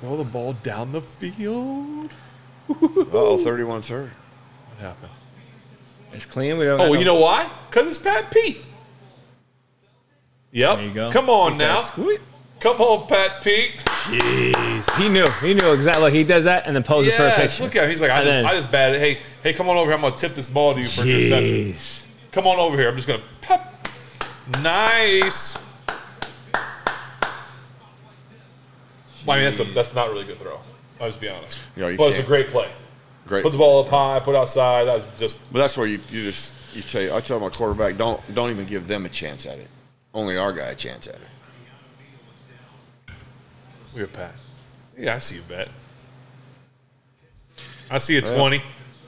C: Throw the ball down the field.
B: Oh, 31's hurt.
C: What happened?
A: It's clean. We don't.
C: Oh, you know why? Because it's Pat Pete. Yep.
A: There you go.
C: Come on
A: He says,
C: now.
A: "Squeak."
C: Come on, Pat Pete.
A: Jeez. He knew. He knew exactly. Look, he does that and then poses Oh, for a
C: Yes,
A: picture.
C: look at him. He's like, I
A: And
C: just,
A: then-
C: I just batted. Hey, hey, come on over here. I'm gonna tip this ball to you for an interception.
A: Jeez.
C: Come on over here. I'm just gonna pop. Nice. Well, I mean, that's a, that's not a really good throw. I'll just be honest.
B: Yeah, you
C: but it's a
B: can't.
C: great play.
B: Great.
C: Put the ball up high. Put it outside. That was just
B: But that's where you, you just you tell you, I tell my quarterback don't don't even give them a chance at it. Only our guy a chance at it.
C: weird pass. Yeah, I see a bet. I see a twenty.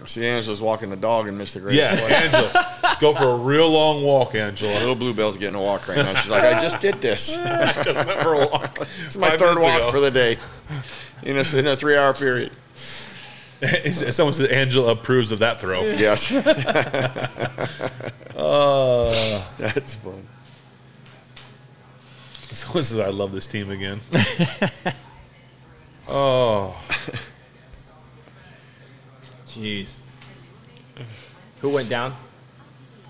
B: See, Angela's walking the dog and missed the great
C: Yeah,
B: play.
C: Angela, go for a real long walk, Angela.
B: Little Bluebell's getting a walk right now. She's like, I just did this.
C: just went for a walk.
B: It's my third walk for the day. You know, in a three-hour period.
C: the. Someone says Angela approves of that throw.
B: Yes.
C: Uh,
B: That's fun.
C: Someone says I love this team again. Oh.
A: Jeez. Who went down?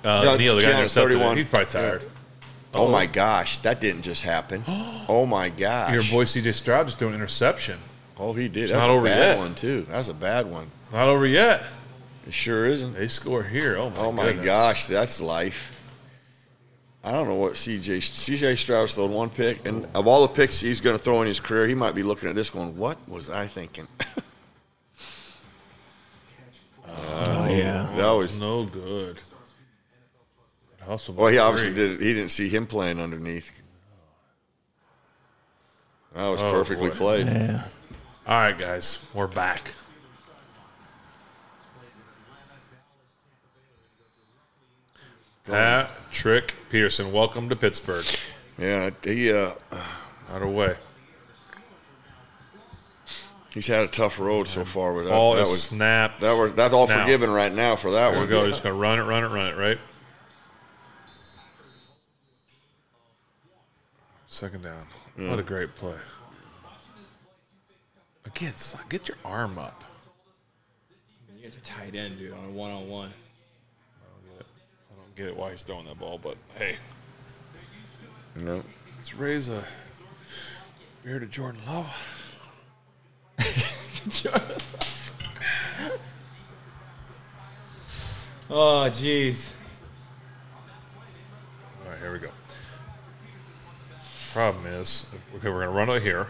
C: Uh,
B: Yeah,
C: Neil, the guy
B: Keanu,
C: who intercepted
B: 31.
C: it, he's probably tired.
B: Oh, my gosh, that didn't just happen. Oh my gosh.
C: Your boy CJ Stroud just threw an interception.
B: Oh, he did. That's
C: not
B: a
C: over
B: bad
C: yet.
B: one too. That's a bad one.
C: It's not over yet.
B: It sure isn't.
C: They score here. Oh my,
B: Oh my
C: goodness.
B: gosh, that's life. I don't know what CJ CJ Stroud's thrown one pick, and of all the picks he's going to throw in his career, he might be looking at this going, "What was I thinking?"
A: Oh, yeah.
B: that was.
C: No good. Awesome.
B: Well, he obviously did. He didn't see him playing underneath. That was
C: Oh,
B: perfectly
C: boy.
B: played.
C: All right, guys, we're back. Patrick Peterson, welcome to Pittsburgh.
B: Yeah, he uh,
C: Out of way.
B: he's had a tough road so far. With that,
C: Ball
B: that
C: is
B: was
C: snapped.
B: that was that's all
C: Now.
B: forgiven right now for that
C: There we
B: one.
C: go. They're Just gonna run it, run it, run it. Right. Second down. What a great play. Again, son, get your arm up.
A: You get to tight end, dude, on a one on one.
C: I don't get it why he's throwing that ball, but hey,
B: No.
C: let's raise a beer to Jordan Love.
A: Oh, jeez.
C: All right, here we go. Problem is, okay, we're gonna run it here.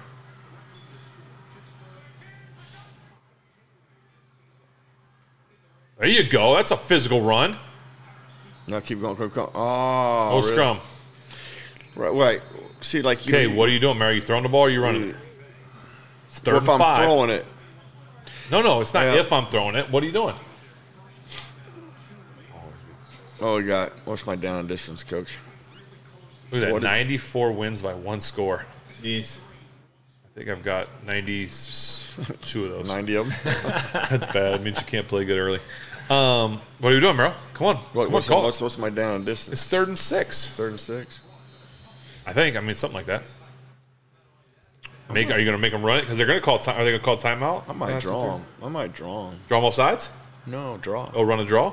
C: There you go. That's a physical run.
B: Now keep going, keep going. Oh,
C: Oh,
B: really?
C: scrum.
B: Right, right. See, like you.
C: Okay, what are you doing, Mary? Are you throwing the ball or are you running it? It's third
B: Or if
C: and
B: I'm
C: five.
B: throwing it,
C: no, no, it's not
B: Yeah.
C: if I'm throwing it. What are you doing?
B: oh, we got what's my down and distance, coach?
C: Look at that.
B: What is-
C: 94 wins by one score.
I: Jeez.
C: I think I've got 92 of those.
B: Ninety of them.
C: That's bad. It means you can't play good early. Um, what are you doing, bro? Come on.
B: What,
C: Come on,
B: what's,
C: call
B: what's,
C: it.
B: what's my down distance?
C: It's third and six,
B: Third and six.
C: I think. I mean, something like that. Make, are you going to make them run it? Because they're going to call time. Are they going to call timeout?
B: I might
C: That's the
B: draw
C: thing.
B: 'em. I might draw 'em.
C: Draw 'em off sides?
B: No, draw.
C: Oh, run a draw?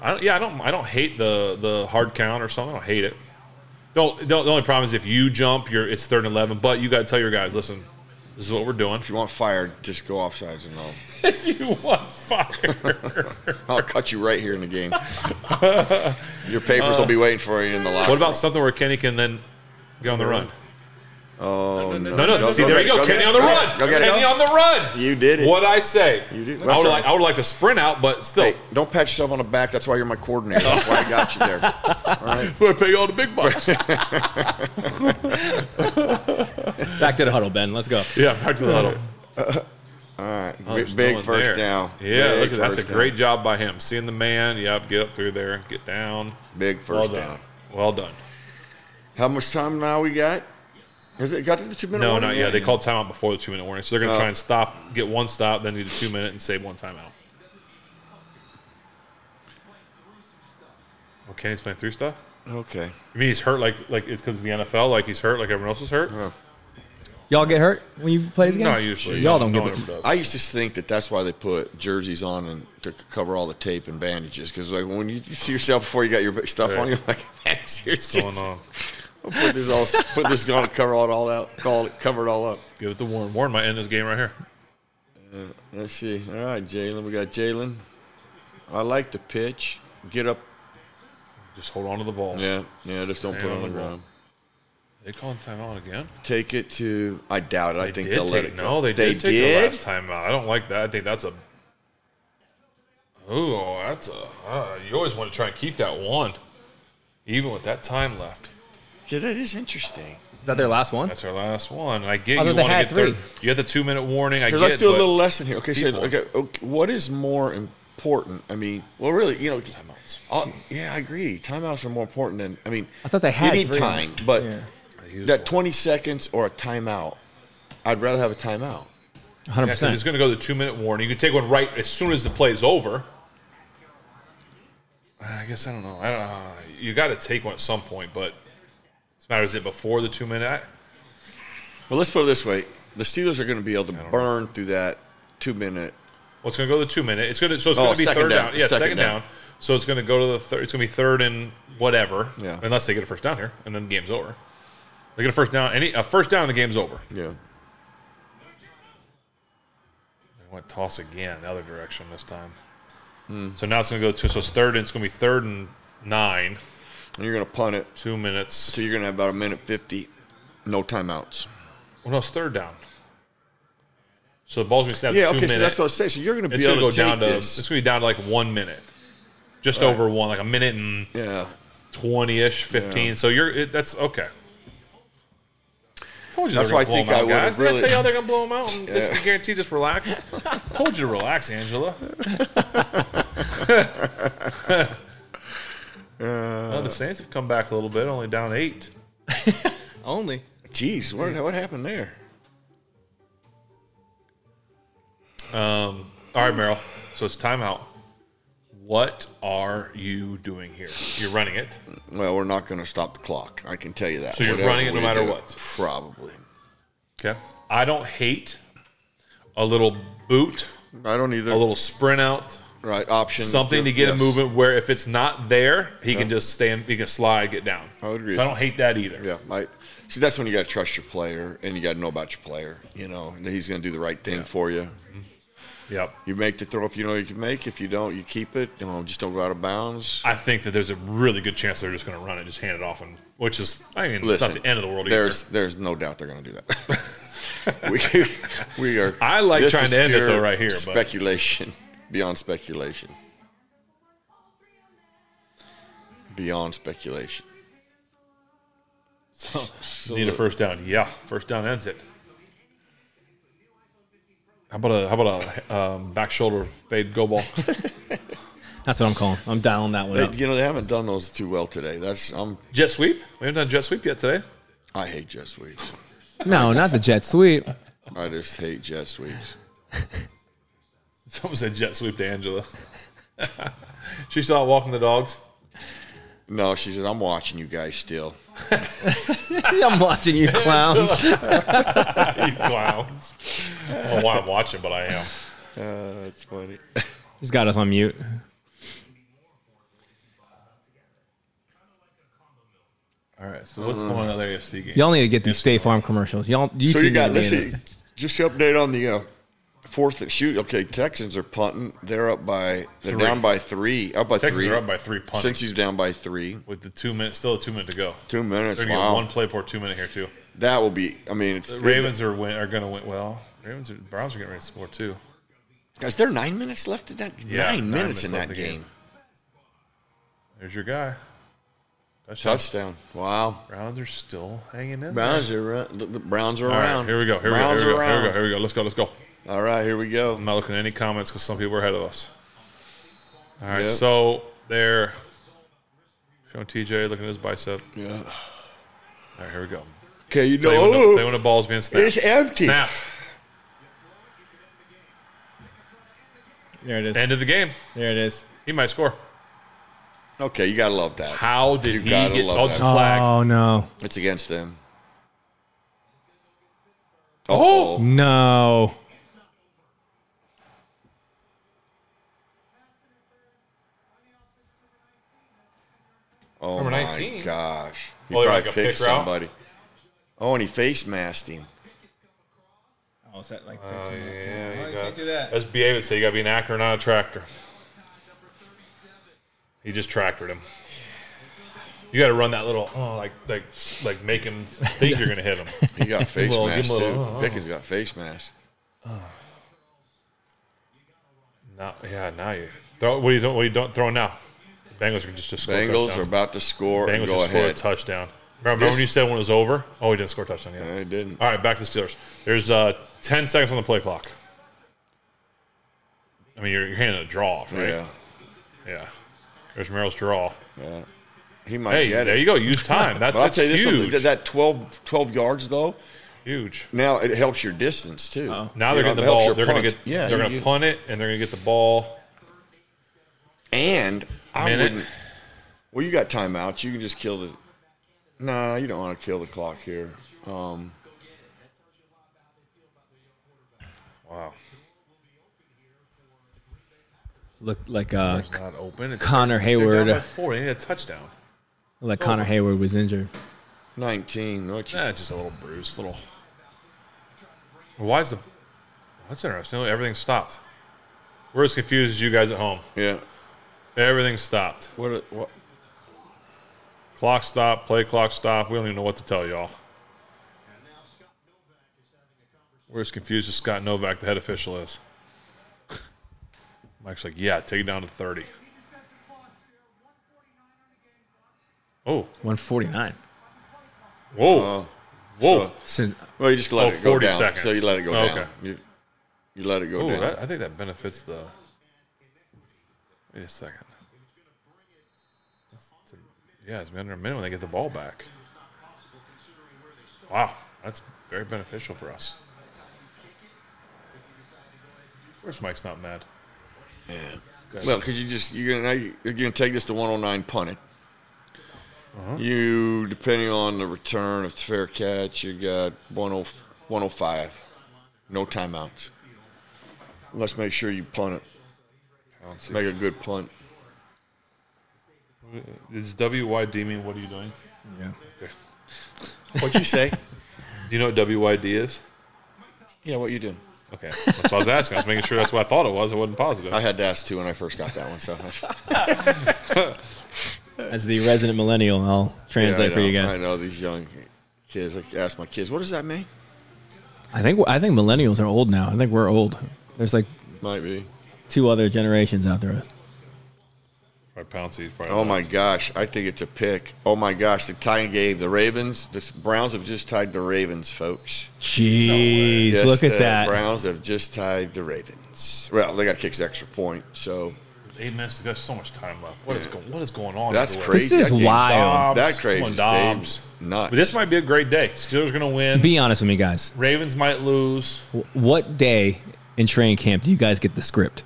C: I don't, yeah, I don't. I don't hate the the hard count or something. I don't hate it. Don't, don't. The only problem is if you jump, you're it's third and eleven. But you got to tell your guys, listen, this is what we're doing.
B: If you want fire, just go offsides and I'll,
C: you want fire.
B: I'll cut you right here in the game. Your papers will be waiting for you in the locker.
C: what about something where Kenny can then go on the run?
B: Oh, no,
C: No, no. see, there
B: get
C: you go.
B: it,
C: Kenny
B: get it,
C: on the
B: go
C: run.
B: Get, it, go get
C: Kenny
B: it.
C: on the run.
B: You did it.
C: What I say.
B: You did-
C: I
B: that's
C: would like.
B: right.
C: I would like to sprint out, but still,
B: Hey, don't pat yourself on the back. That's why you're my coordinator. That's why I got you there. All right.
C: I pay you all the big bucks.
A: Back to the huddle, Ben. Let's go.
C: yeah, back to the huddle.
B: All right. big
C: Oh, there's
B: big
C: no one
B: first
C: there.
B: down.
C: Yeah,
B: Big
C: look at that's a
B: first
C: great
B: down.
C: job by him. Seeing the man, yep, get up through there, get down.
B: Big
C: Well
B: first
C: done.
B: down.
C: Well done.
B: How much time now we got? Has it got to the two minute
C: No,
B: warning
C: not
B: yet?
C: yet. They called timeout before the two minute warning, so they're going to
B: Oh.
C: try and stop, get one stop, then need a two minute and save one timeout. Well, Kenny's playing through stuff.
B: Okay.
C: You mean he's hurt like like it's because of the NFL, like he's hurt, like everyone else is hurt.
A: Y'all get hurt when you play this game?
C: Not usually.
A: Y'all don't
C: No
A: get
C: one
A: it.
C: ever does.
B: I used to think that that's why they put jerseys on and to c- cover all the tape and bandages because like when you see yourself before you got your big stuff
C: Right.
B: on, you're like, man, seriously,
C: What's going on? uh,
B: I'll put this all put this on to cover all, all out, call it, cover it all up.
C: Give it to Warren. Warren might end this game right here.
B: Let's see. All right, Jalen, we got Jalen. I like the pitch. Get up.
C: Just hold on to the ball.
B: Yeah, yeah. Just don't put it on the ground.
C: They calling timeout again.
B: Take it to. I doubt it. I think
C: did
B: they'll let
C: take-
B: it.
C: No,
B: go.
C: they, did take the last time out. I don't like that. I think that's a. Oh, that's a. Uh, you always want to try and keep that one, even with that time left.
B: Yeah, that is interesting.
A: Is that their last one?
C: That's our last one. I get
A: I thought
C: you
A: they
C: want to
A: had
C: get third.
A: three.
C: You got the two minute warning. I
B: Here,
C: get.
B: let's do a
C: but-
B: little lesson here. Okay, so
C: people.
B: okay, okay, what is more important? I mean, well, really, you know,
C: Timeouts.
B: I'll- yeah, I agree. Timeouts are more important than I mean.
A: I thought they had
B: you need
A: three.
B: time, but
A: Yeah.
B: that twenty seconds or a timeout, I'd rather have a timeout.
A: 100%.
C: Yeah, 'cause it's going to go to the two minute warning. You can take one right as soon as the play's over. I guess I don't know. I don't know. You got to take one at some point, but it's matter is it before the two minute? I-
B: Well, let's put it this way: the Steelers are going to be able to burn through that two minute.
C: Well, it's going to go to the two minute. It's going to so it's
B: Oh,
C: going to be
B: second
C: third down.
B: down.
C: Yeah, second,
B: Second
C: down.
B: down.
C: So it's going to go to the third. It's going to be third and whatever.
B: Yeah.
C: Unless they get a first down here, and then the game's over. They get a first down. Any a first down, the game's over.
B: Yeah,
C: They went toss again, the other direction this time.
B: Hmm.
C: So now it's going to go to so it's third and it's going to be third and nine.
B: and you're going to punt it,
C: Two minutes.
B: so you're going to have about a minute fifty, no timeouts.
C: Well, no, it's third down. So the ball's going to snap.
B: Yeah,
C: two
B: okay,
C: minutes.
B: so that's what I was saying. So you're going to be
C: it's going to
B: able
C: go
B: to
C: down
B: take
C: to.
B: this.
C: It's going to be down to like one minute, just over one, like a minute and
B: yeah.
C: twenty ish, fifteen.
B: Yeah.
C: So you're it, that's okay. Told you
B: That's
C: they
B: why I
C: were gonna blow
B: think
C: them out,
B: I would've
C: guys. Did I
B: really-
C: tell you how they're gonna blow them out? And
B: Yeah.
C: Just guarantee, just relax. Told you to relax, Angela. Well, the Saints have come back a little bit, only down eight.
A: Only.
B: Jeez, what, what happened there?
C: All right, Merrill. So it's timeout. What are you doing here? You're running it.
B: Well, we're not going to stop the clock. I can tell you that.
C: So you're running it no
B: we
C: matter
B: do,
C: what?
B: Probably.
C: Okay. I don't hate a little boot,
B: I don't either.
C: a little sprint out.
B: right option.
C: something to get
B: Yes.
C: a movement where if it's not there, he can just stand, he can slide, get down.
B: I would agree
C: So I
B: with
C: don't hate that either.
B: Yeah, I, see, that's when you got to trust your player and you got to know about your player. You know that he's going to do the right thing for you.
C: Yep.
B: You make the throw if you know you can make. If you don't, you keep it. You know, just don't go out of bounds.
C: I think that there's a really good chance they're just going to run it, just hand it off, and which is I mean,
B: Listen,
C: it's not the end of the world
B: There's
C: either.
B: there's no doubt they're going to do that. we, we are.
C: I like
B: this
C: trying
B: is
C: to end it, though,
B: pure
C: right here, but-
B: Speculation beyond speculation. Beyond speculation. So,
C: Need a first down. Yeah, first down ends it. How about a how about a um, back shoulder fade go ball?
A: That's what I'm calling. I'm dialing that one
B: They,
A: up.
B: you know they haven't done those too well today. That's I'm
C: Jet sweep? We haven't done jet sweep yet today.
B: I hate jet sweeps.
A: No, not the jet sweep.
B: I just hate jet sweeps.
C: Someone said jet sweep to Angela. she saw it walking the dogs.
B: No, she says I'm watching you guys still.
A: I'm watching you clowns.
C: you clowns. I don't know why I'm watching, but I am.
B: Uh, that's funny.
A: He's got us on mute.
C: All right, so what's going on in other AFC game?
A: Y'all need to get these State Farm commercials. Y'all, you
B: So
A: two
B: you got
A: need to be in it.
B: listen. Just the update on the uh, fourth and shoot. Okay, Texans are punting. They're up by. They're
C: Three.
B: down by three. Up by
C: Texans
B: three.
C: are up by three punts
B: Cincy's down by three.
C: with the two minutes, still a two minute to go.
B: Two minutes.
C: They're gonna get
B: Wow,
C: one play per two minute here too.
B: that will be. I mean, it's
C: The Ravens are win, are gonna win. Well, Ravens are, Browns are getting ready to score too.
B: Is there nine minutes left in that?
C: Yeah,
B: nine,
C: nine
B: minutes in that
C: minutes left
B: game.
C: in the game. There's your guy. Touchdown.
B: Touchdown. Wow.
C: Browns are still hanging in. there.
B: Browns are around. The, the Browns are
C: All
B: around.
C: right, here we go. Here we go.
B: Browns
C: Here
B: are
C: we go. Here we go.
B: around.
C: Here we go. Let's go. Let's go.
B: All right, here we go.
C: I'm not looking at any comments because some people are ahead of us. All right,
B: Yep.
C: so they're showing TJ looking at his bicep.
B: Yeah.
C: All right, here we go.
B: Okay, you
C: Say when, the, say
B: know. oh,
C: when the ball's being
B: It's
C: snapped.
B: empty.
C: Snapped.
A: There it is.
C: End of the game.
A: There it is.
C: He might score.
B: Okay, you gotta love that.
C: How did
B: You
C: he
B: gotta
C: get
B: love
C: called the
B: that.
C: flag?
A: Oh no,
B: It's against them. Oh,
A: no.
B: oh
J: Number
B: my
J: 19.
B: gosh! He
C: Oh, they're
B: probably
C: like a pick
B: picked
C: route?
B: somebody. Oh, and he face masked him.
A: Oh, is that like?
C: Oh, yeah, you
K: you
C: got-
K: can't do that.
C: As BA would say, you got to be an actor, not a tractor. He just tractored him. You got to run that little, oh, like, like, like, make him think you're going to hit him.
B: He got face
C: Well, give him
B: masked
C: a
B: too.
C: little- oh, oh.
B: Pickens got face masked.
C: Now, yeah, now you throw. What are you doing? What are you doing, throwing now? Bengals are just to score. a
B: Bengals are
C: touchdown.
B: about to score
C: Bengals
B: and
C: just
B: go
C: scored a
B: ahead.
C: touchdown. Remember, remember
B: This-
C: when you said when it was over? Oh, he didn't score a touchdown. Yeah.
B: I didn't.
C: All right, back to the Steelers. There's uh, ten seconds on the play clock. I mean, you're, you're handing a draw, off, right?
B: Yeah,
C: Yeah. There's Merrill's draw.
B: yeah. He might
C: Hey,
B: get
C: there
B: it.
C: you go. Use time. That's,
B: But I'll
C: that's
B: tell you this:
C: huge.
B: something, that 12, 12 yards though.
C: huge.
B: Now it helps your distance too.
C: Now
B: You know,
C: they're getting the
B: it helps
C: ball.
B: your
C: They're going to
B: punt.
C: get.
B: Yeah,
C: they're
B: you-
C: going to
B: you-
C: punt it, and they're going to get the ball.
B: And I
C: Minute.
B: wouldn't. Well, you got timeouts. You can just kill the. Nah, you don't want to kill the clock here. Um,
C: Wow,
A: Looked like uh,
C: it's not open. It's
A: Connor
C: they're down
A: Hayward.
C: by four. They need a touchdown.
A: Like Connor Hayward was injured.
B: nineteen. What you,
C: Yeah, just a little bruise, little. Why is the? That's interesting. Everything stopped. We're as confused as you guys at home.
B: yeah.
C: Everything stopped.
B: What? a- What?
C: Clock stop. Play clock stop. We don't even know what to tell y'all. We're as confused as Scott Novak, the head official, is. Mike's like, yeah, take it down to thirty. Oh,
A: 149.
C: whoa, whoa!
B: Uh, so- Well, you just let
C: Oh,
B: it go
C: 40
B: down.
C: seconds.
B: So you let it go
C: Oh,
B: down.
C: okay.
B: You, you let it go
C: Ooh,
B: down.
C: that, I think that benefits the. Wait a second. That's to- yeah, it's been under a minute when they get the ball back. Wow, that's very beneficial for us. Of course, Mike's not mad.
B: Well, because you just you're gonna now you- you're gonna take this to 109 punt it.
C: Uh-huh.
B: You depending on the return of the fair catch, you got oh, 10 105, no timeouts. Let's make sure you punt it. Make a good punt.
C: Is WYD mean what are you doing?
A: Yeah.
B: What'd you say?
C: Do you know what WYD is?
B: yeah, what you do?
C: Okay, that's what I was asking. I was making sure that's what I thought it was. It wasn't positive.
B: I had to ask too when I first got that one. So
A: As the resident millennial, I'll translate
B: Yeah, I
A: for you
B: know.
A: guys.
B: I know these young kids. I ask my kids, what does that mean?
A: I think I think millennials are old now. I think we're old. There's like
B: Might be.
A: two other generations after us.
C: Probably Pouncey's probably.
B: Oh my gosh, I think it's a pick. Oh my gosh, the tying game. The Ravens, the Browns have just tied the Ravens, folks.
A: Jeez,
B: Yes, uh,
A: look
B: the
A: at that.
B: Browns have just tied the Ravens. Well, they got kicks extra point, so
C: eight minutes to go. So much time left. What is going? What is going on?
B: That's
C: everywhere?
B: crazy.
A: Oh This is
B: That game's
A: wild.
B: That
C: Come
B: crazy.
C: on, Dobbs.
B: Nuts.
C: But this might be a great day. Steelers going to win.
A: Be honest with me, guys.
C: Ravens might lose.
A: W- What day in training camp do you guys get the script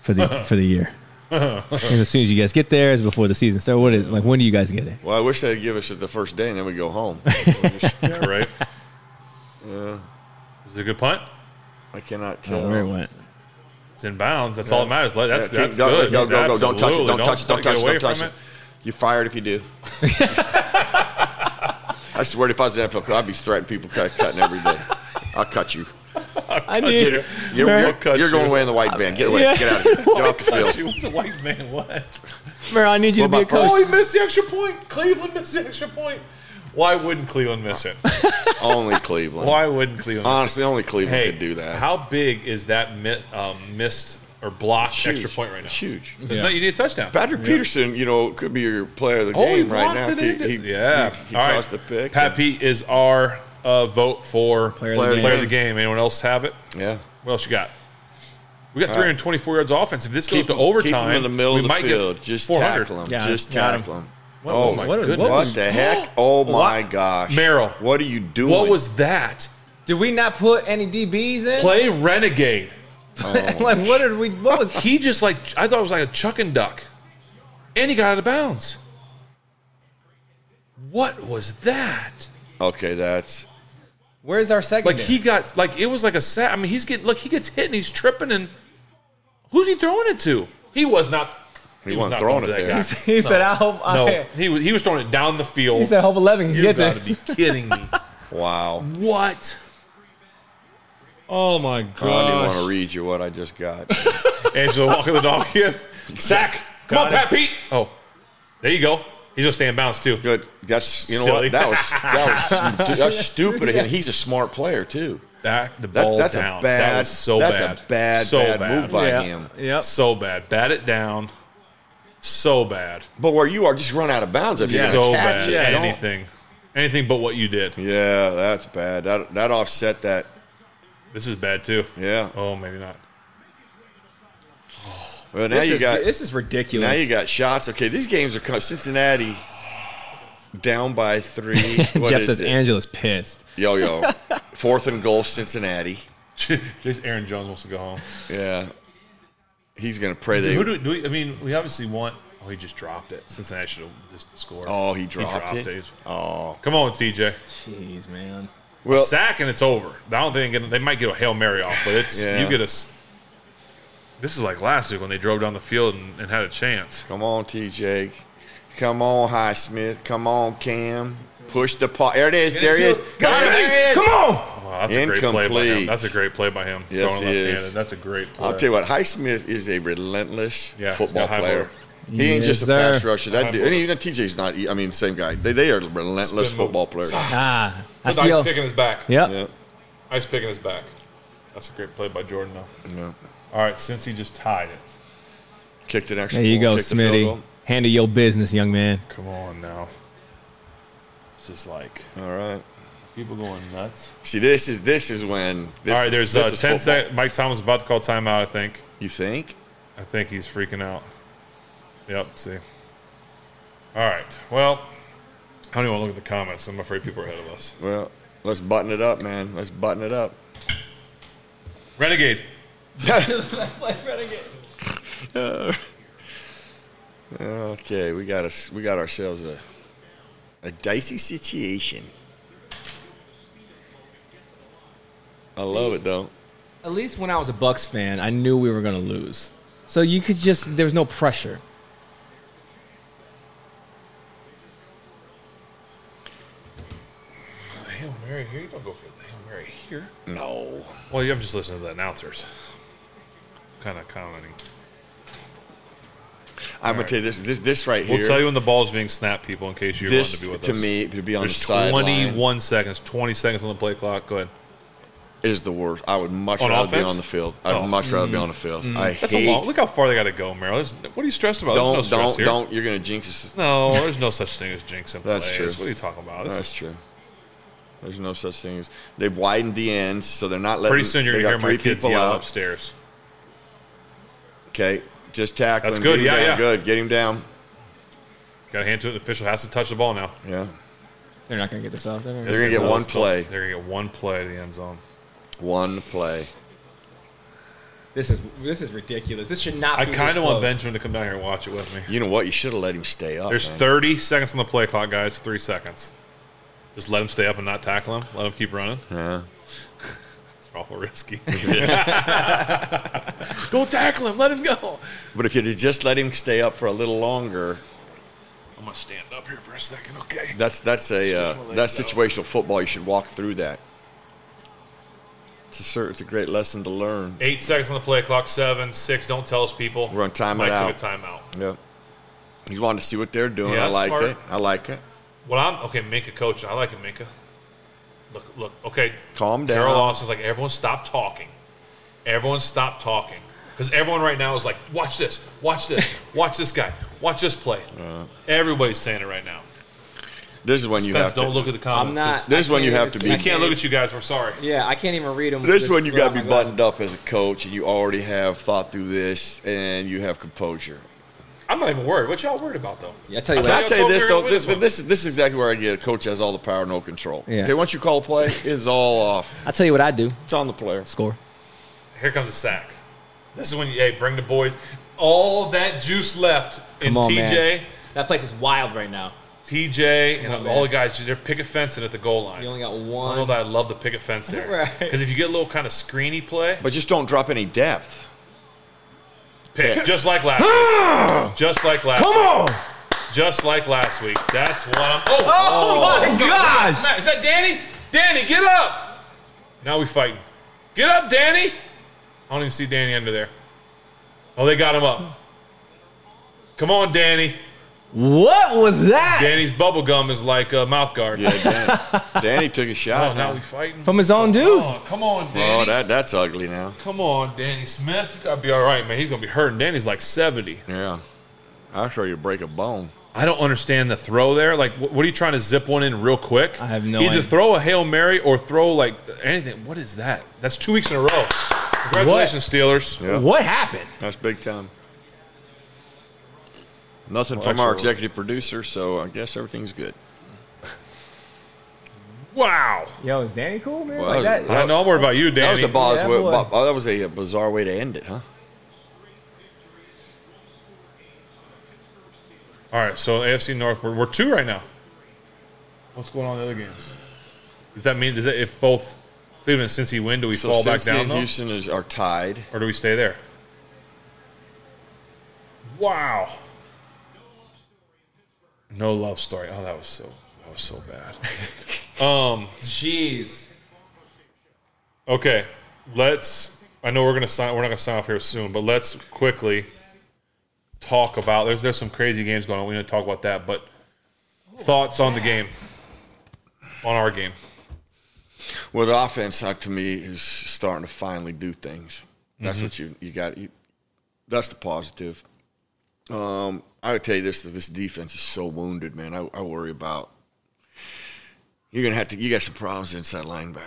A: for the for the year? as soon as you guys get there, is before the season starts. What is like? When do you guys get it?
B: well, I wish they'd give us it the first day and then we go home.
C: right? Yeah. Is it a good punt?
B: I cannot
A: Oh,
B: tell.
A: where it went?
C: It's in bounds. That's all that matters. Like, That's,
B: Yeah,
C: that's
B: keep- go,
C: good.
B: Go, go, go. Don't touch it.
C: Absolutely.
B: Don't, touch it. Don't
C: get
B: touch it.
C: away
B: Don't touch
C: from
B: it. You're fired if you do. I swear, if I was an NFL coach, I'd be threatening people cut, cutting every day. I'll cut you.
A: I
B: Get
A: knew.
B: it. You're,
A: Mer-
B: you're-
C: cut
B: you're going
C: you.
B: away in the white van. Get away.
A: Yeah.
B: Get out of here. Get off the
C: Touch it.
B: field.
C: What's a white man? What? Oh,
A: Mer, I need you
B: What
A: to be a
B: about first?
A: coach.
C: he missed the extra point. Cleveland missed the extra point. Why wouldn't Cleveland miss it?
B: Only Cleveland.
C: Why wouldn't Cleveland miss it?
B: Honestly, only Cleveland
C: Hey,
B: could do that.
C: how big is that mi- um, missed or blocked
B: It's huge.
C: extra point right now?
B: It's Huge.
C: There's no- you need a touchdown.
B: Patrick Peterson, you know, could be your player of the
C: Oh, he
B: game right
C: blocked
B: now.
C: it
B: He,
C: in, didn't-
B: he-
C: yeah.
B: he, he
C: All right.
B: caused the pick.
C: Pat Pete is our uh, vote for player,
A: of the
B: Player
C: of the game. Anyone else have it?
B: Yeah.
C: What else you got? We got 324 yards offense. If this goes to
B: him-
C: overtime,
B: Keep him in the middle
C: we
B: of the
C: might
B: field.
C: get
B: Just
C: 400.
B: tackle him.
A: Yeah,
B: Just
A: got him.
B: tackle him.
C: What
B: oh
C: was
B: my
C: that?
A: what-
C: goodness.
A: what
B: What the heck? Oh my gosh.
C: Merrill.
B: What are you doing?
C: What was that?
A: Did we not put any DBs in?
C: Play Renegade.
B: Oh.
A: like what did we? What was?
C: He just like I thought it was like a chuck and duck, and he got out of bounds. What was that?
B: Okay, that's
A: Where's our second?
C: Like he got like it was like a set. I mean, he's getting look. He gets hit and he's tripping and who's he throwing it to? He was not.
B: He
C: was
B: wasn't
C: not
B: throwing
C: to
B: it
C: that
B: there.
C: guy.
A: he said, "I hope
C: No,
A: I."
C: he was he was throwing it down the field.
A: He said, "I "Hope eleven can
C: you
A: get
C: gotta
A: this."
C: be kidding me!
B: wow.
C: What? Oh my
B: I didn't want to read you what I just got.
C: Angela walking the dog in. Sack. Come on, Pat Pete. Oh, there you go. He's gonna stay in bounds too.
B: Good. That's you know
C: Silly.
B: what that was. That was that's stupid of him. He's a smart player too.
C: That the
B: That-
C: ball
B: that's
C: down.
B: a bad.
C: that was so
B: that's
C: bad.
B: a bad,
C: so
B: bad, move by him.
A: Yep.
C: So bad. Bat it down. So bad.
B: But where you are, just run out of bounds. If you're
C: So
B: gonna catch
C: bad.
B: it, don't-
C: Anything. Anything but what you did.
B: Yeah, that's bad. That that offset that.
C: This is bad too.
B: Yeah.
C: Oh, maybe not.
B: Well, now
A: This
B: you
A: is,
B: got
A: this is ridiculous.
B: Now you got shots. Okay, these games are coming. Cincinnati down by three. What
A: Jeff
B: is
A: says
B: it?
A: Angela's pissed.
B: yo yo. Fourth and goal, Cincinnati.
C: Just Aaron Jones wants to go home.
B: Yeah, he's gonna pray
C: Who
B: they.
C: do, do we? I mean, we obviously want. Oh, he just dropped it. Cincinnati should have just scored.
B: Oh, he dropped, it.
C: Oh, come on, TJ.
A: Jeez, man.
B: Well,
C: Sack and it's over. I don't think they might get a hail mary off, but it's
B: Yeah.
C: you get us. This is like last week when they drove down the field and, and had a chance.
B: come on, TJ. Come on, Highsmith. Come on, Cam. Push the pot. There it is. There it is.
C: Got it.
B: Come on.
C: Wow, Oh, that's a great play
B: Incomplete.
C: by him. That's a great play by him.
B: Yes,
C: Throwing
B: he
C: left-handed.
B: is.
C: That's a great play.
B: I'll tell you what, Highsmith is a relentless
C: Yeah, he's
B: football
C: got high
B: player.
C: motor.
B: He ain't
A: Yes,
B: just a pass
A: sir.
B: rusher. That
C: High
B: dude, and even TJ's not. I mean, same guy. They, they are relentless
L: Spin move.
B: football players.
A: Ah, I
L: With
A: see.
L: ice
A: Yep.
L: pick in his back.
B: Yeah.
L: Ice pick in his back.
C: That's a great play by Jordan, though.
B: Yeah.
C: All right, since he just tied it.
B: Kicked an extra.
A: There you
B: point,
A: go,
B: kicked the field
A: Smitty.
B: goal.
A: Handle your business, young man.
C: Come on now. It's just like
B: All right.
C: people going nuts.
B: See, this is this is when. This
C: All right,
B: is-
C: there's
B: this
C: uh,
B: is
C: 10
B: football.
C: seconds. Mike Thomas about to call timeout, I think.
B: You think?
C: I think he's freaking out. Yep, see. All right, well, I don't even want to look at the comments. I'm afraid people are ahead of us.
B: Well, let's button it up, man. Let's button it up.
C: Renegade.
B: Okay, we got us. We got ourselves a a dicey situation. I love it though.
A: At least when I was a Bucks fan, I knew we were going to lose. So you could just there was no pressure.
C: Hail Mary here. You don't go for the Hail Mary here.
B: No,
C: Well, yeah, I'm just listening to the announcers. Kind of commenting.
B: I'm gonna tell you this. This, this right here.
C: We'll tell you when the ball's being snapped, people, in case you want
B: this
C: to be with
B: to
C: us.
B: me to be on
C: There's
B: the sideline
C: 21 seconds, 20 seconds on the play clock. Go ahead.
B: is the worst. I would much
C: On
B: rather be
C: offense?
B: on the field. I'd
C: Oh. Mm-hmm.
B: much rather be on the field. I
C: That's
B: hate.
C: a long. Look how far they got to go, Merrill. There's- What are you stressed about?
B: don't
C: there's no stress
B: don't
C: here.
B: don't. You're gonna jinx us.
C: No, there's no such thing as jinxing
B: That's
C: plays.
B: true.
C: What are you talking about? This
B: That's
C: is
B: true. There's no such thing as they've widened the ends, so they're not letting.
C: pretty soon you're
B: they
C: gonna hear
B: got
C: my
B: three
C: kids
B: people
C: yell
B: out.
C: upstairs.
B: Okay, Just tackle
C: That's
B: him. Get
C: good,
B: him
C: yeah,
B: down.
C: yeah.
B: Good. Get him down.
C: Got to hand to it. The official has to touch the ball now.
B: Yeah.
A: They're not going to get this off. They're
B: They're gonna
C: It's
B: get one
C: still-
B: play.
C: They're gonna get one play to the end zone.
B: One play.
A: This is this is ridiculous. This should not.
C: I
A: be
C: kind
A: this
C: of want
A: close.
C: Benjamin to come down here and watch it with me.
B: You know what? You should have let him stay up.
C: There's
B: man.
C: 30 seconds on the play clock, guys. Three seconds. Just let him stay up and not tackle him. Let him keep running.
B: Yeah.
C: It's awful risky. Don't tackle him. Let him go.
B: But if you'd have just let him stay up for a little longer,
C: I'm gonna stand up here for a second, okay?
B: that's that's a uh, that's situational football. You should walk through that. It's a cer- it's a great lesson to learn.
C: Eight seconds on the play clock. Seven, six. Don't tell us, people.
B: We're on timeout
C: Mike
B: out.
C: took a timeout.
B: Yeah. You want to see what they're doing.
C: Yeah,
B: I like
C: smart.
B: it. I like it.
C: Well, I'm okay. Minka coach. I like him, Minka. Look, look. Okay,
B: Calm down.
C: Carol Lawson's like everyone stop talking. Everyone stop talking because everyone right now is like, watch this, watch this, watch this guy, watch this play. Everybody's saying it right now.
B: This is when Uh, you
C: Spence,
B: have to.
C: don't look at the
A: I'm
C: comments.
A: not.
C: 'cause
B: This
A: I
B: one you
A: can't
B: have
A: even
B: to
A: see-
B: be-
C: I can't look at you guys. We're sorry.
A: Yeah, I can't even read them.
B: This one you got to be
A: buttoned.
B: buttoned up as a coach, and you already have thought through this, and you have composure.
C: I'm not even worried. What y'all worried about though?
A: Yeah, I tell you
C: I'll
A: what.
B: Can I tell you
C: told
B: this
C: Barry
B: though? This,
C: Whitman.
B: this, this is exactly where I get. A coach has all the power, no control.
A: Yeah.
B: Okay, once you call a play, it's all off.
A: I tell you what I do.
B: It's on the player.
A: Score.
C: Here comes a sack. This is when you hey, bring the boys. All that juice left in
A: Come on,
C: TJ.
A: man. That place is wild right now.
C: TJ and
A: Come on,
C: all the
A: man.
C: guys, they're picket fencing at the goal line.
A: You only got
C: I don't know
A: one.
C: that I love the picket fence there.
A: Right.
C: Because if you get a little kind of screeny play,
B: But just don't drop any depth.
C: pick, just like last week. Just like last Come week. on! Just like last week. That's what I'm. Oh,
A: my gosh!
C: Matt, Is that Danny? Danny, get up! Now we fighting. Get up, Danny! I don't even see Danny under there. Oh, they got him up. Come on, Danny.
A: What was that?
C: Danny's bubble gum is like a mouth guard.
B: Yeah, Danny, Danny took a
C: Oh,
B: shot.
C: now we fighting.
A: From his own dude.
C: Oh, come on, Danny.
B: oh, that that's ugly now.
C: Come on, Danny Smith. You gotta be all right, man. He's gonna be hurting. Danny's like seventy.
B: Yeah, I'll show you break a bone.
C: I don't understand the throw there. Like, wh- what are you trying to zip one in real quick?
A: I have no
C: Either
A: idea.
C: throw a hail mary or throw like anything. What is that? That's two weeks in a row. Congratulations, Steelers.
B: Yeah.
A: What happened?
B: That's big time. Nothing
C: Well,
B: from our
C: actually-
B: executive producer, so I guess everything's good.
C: Wow.
A: Yo, is Danny cool, man?
B: Well,
A: like
B: that was-
A: that?
C: I know I'm worried about you, Danny.
B: That was a boss.
A: Yeah,
B: way-
A: boy.
B: bo- oh, that was a bizarre way to end it, huh?
C: All right, so AFC North, we're, we're two right now. What's going on in the other games? Does that mean does that, if both Cleveland and Cincy win, do we
B: So
C: fall back
B: Cincy
C: down
B: and
C: though,
B: Houston is, are tied.
C: or do we stay there? Wow. No love story. Oh, that was so that was so bad. Um,
M: Jeez.
C: Okay, let's. I know we're gonna sign. We're not gonna sign off here soon, but let's quickly talk about. There's there's some crazy games going on. We need to talk about that. But thoughts on the game, on our game.
B: Well, the offense, uh, to me, is starting to finally do things. That's
C: Mm-hmm.
B: what you you got. You, that's the positive. Um, I would tell you this: that this defense is so wounded, man. I, I worry about. You're gonna have to. You got some problems inside linebacker.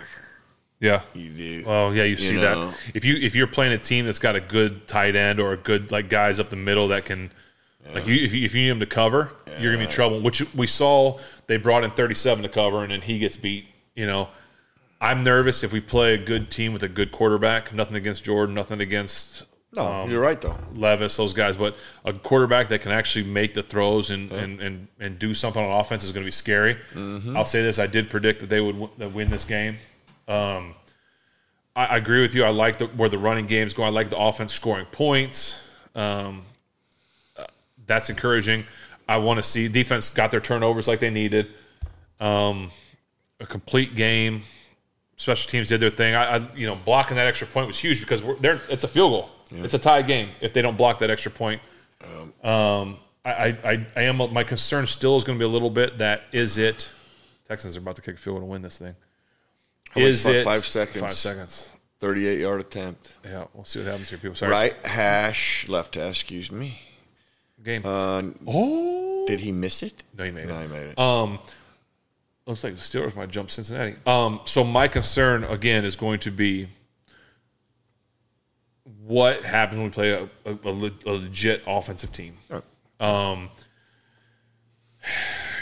C: Yeah.
B: You do.
C: Well, yeah, you see
B: know.
C: that if you if you're playing a team that's got a good tight end or a good like guys up the middle that can. Like you, if, you, if you need him to cover, you're gonna be in trouble. Which we saw they brought in 37 to cover, and then he gets beat. You know, I'm nervous if we play a good team with a good quarterback. Nothing against Jordan, nothing against
B: no,
C: um,
B: you're right though.
C: Levis, those guys, but a quarterback that can actually make the throws and, and, and, and do something on offense is going to be scary. I'll say this: I did predict that they would w- that win this game. Um, I, I agree with you. I like the, where the running game's going. I like the offense scoring points. Um, uh, that's encouraging. I want to see defense got their turnovers like they needed. Um, a complete game. Special teams did their thing. I, I you know, blocking that extra point was huge because we're, they're, it's a field goal. It's a tie game if they don't block that extra point. Um, I, I, I, I am my concern still is going to be a little bit that is it. Texans are about to kick a field goal to win this thing.
B: much?
C: Is
B: Five-
C: it
B: five seconds.
C: Five seconds.
B: Thirty-eight yard attempt.
C: Yeah, we'll see what happens here, people. Sorry.
B: Right hash, left hash. Excuse me.
C: Game.
B: Uh,
C: oh.
B: did he miss it?
C: No, you made
B: No,
C: it.
B: he made it.
C: Um, looks Oh, like the Steelers might jump Cincinnati. Um, so my concern again is going to be what happens when we play a, a, a le- a legit offensive team. Um,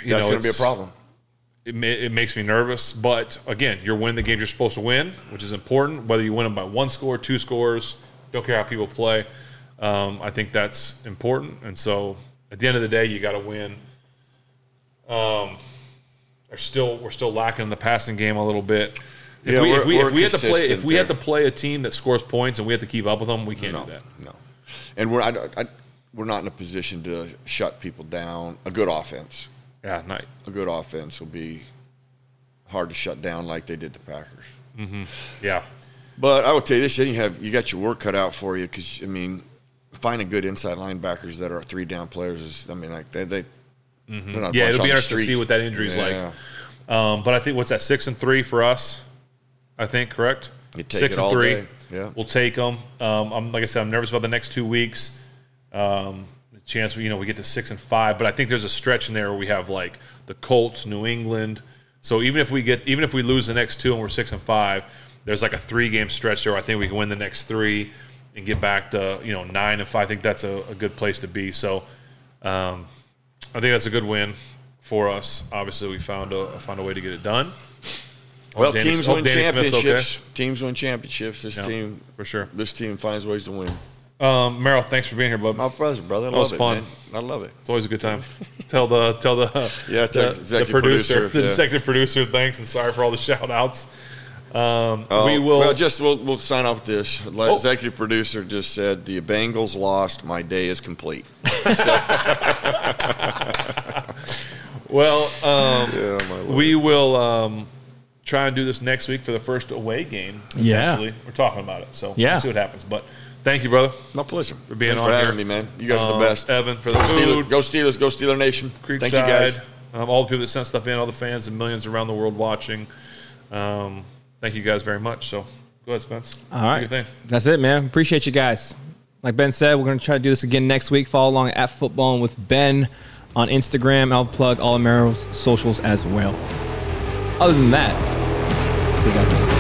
C: you
B: That's going to
C: know,
B: be a
C: it's-
B: problem.
C: It, ma- it makes me nervous, but again, you're winning the games you're supposed to win, which is important. Whether you win them by one score, two scores, don't care how people play. Um, I think that's important, and so at the end of the day, you got to win. Um, are still we're still lacking in the passing game a little bit. If
B: Yeah,
C: we, if
B: we're-
C: we,
B: we're
C: if we had to play if
B: consistent
C: we had to
B: there.
C: play a team that scores points and we have to keep up with them, we can't
B: No,
C: do that.
B: no. And we're I, I, we're not in a position to shut people down. A good offense,
C: Yeah, night.
B: a good offense will be hard to shut down like they did the Packers.
C: Yeah,
B: But I will tell you this: then you have you got your work cut out for you because I mean, finding good inside linebackers that are three down players is I mean like they they they're not a
C: Mm-hmm. yeah.
B: bunch
C: It'll
B: on
C: be
B: the
C: interesting to
B: street.
C: see what that injury is
B: Yeah.
C: like. Um, but I think what's that six and three for us? I think correct.
B: You take
C: six
B: it
C: and
B: all
C: three.
B: day. Yeah.
C: we'll take them. Um, I'm like I said, I'm nervous about the next two weeks. Um, the chance we you know we get to six and five, but I think there's a stretch in there where we have like the Colts, New England. So even if we get even if we lose the next two and we're six and five, there's like a three game stretch there. Where I think we can win the next three and get back to you know nine and five. I think that's a, a good place to be. So. Um, I think that's a good win for us. Obviously, we found a found a way to get it done.
B: Well,
C: Oh, Danny-
B: teams
C: hope
B: win
C: Danny Smith's okay.
B: championships. Teams win championships. This
C: Yeah,
B: team
C: for sure.
B: This team finds ways to win.
C: Um, Merrill, thanks for being here, bud.
B: My brother, brother, I
C: That
B: love
C: was
B: it,
C: fun.
B: man. I love it.
C: It's always a good time. tell the tell the
B: Yeah,
C: the,
B: thanks,
C: the
B: executive
C: producer,
B: producer,
C: the
B: yeah.
C: executive producer. Thanks and sorry for all the shout outs. Um,
B: Oh,
C: we will.
B: Well, just we'll, we'll sign off with this. The
C: Oh.
B: Executive producer just said the Bengals lost. My day is complete.
C: well, um,
B: Yeah, my lord.
C: we will um, try and do this next week for the first away game.
A: Yeah.
C: potentially. we're talking about it, so
A: Yeah.
C: we'll see what happens. But thank you, brother.
B: My pleasure for
C: being
B: Thanks
C: on
B: for
C: here.
B: having me, man. You guys are
C: Um,
B: the best.
C: Evan, for the
B: go Steelers,
C: food.
B: go Steelers, go Steeler Nation.
C: Creekside,
B: Thank you guys.
C: Um, all the people that sent stuff in, all the fans and millions around the world watching. Um, thank you guys very much. So go ahead, Spence.
A: All
C: Do
A: right.
C: your thing.
A: That's it, man. Appreciate you guys. Like Ben said, we're going to try to do this again next week. Follow along at Football with Ben on Instagram. I'll plug all of Merrill's socials as well. Other than that, see you guys later.